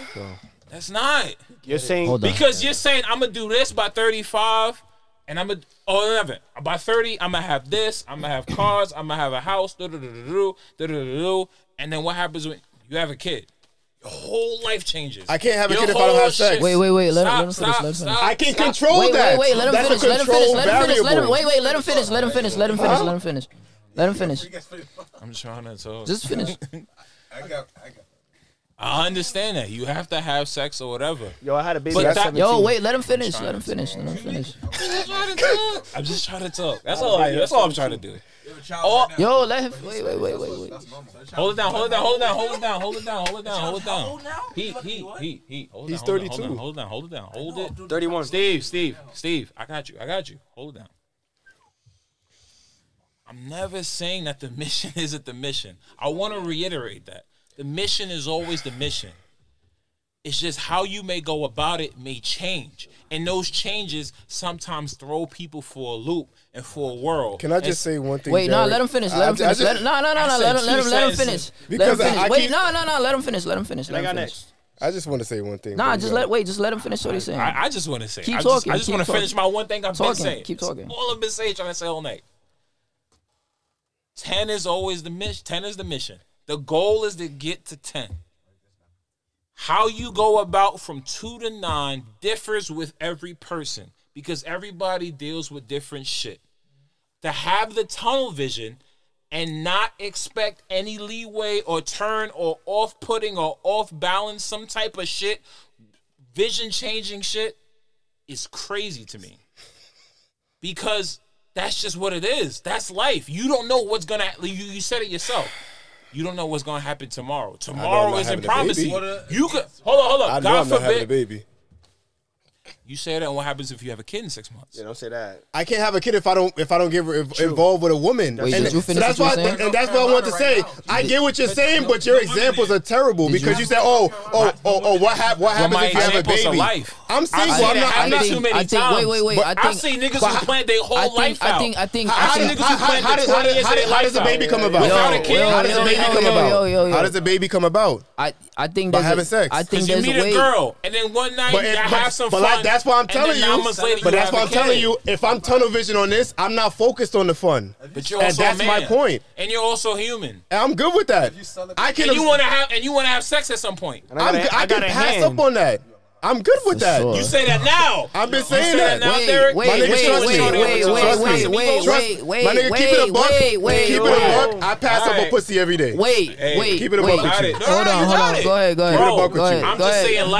B: That's not.
G: You're saying
C: Hold on.
B: Because you're saying I'm gonna do this by 35, and I'm gonna oh eleven by 30, I'm gonna have this, I'm gonna have cars, I'm gonna have a house, do do do do do do do, and then what happens when you have a kid? Your whole life changes.
A: I can't have a
B: Your
A: kid if I don't
B: whole
A: have sex.
B: shit-
C: Wait, wait, wait. Let him-
B: Stop,
C: let him finish,
B: stop,
C: let him
B: stop,
C: finish.
A: I can
B: stop.
A: control
C: wait,
A: that.
C: Wait, wait, let him
A: That's
C: finish.
A: a
C: Let him
A: control
C: finish. Let him finish. Let him.
A: variable.
C: Wait, wait, let him finish. Let him finish. Let him finish. Let him finish. Let him finish.
B: I'm trying to talk.
C: Just finish.
B: I understand that you have to have sex or whatever.
G: Yo, I had a baby
B: But
G: at
B: that-
G: 17.
C: Yo, wait, let him finish. Let him finish. Let him finish.
B: I'm just trying to talk. That's all. I, that's all I'm trying to do. Oh,
C: Yo, let him. Wait, wait, wait, wait, wait.
B: Hold it down, hold it down, hold it down, hold it down, hold it down, hold it down, hold it down. He, he, he, he. Hold it
A: He's
B: down, hold it down,
A: 32.
B: Hold it down, hold it down, hold it.
G: 31.
B: Steve, Steve, Steve. I got you, I got you. Hold it down. I'm never saying that the mission isn't the mission. I want to reiterate that the mission is always the mission. It's just how you may go about it may change, and those changes sometimes throw people for a loop and for a whirl.
A: Can I
B: And-
A: just say one thing?
C: Wait, no,
A: Jared?
C: let him finish.
A: I-
C: Let him
A: I
C: finish.
A: just-
C: Let- No, no, no,
B: I
C: no.
B: said
C: Let him. Let him.
B: two
C: Let him
B: sentences.
C: finish. Let him
A: Because I- I
C: finish. Wait,
A: keep-
C: no, no, no. Let him finish. Let him finish. Let him finish.
A: I just want to say one thing.
C: Nah,
A: Bring
C: just
A: it
C: let.
A: up.
C: Wait, just let him finish what he's saying.
B: I, I just want to say.
C: Keep
B: I
C: talking,
B: Just, I just
C: keep
B: want to
C: talking.
B: finish my one thing I've
C: Talking,
B: been saying.
C: keep
B: That's
C: talking.
B: all I've been saying, trying to say all night. Ten is always the mission. Ten is the mission. The goal is to get to ten. How you go about from two to nine differs with every person because everybody deals with different shit. To have the tunnel vision and not expect any leeway or turn or off putting or off balance, some type of shit, vision changing shit is crazy to me because that's just what it is. That's life. You don't know what's gonna. You, you said it yourself. You don't know what's gonna happen
A: I
B: tomorrow.
A: know I'm
B: Tomorrow
A: not
B: isn't
A: having a
B: promising.
A: baby.
B: You could hold on, hold
A: I
B: on.
A: know
B: God
A: I'm not having a
B: forbid
A: baby.
B: You say that, and what happens if you have a kid in six months?
F: Yeah, don't say that.
T: I can't have a kid if I don't if I don't get re- involved with a woman.
F: Wait,
T: and
F: did you
T: so
F: finish
T: that's
F: what
T: why
F: you were saying?
T: and that's what I want to say. I get what you're saying, but your examples are terrible because you, said, "Oh, oh, oh, oh, what hap- what happens
B: my
T: if you have a
B: examples are
T: baby?"
B: life.
T: I'm
B: I've
T: single.
B: seen
T: I'm
B: that
T: not. I'm
B: happen
T: not
B: too many times.
C: Wait, wait, wait.
B: But
C: I
B: I've
C: think
B: seen niggas
C: but
B: who
C: I-
B: planned their whole
C: I think,
B: life
C: I
B: out.
C: think. I think.
B: I've
C: I
B: seen
C: think.
B: niggas who planned
T: how
B: their
T: does- how
B: 20 years
T: does-
B: of their
T: how does a
B: life
T: baby
B: out.
T: come about?
B: Without a kid, how does a baby come about?
T: How does a baby come about?
C: I I think
T: by
C: there's a-
T: having sex.
C: I think
B: Cause you
C: there's
B: meet
C: a
B: a
C: way.
B: girl, and then one night
T: But,
B: you
T: if-
B: gotta
T: but-
B: have some
T: but
B: fun.
T: like, that's why I'm
B: and then
T: telling
B: nine
T: you.
B: months later
T: But that's
B: have
T: why
B: a
T: I'm telling
B: kid.
T: you. If I'm tunnel vision on this, I'm not focused on the fun.
B: But you're
T: and
B: also a
T: that's my
B: man.
T: point.
B: And you're also human.
T: And I'm good with that. I can.
B: And you want to have and you want to have sex at some point.
T: I'm good- I, can pass up on that. I'm good with that.
B: You say that now.
T: I've been
B: You
T: saying
B: say
T: that.
B: that now,
T: Wait,
B: Derek.
T: wait, My nigga, wait, trust wait, me. wait, Trust wait, me. wait, Trust- wait, wait, my nigga, keep it a buck. wait, wait, Keep it a wait. buck. I pass up a Alright. pussy every day.
C: Wait,
T: Hey,
C: wait,
T: keep it a
C: wait.
T: buck with you.
C: Hold on, hold on. Go ahead, go ahead.
T: Keep it a buck
C: go
T: with you.
C: ahead, go ahead.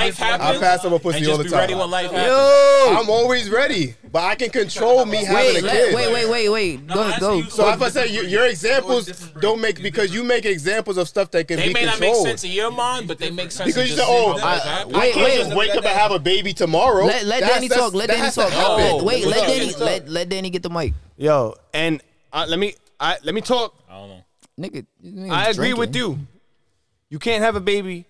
T: I pass up a pussy
B: and
T: all
B: just
T: the
B: be
T: time.
B: ready when life happens.
C: Yo,
T: I'm always ready, but I can control me having
C: wait,
T: a
C: let-
T: kid.
C: wait, wait, wait, wait. Go, go.
T: So if I say your, your examples don't make because you make examples of stuff that can
B: They
T: be
B: may not
T: controlled.
B: make sense in your mind, but they make sense
T: Because
B: in
T: you
B: the
T: said, "Oh,
B: same
T: I,
B: life
T: I, can't
B: happens.
T: just wake up and have a baby tomorrow."
C: Let, let
T: That's-
C: Danny
T: that's-
C: talk. Let
T: that
C: Danny
T: has to
C: talk.
T: happen.
C: Let- wait,
T: What's
C: let
T: up?
C: Danny let, let Danny get the mic.
G: Yo, and uh, let me I let me talk.
B: I don't know.
C: Nigga, this nigga's
G: I agree
C: drinking.
G: with you. You can't have a baby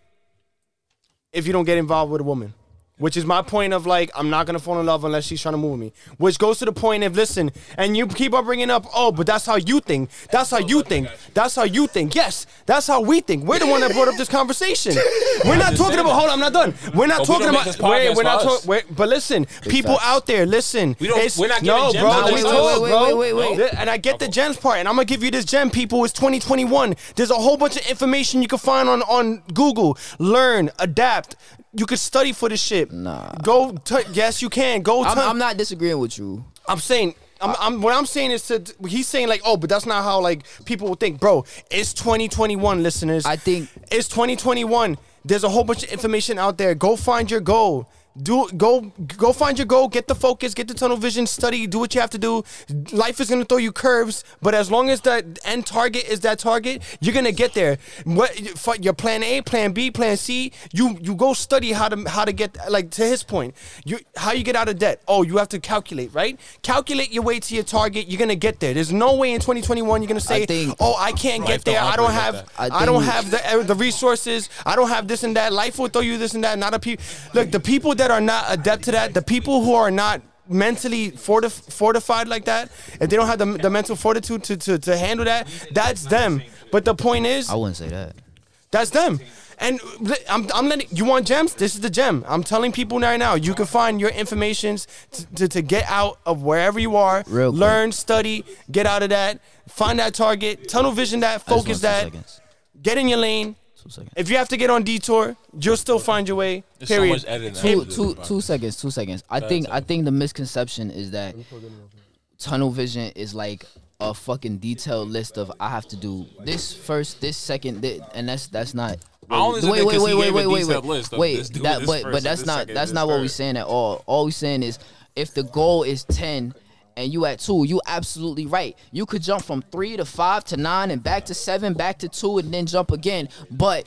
G: if you don't get involved with a woman. Which is my point of like, I'm not gonna fall in love unless she's trying to move me. Which goes to the point of listen, and you keep on bringing up, oh, but that's how you think. That's how you think. That's how you think. Yes, that's how we think. We're the one that brought up this conversation. We're not talking about. Hold on, I'm not done. We're not
B: But we
G: talking
B: don't make
G: about.
B: this
G: Wait,
B: podcast
G: we're not
B: for us.
G: talking. But listen, people
B: facts.
G: out there, listen.
B: We don't-
G: It's-
B: we're not
G: no,
B: giving
G: bro.
B: gems.
G: let me
B: Wait, wait,
G: talk,
B: wait,
G: bro.
B: wait, wait, wait.
G: Th- And I get the gems part, and I'm gonna give you this gem, people. It's 2021. There's a whole bunch of information you can find on on Google. Learn, adapt. You could study for this shit. Nah. Go. T- yes, you can. Go.
C: I'm,
G: t-
C: I'm not disagreeing with you.
G: I'm saying. I'm, I'm, what I'm saying is to he's saying like oh but that's not how like people would think bro it's 2021 listeners I
C: think
G: it's 2021 there's a whole bunch of information out there go find your goal do go go find your goal get the focus get the tunnel vision study do what you have to do life is gonna throw you curves but as long as that end target is that target you're gonna get there what for your plan A plan B plan C you you go study how to how to get like to his point you how you get out of debt oh you have to calculate right calculate your way to your target you're gonna get there there's no way in 2021 you're gonna say oh I can't
B: Life
G: get there
B: don't
G: I don't
B: operate like
G: have
B: that.
G: I,
B: I
G: don't
B: think-
G: have the the resources. I don't have this and that. Life will throw you this and that. Not a people. Look, the people that are not adept to that, the people who are not mentally fortif- fortified like that, if they don't have the, the mental fortitude to, to to handle that, that's them. But the point is,
C: I wouldn't say that.
G: that's them. And li- I'm, I'm letting you want gems. This is the gem. I'm telling people right now. You can find your informations to, to, to get out of wherever you are.
C: Real quick.
G: learn, study, get out of that. Find that target. Tunnel vision that.
C: I just want
G: Focus
C: two
G: that.
C: seconds.
G: Get in your lane. If you have to get on detour, you'll still find your way.
B: There's so
G: Period.
B: much editing that
G: If-
B: happens.
G: two-
C: two two seconds, two seconds. I
B: Go
C: think
B: ahead,
C: I think the misconception is that tunnel vision is like a fucking detailed list of I have to do this first, this second, thi- and that's that's not.
B: I only said
C: wait,
B: that
C: wait,
B: 'cause
C: wait,
B: he
C: wait,
B: gave a
C: wait, wait,
B: detailed list
C: wait,
B: of
C: wait.
B: this do
C: That,
B: this
C: but
B: first
C: but
B: and
C: that's
B: this
C: not
B: second
C: that's
B: and
C: not
B: this
C: what we're
B: third.
C: saying at all. All we're saying is if the goal is ten. And you at two, you absolutely right. You could jump from three to five to nine and back to seven, back to two, and then jump again. But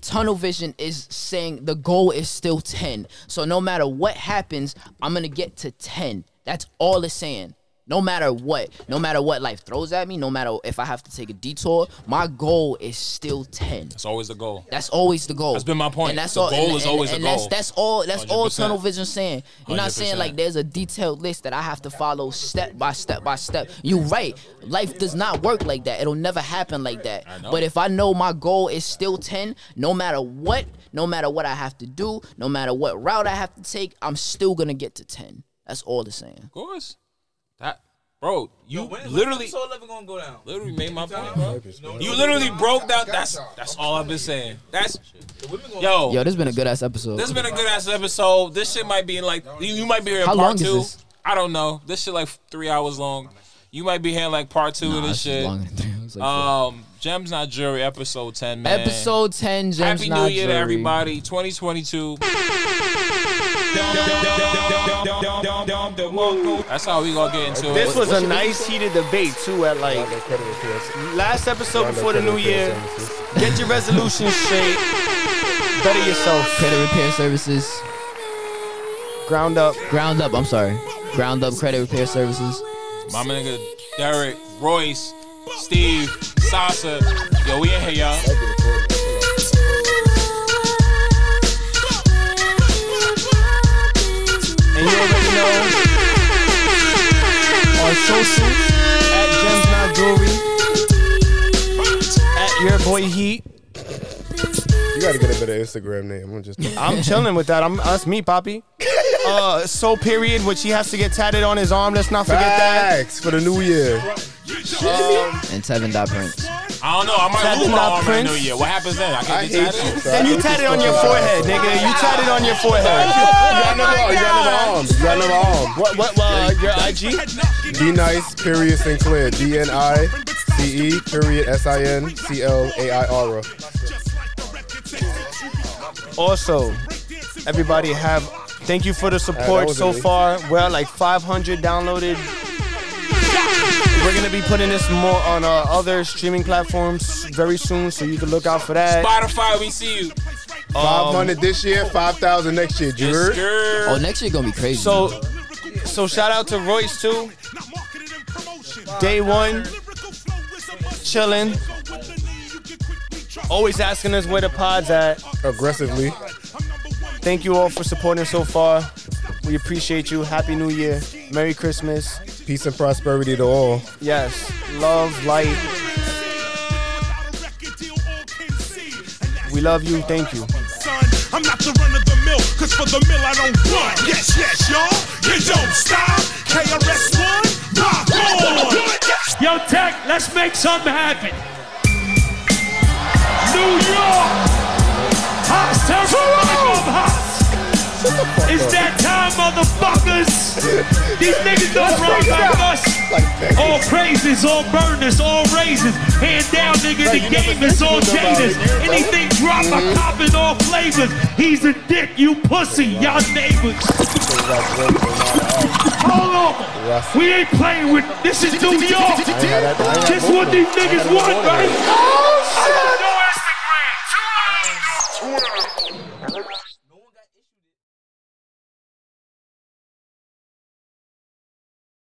C: tunnel vision is saying the goal is still 10. So no matter what happens, I'm going to get to 10. That's all it's saying. No matter what, no matter what life throws at me, no matter if I have to take a detour, my goal is still 10.
B: That's always the goal.
C: That's always the goal.
B: That's been my point.
C: And that's
B: The
C: all.
B: goal
C: and,
B: is
C: and-
B: always the
C: and that's,
B: goal.
C: That's all. That's all
B: 100%.
C: tunnel vision saying. You're not saying
B: 100%.
C: like there's a detailed list that I have to follow step by step by step. You're right. Life does not work like that. It'll never happen like that.
B: I know.
C: But if I know my goal is still ten, no matter what, no matter what I have to do, no matter what route I have to take, I'm still gonna get to ten. That's all it's saying.
B: Of course. That bro, you
M: When is
B: literally
M: soul level gonna go down?
B: literally made my point, bro. You literally broke down that's that's all I've been saying. That's yo,
C: yo, this been a good ass episode.
B: This has been a good ass episode. This shit might be like you, you might be here in
C: How
B: part
C: long is
B: two.
C: this?
B: I don't know. This shit like three hours long. You might be here in like part two of
C: Nah,
B: this
C: this is
B: shit.
C: longer than three hours, like
B: um, Gems Not Jury, episode ten, man.
C: Episode 10, Gems
B: Happy New
C: Not
B: Year to
C: Jury.
B: everybody, 2022. That's how we gonna get into it.
G: This was
B: What
G: a
B: you-
G: nice heated debate too. At like last episode before the new year, get your resolutions straight. Better yourself.
C: Credit repair services.
G: Ground up.
C: Ground up. I'm sorry. Ground up credit repair services.
B: My nigga Derek, Royce, Steve, Sasa. Yo, we in here, y'all.
G: And you already know on social at Gems Not Jewelry at your boy Heat.
A: You gotta get a better Instagram name. I'm gonna just.
G: I'm chilling with that. I'm that's me, Poppy. Uh, so period, which he has to get tatted on his arm. Let's not forget
A: Facts for the new year.
G: Uh,
C: And Tevin Dot Prince.
B: I don't know. I might
G: Tap
B: lose
G: it
B: my
G: up,
B: arm in
G: Prince.
B: New Year. What happens then? I
G: I
B: can't
G: hate
B: get
G: you,
B: tatted.
G: son. And you tatted on your forehead, nigga. You tatted on
B: Oh
G: your forehead.
A: got another arm. You got another arm. You got another arm.
G: What? What? Uh, your IG?
A: D nice period Sinclair. D N I C E period S I N C L A I R.
G: Also, everybody have. Thank you for the support
A: was
G: so
A: easy.
G: far. We're at like 500 downloaded. We're gonna be putting this more on uh, other streaming platforms very soon, so you can look out for that.
B: Spotify, we see you.
G: Um,
A: Five hundred this year, five thousand next year. You heard?
C: Oh, next year gonna be crazy.
G: So, so shout out to Royce too. Day one, chilling. Always asking us where the pod's at.
A: Aggressively.
G: Thank you all for supporting so far. We appreciate you. Happy New Year. Merry Christmas.
A: Peace and prosperity to all.
G: Yes. Love, light. We love you. Thank you.
I: son. I'm not the run of the mill, cause for the mill I don't run. Yes, yes, y'all, you don't stop. KRS One, rock on.
H: Yo, Tech, let's make something happen. New York, hot Toronto, It's that time, motherfuckers. These niggas don't run like us. All praises, all burners, all raises. Hand down, nigga, the game is all jaders. Anything drop, I cop in all flavors. He's a dick, you pussy, y'all neighbors. Hold on. We ain't playing with this is New York.
A: I ain't had that- I ain't had
H: This
A: both
H: what
A: of
H: these
A: them. I ain't
H: niggas
A: had both
H: want,
A: of them.
H: right?